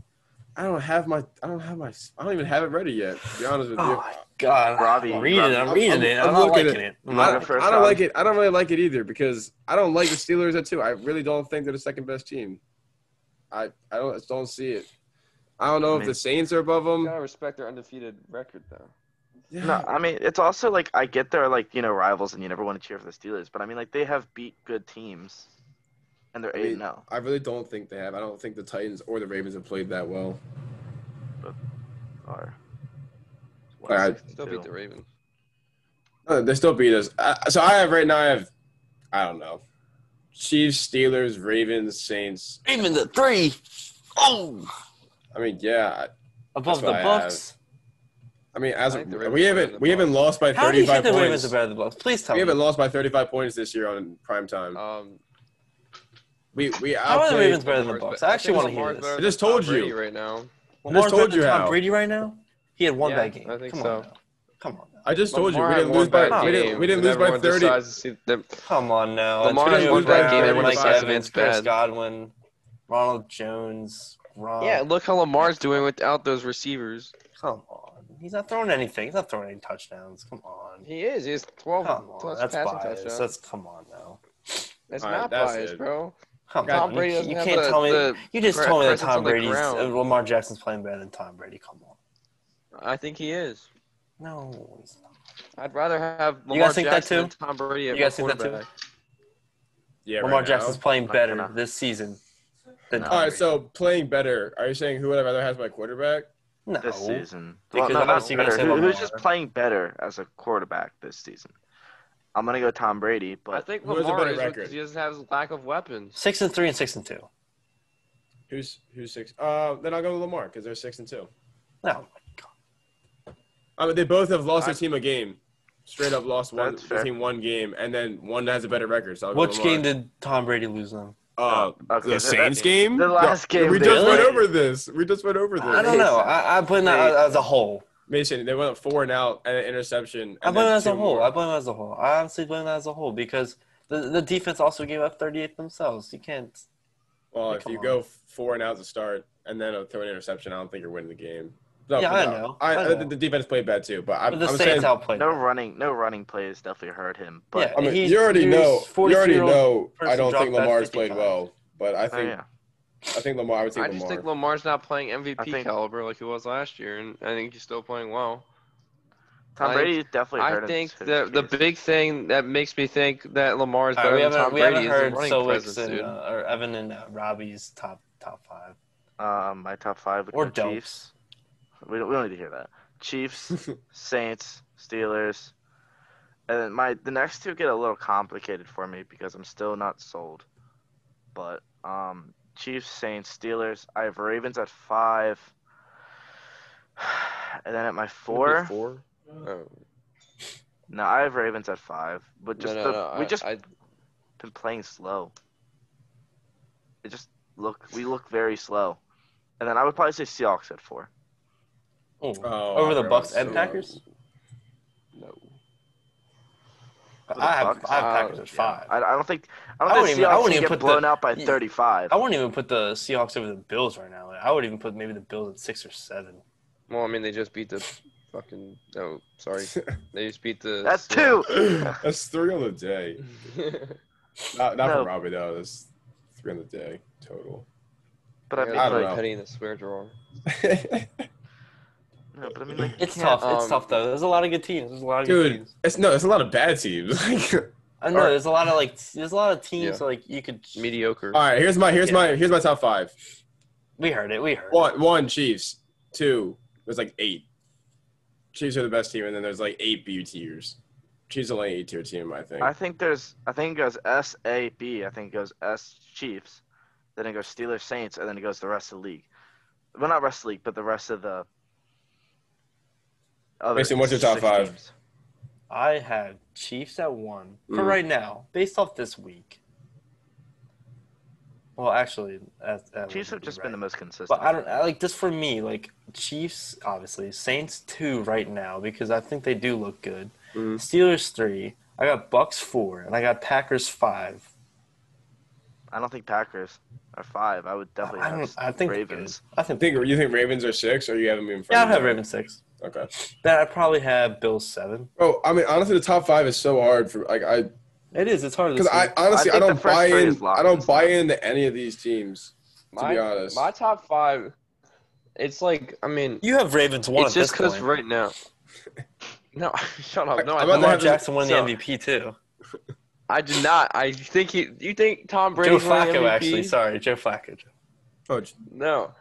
Speaker 1: I don't have my. I don't have my. I don't even have it ready yet. To be honest with
Speaker 4: Oh
Speaker 1: you,
Speaker 4: my god,
Speaker 2: Robbie,
Speaker 4: I'm reading it. I'm
Speaker 1: I'm-
Speaker 4: reading
Speaker 1: I'm-
Speaker 4: it.
Speaker 1: I'm
Speaker 4: I'm not
Speaker 1: looking
Speaker 4: liking
Speaker 1: at-
Speaker 4: it. I'm
Speaker 1: I,
Speaker 4: not-
Speaker 2: the first
Speaker 1: I don't
Speaker 2: round.
Speaker 1: like it. I don't really like it either because I don't like the Steelers at two. I really don't think they're the second best team. I I don't I just don't see it. I don't know
Speaker 2: I
Speaker 1: if
Speaker 2: mean-
Speaker 1: the Saints are above them.
Speaker 3: respect their undefeated record, though.
Speaker 2: No, I mean it's also like I get they're like you know rivals and you never want to cheer for the Steelers, but I mean like they have beat good teams, and they're
Speaker 1: I
Speaker 2: eight
Speaker 1: mean,
Speaker 2: and oh. zero.
Speaker 1: I really don't think they have. I don't think the Titans or the Ravens have played that well.
Speaker 2: Or
Speaker 1: All right.
Speaker 3: Still beat the Ravens.
Speaker 1: Uh, They still beat us. I, so I have right now. I have I don't know. Chiefs, Steelers, Ravens, Saints.
Speaker 4: Even the three. Oh,
Speaker 1: I mean, yeah.
Speaker 4: above
Speaker 1: what
Speaker 4: the
Speaker 1: I
Speaker 4: Bucks.
Speaker 1: I, I mean, as
Speaker 3: I
Speaker 1: of,
Speaker 3: think the Ravens
Speaker 1: we
Speaker 3: are better
Speaker 1: haven't
Speaker 3: than
Speaker 1: we haven't
Speaker 3: Bucks.
Speaker 1: lost by
Speaker 4: How do you
Speaker 1: thirty-five
Speaker 4: think the
Speaker 1: points.
Speaker 4: Ravens are better than the Bucks? Please tell
Speaker 1: we
Speaker 4: me.
Speaker 1: haven't lost by thirty-five points this year on prime time.
Speaker 3: Um,
Speaker 1: We we
Speaker 4: How are the
Speaker 1: outplayed.
Speaker 4: Ravens better than the
Speaker 3: Lamar's
Speaker 4: Bucks?
Speaker 3: be-
Speaker 4: I actually
Speaker 3: think
Speaker 4: want to hear
Speaker 3: Lamar's better
Speaker 4: this.
Speaker 3: than
Speaker 1: just
Speaker 3: Tom
Speaker 1: told you.
Speaker 3: Brady right now.
Speaker 4: Lamar's
Speaker 1: told
Speaker 4: better than
Speaker 1: you
Speaker 4: Tom
Speaker 1: how.
Speaker 4: Brady right now. He had one
Speaker 3: Yeah,
Speaker 4: bad game.
Speaker 3: I think
Speaker 4: Come
Speaker 3: so.
Speaker 4: on, now. come on, now.
Speaker 1: I just told you
Speaker 3: Lamar
Speaker 1: we
Speaker 3: had
Speaker 1: didn't
Speaker 3: one
Speaker 1: lose by
Speaker 3: bad
Speaker 1: we
Speaker 3: game,
Speaker 1: didn't, we didn't
Speaker 3: and
Speaker 1: lose by
Speaker 3: everyone
Speaker 1: thirty.
Speaker 3: decides to see them-
Speaker 4: come on now.
Speaker 3: Lamar
Speaker 4: It's
Speaker 1: had
Speaker 4: Jalen
Speaker 1: one bad game.
Speaker 4: Brown,
Speaker 1: Everyone
Speaker 4: Mike
Speaker 1: thinks Evan
Speaker 4: Evans,
Speaker 3: is
Speaker 4: Chris
Speaker 3: bad.
Speaker 4: Godwin, Ronald Jones, Ron.
Speaker 3: Yeah, look how Lamar's doing without those receivers.
Speaker 4: come on. He's not throwing anything. He's not throwing any touchdowns. Come on.
Speaker 3: He is. He has 12
Speaker 4: Come on.
Speaker 3: plus
Speaker 4: That's
Speaker 3: passing
Speaker 4: biased.
Speaker 3: touchdowns.
Speaker 4: That's come on now.
Speaker 3: That's
Speaker 1: All right,
Speaker 3: not
Speaker 1: that's
Speaker 3: biased,
Speaker 1: it.
Speaker 3: bro.
Speaker 4: Come
Speaker 1: Tom
Speaker 4: on. You-
Speaker 3: Brady
Speaker 4: You,
Speaker 3: doesn't have
Speaker 4: can't
Speaker 3: the-
Speaker 4: tell me.
Speaker 3: the
Speaker 4: you just
Speaker 3: pre-
Speaker 4: told me that
Speaker 3: presence
Speaker 4: Tom
Speaker 3: on the
Speaker 4: Brady's
Speaker 3: ground.
Speaker 4: uh, Lamar Jackson's playing better than Tom Brady. Come on.
Speaker 3: I think he is.
Speaker 4: No, he's not.
Speaker 3: I'd rather have Lamar
Speaker 4: guys think that
Speaker 3: Jackson
Speaker 4: too?
Speaker 3: than Tom Brady at
Speaker 4: You guys think that too?
Speaker 3: quarterback.
Speaker 1: Yeah,
Speaker 4: Lamar
Speaker 1: right now.
Speaker 4: Jackson's playing
Speaker 2: Not
Speaker 4: better
Speaker 2: gonna.
Speaker 4: this season than
Speaker 2: No.
Speaker 1: All right, so playing better. Are you saying who would I rather have as my quarterback?
Speaker 4: no.
Speaker 2: this season. well,
Speaker 4: Because
Speaker 2: no, not
Speaker 4: obviously you're gonna
Speaker 2: better.
Speaker 4: say
Speaker 2: Who- who's
Speaker 4: Lamar.
Speaker 2: just playing better as a quarterback this season? I'm gonna go Tom Brady,
Speaker 3: I
Speaker 2: but
Speaker 3: think
Speaker 1: Who has a
Speaker 3: Lamar
Speaker 1: better
Speaker 3: is
Speaker 1: record?
Speaker 3: because he doesn't have his lack of weapons.
Speaker 4: Six and three and six and two.
Speaker 1: Who's who's six? Uh, then I'll go with Lamar because they're six and two.
Speaker 4: No, oh my God.
Speaker 1: I mean, they both have lost their
Speaker 3: I-
Speaker 1: team a game, straight up lost one
Speaker 2: That's fair.
Speaker 1: team one game, and then one has a better record. So I'll
Speaker 4: Which
Speaker 1: go Oh, Lamar.
Speaker 4: game did Tom Brady lose them?
Speaker 1: uh,
Speaker 2: Okay,
Speaker 1: the
Speaker 2: that-
Speaker 1: Saints
Speaker 2: that-
Speaker 1: game?
Speaker 2: the last
Speaker 1: No,
Speaker 2: game
Speaker 1: We
Speaker 2: they-
Speaker 1: just went
Speaker 4: Really?
Speaker 1: over this. We just went over this.
Speaker 4: I don't know. I, I blame that
Speaker 2: They-
Speaker 4: as a whole.
Speaker 1: Mason, they went up four and out and an interception. And
Speaker 4: I blame
Speaker 1: then
Speaker 4: that as a
Speaker 1: two
Speaker 4: whole.
Speaker 1: more.
Speaker 4: I blame that as a whole. I honestly blame that as a whole because the the defense also gave up 38 themselves. You can't.
Speaker 1: Well,
Speaker 4: Yeah,
Speaker 1: if
Speaker 4: come
Speaker 1: you
Speaker 4: on.
Speaker 1: go four and out to start and then throw an interception, I don't think you're winning the game. No,
Speaker 4: Yeah,
Speaker 1: but
Speaker 4: I
Speaker 1: no.
Speaker 4: know.
Speaker 1: I,
Speaker 4: I
Speaker 1: uh,
Speaker 4: know.
Speaker 1: The defense played bad too, but
Speaker 4: But
Speaker 1: I'm,
Speaker 4: the
Speaker 1: I'm
Speaker 4: Saints
Speaker 1: saying.
Speaker 4: outplayed.
Speaker 2: no
Speaker 4: them.
Speaker 2: running, no running plays definitely hurt him. But
Speaker 4: Yeah.
Speaker 1: I mean,
Speaker 4: He's-
Speaker 1: you already
Speaker 4: he's
Speaker 1: know. You already
Speaker 4: 43-year-old
Speaker 1: know. I
Speaker 4: person
Speaker 1: don't think
Speaker 4: dropped back
Speaker 1: Lamar's played
Speaker 4: 55.
Speaker 1: well, but I
Speaker 2: oh,
Speaker 1: think
Speaker 2: yeah.
Speaker 1: I think Lamar. I would take
Speaker 3: I just
Speaker 1: Lamar.
Speaker 3: think Lamar's not playing MVP
Speaker 2: I think-
Speaker 3: caliber like he was last year, and I think he's still playing well.
Speaker 2: Tom
Speaker 3: I-
Speaker 2: Brady definitely hurt
Speaker 3: I
Speaker 2: him.
Speaker 3: think
Speaker 2: to his
Speaker 3: the the
Speaker 2: case.
Speaker 3: big thing that makes me think that Lamar is
Speaker 4: All right,
Speaker 3: better
Speaker 4: we
Speaker 3: than Tom
Speaker 4: haven't, we
Speaker 3: Brady
Speaker 4: haven't
Speaker 3: is the
Speaker 4: heard
Speaker 3: running
Speaker 4: Silwick's
Speaker 3: presence,
Speaker 4: and
Speaker 3: dude.
Speaker 4: uh, or Evan and uh, Robbie's top top five
Speaker 2: Um, my top five would
Speaker 4: or
Speaker 2: be
Speaker 4: don't.
Speaker 2: Chiefs. We don't, we don't need to hear that. Chiefs, Saints, Steelers, and then my the next two get a little complicated for me because I'm still not sold. But um, Chiefs, Saints, Steelers. I have Ravens at five, and then at my
Speaker 1: Wouldn't it
Speaker 2: four,
Speaker 1: be Four.
Speaker 3: Oh.
Speaker 2: No, I have Ravens at five, but just
Speaker 3: no,
Speaker 2: the,
Speaker 3: no, no,
Speaker 2: we
Speaker 3: I-
Speaker 2: just
Speaker 3: I,
Speaker 2: been playing slow. It just look we look very slow, and then I would probably say Seahawks at four.
Speaker 4: Ooh.
Speaker 1: Oh,
Speaker 4: Over the
Speaker 1: bro,
Speaker 4: Bucks
Speaker 1: so-
Speaker 4: and Packers.
Speaker 3: no.
Speaker 2: Over the
Speaker 4: I have,
Speaker 2: Bucks?
Speaker 4: I have
Speaker 3: Uh,
Speaker 4: Packers at five.
Speaker 2: I, I don't think I
Speaker 4: I
Speaker 2: don't
Speaker 4: wouldn't
Speaker 2: think
Speaker 4: even- I
Speaker 2: Seahawks can
Speaker 4: wouldn't even
Speaker 2: get
Speaker 4: put
Speaker 2: blown
Speaker 4: the-
Speaker 2: out by
Speaker 3: Yeah.
Speaker 2: thirty-five.
Speaker 4: I wouldn't even put the Seahawks over the Bills right now. I would even put maybe the Bills at six or seven.
Speaker 3: Well, I mean, they just beat the fucking. Oh, sorry. They just beat the.
Speaker 2: That's two.
Speaker 1: That's three on the day. Not, not
Speaker 2: No.
Speaker 1: for Robbie though. That's three on the day total.
Speaker 2: But I mean,
Speaker 1: I don't
Speaker 2: like,
Speaker 1: know.
Speaker 3: Petty in the swear drawer.
Speaker 2: no, but I mean, like, you
Speaker 4: It's
Speaker 2: can't-
Speaker 4: tough. it's
Speaker 3: um,
Speaker 4: tough though. There's a lot of good teams. There's a lot of good
Speaker 1: Dude,
Speaker 4: teams.
Speaker 1: it's no, it's a lot of bad teams. all
Speaker 4: I know
Speaker 1: Alright.
Speaker 4: there's a lot of like there's a lot of teams
Speaker 3: Yeah.
Speaker 4: that, like you could.
Speaker 3: Mediocre.
Speaker 1: right, here's my here's my here's my top five.
Speaker 4: We heard it. We heard. it.
Speaker 1: One one Chiefs. Two there's like eight. Chiefs are the best team, and then there's like eight B tiers. Chiefs are like eight tier team, I think.
Speaker 2: I think there's I think it goes S A B. I think it goes S Chiefs, then it goes Steelers Saints, and then it goes the rest of the league. Well, not rest of the league, but the rest of the. Other
Speaker 1: Mason, what's your top
Speaker 2: six
Speaker 1: five?
Speaker 2: teams.
Speaker 4: I have Chiefs at one for
Speaker 1: Mm.
Speaker 4: right now, based off this week. Well, actually, that, that
Speaker 2: Chiefs have
Speaker 4: wouldn't be
Speaker 2: just been the
Speaker 4: right.
Speaker 2: most consistent.
Speaker 4: But I don't I, like just for me, like Chiefs, obviously Saints two right now because I think they do look good.
Speaker 1: Mm.
Speaker 4: Steelers three. I got Bucks four, and I got Packers five.
Speaker 2: I don't think Packers are five. I would definitely.
Speaker 4: I
Speaker 2: have
Speaker 4: don't. I think
Speaker 2: Ravens.
Speaker 4: Ravens. I think.
Speaker 1: You think you think Ravens are six, or you haven't been?
Speaker 4: yeah, I have Ravens six.
Speaker 1: Okay.
Speaker 4: Then I probably have Bills seven.
Speaker 1: Bro, I mean, honestly, the top five is so hard for like I
Speaker 4: It is. It's hard to
Speaker 1: because I
Speaker 4: see.
Speaker 1: honestly I,
Speaker 2: think the
Speaker 1: don't
Speaker 2: first
Speaker 1: buy
Speaker 2: three is
Speaker 1: in
Speaker 2: locked
Speaker 1: I don't
Speaker 2: this
Speaker 1: buy
Speaker 2: time.
Speaker 1: into any of these teams.
Speaker 3: my,
Speaker 1: be honest.
Speaker 3: my top five. It's like I mean,
Speaker 4: You have Ravens one.
Speaker 3: it's
Speaker 4: at
Speaker 3: just
Speaker 4: this
Speaker 3: because
Speaker 4: point.
Speaker 3: right now. No, shut up. No,
Speaker 1: I'm
Speaker 3: I,
Speaker 1: not-
Speaker 4: Lamar
Speaker 1: Lamar
Speaker 4: Jackson won
Speaker 3: so-
Speaker 4: the MVP too.
Speaker 3: I do not. I think he. You think Tom Brady?
Speaker 4: Joe Flacco actually. Sorry, Joe Flacco.
Speaker 1: Oh,
Speaker 3: No,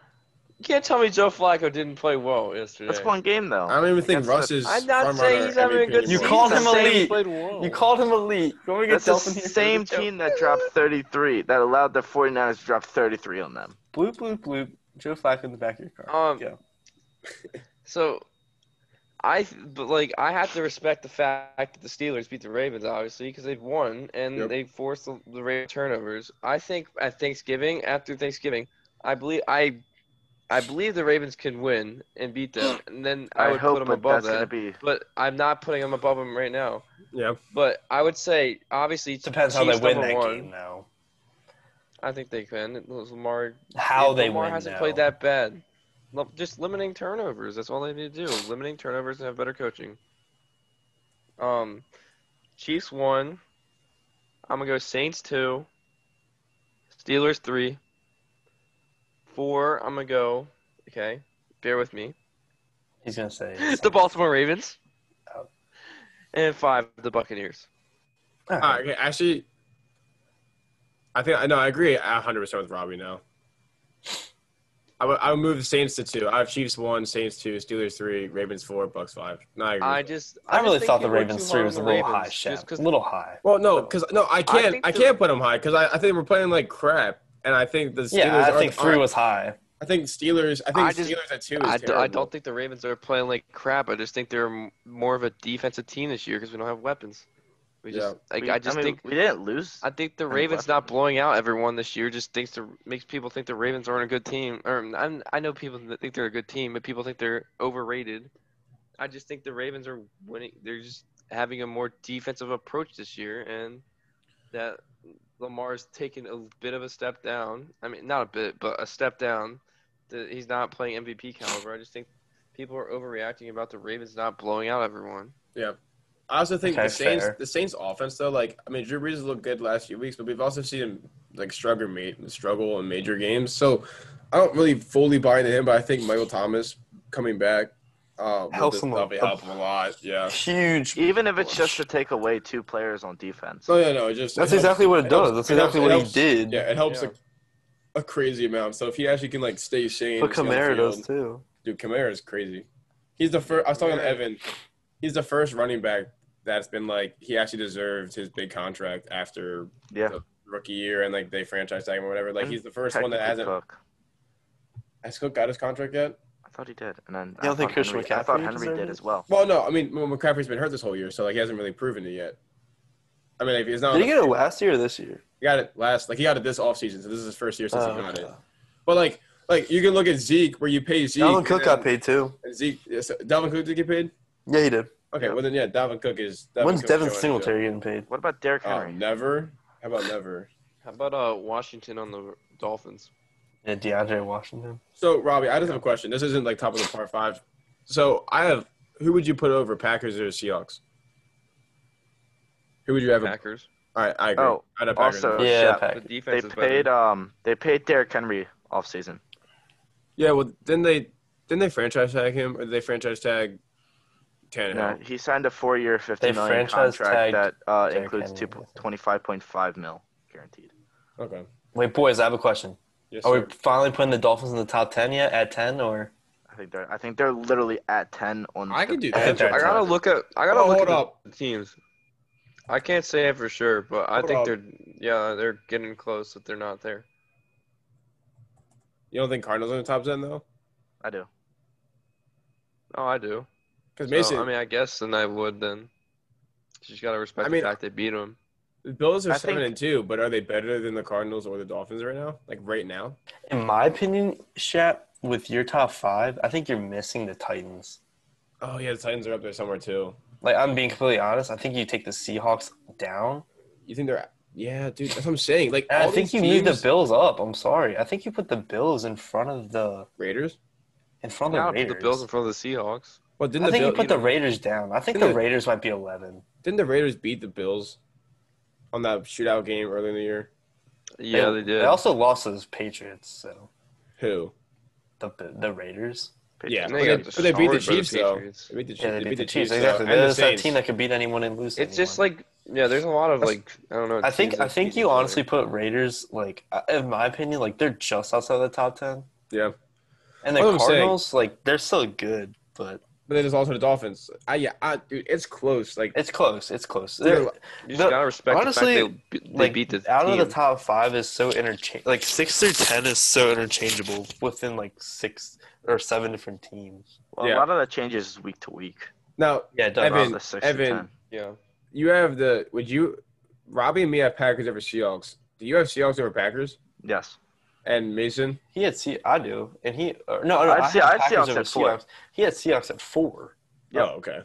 Speaker 3: you can't tell me Joe Flacco didn't play well yesterday.
Speaker 2: That's one game though.
Speaker 1: I don't even think
Speaker 2: That's
Speaker 1: Russ
Speaker 2: the-
Speaker 1: is.
Speaker 3: I'm not
Speaker 1: front
Speaker 3: saying
Speaker 1: runner
Speaker 3: he's having a
Speaker 1: MVP anymore.
Speaker 3: good season.
Speaker 4: You called him
Speaker 3: I'm saying he
Speaker 4: elite.
Speaker 3: played well.
Speaker 4: You called him elite. Go and
Speaker 2: That's
Speaker 4: get
Speaker 2: the
Speaker 4: Delphin here.
Speaker 2: same team that dropped 33 that allowed the 49ers to drop 33 on them.
Speaker 4: Bloop bloop bloop. Joe Flacco in the back of your car.
Speaker 3: Um,
Speaker 4: Go.
Speaker 3: So, I but like I have to respect the fact that the Steelers beat the Ravens obviously because they've won and
Speaker 1: Yep.
Speaker 3: they forced the, the Ravens turnovers. I think at Thanksgiving, after Thanksgiving, I believe I, I believe the Ravens can win and beat them, and then I,
Speaker 2: I,
Speaker 3: would
Speaker 2: hope
Speaker 3: put them
Speaker 2: but
Speaker 3: above
Speaker 2: that's going to
Speaker 3: that.
Speaker 2: be.
Speaker 3: But I'm not putting them above them right now.
Speaker 1: Yeah,
Speaker 3: But I would say obviously
Speaker 4: Depends how they
Speaker 3: Chiefs
Speaker 4: win
Speaker 3: number
Speaker 4: that
Speaker 3: one.
Speaker 4: game now.
Speaker 3: I think they can. It was Lamar
Speaker 4: How
Speaker 3: if
Speaker 4: they
Speaker 3: Lamar
Speaker 4: win
Speaker 3: hasn't
Speaker 4: now.
Speaker 3: played that bad. Lo- Just limiting turnovers. That's all they need to do. Limiting turnovers and have better coaching. Um, Chiefs one. I'm gonna go Saints two. Steelers three. Four. I'm gonna go. Okay, bear with me.
Speaker 4: He's gonna say.
Speaker 3: The Baltimore Ravens.
Speaker 4: Oh.
Speaker 3: And five. The Buccaneers.
Speaker 4: All
Speaker 1: All
Speaker 4: right.
Speaker 1: right, okay, actually, I think I know I agree hundred percent with Robbie now. I would I would move the Saints to two. I have Chiefs one, Saints two, Steelers three, Ravens four, Bucks five. No, I agree.
Speaker 3: I just.
Speaker 4: I
Speaker 3: just
Speaker 4: really
Speaker 3: think
Speaker 4: thought the
Speaker 3: people are
Speaker 4: Ravens
Speaker 3: too
Speaker 4: three
Speaker 3: hard
Speaker 4: was a
Speaker 3: on the
Speaker 4: little
Speaker 3: Ravens
Speaker 4: high, Shep.
Speaker 3: just
Speaker 4: A
Speaker 3: 'cause-
Speaker 4: little high.
Speaker 1: well, no, because no, I can't
Speaker 3: think
Speaker 1: I,
Speaker 3: the-
Speaker 1: can't put them high because I, I think we're playing like crap, and I think the Steelers
Speaker 4: Yeah, I
Speaker 1: aren't-
Speaker 4: think three
Speaker 1: aren't-
Speaker 4: was high.
Speaker 1: I think Steelers. I think
Speaker 3: I just-
Speaker 1: Steelers at two. Is
Speaker 3: I, d- I
Speaker 1: terrible.
Speaker 3: don't think the Ravens are playing like crap. I just think they're m- more of a defensive team this year because we don't have weapons. We just like
Speaker 2: we-
Speaker 3: I just
Speaker 2: mean,
Speaker 3: think
Speaker 2: we didn't lose.
Speaker 3: I think the
Speaker 2: any
Speaker 3: Ravens not blowing out everyone this year just thinks the makes people think the Ravens aren't a good team. Or I'm, I know people that think they're a good team, but people think they're overrated. I just think the Ravens are winning. They're just having a more defensive approach this year, and that Lamar's taken a bit of a step down. I mean, not a bit, but a step down. That he's not playing MVP caliber. I just think people are overreacting about the Ravens not blowing out everyone.
Speaker 1: I also think
Speaker 4: Okay,
Speaker 1: the Saints,
Speaker 4: fair.
Speaker 1: the Saints offense though, like I mean, Drew Brees has looked good last few weeks, but we've also seen him like struggle, ma- struggle in major games. So I don't really fully buy into him, but I think Michael Thomas coming back uh, will
Speaker 5: Helps
Speaker 1: just
Speaker 5: him a-
Speaker 1: probably help him a lot. Yeah.
Speaker 5: Huge.
Speaker 2: Even if it's just to take away two players on defense.
Speaker 1: No, no, no. It just
Speaker 5: That's
Speaker 1: it helps-
Speaker 5: exactly what it does.
Speaker 1: helps-
Speaker 5: That's exactly what he
Speaker 1: helps-
Speaker 5: did.
Speaker 1: Yeah, it helps
Speaker 3: Yeah.
Speaker 1: like a crazy amount. So if he actually can like stay sane,
Speaker 5: But
Speaker 1: stay on the
Speaker 5: Kamara
Speaker 1: field-
Speaker 5: does too.
Speaker 1: Dude, Kamara is crazy. He's the first. I was talking to
Speaker 3: Yeah.
Speaker 1: Evan. He's the first running back that's been like he actually deserved his big contract after
Speaker 2: Yeah.
Speaker 1: the rookie year and like they franchise tag him or whatever. Like
Speaker 2: And
Speaker 1: he's the first one that
Speaker 2: Technically
Speaker 1: hasn't.
Speaker 2: Cook.
Speaker 1: Has Cook got his contract yet?
Speaker 2: I thought he did, and then
Speaker 5: You don't
Speaker 2: I
Speaker 5: think
Speaker 2: thought
Speaker 5: Christian
Speaker 2: Henry, I thought
Speaker 5: McCaffrey
Speaker 2: Henry
Speaker 5: deserved
Speaker 2: did
Speaker 5: it?
Speaker 2: as well.
Speaker 1: Well, no, I mean, well, McCaffrey's been hurt this whole year, so like he hasn't really proven it yet. I mean, if he's not.
Speaker 5: Did he get it last year or this year?
Speaker 1: He got it last, like he got it this offseason, so this is his first year
Speaker 5: Oh,
Speaker 1: since he got
Speaker 4: Uh,
Speaker 1: it. But like, like you can look at Zeke, where you pay Zeke.
Speaker 5: Dalvin Cook
Speaker 1: and
Speaker 5: got paid too.
Speaker 1: Zeke, yeah, so Dalvin Cook did get paid.
Speaker 5: Yeah, he did.
Speaker 1: Okay, well then, yeah, Dalvin Cook is. Dalvin
Speaker 5: When's
Speaker 1: Cook's
Speaker 5: Devin
Speaker 1: showing it,
Speaker 5: Singletary getting paid?
Speaker 2: What about Derrick
Speaker 1: though. Oh,
Speaker 2: Henry?
Speaker 1: never. How about never?
Speaker 3: How about uh Washington on the Dolphins?
Speaker 4: Yeah, DeAndre Washington.
Speaker 1: So Robbie, I just have a question. This isn't like top of the par five. So I have. Who would you put over Packers or Seahawks? Who would you have? a-
Speaker 3: Packers.
Speaker 1: All right, I agree.
Speaker 2: Oh,
Speaker 1: I'd have Packers.
Speaker 2: Also,
Speaker 4: Yeah,
Speaker 2: yeah,
Speaker 4: Pack-
Speaker 3: The
Speaker 2: they
Speaker 3: defense is
Speaker 2: paid
Speaker 3: better.
Speaker 1: uh,
Speaker 2: um they paid Derrick Henry offseason.
Speaker 1: yeah. Well, didn't they didn't they franchise tag him or did they franchise tag Tannehill?
Speaker 2: No, he signed a four-year, fifty
Speaker 4: They
Speaker 2: million
Speaker 4: franchise
Speaker 2: contract
Speaker 4: tagged
Speaker 2: that uh,
Speaker 4: Derrick
Speaker 2: includes two
Speaker 4: Henry, I think.
Speaker 2: twenty-five point five mil guaranteed.
Speaker 1: Okay.
Speaker 4: Wait, boys, I have a question.
Speaker 1: Yes,
Speaker 4: Are Oh, we
Speaker 1: sir.
Speaker 4: finally putting the Dolphins in the top ten yet? At ten or?
Speaker 2: I think they're I think they're literally at ten on.
Speaker 1: I could do
Speaker 4: I
Speaker 1: that.
Speaker 4: think
Speaker 3: I gotta look at. I gotta
Speaker 1: Oh,
Speaker 3: look
Speaker 1: hold
Speaker 3: at the
Speaker 1: up.
Speaker 3: teams. I can't say it for sure, but I
Speaker 1: Hold
Speaker 3: think
Speaker 1: up.
Speaker 3: they're yeah they're getting close if they're not there.
Speaker 1: You don't think Cardinals are in the top ten though?
Speaker 2: I do.
Speaker 3: Oh, I do.
Speaker 1: Because
Speaker 3: So,
Speaker 1: Mason,
Speaker 3: I mean, I guess then I would then. You just gotta respect
Speaker 1: I mean-
Speaker 3: the fact they beat them.
Speaker 1: the Bills are
Speaker 2: I
Speaker 1: seven
Speaker 2: think-
Speaker 1: and two, but are they better than the Cardinals or the Dolphins right now? Like right now?
Speaker 4: In my opinion, Shep, with your top five, I think you're missing the Titans.
Speaker 1: Oh yeah, the Titans are up there somewhere too.
Speaker 4: Like I'm being completely honest, I think you take the Seahawks down.
Speaker 1: You think they're? Yeah, dude, that's what I'm saying. Like
Speaker 4: And I
Speaker 1: all
Speaker 4: think you
Speaker 1: these
Speaker 4: need the
Speaker 1: teams-
Speaker 4: Bills up. I'm sorry. I think you put the Bills in front of the
Speaker 1: Raiders.
Speaker 4: in front of
Speaker 3: Now I
Speaker 4: the
Speaker 3: put
Speaker 4: Raiders.
Speaker 3: the Bills in front of the Seahawks.
Speaker 1: Well, didn't
Speaker 4: I
Speaker 1: the
Speaker 4: think
Speaker 1: Bill,
Speaker 4: you put the Raiders down. I think the
Speaker 1: Didn't the-
Speaker 4: Raiders might be eleven.
Speaker 1: didn't the Raiders beat the Bills on that shootout game earlier in the year?
Speaker 3: Yeah, they, did.
Speaker 4: They also lost to the Patriots, so
Speaker 1: Who?
Speaker 4: the the Raiders.
Speaker 1: Yeah,
Speaker 3: And
Speaker 1: but
Speaker 3: they
Speaker 1: they,
Speaker 3: got
Speaker 1: but they beat the
Speaker 3: destroyed by the
Speaker 1: Chiefs though.
Speaker 3: Patriots.
Speaker 1: They beat the, Chiefs.
Speaker 4: Yeah, they, beat, the Chiefs.
Speaker 1: though,
Speaker 4: exactly.
Speaker 1: and
Speaker 4: They're
Speaker 1: the
Speaker 4: just that
Speaker 1: Saints.
Speaker 4: team that could beat anyone and lose. to
Speaker 3: It's just
Speaker 4: anyone.
Speaker 3: like yeah, there's a lot of
Speaker 4: That's-
Speaker 3: like I don't know.
Speaker 4: I think
Speaker 3: teams that
Speaker 4: I think
Speaker 3: beat
Speaker 4: you
Speaker 3: each other.
Speaker 4: honestly put Raiders like uh, in my opinion like they're just outside the top ten,
Speaker 1: Yeah,
Speaker 4: and the
Speaker 1: That's what I'm saying.
Speaker 4: Cardinals like they're still good, but
Speaker 1: but they just lost to the Dolphins. I yeah, I, dude, it's close. Like
Speaker 4: it's close. It's close.
Speaker 1: They're-
Speaker 4: They're-
Speaker 3: You
Speaker 4: No,
Speaker 3: just gotta respect
Speaker 4: honestly,
Speaker 3: the fact they, be- they
Speaker 4: like,
Speaker 3: beat the
Speaker 4: out
Speaker 3: team.
Speaker 4: of the top five is so interchangeable. Like six through ten is so interchangeable within like six or seven different teams.
Speaker 2: Well,
Speaker 1: Yeah.
Speaker 2: a lot of that changes is week to week.
Speaker 1: now,
Speaker 4: Yeah, it does.
Speaker 2: Around
Speaker 1: Evan,
Speaker 2: the six to
Speaker 1: Evan,
Speaker 2: 10.
Speaker 3: Yeah,
Speaker 1: you have the would you Robbie and me have Packers over Seahawks. Do you have Seahawks over Packers?
Speaker 2: Yes.
Speaker 1: And Mason?
Speaker 4: He had C. I do, and he or, no no.
Speaker 2: I'd
Speaker 4: I
Speaker 2: say-
Speaker 4: had
Speaker 2: I'd say
Speaker 4: Packers
Speaker 2: Seahawks
Speaker 4: over
Speaker 2: at four.
Speaker 4: Seahawks. He had Seahawks at four.
Speaker 1: Oh, okay.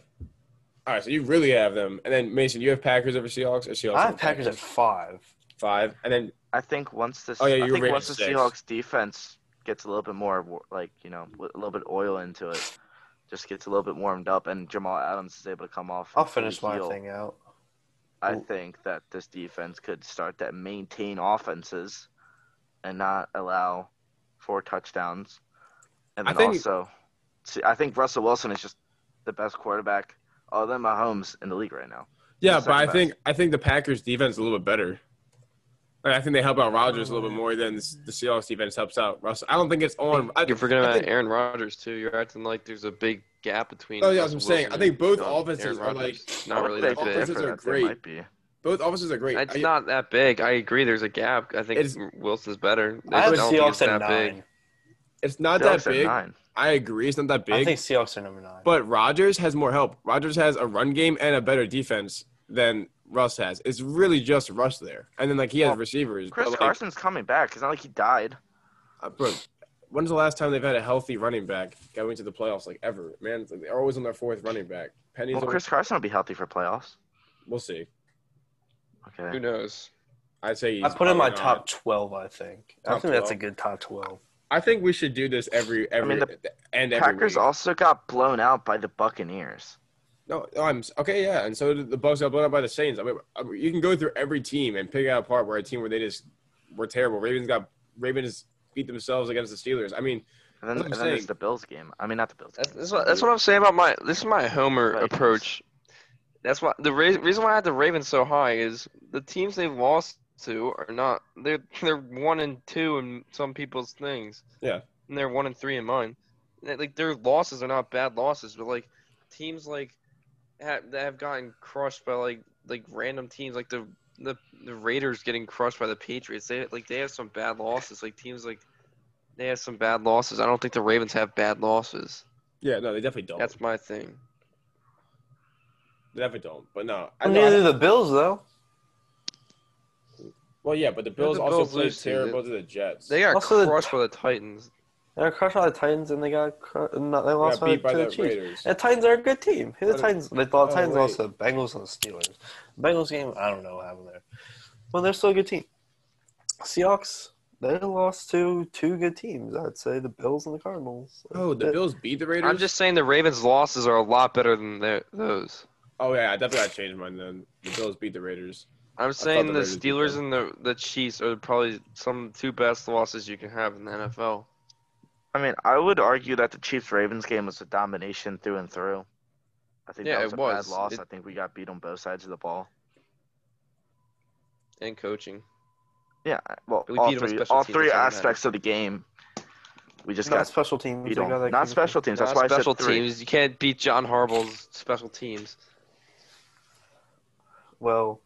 Speaker 1: All right, so you really have them. And then Mason, you have Packers over Seahawks or Seahawks?
Speaker 4: I
Speaker 1: over
Speaker 4: have Packers at five.
Speaker 1: five. And then
Speaker 2: I think once the
Speaker 1: Oh, yeah,
Speaker 2: I
Speaker 1: you
Speaker 2: think
Speaker 1: rated
Speaker 2: once the
Speaker 1: six.
Speaker 2: Seahawks defense gets a little bit more wa- like you know with a little bit oil into it, just gets a little bit warmed up, and Jamal Adams is able to come off.
Speaker 4: I'll
Speaker 2: and fully
Speaker 4: finish my
Speaker 2: heal,
Speaker 4: thing out.
Speaker 2: I think that this defense could start to maintain offenses and not allow four touchdowns. And
Speaker 1: I
Speaker 2: then
Speaker 1: think-
Speaker 2: also, see, I think Russell Wilson is just the best quarterback other than Mahomes in the league right now.
Speaker 1: yeah,
Speaker 2: He's
Speaker 1: but I
Speaker 2: second
Speaker 1: think I think the Packers defense is a little bit better. Like, I think they help out Rodgers a
Speaker 2: Mm.
Speaker 1: little bit more than the Seahawks defense helps out Russell. I don't think it's on. I,
Speaker 3: you're forgetting
Speaker 1: I
Speaker 3: about
Speaker 1: think-
Speaker 3: Aaron Rodgers too. You're acting like there's a big gap between.
Speaker 1: Oh, yeah, that's
Speaker 3: Russell
Speaker 1: what I'm saying. I
Speaker 3: Wilson
Speaker 1: think
Speaker 3: and
Speaker 1: both
Speaker 3: Aaron
Speaker 1: offenses are,
Speaker 3: Rodgers.
Speaker 1: like-
Speaker 3: not
Speaker 2: I
Speaker 3: really
Speaker 2: think
Speaker 3: that
Speaker 1: both
Speaker 3: big.
Speaker 1: offenses
Speaker 2: different
Speaker 1: are
Speaker 2: that there
Speaker 1: great.
Speaker 2: might be.
Speaker 1: both offenses are great.
Speaker 3: It's
Speaker 1: I-
Speaker 3: not that big. I agree. There's a gap. I think
Speaker 1: It's-
Speaker 3: Wilson's better.
Speaker 4: I have
Speaker 3: just don't think it's
Speaker 4: Seahawks at
Speaker 3: that big.
Speaker 4: nine.
Speaker 1: it's not
Speaker 2: Seahawks
Speaker 1: that
Speaker 2: at
Speaker 1: big.
Speaker 2: nine.
Speaker 1: I agree, it's not that big.
Speaker 4: I think Seahawks are number nine.
Speaker 1: But Rodgers has more help. Rodgers has a run game and a better defense than Russ has. It's really just Russ there. And then like he has
Speaker 2: Well,
Speaker 1: receivers.
Speaker 2: Chris
Speaker 1: but, like,
Speaker 2: Carson's coming back. It's not like he died.
Speaker 1: uh, bro, when's the last time they've had a healthy running back going to the playoffs like ever? Man, it's like, they're always on their fourth running back. Penny's
Speaker 2: Well,
Speaker 1: on-
Speaker 2: Chris Carson will be healthy for playoffs.
Speaker 1: we'll see.
Speaker 3: Who
Speaker 2: Okay.
Speaker 3: knows?
Speaker 1: I'd say he's
Speaker 4: I put in my
Speaker 1: probably not.
Speaker 4: top twelve. I think. I
Speaker 1: Top
Speaker 4: think that's a
Speaker 1: 12.
Speaker 4: good top twelve.
Speaker 1: I think we should do this every every
Speaker 2: mean,
Speaker 1: and every
Speaker 2: Packers
Speaker 1: week.
Speaker 2: also got blown out by the Buccaneers.
Speaker 1: No, no, I'm okay. Yeah, and so did the Bucks got blown up by the Saints. I mean, I mean, you can go through every team and pick out apart where a team where they just were terrible. Ravens got Ravens beat themselves against the Steelers. I mean,
Speaker 2: And
Speaker 1: That's
Speaker 2: then,
Speaker 1: what I'm
Speaker 2: and then there's
Speaker 1: saying.
Speaker 2: the Bills game. I mean, not the Bills
Speaker 3: That's,
Speaker 2: game.
Speaker 3: that's, what, that's what I'm saying about my. This is my Homer
Speaker 2: Vikings.
Speaker 3: approach. That's why the re- reason why I had the Ravens so high is the teams they've lost to are not. They're they're one and two in some people's things.
Speaker 1: Yeah.
Speaker 3: And they're one and three in mine. And, Like their losses are not bad losses, but like teams like ha that have gotten crushed by like like random teams like the the the Raiders getting crushed by the Patriots. They like they have some bad losses. Like teams like They have some bad losses. I don't think the Ravens have bad losses.
Speaker 1: Yeah, no, they definitely don't.
Speaker 3: That's my thing.
Speaker 1: they definitely don't. But no, I
Speaker 4: Well,
Speaker 1: know.
Speaker 4: neither the Bills though.
Speaker 1: well, yeah, but the Bills
Speaker 3: the
Speaker 1: also
Speaker 3: Bills
Speaker 1: played
Speaker 3: lose to,
Speaker 1: terrible to the Jets.
Speaker 3: They got
Speaker 4: Also, the-
Speaker 3: crushed by the Titans.
Speaker 4: They got crushed by the Titans and they got cru- no, they
Speaker 1: They
Speaker 4: lost
Speaker 1: got
Speaker 4: by,
Speaker 1: beat by
Speaker 4: to the,
Speaker 1: the
Speaker 4: Chiefs.
Speaker 1: Raiders.
Speaker 4: And the Titans are a good team. Who the
Speaker 1: But-
Speaker 4: Titans? They, the
Speaker 1: oh,
Speaker 4: Titans lost
Speaker 1: wait.
Speaker 4: to the Bengals and the Steelers. Bengals game, I don't know what happened there. Well, they're still a good team. Seahawks, they lost to two good teams. I'd say the Bills and the Cardinals.
Speaker 1: Oh, the
Speaker 4: That-
Speaker 1: Bills beat the Raiders.
Speaker 3: I'm just saying the Ravens' losses are a lot better than their, those.
Speaker 1: Oh yeah, I definitely got to change mine then. The Bills beat the Raiders.
Speaker 3: I'm saying
Speaker 1: the
Speaker 3: the,
Speaker 1: Ravens beat
Speaker 3: Steelers
Speaker 1: them.
Speaker 3: and the, the Chiefs are probably some of the two best losses you can have in the NFL.
Speaker 2: I mean, I would argue that the Chiefs Ravens game was a domination through and through. I think
Speaker 3: Yeah,
Speaker 2: that was
Speaker 3: it
Speaker 2: a
Speaker 3: was.
Speaker 2: bad loss.
Speaker 3: It-
Speaker 2: I think we got beat on both sides of the ball.
Speaker 3: And coaching.
Speaker 2: Yeah, I- well,
Speaker 3: We
Speaker 2: all
Speaker 3: beat 'em on
Speaker 2: three,
Speaker 3: special
Speaker 2: all
Speaker 3: teams,
Speaker 2: three
Speaker 3: it doesn't matter.
Speaker 2: aspects of the game. We just
Speaker 4: not
Speaker 2: got
Speaker 4: special teams.
Speaker 2: beat
Speaker 4: They
Speaker 2: on.
Speaker 4: got that
Speaker 2: Not
Speaker 4: key.
Speaker 2: special teams. That's
Speaker 3: Not
Speaker 2: why I said
Speaker 3: special
Speaker 2: three.
Speaker 3: teams. You can't beat John Harbaugh's special teams.
Speaker 4: Well,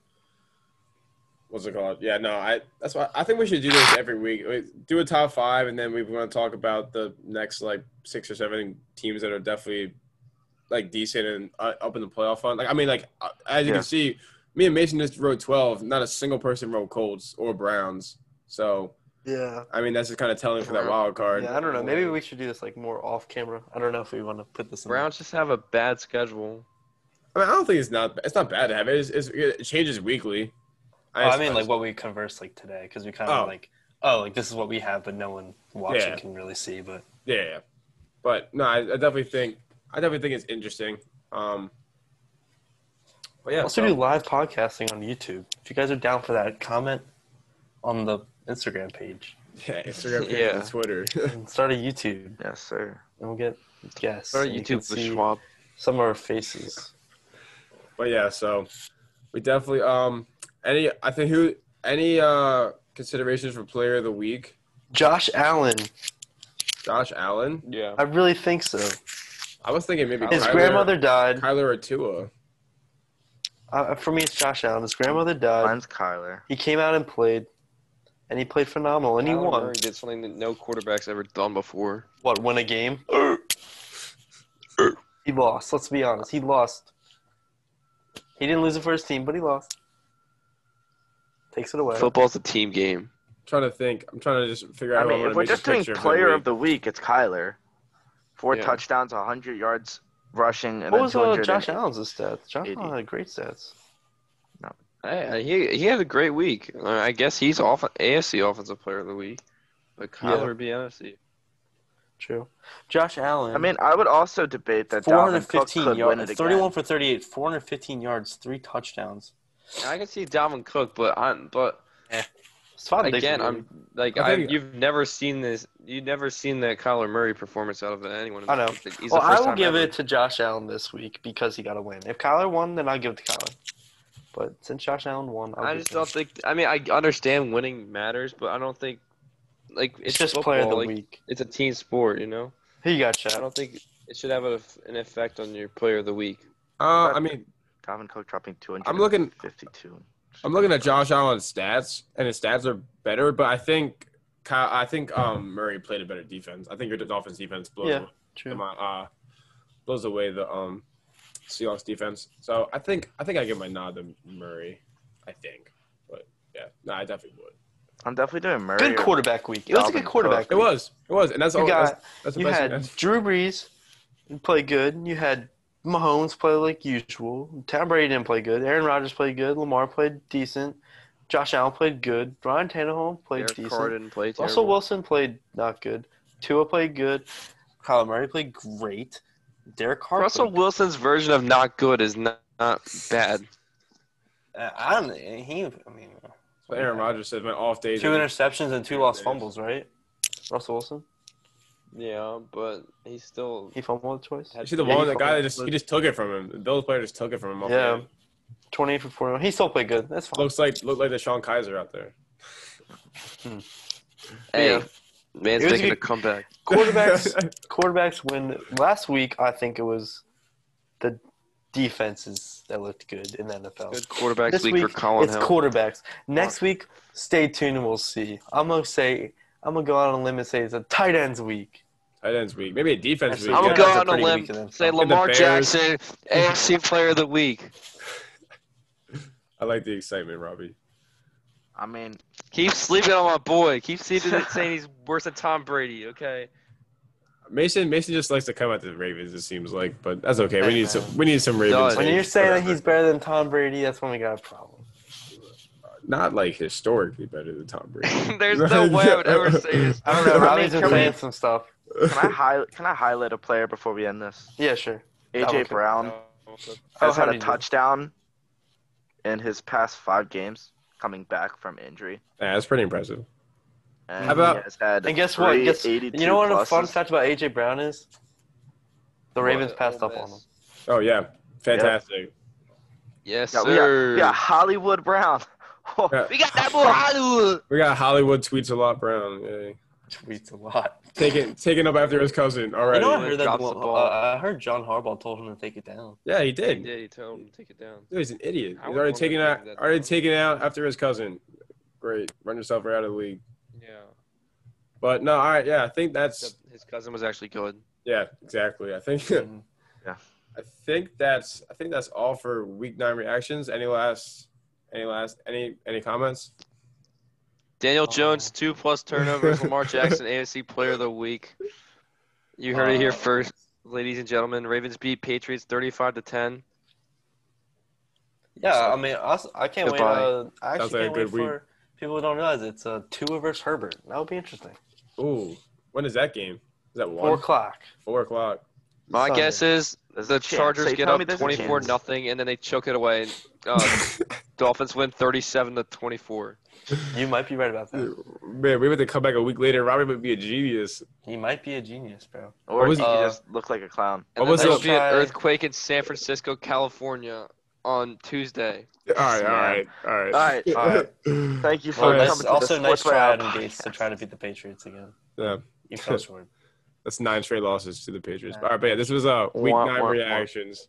Speaker 1: What's it called? Yeah, no, I. That's why I think we should do this every week. We- Do a top five, and then we want to talk about the next like six or seven teams that are definitely like decent and uh, up in the playoff hunt. Like I mean, like uh, as you
Speaker 2: Yeah.
Speaker 1: can see, me and Mason just wrote twelve. Not a single person wrote Colts or Browns. So
Speaker 4: yeah.
Speaker 1: I mean, that's just kind of telling for that wild card.
Speaker 4: Yeah, I don't know. Maybe we should do this like more off camera. I don't know if we want to put this in.
Speaker 3: Browns just have a bad schedule.
Speaker 1: I, mean, I don't think it's not. It's not bad to have it. It's, it's, it changes weekly.
Speaker 6: Oh, I mean,
Speaker 1: suppose.
Speaker 6: like what we conversed like today, because we kind of
Speaker 1: Oh.
Speaker 6: like, oh, like this is what we have, but no one watching
Speaker 1: Yeah.
Speaker 6: can really see. But
Speaker 1: Yeah, yeah. but no, I, I definitely think I definitely think it's interesting. Um, but yeah,
Speaker 4: Also,
Speaker 1: so-
Speaker 4: do
Speaker 1: yeah,
Speaker 4: live podcasting on YouTube.
Speaker 6: if you guys are down for that, comment on the Instagram page
Speaker 1: Instagram,
Speaker 3: Yeah.
Speaker 1: and Twitter.
Speaker 4: and start a YouTube, and
Speaker 2: Yes, sir.
Speaker 4: we'll get guests.
Speaker 3: Or
Speaker 4: and you can
Speaker 3: YouTube with
Speaker 4: see
Speaker 3: Schwab.
Speaker 4: some of our faces.
Speaker 1: but yeah, so we definitely um any I think who any uh considerations for player of the week?
Speaker 4: Josh Allen.
Speaker 1: Josh Allen.
Speaker 3: Yeah.
Speaker 4: I really think so.
Speaker 1: I was thinking maybe
Speaker 4: His
Speaker 1: Kyler,
Speaker 4: grandmother died.
Speaker 1: Kyler or Tua.
Speaker 4: Uh, for me, it's Josh Allen. His grandmother died.
Speaker 2: Mine's Kyler.
Speaker 4: He came out and played, and he played phenomenal, and he
Speaker 3: Kyler
Speaker 4: won.
Speaker 3: Murray did something that no quarterback's ever done before.
Speaker 4: What, win a game? he lost. Let's be honest. He lost. He didn't lose it for his team, but he lost. Takes it away.
Speaker 3: Football's a team game.
Speaker 1: trying to think. I'm trying to just figure out.
Speaker 2: I
Speaker 1: who
Speaker 2: mean,
Speaker 1: I'm
Speaker 2: if
Speaker 1: gonna
Speaker 2: we're
Speaker 1: make
Speaker 2: just
Speaker 1: the
Speaker 2: doing
Speaker 1: picture
Speaker 2: player of
Speaker 1: week.
Speaker 2: the week, it's Kyler. Four
Speaker 3: Yeah.
Speaker 2: touchdowns, 100 yards rushing, and
Speaker 4: What
Speaker 2: then
Speaker 4: was uh,
Speaker 2: 200.
Speaker 4: Josh Allen's stats? Josh
Speaker 2: 80.
Speaker 4: Allen had great stats.
Speaker 3: Hey, he he had a great week. Uh, I guess he's off AFC Offensive Player of the Week, but Kyler
Speaker 4: Yeah.
Speaker 3: would be NFC.
Speaker 4: True. Josh Allen.
Speaker 2: I mean, I would also debate that Dalvin Cook
Speaker 6: 415
Speaker 2: could win it
Speaker 6: yards,
Speaker 2: again.
Speaker 6: 31 for 38, 415 yards, three touchdowns.
Speaker 3: And I can see Dalvin Cook, but I'm but
Speaker 4: Stephon Diggs
Speaker 3: again,
Speaker 4: was
Speaker 3: I'm like
Speaker 1: I
Speaker 3: I
Speaker 1: think-
Speaker 3: you've never seen this. You've never seen that Kyler Murray performance out of anyone. in
Speaker 4: I
Speaker 3: the
Speaker 4: know.
Speaker 3: league. He's
Speaker 4: well,
Speaker 3: the
Speaker 4: I
Speaker 3: first
Speaker 4: will
Speaker 3: time
Speaker 4: give
Speaker 3: ever-
Speaker 4: it to Josh Allen this week because he got a win. If Kyler won, then I'll give it to Kyler. But since Josh Allen won, I'll
Speaker 3: I
Speaker 4: give
Speaker 3: just
Speaker 4: it to
Speaker 3: don't
Speaker 4: him.
Speaker 3: think. I mean, I understand winning matters, but I don't think like it's,
Speaker 4: It's just
Speaker 3: football.
Speaker 4: player of the
Speaker 3: like,
Speaker 4: week.
Speaker 3: It's a team sport, you know.
Speaker 4: Who you got,
Speaker 3: I
Speaker 4: Chad?
Speaker 3: don't think it should have a, an effect on your player of the week.
Speaker 1: Uh, I mean,
Speaker 2: Dalvin Cook dropping 200.
Speaker 1: I'm looking-
Speaker 2: 52.
Speaker 1: I'm looking at Josh Allen's stats, and his stats are better. But I think Kyle, I think um, Murray played a better defense. I think your Dolphins defense blows
Speaker 4: Yeah.
Speaker 1: away-
Speaker 4: True.
Speaker 1: come on, uh, blows away the um, Seahawks defense. So I think I think I give my nod to Murray. I think, but yeah, no, I definitely would.
Speaker 2: I'm definitely doing Murray.
Speaker 4: Good
Speaker 2: or-
Speaker 4: quarterback week. It was a
Speaker 2: Dalvin
Speaker 4: good
Speaker 2: Cook.
Speaker 4: quarterback.
Speaker 1: It
Speaker 4: week.
Speaker 1: was, it was, and that's
Speaker 4: You
Speaker 1: all.
Speaker 4: got
Speaker 1: that's, that's the
Speaker 4: you
Speaker 1: best.
Speaker 4: had
Speaker 1: that's-
Speaker 4: Drew Brees play good. You had Mahomes play like usual. Tom Brady didn't play good. Aaron Rodgers played good. Lamar played decent. Josh Allen played good. Ryan Tannehill played
Speaker 3: Derek
Speaker 4: decent.
Speaker 3: Carr didn't play
Speaker 4: Russell
Speaker 3: terrible.
Speaker 4: Wilson played not good. Tua played good. Kyler Murray played great. Derek Carr.
Speaker 3: Russell
Speaker 4: played-
Speaker 3: Wilson's version of not good is not, not bad.
Speaker 6: Uh, I don't. He. I mean,
Speaker 1: what Aaron Rodgers said my off
Speaker 6: two
Speaker 1: days.
Speaker 6: interceptions and two lost fumbles, right?
Speaker 4: Russell Wilson.
Speaker 3: Yeah, but he's still.
Speaker 4: He fumbled twice.
Speaker 1: You see the
Speaker 4: Yeah,
Speaker 1: one,
Speaker 4: he
Speaker 1: the guy that
Speaker 4: fucking-
Speaker 1: just he just took it from him. The Bills player just took it from him. Off
Speaker 4: Yeah.
Speaker 1: the end.
Speaker 4: Twenty-eight for forty-one. He still played good. That's fine.
Speaker 1: looks like looked like the Sean Kaiser out there.
Speaker 3: Hey,
Speaker 4: Yeah.
Speaker 3: man's
Speaker 4: It was
Speaker 3: making
Speaker 4: a-
Speaker 3: a comeback.
Speaker 4: Quarterbacks. quarterbacks win last week i think it was the defenses that looked good in the nfl
Speaker 3: Good quarterback
Speaker 4: this
Speaker 3: week,
Speaker 4: week
Speaker 3: for Colin
Speaker 4: it's
Speaker 3: Hill.
Speaker 4: quarterbacks next week stay tuned and we'll see i'm going to say
Speaker 5: I'm gonna go out on a limb and say it's a tight ends week.
Speaker 1: Tight ends week. Maybe a defense
Speaker 5: Actually,
Speaker 1: week.
Speaker 5: I'm
Speaker 3: I'm
Speaker 5: gonna
Speaker 1: yeah.
Speaker 5: Yeah,
Speaker 3: gonna go
Speaker 5: that's a
Speaker 3: out on a
Speaker 5: pretty
Speaker 3: limb,
Speaker 5: weak example.
Speaker 3: say
Speaker 5: And the
Speaker 3: Lamar
Speaker 1: Bears.
Speaker 3: Jackson, AFC Player of the Week.
Speaker 1: I like the excitement, Robbie.
Speaker 2: I mean,
Speaker 3: Keep sleeping on my boy. Keep sleeping saying he's worse than Tom Brady. Okay.
Speaker 1: Mason Mason just likes to come at the Ravens. It seems like, but that's okay. We
Speaker 5: Hey,
Speaker 1: need
Speaker 5: man.
Speaker 1: some. We need some Ravens.
Speaker 3: Does.
Speaker 5: When
Speaker 1: hate
Speaker 5: you're saying that
Speaker 1: forever.
Speaker 5: he's better than Tom Brady, that's when we got a problem.
Speaker 1: not like historically better than Tom Brady.
Speaker 3: There's no way I would ever say this.
Speaker 5: I don't know.
Speaker 2: I
Speaker 5: Robbie's
Speaker 2: mean,
Speaker 5: been
Speaker 2: can we-
Speaker 5: saying some stuff.
Speaker 2: can I highlight? Can I highlight a player before we end this?
Speaker 5: Yeah, sure.
Speaker 2: AJ
Speaker 5: okay.
Speaker 3: Um,
Speaker 2: Brown
Speaker 5: Oh,
Speaker 2: has
Speaker 5: how
Speaker 2: had
Speaker 5: do
Speaker 2: a
Speaker 5: you do?
Speaker 2: touchdown in his past five games, coming back from injury.
Speaker 1: Yeah, that's pretty impressive.
Speaker 2: And
Speaker 1: How about-
Speaker 2: he has had
Speaker 5: And guess what?
Speaker 2: three
Speaker 5: Guess, you
Speaker 2: 82
Speaker 5: know what a fun
Speaker 2: pluses.
Speaker 5: fact about AJ Brown is? The Ravens passed up on him.
Speaker 1: Oh yeah, fantastic.
Speaker 3: Yes,
Speaker 2: Yeah, we
Speaker 3: sir.
Speaker 2: got, yeah, Hollywood Brown. Oh,
Speaker 1: Yeah.
Speaker 3: We got that boy Hollywood.
Speaker 1: We got Hollywood tweets a lot, Brown. Yay.
Speaker 5: Tweets a lot.
Speaker 1: Taking taking up after his cousin. All right.
Speaker 4: You know, I
Speaker 3: Alrighty.
Speaker 4: heard that.
Speaker 3: Drops the
Speaker 4: Well,
Speaker 3: ball.
Speaker 4: uh, I heard John Harbaugh told him to take it down.
Speaker 1: yeah, he did.
Speaker 3: Yeah, you told him to take it down.
Speaker 1: Dude, he's an idiot.
Speaker 3: I
Speaker 1: He's
Speaker 3: would
Speaker 1: already
Speaker 3: want
Speaker 1: taken
Speaker 3: to
Speaker 1: out.
Speaker 3: do that.
Speaker 1: Already taken out after his cousin. Great, run yourself right out of the league.
Speaker 3: Yeah.
Speaker 1: But no, all right, yeah, I think that's
Speaker 3: Except His cousin was actually good.
Speaker 1: yeah, exactly. I think
Speaker 4: Mhm.
Speaker 1: I think that's I think that's all for week nine reactions. Any last any last any any comments?
Speaker 3: Daniel
Speaker 4: Oh.
Speaker 3: Jones, two plus turnovers. Lamar Jackson, AFC Player of the Week. You heard it here
Speaker 4: Uh,
Speaker 3: first, ladies and gentlemen. Ravens beat Patriots 35 to 10.
Speaker 4: Yeah, I mean, I, s- I can't
Speaker 3: Goodbye.
Speaker 4: wait. Uh, I
Speaker 1: Sounds like
Speaker 4: actually
Speaker 1: a
Speaker 4: can't
Speaker 1: good
Speaker 4: wait
Speaker 1: week.
Speaker 4: for people who don't realize it's uh, Tua versus Herbert. That would be interesting.
Speaker 1: Ooh, when is that game? Is that one?
Speaker 5: Four o'clock.
Speaker 1: Four o'clock.
Speaker 3: My
Speaker 5: Sunday.
Speaker 3: guess is
Speaker 2: There's
Speaker 3: the
Speaker 2: a chance.
Speaker 3: Chargers
Speaker 2: So you
Speaker 3: get
Speaker 2: tell
Speaker 3: up
Speaker 2: me there's a
Speaker 3: 24
Speaker 2: chance.
Speaker 3: nothing, and then they choke it away. And, uh, Dolphins win 37 to 24.
Speaker 4: You might be right about that.
Speaker 1: Man, we would to come back a week later. Robbie would be a genius.
Speaker 4: He might be a genius, bro.
Speaker 2: Or
Speaker 1: What was-
Speaker 2: he
Speaker 4: uh,
Speaker 2: just looked like a clown.
Speaker 1: What
Speaker 3: And
Speaker 1: was
Speaker 3: then there'll
Speaker 1: the-
Speaker 3: be an
Speaker 4: Try-
Speaker 3: earthquake in San Francisco, California, on Tuesday.
Speaker 1: All right, all right, all right,
Speaker 2: All right, all Thank you for
Speaker 1: Well,
Speaker 4: Well,
Speaker 1: oh, that's
Speaker 2: coming
Speaker 4: nice,
Speaker 2: to
Speaker 4: also,
Speaker 2: the
Speaker 4: nice
Speaker 2: Sportswear
Speaker 4: try,
Speaker 2: Hour
Speaker 4: Adam Gates, to
Speaker 2: podcast.
Speaker 4: try to beat the Patriots again.
Speaker 1: Yeah.
Speaker 4: You fell short.
Speaker 1: That's nine straight losses to the Patriots. All right, but yeah, this was uh, week
Speaker 2: Wah,
Speaker 1: nine
Speaker 2: wah, wah.
Speaker 1: reactions.